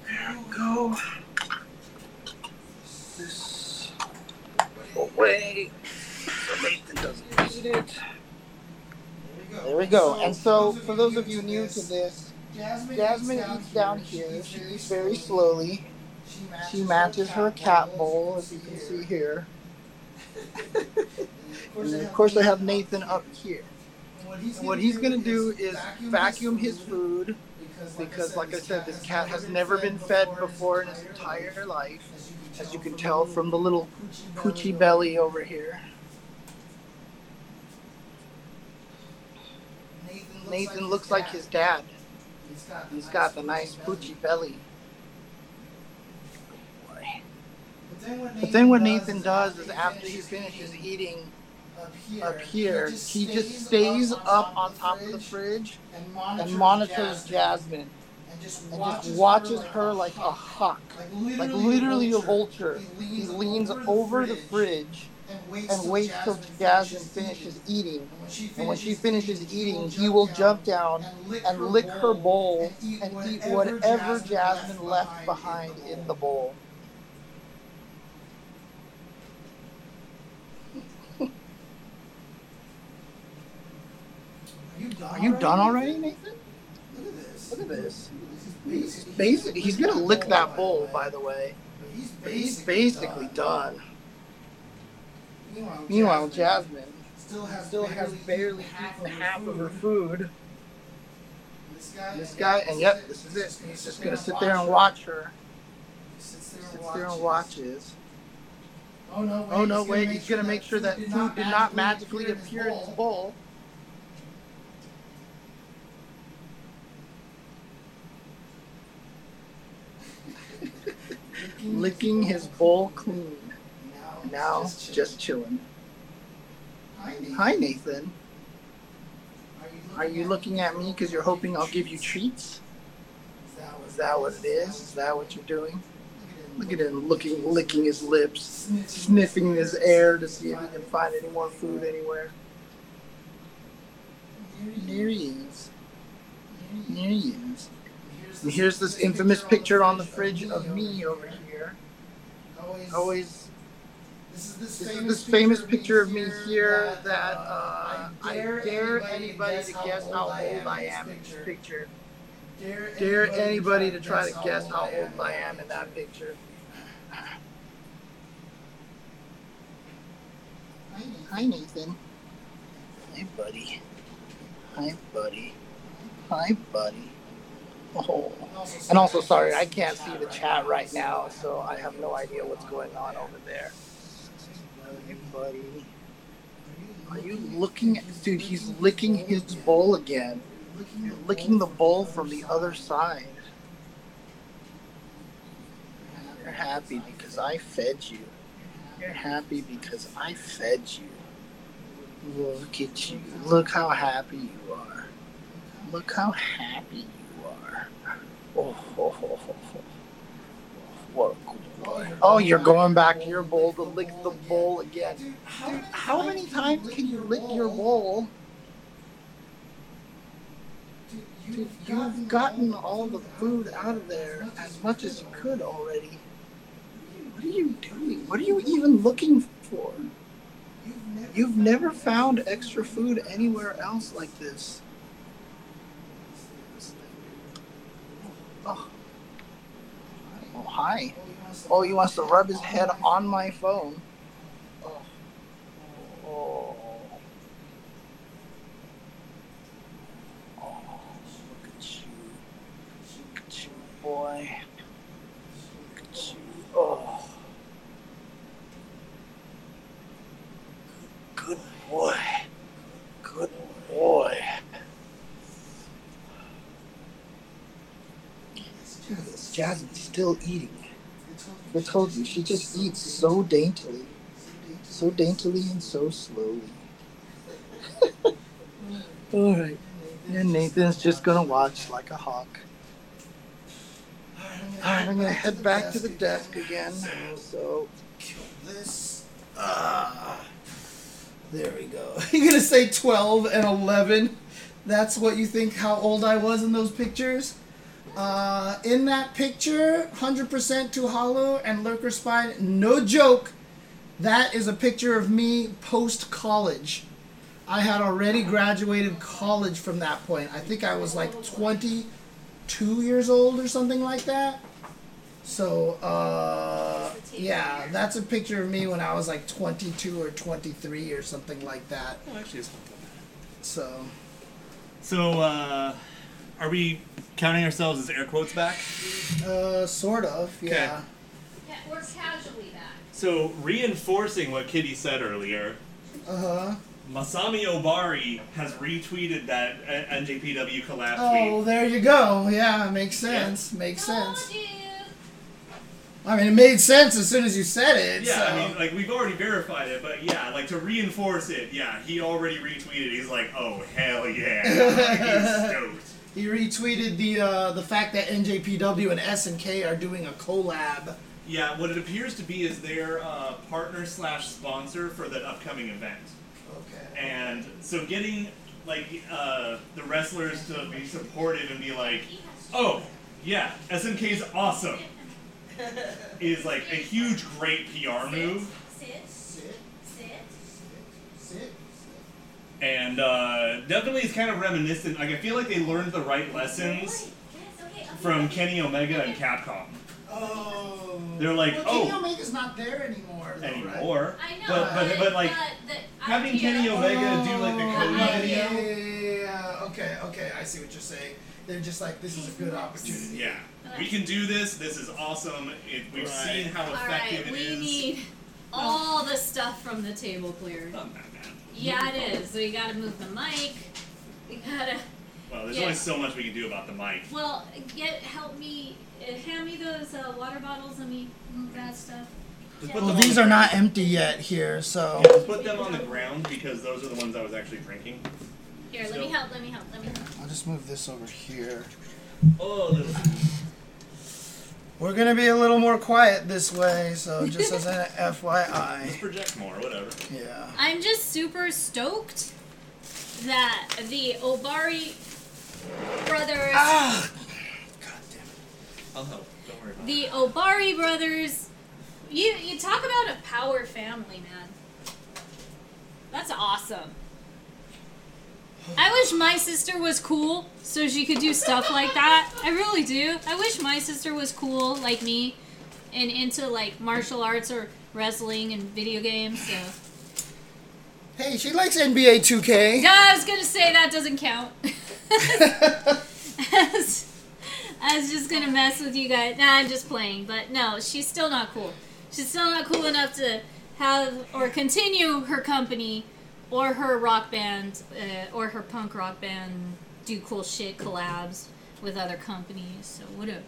Speaker 11: There we go. This away so Nathan doesn't eat it. There we go. And so, for those of you new to this, Jasmine eats down here. She eats very slowly. She matches her cat bowl, as you can see here. And of course, I have Nathan up here. And what he's gonna do is vacuum his food because, like I said, this cat has never been fed before in his entire life, as you can tell from the little
Speaker 1: Poochie
Speaker 11: poochy belly over here. Nathan looks like his dad. He's got the nice poochy belly. The thing what Nathan does is after he finishes eating up here, he just stays up on top of the fridge and monitors Jasmine
Speaker 1: and just
Speaker 11: and just watches her like a hawk, like literally a vulture. He leans over the fridge and waits till Jasmine finishes eating. And when she finishes eating, he will jump down and lick her bowl and eat whatever Jasmine left behind in the bowl. Are you done already, Nathan?
Speaker 1: Look at this.
Speaker 11: Look at this.
Speaker 1: He's
Speaker 11: Basically, he's gonna lick that bowl, by the way. But he's basically done. Meanwhile, Jasmine
Speaker 1: still has
Speaker 11: still has barely eaten half of her food.
Speaker 1: This guy,
Speaker 11: And This guy, and yep, this is it. He's just gonna sit there and watch her.
Speaker 1: Sits
Speaker 11: Sits there and watches.
Speaker 1: Oh no! Wait,
Speaker 11: Oh no, wait, he's gonna make sure that food did not magically appear in his bowl. Licking his bowl clean. Now, just chilling. Hi, Nathan. Are you looking at me because you're hoping I'll give you treats? Is that what it is? Is that what you're doing? Look at him looking, licking his lips, sniffing his air to see if he can find any more food anywhere. There he is. There he is. And here's this infamous picture on the fridge of me over here.
Speaker 1: Always,
Speaker 11: Always,
Speaker 1: this is
Speaker 11: this is this famous picture of me here that uh, I dare anybody to guess how old I am in this picture. Dare anybody to try to guess how old I am in that picture. Hi, Nathan. Hi, buddy. Hi, buddy. Hi, buddy. Oh. And also, sorry, I can't see the chat right now, so I have no idea what's going on over there. Hey, buddy. Are you looking at. Dude, he's licking his bowl again. Licking the bowl from the other side. You're happy because I fed you. You're happy because I fed you. Look at you. Look how happy you are. Look how happy you are. Oh, oh, oh, oh, oh. What a good boy. Oh, you're going back to your bowl to lick the bowl again. Dude, how many times can you lick your bowl? Dude, you've gotten all the food out of there as much as you could already. What are you doing? What are you even looking for? You've never found extra food anywhere else like this. Oh. oh, hi. Oh, he wants to rub his head on my phone. Oh. Oh. Oh, look at you. Look at you, boy. Look at you. Oh. Good boy. Good boy. Jesus, Jasmine's still eating. I told you, she just eats so daintily. So daintily and so slowly. Alright. And Nathan's just gonna watch like a hawk. Alright, I'm gonna head back to the desk again. So,
Speaker 1: This. Ah. There we go. You're gonna say 12 and 11? That's what you think how old I was in those pictures? Uh, in that picture, 100% to Hollow and Lurker Spine, no joke, that is a picture of me post college. I had already graduated college from that point. I think I was like 22 years old or something like that. So, uh, yeah, that's a picture of me when I was like 22 or 23 or something like that.
Speaker 3: Well, Oh, actually, it's not that bad.
Speaker 1: So,
Speaker 3: So, uh, are we counting ourselves as air quotes back?
Speaker 1: uh, sort of, yeah.
Speaker 2: Yeah, or casually that.
Speaker 3: So, reinforcing what Kitty said earlier,
Speaker 1: Uh huh.
Speaker 3: Masami Obari has retweeted that uh, NJPW collapse
Speaker 1: Oh,
Speaker 3: tweet.
Speaker 1: there you go. Yeah, makes sense. Makes
Speaker 2: Told
Speaker 1: sense.
Speaker 2: you.
Speaker 1: I mean, it made sense as soon as you said it.
Speaker 3: Yeah,
Speaker 1: so.
Speaker 3: I mean, like, we've already verified it, but yeah, like, to reinforce it, yeah, he already retweeted. He's like, oh, hell yeah. He's stoked.
Speaker 1: He retweeted the uh, the fact that NJPW and S and K are doing a collab.
Speaker 3: Yeah, what it appears to be is their uh, partner slash sponsor for the upcoming event.
Speaker 1: Okay.
Speaker 3: And so getting like uh, the wrestlers to be supportive and be like, oh yeah, SMK's awesome is like a huge great PR move. And uh, definitely is kind of reminiscent. Like I feel like they learned the right lessons from Kenny Omega and Capcom.
Speaker 1: Oh.
Speaker 3: They're like,
Speaker 1: well,
Speaker 3: oh,
Speaker 1: Kenny Omega's not there anymore. Though, Right?
Speaker 3: anymore.
Speaker 2: I know,
Speaker 3: But but but like
Speaker 2: the
Speaker 3: having
Speaker 2: idea-
Speaker 3: Kenny Omega do like the
Speaker 1: Oh,
Speaker 3: Cody
Speaker 1: yeah,
Speaker 3: video.
Speaker 1: Yeah, yeah, yeah, yeah. Okay, okay. I see what you're saying. They're just like, this is a good opportunity.
Speaker 3: Yeah. We can do this. This is awesome. It, we've
Speaker 1: Right.
Speaker 3: seen how
Speaker 2: All
Speaker 3: effective
Speaker 2: right,
Speaker 3: it
Speaker 2: we
Speaker 3: is.
Speaker 2: need all the stuff from the table cleared.
Speaker 3: Not that bad.
Speaker 2: Yeah, it is. So you gotta move the mic. We gotta.
Speaker 3: Well, there's
Speaker 2: Yeah.
Speaker 3: only so much we can do about the mic.
Speaker 2: Well, get help me. uh, Hand me those uh, water bottles. Let me move that stuff.
Speaker 3: Just
Speaker 2: Yeah.
Speaker 3: put
Speaker 1: Well,
Speaker 3: them
Speaker 1: these
Speaker 3: on
Speaker 1: are
Speaker 3: the-
Speaker 1: not empty yet here, so.
Speaker 3: Yeah, just put them on the ground because those are the ones I was actually drinking.
Speaker 2: Here, let me help. Let me help. Let me help.
Speaker 1: I'll just move this over here.
Speaker 3: Oh, this
Speaker 1: We're gonna be a little more quiet this way, so just as an FYI.
Speaker 3: project more, whatever.
Speaker 1: Yeah.
Speaker 2: I'm just super stoked that the Obari brothers,
Speaker 1: Ah! God damn
Speaker 3: I'll help. Don't worry about
Speaker 2: the Obari brothers, you you talk about a power family, man. That's awesome. I wish my sister was cool so she could do stuff like that. I really do. I wish my sister was cool like me and into like martial arts or wrestling and video games. So.
Speaker 1: it. Hey, she likes NBA 2K.
Speaker 2: Yeah, I was gonna say that doesn't count. I was- I was just gonna mess with you guys. Nah, I'm just playing. But no, she's still not cool. She's still not cool enough to have or continue her company or her rock band uh, or her punk rock band do cool shit collabs with other companies. So whatever.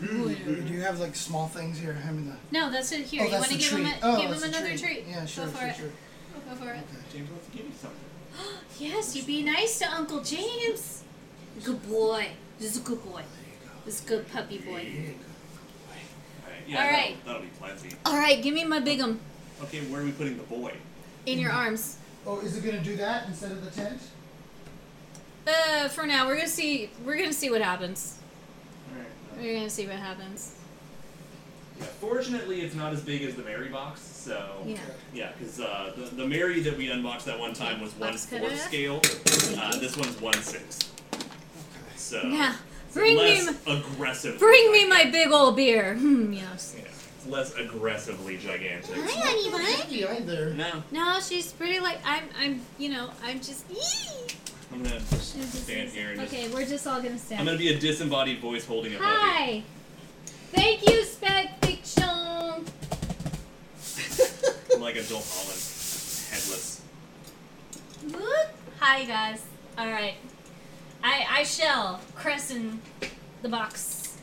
Speaker 1: Do you have like small things here? I mean, the,
Speaker 2: No, that's it. Here,
Speaker 1: oh,
Speaker 2: you
Speaker 1: that's
Speaker 2: want to
Speaker 1: the
Speaker 2: give
Speaker 1: treat.
Speaker 2: him a,
Speaker 1: oh,
Speaker 2: give
Speaker 1: that's
Speaker 2: him
Speaker 1: the
Speaker 2: another treat.
Speaker 1: treat. Yeah, sure,
Speaker 2: Go for
Speaker 1: sure,
Speaker 2: it.
Speaker 1: sure.
Speaker 2: Go for it.
Speaker 3: it. James wants to give you something.
Speaker 2: Yes, you be nice to Uncle James. Good boy. This is a good boy. This is a good puppy boy.
Speaker 3: Yeah,
Speaker 2: All
Speaker 3: that'll-
Speaker 2: right.
Speaker 3: That'll, be plenty.
Speaker 2: All right, give me my bigum
Speaker 3: Okay, where are we putting the boy?
Speaker 2: in your arms.
Speaker 1: Oh, is it gonna do that instead of the tent?
Speaker 2: Uh, for now, we're gonna see. We're gonna see what happens.
Speaker 3: All right.
Speaker 2: We're gonna see what happens.
Speaker 3: Yeah, fortunately, it's not as big as the Mary box, so.
Speaker 2: Yeah.
Speaker 3: Yeah, because uh, the, the Mary that we unboxed that one time was one
Speaker 2: Box cutter.
Speaker 3: fourth scale. Uh, this one's one sixth. So.
Speaker 2: Yeah.
Speaker 3: it's
Speaker 2: Bring me,
Speaker 3: less
Speaker 2: m-
Speaker 3: aggressive.
Speaker 2: bring me my big old beer. Hmm. Yes.
Speaker 3: Yeah, it's less aggressively gigantic.
Speaker 1: Maybe either.
Speaker 3: No,
Speaker 2: No, she's pretty like I'm. I'm. You know, I'm just.
Speaker 3: I'm gonna just stand here and just.
Speaker 2: Okay, we're just all gonna stand.
Speaker 3: I'm gonna be a disembodied voice holding a puppy.
Speaker 2: Hi. Thank you, Spec Fiction.
Speaker 3: I'm like a Joel Holland, headless.
Speaker 2: Whoop. Hi, guys. All right. I I shall crescent the box.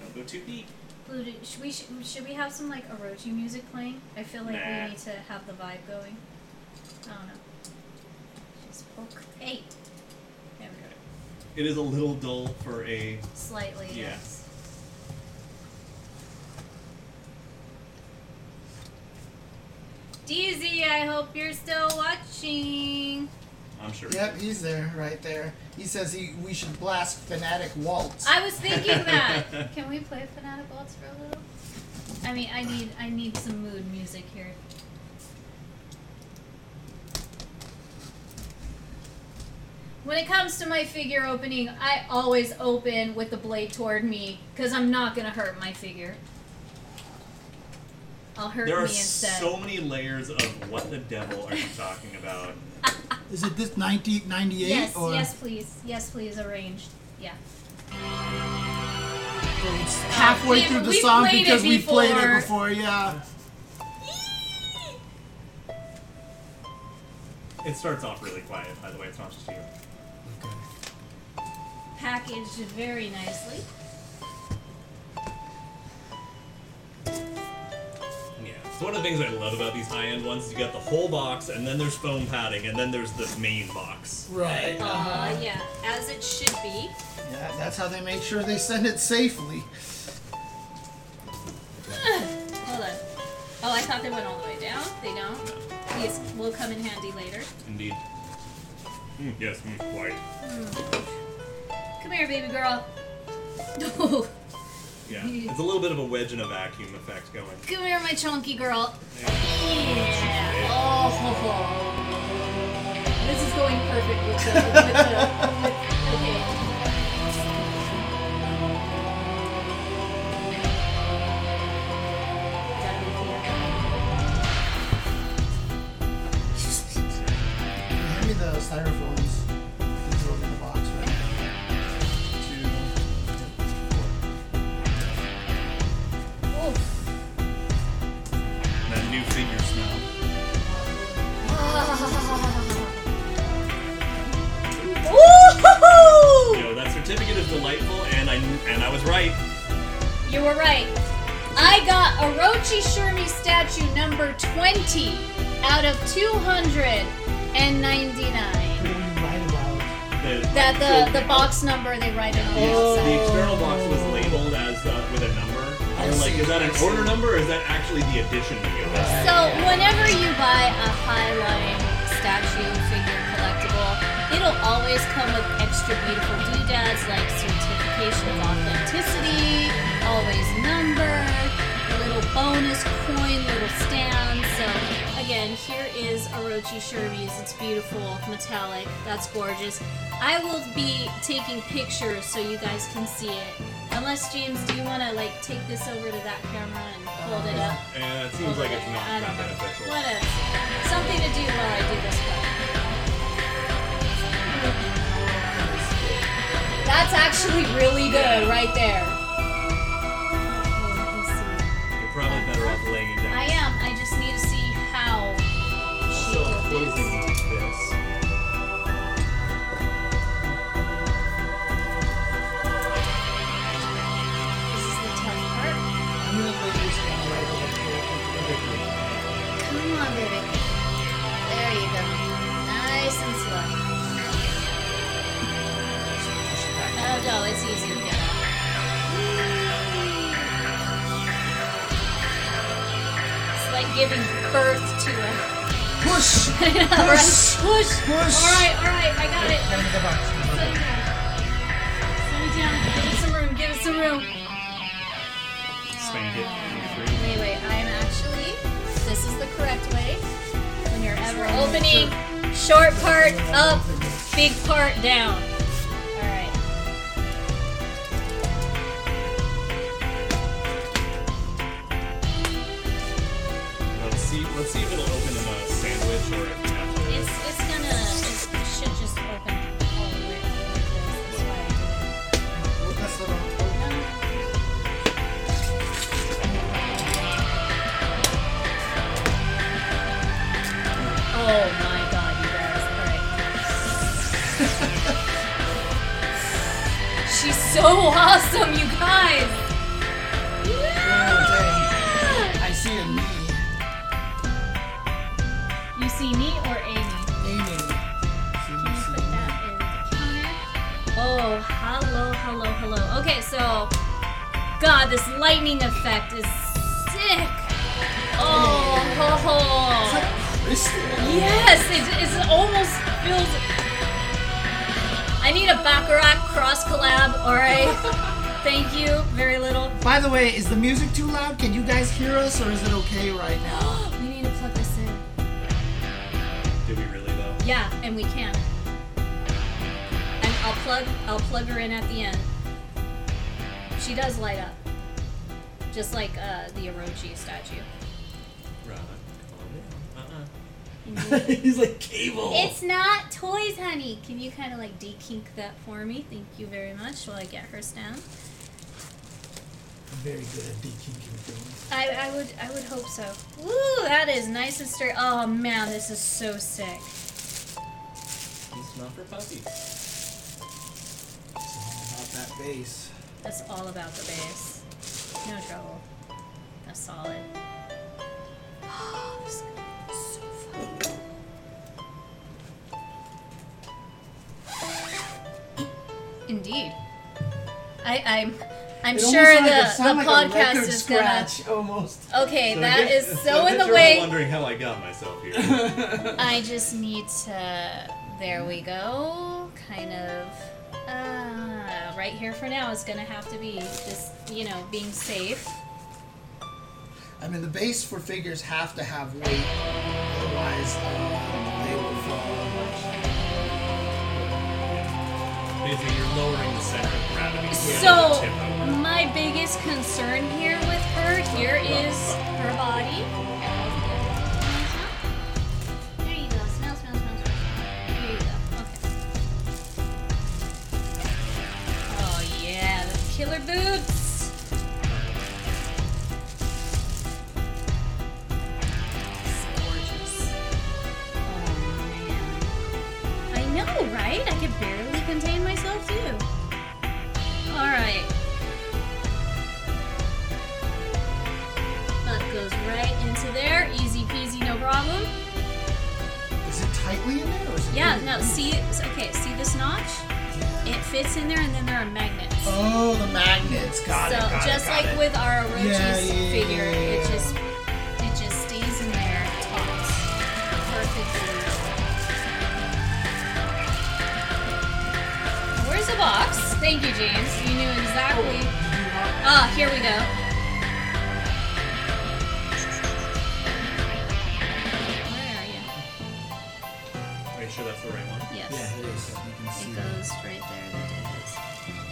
Speaker 3: Don't go too deep.
Speaker 2: Blue, do- Should we should we have some like Orochi music playing? I feel like
Speaker 3: Nah.
Speaker 2: we need to have the vibe going. I don't know. Just poke. Hey. There we go.
Speaker 3: It is a little dull for a.
Speaker 2: Slightly.
Speaker 3: Yeah.
Speaker 2: DZ, I hope you're still watching.
Speaker 3: I'm sure.
Speaker 1: Yep, he's there, right there. He says he we should blast fanatic waltz.
Speaker 2: I was thinking that. Can we play Fanatic Waltz for a little? I mean, I need I need some mood music here. When it comes to my figure opening, I always open with the blade toward me because I'm not gonna hurt my figure. I'll hurt
Speaker 3: There
Speaker 2: me
Speaker 3: are
Speaker 2: instead.
Speaker 3: so many layers of what the devil are you talking about?
Speaker 1: Is it this 1998
Speaker 2: yes,
Speaker 1: or
Speaker 2: yes, please, yes, please, arranged. Yeah.
Speaker 1: it's halfway
Speaker 2: Uh,
Speaker 1: through the
Speaker 2: we've
Speaker 1: song
Speaker 2: played it
Speaker 1: because we played it
Speaker 2: before.
Speaker 1: before? Yeah.
Speaker 3: It starts off really quiet, by the way. It's not just you.
Speaker 2: packaged very nicely.
Speaker 3: Yeah. It's one of the things I love about these high end ones. is You got the whole box, and then there's foam padding, and then there's the main box.
Speaker 1: Right.
Speaker 2: Uh, yeah, as it should be.
Speaker 1: Yeah, that's how they make sure they send it safely.
Speaker 2: Hold on. Oh, I thought they went all the way down. They don't. These will come in handy later.
Speaker 3: Indeed. Mm, yes, mm, quite.
Speaker 2: Come here, baby girl. No.
Speaker 3: Yeah. It's a little bit of a wedge and a vacuum effect going.
Speaker 2: Come here, my chunky girl. Yeah. Oh. ho, ho. This is going perfect with the. With the with, okay. Gotta be careful.
Speaker 1: Hand me the styrofoams. These are in the box, right?
Speaker 2: Oof.
Speaker 3: That new figure smell.
Speaker 2: Woohoo!
Speaker 3: Yo, that certificate is delightful, and I and I was right.
Speaker 2: You were right. I got Orochi Shurmi statue number 20 out of 299.
Speaker 1: Right about.
Speaker 3: The,
Speaker 2: That the, the box number they write it on the
Speaker 3: the
Speaker 2: outside.
Speaker 3: external box was labeled as uh, with a number.
Speaker 1: I
Speaker 3: And I'm like,
Speaker 1: see,
Speaker 3: is that
Speaker 1: I
Speaker 3: an
Speaker 1: see.
Speaker 3: order number, or is that actually the addition that you have?
Speaker 2: So whenever you buy a highline statue figure collectible, it'll always come with extra beautiful doodads like certification of authenticity, always numbered, a little bonus coin, little stand. So again, here is Orochi Shirby's. It's beautiful, metallic. That's gorgeous. I will be taking pictures so you guys can see it. Unless James, do you want to like take this over to that camera and hold it up?
Speaker 3: And it seems like it's not
Speaker 2: I don't
Speaker 3: that
Speaker 2: know.
Speaker 3: beneficial.
Speaker 2: What else? Something to do while I do this one. That's actually really good right there.
Speaker 3: You're probably better off laying it down.
Speaker 2: I am. I just need to see how she
Speaker 3: So I'm
Speaker 2: did this.
Speaker 3: closing this.
Speaker 2: This is the tough part.
Speaker 1: I'm gonna lay this down right over here.
Speaker 2: Come on, baby. There you go. Nice and slow.
Speaker 1: Push it back.
Speaker 2: Okay. giving birth to a.
Speaker 1: Push!
Speaker 2: Alright,
Speaker 1: Push!
Speaker 2: push.
Speaker 1: Push.
Speaker 2: Alright, alright, I got it.
Speaker 11: Give me the box.
Speaker 2: Set me down. Set me down. Give it some room. Give it some room.
Speaker 4: Spank it.
Speaker 2: Wait, wait. I'm actually. This is the correct way. When you're ever opening, short part up, big part down. Alright.
Speaker 4: Let's see. Let's see if it'll open in a sandwich or. if we have to-
Speaker 2: It's it's gonna it's, it should just open all the way up Oh, like this. That's why I did
Speaker 11: That's the wrong-
Speaker 2: it. No, no, no. Oh my god, you guys! All right. She's so awesome, you guys! Yeah!
Speaker 1: I see a knee.
Speaker 2: You see me or Amy?
Speaker 1: Aiming. See, you
Speaker 2: Put
Speaker 1: see.
Speaker 2: that in the counter. Oh, hello, hello, hello. Okay, so, God, this lightning effect is sick. Oh, ho, ho.
Speaker 1: Crystal.
Speaker 2: Yes, it, it's almost feels. I need a Baccarat cross collab, alright? Thank you, very little.
Speaker 1: By the way, is the music too loud? Can you guys hear us or is it okay right now?
Speaker 2: we need to plug this in.
Speaker 4: Do we really though?
Speaker 2: Yeah, and we can. And I'll plug I'll plug her in at the end. She does light up. Just like uh, the Orochi statue.
Speaker 4: Rock on. Uh-uh.
Speaker 3: He's like cable.
Speaker 2: It's not toys, honey. Can you kind of like de-kink that for me? Thank you very much. While I get hers down,
Speaker 1: I'm very good at dekinking things.
Speaker 2: I, I would I would hope so. Woo! That is nice and straight. Oh man, this is so sick.
Speaker 4: It's not for puppies.
Speaker 1: It's all about that bass.
Speaker 2: That's all about the bass. No trouble. That's solid. Oh, This is gonna be so fun. Indeed. I, I'm I'm sure the, the podcast is
Speaker 1: scratch almost.
Speaker 2: gonna. Okay, that is so, in the
Speaker 4: you're all
Speaker 2: way.
Speaker 4: wondering how I got myself here.
Speaker 2: I just need to. There we go. Kind of. Uh, right here for now is gonna have to be just you know being safe.
Speaker 1: I mean, the base for figures have to have weight, otherwise um, they will fall.
Speaker 4: Basically, you're lowering the center of gravity.
Speaker 2: So, my biggest concern here with her here is her body. There you go. Smell, smell, smell, smell. There you go. Okay. Oh yeah, those killer boots. It's gorgeous. Oh man. I know, right? I can barely contain myself too. All right. That goes right into there. Easy peasy, no problem.
Speaker 1: Is it tightly in there? Or is it
Speaker 2: Yeah,
Speaker 1: really
Speaker 2: no,
Speaker 1: loose?
Speaker 2: see, okay, see this notch? It fits in there, and then there are magnets.
Speaker 1: Oh, the magnets. Got
Speaker 2: so
Speaker 1: it. Got
Speaker 2: just
Speaker 1: it, got
Speaker 2: like
Speaker 1: it.
Speaker 2: with our Orochi's
Speaker 1: Yeah, yeah, yeah,
Speaker 2: figure,
Speaker 1: yeah,
Speaker 2: it
Speaker 1: yeah.
Speaker 2: just it just stays in there taut. Perfectly. Where's the box? Thank you, James. You knew exactly.
Speaker 1: Oh.
Speaker 2: Ah, here we go. Where are you?
Speaker 4: Are you sure that's the right one?
Speaker 2: Yes.
Speaker 1: Yeah, it is. You can see
Speaker 2: It
Speaker 1: it.
Speaker 2: goes right there. That it is.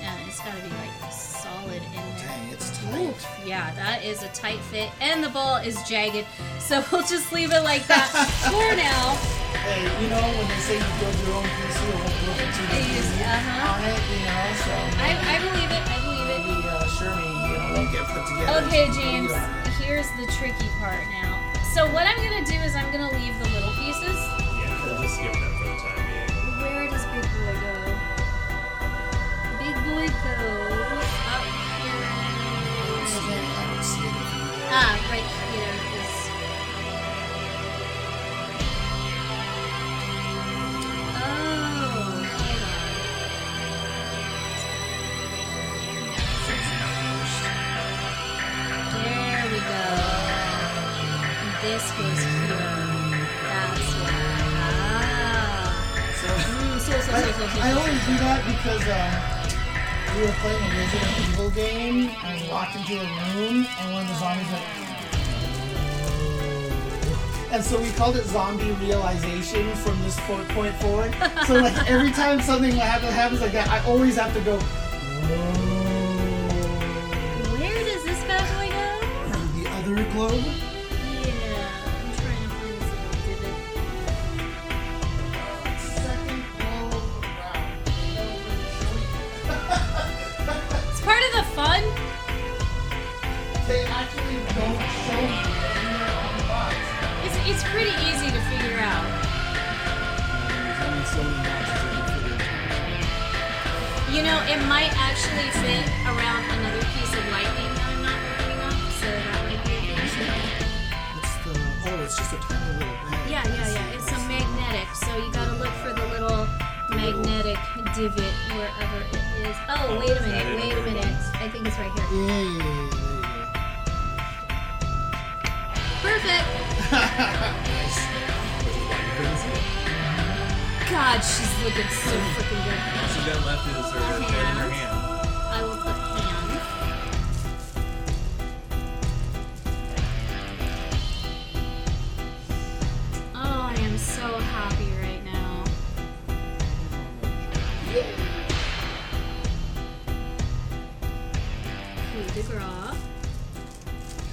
Speaker 2: Yeah, it's gotta be like solid in there.
Speaker 1: Dang, it's
Speaker 2: Ooh,
Speaker 1: tight.
Speaker 2: yeah, that is a tight fit, and the ball is jagged, so we'll just leave it like that for now.
Speaker 1: Hey, you know when they say you build your own PC or what build it to
Speaker 2: It is, uh-huh.
Speaker 1: on it, you know, so
Speaker 2: I, I believe it. I believe it.
Speaker 1: maybe uh, Shermie, you know, won't get put together. uh,
Speaker 2: Okay,
Speaker 1: until you
Speaker 2: James.
Speaker 1: do it.
Speaker 2: Here's the tricky part now. So what I'm gonna do is I'm gonna leave the little pieces.
Speaker 4: Yeah, we'll just skip that for the time being.
Speaker 2: Where does Big Boy go? Big Boy goes up here.
Speaker 1: I don't see it.
Speaker 2: Ah, right here is. Oh, hold on. There we go. This was here. That's why. Ah. So, mm, so, so, so,
Speaker 1: I,
Speaker 2: so, so, so,
Speaker 1: I
Speaker 2: so,
Speaker 1: always
Speaker 2: so.
Speaker 1: do that because um, we were playing a Resident Evil game and we walked into a room and one of the zombies went. And so we called it zombie realization from this fo- point forward. So like every time something happens, happens like that, I always have to go. "Whoa."
Speaker 2: Where does this bad boy go?
Speaker 1: The other globe.
Speaker 2: Yeah, I'm trying to find this little divot. It's part of the fun.
Speaker 1: They actually don't show
Speaker 2: It's, it's pretty easy to figure out.
Speaker 10: There's only so many boxes you can fit in.
Speaker 2: You know, it might actually fit around another piece of lightning that I'm not working on, so that might be a thing.
Speaker 10: It's the oh, it's just a tiny little bag.
Speaker 2: Yeah, yeah, yeah. It's a magnetic, so you gotta look for the little magnetic divot wherever it is. Oh, wait a minute, wait a minute. I think it's right here.
Speaker 10: Yeah, yeah, yeah, yeah,
Speaker 2: Perfect!
Speaker 1: Nice.
Speaker 2: God, she's looking so freaking good.
Speaker 4: All she's got left is her head in her hand.
Speaker 2: I will put hand. Oh, I am so happy right now. Coup de grace.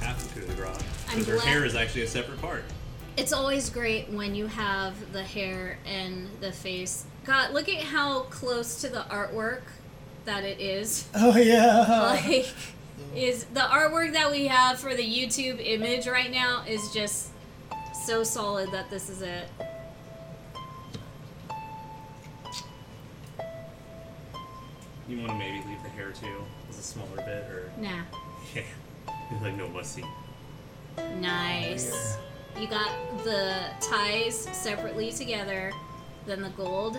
Speaker 4: Half the coup de grace.
Speaker 2: I'm
Speaker 4: Because her
Speaker 2: glad-
Speaker 4: hair is actually a separate part.
Speaker 2: It's always great when you have the hair and the face. God, look at how close to the artwork that it is.
Speaker 1: Oh yeah.
Speaker 2: like is the artwork that we have for the YouTube image right now is just so solid that this is it.
Speaker 4: You want to maybe leave the hair too as a smaller bit, or
Speaker 2: Nah.
Speaker 4: yeah, like no wussy.
Speaker 2: Nice. You got the ties separately together, then the gold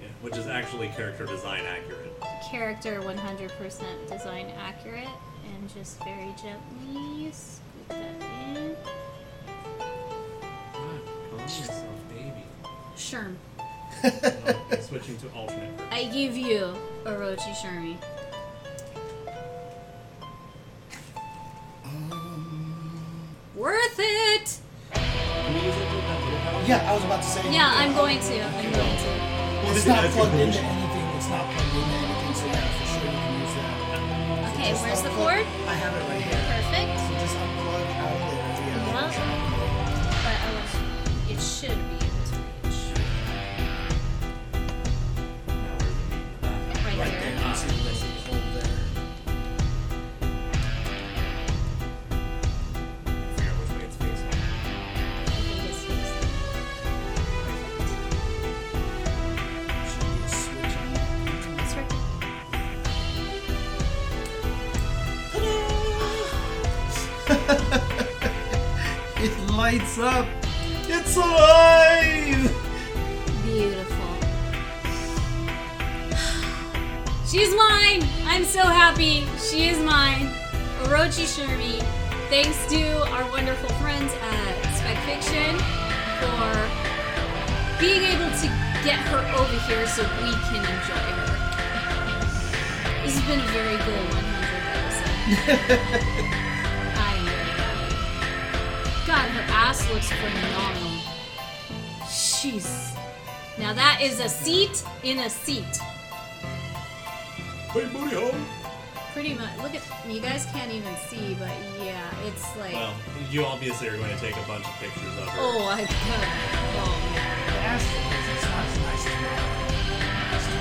Speaker 4: Yeah, which is actually character design accurate.
Speaker 2: character 100% design accurate and just very gently scoop that in.
Speaker 4: Ah, calm yourself, baby.
Speaker 2: Sherm.
Speaker 4: Oh, I'm switching to alternate.
Speaker 2: I give you Orochi Shermie. Worth it!
Speaker 4: Can we use it with that little power?
Speaker 1: Yeah, I was about to say.
Speaker 2: Yeah, I'm going to. I'm going to.
Speaker 1: It's not plugged into anything. It's not plugged into anything. So yeah, for sure you can use that.
Speaker 2: Okay,
Speaker 1: Just
Speaker 2: where's the
Speaker 1: unplug-
Speaker 2: cord?
Speaker 1: I have it right here.
Speaker 2: Perfect.
Speaker 1: So just unplug out of there. Yeah.
Speaker 2: But I will, it should be able to reach.
Speaker 4: Now where's the meat in the back?
Speaker 1: Right
Speaker 2: Right,
Speaker 1: there.
Speaker 2: there.
Speaker 1: You can see the basic hole there.
Speaker 4: I forgot which way it's facing.
Speaker 2: I think it's fixed.
Speaker 1: Should be a switch on
Speaker 2: It's right there.
Speaker 1: that. It lights up. It's alive.
Speaker 2: Beautiful. She's mine! I'm so happy. She is mine. Orochi Shirmi. Thanks to our wonderful friends at Spec Fiction for being able to get her over here so we can enjoy her. This has been a very good 100 episode. I am very happy. God, her ass looks phenomenal. She's now that is a seat in a seat.
Speaker 4: Hey, booty hole.
Speaker 2: Pretty much. Look at you guys can't even see, but yeah, it's like
Speaker 4: Well, you obviously are going to take a bunch of pictures of her.
Speaker 2: oh, I got oh, man.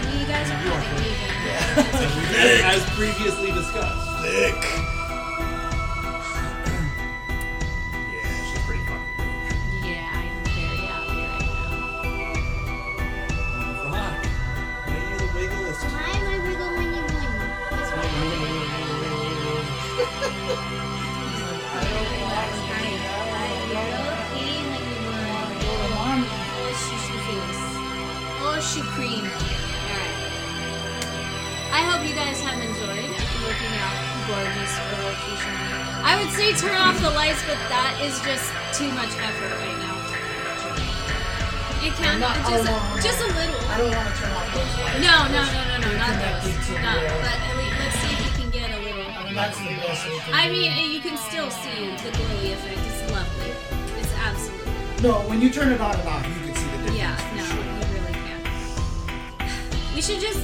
Speaker 2: You guys are probably leaving.
Speaker 4: As, as previously discussed. Yeah, she's pretty fucking cool.
Speaker 2: Yeah, I'm very happy right
Speaker 4: Rock, why are you the wigglest?
Speaker 2: now. Why am I wiggle wingy Oh, she cream. Alright. I hope you guys have enjoyed looking at gorgeous Orochi Shimmy. I I would say turn off the lights, but that is just too much effort right now. It can
Speaker 10: Not-
Speaker 2: it's
Speaker 10: oh,
Speaker 2: just,
Speaker 10: no, no.
Speaker 2: just a little.
Speaker 10: I don't want to turn off those lights.
Speaker 2: No, no, no, no, no, not
Speaker 10: Connected
Speaker 2: those.
Speaker 10: to
Speaker 2: No,
Speaker 10: the-
Speaker 2: but at least let's see if you can get a little.
Speaker 10: I mean, that's the best we can
Speaker 2: I
Speaker 10: do.
Speaker 2: mean, and you can still see the glowy effect. It's lovely. It's absolutely.
Speaker 10: No, when you turn it on and off, you can see the difference.
Speaker 2: Yeah,
Speaker 10: for
Speaker 2: no,
Speaker 10: sure.
Speaker 2: you really can't. We should just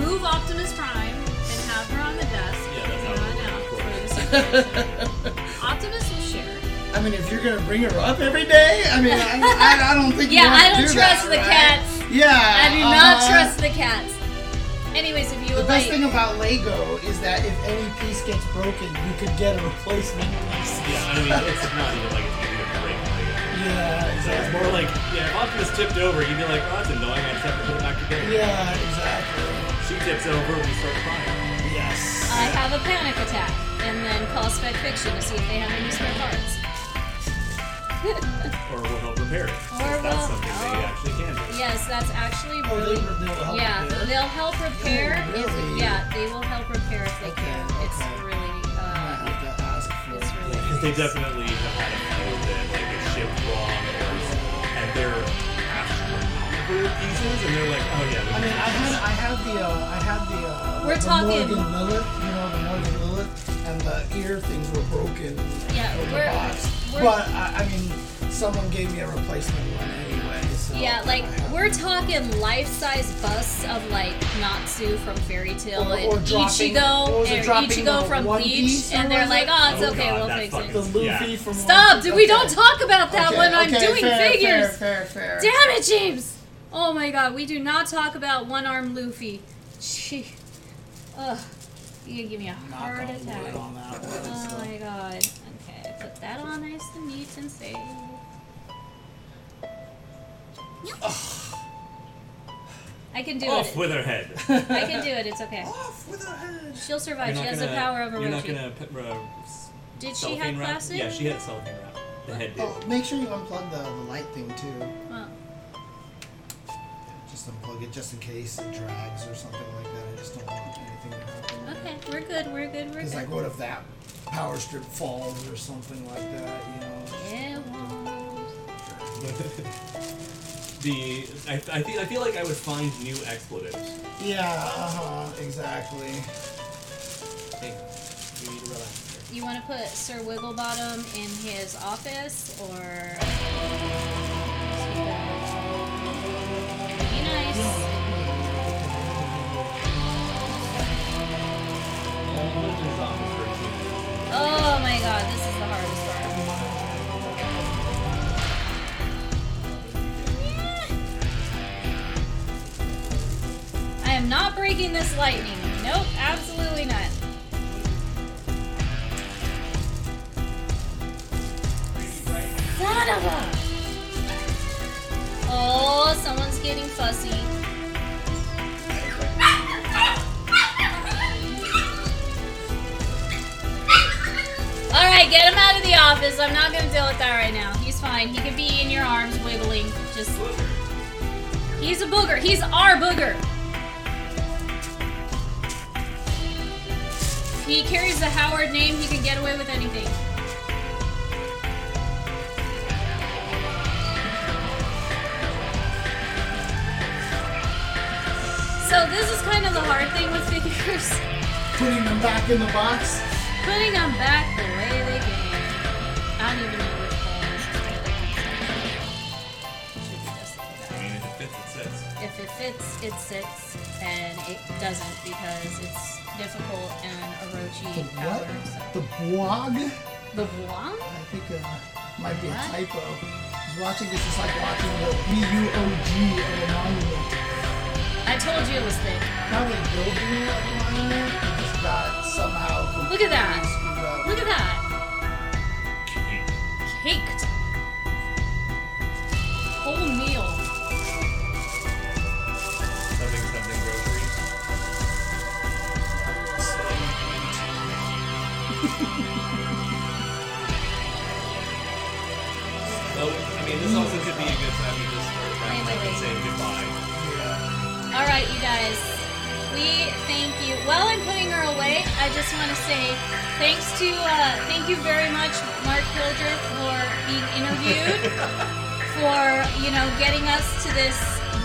Speaker 2: move Optimus Prime and have her on the desk.
Speaker 3: Yeah, that's
Speaker 2: and
Speaker 3: how
Speaker 2: run
Speaker 3: it
Speaker 2: out
Speaker 3: works.
Speaker 2: for the circulation. Optimus will share.
Speaker 1: I mean, if you're gonna bring her up every day, I mean, I, I, I don't think. you
Speaker 2: Yeah,
Speaker 1: wanna
Speaker 2: I don't
Speaker 1: do that,
Speaker 2: trust the
Speaker 1: right?
Speaker 2: cats.
Speaker 1: Yeah,
Speaker 2: I do not
Speaker 1: uh,
Speaker 2: trust the cats. Anyways, if
Speaker 1: The
Speaker 2: you would
Speaker 1: best
Speaker 2: like,
Speaker 1: thing about Lego is that if any piece gets broken, you could get a replacement piece.
Speaker 3: Yeah, I mean, it's not even like it's giving a break. Like,
Speaker 1: Yeah,
Speaker 3: so it's
Speaker 1: exactly.
Speaker 3: more like, yeah, if Optimus tipped over, you'd be like, oh, that's annoying, I just have to put it back together.
Speaker 1: Yeah, exactly.
Speaker 3: She tips over, we start crying.
Speaker 1: Yes.
Speaker 2: I have a panic attack, and then call Spec Fiction to see if they have any spare parts.
Speaker 3: Or we'll help repair
Speaker 2: Or
Speaker 3: it. Because that's
Speaker 2: we'll-
Speaker 3: something they
Speaker 2: oh.
Speaker 3: actually can do.
Speaker 2: Yes, that's actually
Speaker 1: Oh, they,
Speaker 2: really.
Speaker 1: they'll help
Speaker 2: Yeah,
Speaker 1: you do it.
Speaker 2: they'll help repair.
Speaker 1: Oh,
Speaker 2: if-
Speaker 1: really?
Speaker 2: Yeah, they will help repair if they can.
Speaker 1: Okay,
Speaker 2: It's
Speaker 1: okay.
Speaker 2: really.
Speaker 1: I might
Speaker 2: Uh,
Speaker 1: have to ask for
Speaker 2: It's really
Speaker 1: it.
Speaker 3: Because they definitely have had a few that like it's shipped wrong or and they're astronomical pieces and they're like, oh yeah, we
Speaker 1: I mean, I
Speaker 3: can do
Speaker 1: had,
Speaker 3: this.
Speaker 1: I had the, uh, I had the, uh,
Speaker 2: We're
Speaker 1: the
Speaker 2: talking-
Speaker 1: Morgan Lilith, you know, the Morgan Lilith, and the ear things were broken.
Speaker 2: Yeah,
Speaker 1: from the
Speaker 2: we're-
Speaker 1: box.
Speaker 2: we're-
Speaker 1: But I, I mean, someone gave me a replacement one anyway. So
Speaker 2: yeah, like
Speaker 1: I have-
Speaker 2: we're talking life-size busts of like Natsu from Fairy Tail
Speaker 1: Or-
Speaker 2: and
Speaker 1: or dropping-
Speaker 2: Ichigo,
Speaker 1: or was it
Speaker 2: and
Speaker 1: dropping
Speaker 2: Ichigo
Speaker 1: the
Speaker 2: from
Speaker 1: One
Speaker 2: Bleach,
Speaker 1: Piece or
Speaker 2: and they're
Speaker 1: was
Speaker 2: like,
Speaker 1: it?
Speaker 2: oh, it's
Speaker 3: Oh,
Speaker 2: okay,
Speaker 3: God,
Speaker 2: we'll
Speaker 3: that
Speaker 2: fix
Speaker 3: fucking-
Speaker 1: the
Speaker 2: it.
Speaker 1: Luffy
Speaker 3: Yeah.
Speaker 1: from
Speaker 2: Stop!
Speaker 1: One
Speaker 2: Dude, we
Speaker 1: Piece.
Speaker 2: don't
Speaker 1: Okay.
Speaker 2: talk about that
Speaker 1: Okay,
Speaker 2: when I'm
Speaker 1: okay,
Speaker 2: doing
Speaker 1: fair,
Speaker 2: figures.
Speaker 1: Fair, fair, fair.
Speaker 2: Damn it, James! Oh my god, we do not talk about one armed Luffy. Gee. Ugh. You're gonna give me a
Speaker 1: Knock
Speaker 2: heart
Speaker 1: on wood
Speaker 2: attack.
Speaker 1: on that one,
Speaker 2: Oh
Speaker 1: so.
Speaker 2: my god. Okay, put that on ice and mute and save. I can do
Speaker 3: Off
Speaker 2: it.
Speaker 3: with her head.
Speaker 2: I can do it, it's okay.
Speaker 1: Off with her head.
Speaker 2: She'll survive.
Speaker 3: You're
Speaker 2: She
Speaker 3: not
Speaker 2: has
Speaker 3: gonna-
Speaker 2: the power of a
Speaker 3: You're not
Speaker 2: Roshi.
Speaker 3: gonna put, uh, s-
Speaker 2: Did she
Speaker 3: cellophane
Speaker 2: have
Speaker 3: wrap?
Speaker 2: plastic?
Speaker 3: Yeah, she had a cellophane wrap. The head did.
Speaker 1: Oh, make sure you unplug the, the light thing too.
Speaker 2: Well,
Speaker 1: Just unplug it, just in case it drags or something like that. I just don't want anything to happen.
Speaker 2: okay, we're good, we're good, we're
Speaker 1: Because
Speaker 2: good.
Speaker 1: like, what if that power strip falls or something like that? You know.
Speaker 2: Yeah, well,
Speaker 3: The I, I feel I feel like I would find new expletives.
Speaker 1: Yeah. Uh huh. Exactly.
Speaker 3: Hey, you need to relax.
Speaker 2: You want to put Sir Wigglebottom in his office, or be nice. Oh my God, this is the hardest part. I am not breaking this lightning. Nope, absolutely not. Son of a! Oh, someone's getting fussy. Alright, get him out of the office. I'm not gonna deal with that right now. He's fine. He can be in your arms wiggling. Just. He's a booger. He's our booger. He carries the Howard name. He can get away with anything. So this is kind of the hard thing with figures,
Speaker 1: Putting them back in the box.
Speaker 2: putting them back the way they came. I don't even know which one is together. Should be this one.
Speaker 3: I mean, if it fits, it sits.
Speaker 2: If it fits, it sits, and it doesn't because it's difficult and
Speaker 1: The
Speaker 2: Orochi
Speaker 1: what?
Speaker 2: hour. So.
Speaker 1: The blog.
Speaker 2: The Blanc?
Speaker 1: I think uh, might be a
Speaker 2: What?
Speaker 1: typo. I was watching this. It's like watching the B U O G of a monument.
Speaker 2: I told you it was thick.
Speaker 1: Probably building a monument. It just got somehow.
Speaker 2: Look at that.
Speaker 1: completely screwed up.
Speaker 2: Look at that. Caked. Whole meal.
Speaker 3: Something, something groceries. well, I mean, this also could be a good time to just start
Speaker 2: Wait, wait,
Speaker 3: wrapping up and
Speaker 2: wait.
Speaker 3: saying goodbye.
Speaker 2: All right, you guys. We thank you. While I'm putting her away, I just want to say thanks to uh, thank thank you very much, Mark Pilger, for being interviewed, for you know getting us to this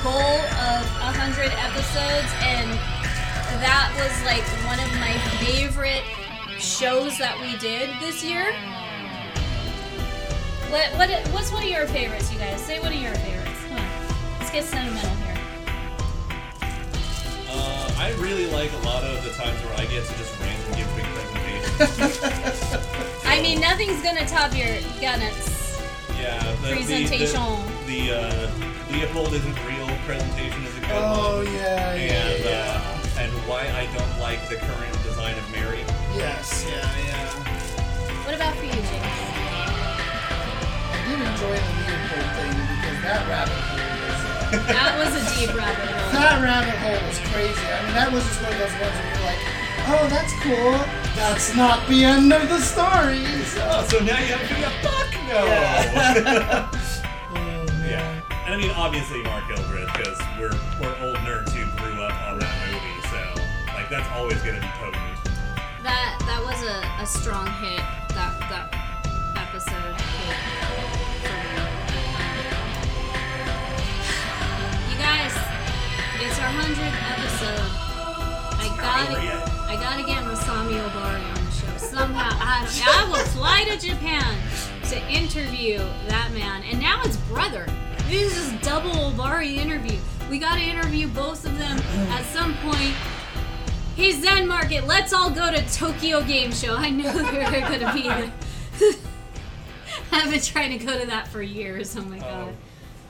Speaker 2: goal of hundred episodes, and that was like one of my favorite shows that we did this year. What what what's one of your favorites, you guys? Say one of your favorites. Come on, let's get sentimental here.
Speaker 12: Uh, I really like a lot of the times where I get to just randomly give big presentations.
Speaker 2: I mean, nothing's gonna top your Gunnets.
Speaker 12: yeah, the,
Speaker 2: Presentation.
Speaker 12: The, the, the uh, Leopold isn't real presentation is a good
Speaker 1: Oh,
Speaker 12: one.
Speaker 1: yeah, yeah,
Speaker 12: And
Speaker 1: yeah.
Speaker 12: uh, and why I don't like the current design of Mary.
Speaker 1: Yes, yeah, yeah.
Speaker 2: What about for you, Jake?
Speaker 1: I did enjoy the Leopold thing because that rabbit hole was.
Speaker 2: That was a deep rabbit hole.
Speaker 1: That rabbit hole was crazy. I mean, that was just one of those ones where you're like, oh, that's cool. That's not the end of the story. So,
Speaker 12: Oh, So now you have to be a fuck no. Oh, yeah. And I mean, obviously Mark Gilbreth, because we're we're old nerds who grew up on that movie, so like that's always gonna be potent.
Speaker 2: That that was a, a strong hit. That that episode hit for me. You guys, it's our hundredth episode. I gotta
Speaker 12: over yet.
Speaker 2: I gotta get Masami Obari on the show somehow. I, I will fly to Japan to interview that man, and now his brother. This is double Obari interview. We gotta interview both of them at some point. Hey Zen Market, let's all go to Tokyo Game Show. I know you're gonna be there. I've been trying to go to that for years. Oh my god.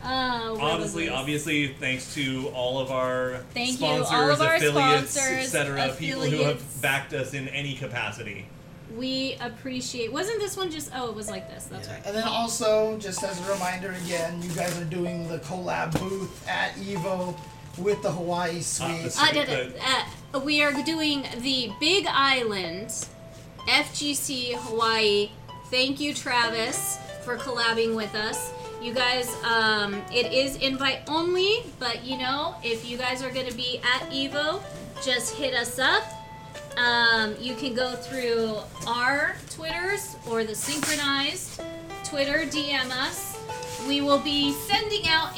Speaker 2: Uh, what was
Speaker 12: Honestly,
Speaker 2: this?
Speaker 12: obviously, thanks to all of our
Speaker 2: Thank you, all
Speaker 12: sponsors,
Speaker 2: of our
Speaker 12: affiliates,
Speaker 2: sponsors,
Speaker 12: etc., people who
Speaker 2: affiliates.
Speaker 12: have backed us in any capacity.
Speaker 2: we appreciate. Wasn't this one just? Oh, it was like this. That's right.
Speaker 1: and then also, just as a reminder again, you guys are doing the collab booth at Evo with the Hawaii Suite.
Speaker 2: I did it. Uh, we are doing the Big Island FGC Hawaii. Thank you, Travis, for collabing with us. You guys, um, it is invite only, but you know, if you guys are going to be at Evo, just hit us up. Um, you can go through our Twitters or the synchronized Twitter, DM us. We will be sending out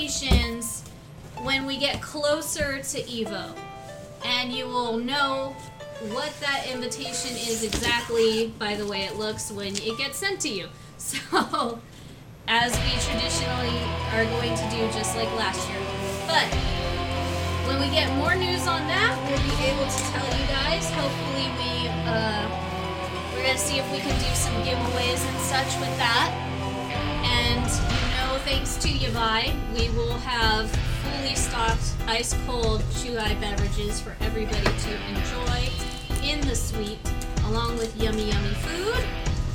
Speaker 2: invitations when we get closer to Evo, and you will know what that invitation is exactly by the way it looks when it gets sent to you. So, as we traditionally are going to do just like last year. But when we get more news on that, we'll be able to tell you guys. Hopefully, we uh, we're gonna see if we can do some giveaways and such with that. And you know, thanks to Yavai, we will have fully stocked ice cold Chuai beverages for everybody to enjoy in the suite, along with yummy, yummy food,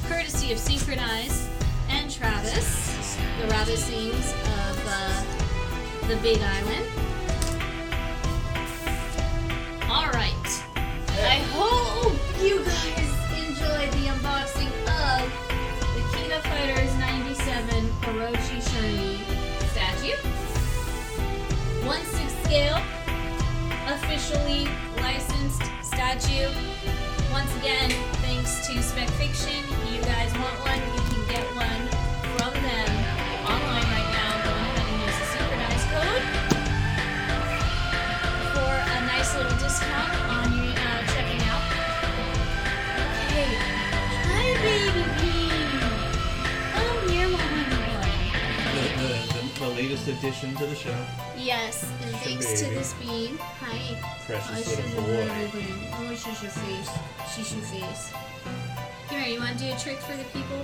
Speaker 2: courtesy of Synchronize and Travis, the rabbit sings of uh, the Big Island. All right. I hope you guys enjoyed the unboxing of the Kina Fighters 97 Hiroshi Shiny statue. 1 6 scale, officially licensed statue. Once again, thanks to Spec Fiction. You guys want one, you can get one from them online right now. Go ahead and use the synchronized code for a nice little discount on your uh, checking out. Okay. Hi, baby bee. Oh, you're my
Speaker 12: The, the, the, the latest addition to the show.
Speaker 2: Yes, and thanks to
Speaker 12: baby.
Speaker 2: this bean. Hi.
Speaker 12: Precious
Speaker 2: Oh,
Speaker 12: little
Speaker 2: she's a
Speaker 12: boy.
Speaker 2: little bean. Oh, she's your face. She's your face. Come here, you want to do a trick for the people?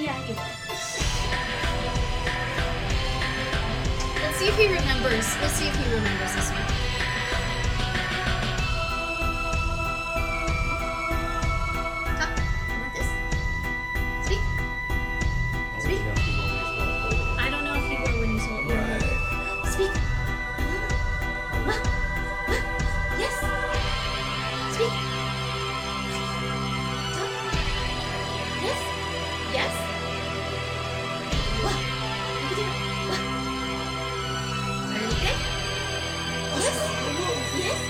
Speaker 2: Yeah, you will. Let's see if he remembers. Let's see if he remembers this one. Come, I want this. Sweet. Sweet. I don't know if he will when he's old. Speak. Ma. Ma. Yes. Speak. Talk. Yes. Yes. Wa. Look at you. Wa. Are you okay? Yes.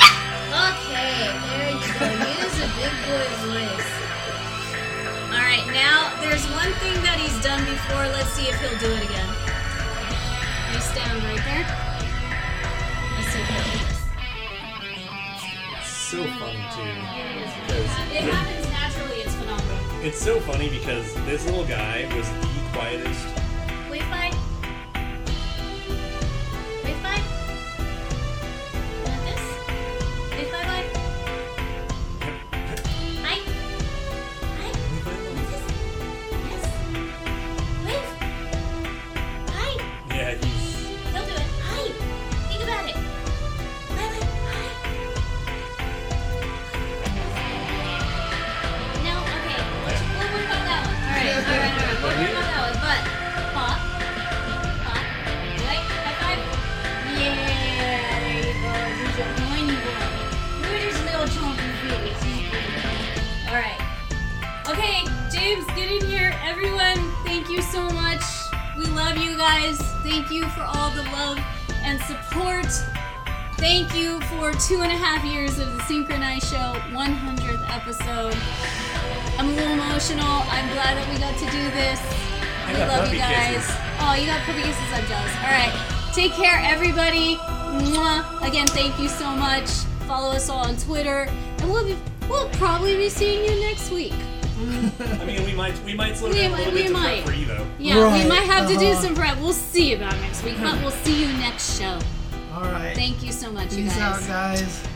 Speaker 2: Ah! there's one thing that he's done before, let's see if he'll do it again. You stand right there. Let's see if he'll do this.
Speaker 12: so funny too.
Speaker 2: It
Speaker 12: Because
Speaker 2: happens naturally, it's phenomenal.
Speaker 12: it's so funny because this little guy was the quietest.
Speaker 2: Wait five. Wait five. Want this? Wait five bye. Hi. Hi. Want this? Yes. Wave. Hi.
Speaker 12: Yeah, he's
Speaker 2: He'll do it. Hi. Think about it. Bye bye. Hi. No, okay. We'll we'll work on that one. Alright, alright, alright. We'll work on that one. But pop. Pop. Right? High five. Yeah, there you go. He's a whiny boy. Look at his little chunky face. He's good. Alright. Okay, James, get in here. Everyone, thank you so much. We love you guys. Thank you for all the love and support. Thank you for two and a half years of the Synchronized Show 100th episode. I'm a little emotional. I'm glad that we got to do this.
Speaker 12: I
Speaker 2: We
Speaker 12: got
Speaker 2: love
Speaker 12: puppy
Speaker 2: you guys.
Speaker 12: kisses.
Speaker 2: Oh, you got puppy kisses. I'm jealous. All right. Take care, everybody. Mwah. Again, thank you so much. Follow us all on Twitter, and we'll be, we'll probably be seeing you next week.
Speaker 12: I mean, we might we might slow
Speaker 2: We
Speaker 12: down a
Speaker 2: might-
Speaker 12: little
Speaker 2: we
Speaker 12: bit to
Speaker 2: might.
Speaker 12: prep for Evo.
Speaker 2: Yeah,
Speaker 1: Right,
Speaker 2: we might have to do
Speaker 1: uh-huh.
Speaker 2: some prep. We'll see about next week, but we'll see you next show.
Speaker 1: All right.
Speaker 2: Thank you so much, you
Speaker 1: Peace out,
Speaker 2: guys.
Speaker 1: guys.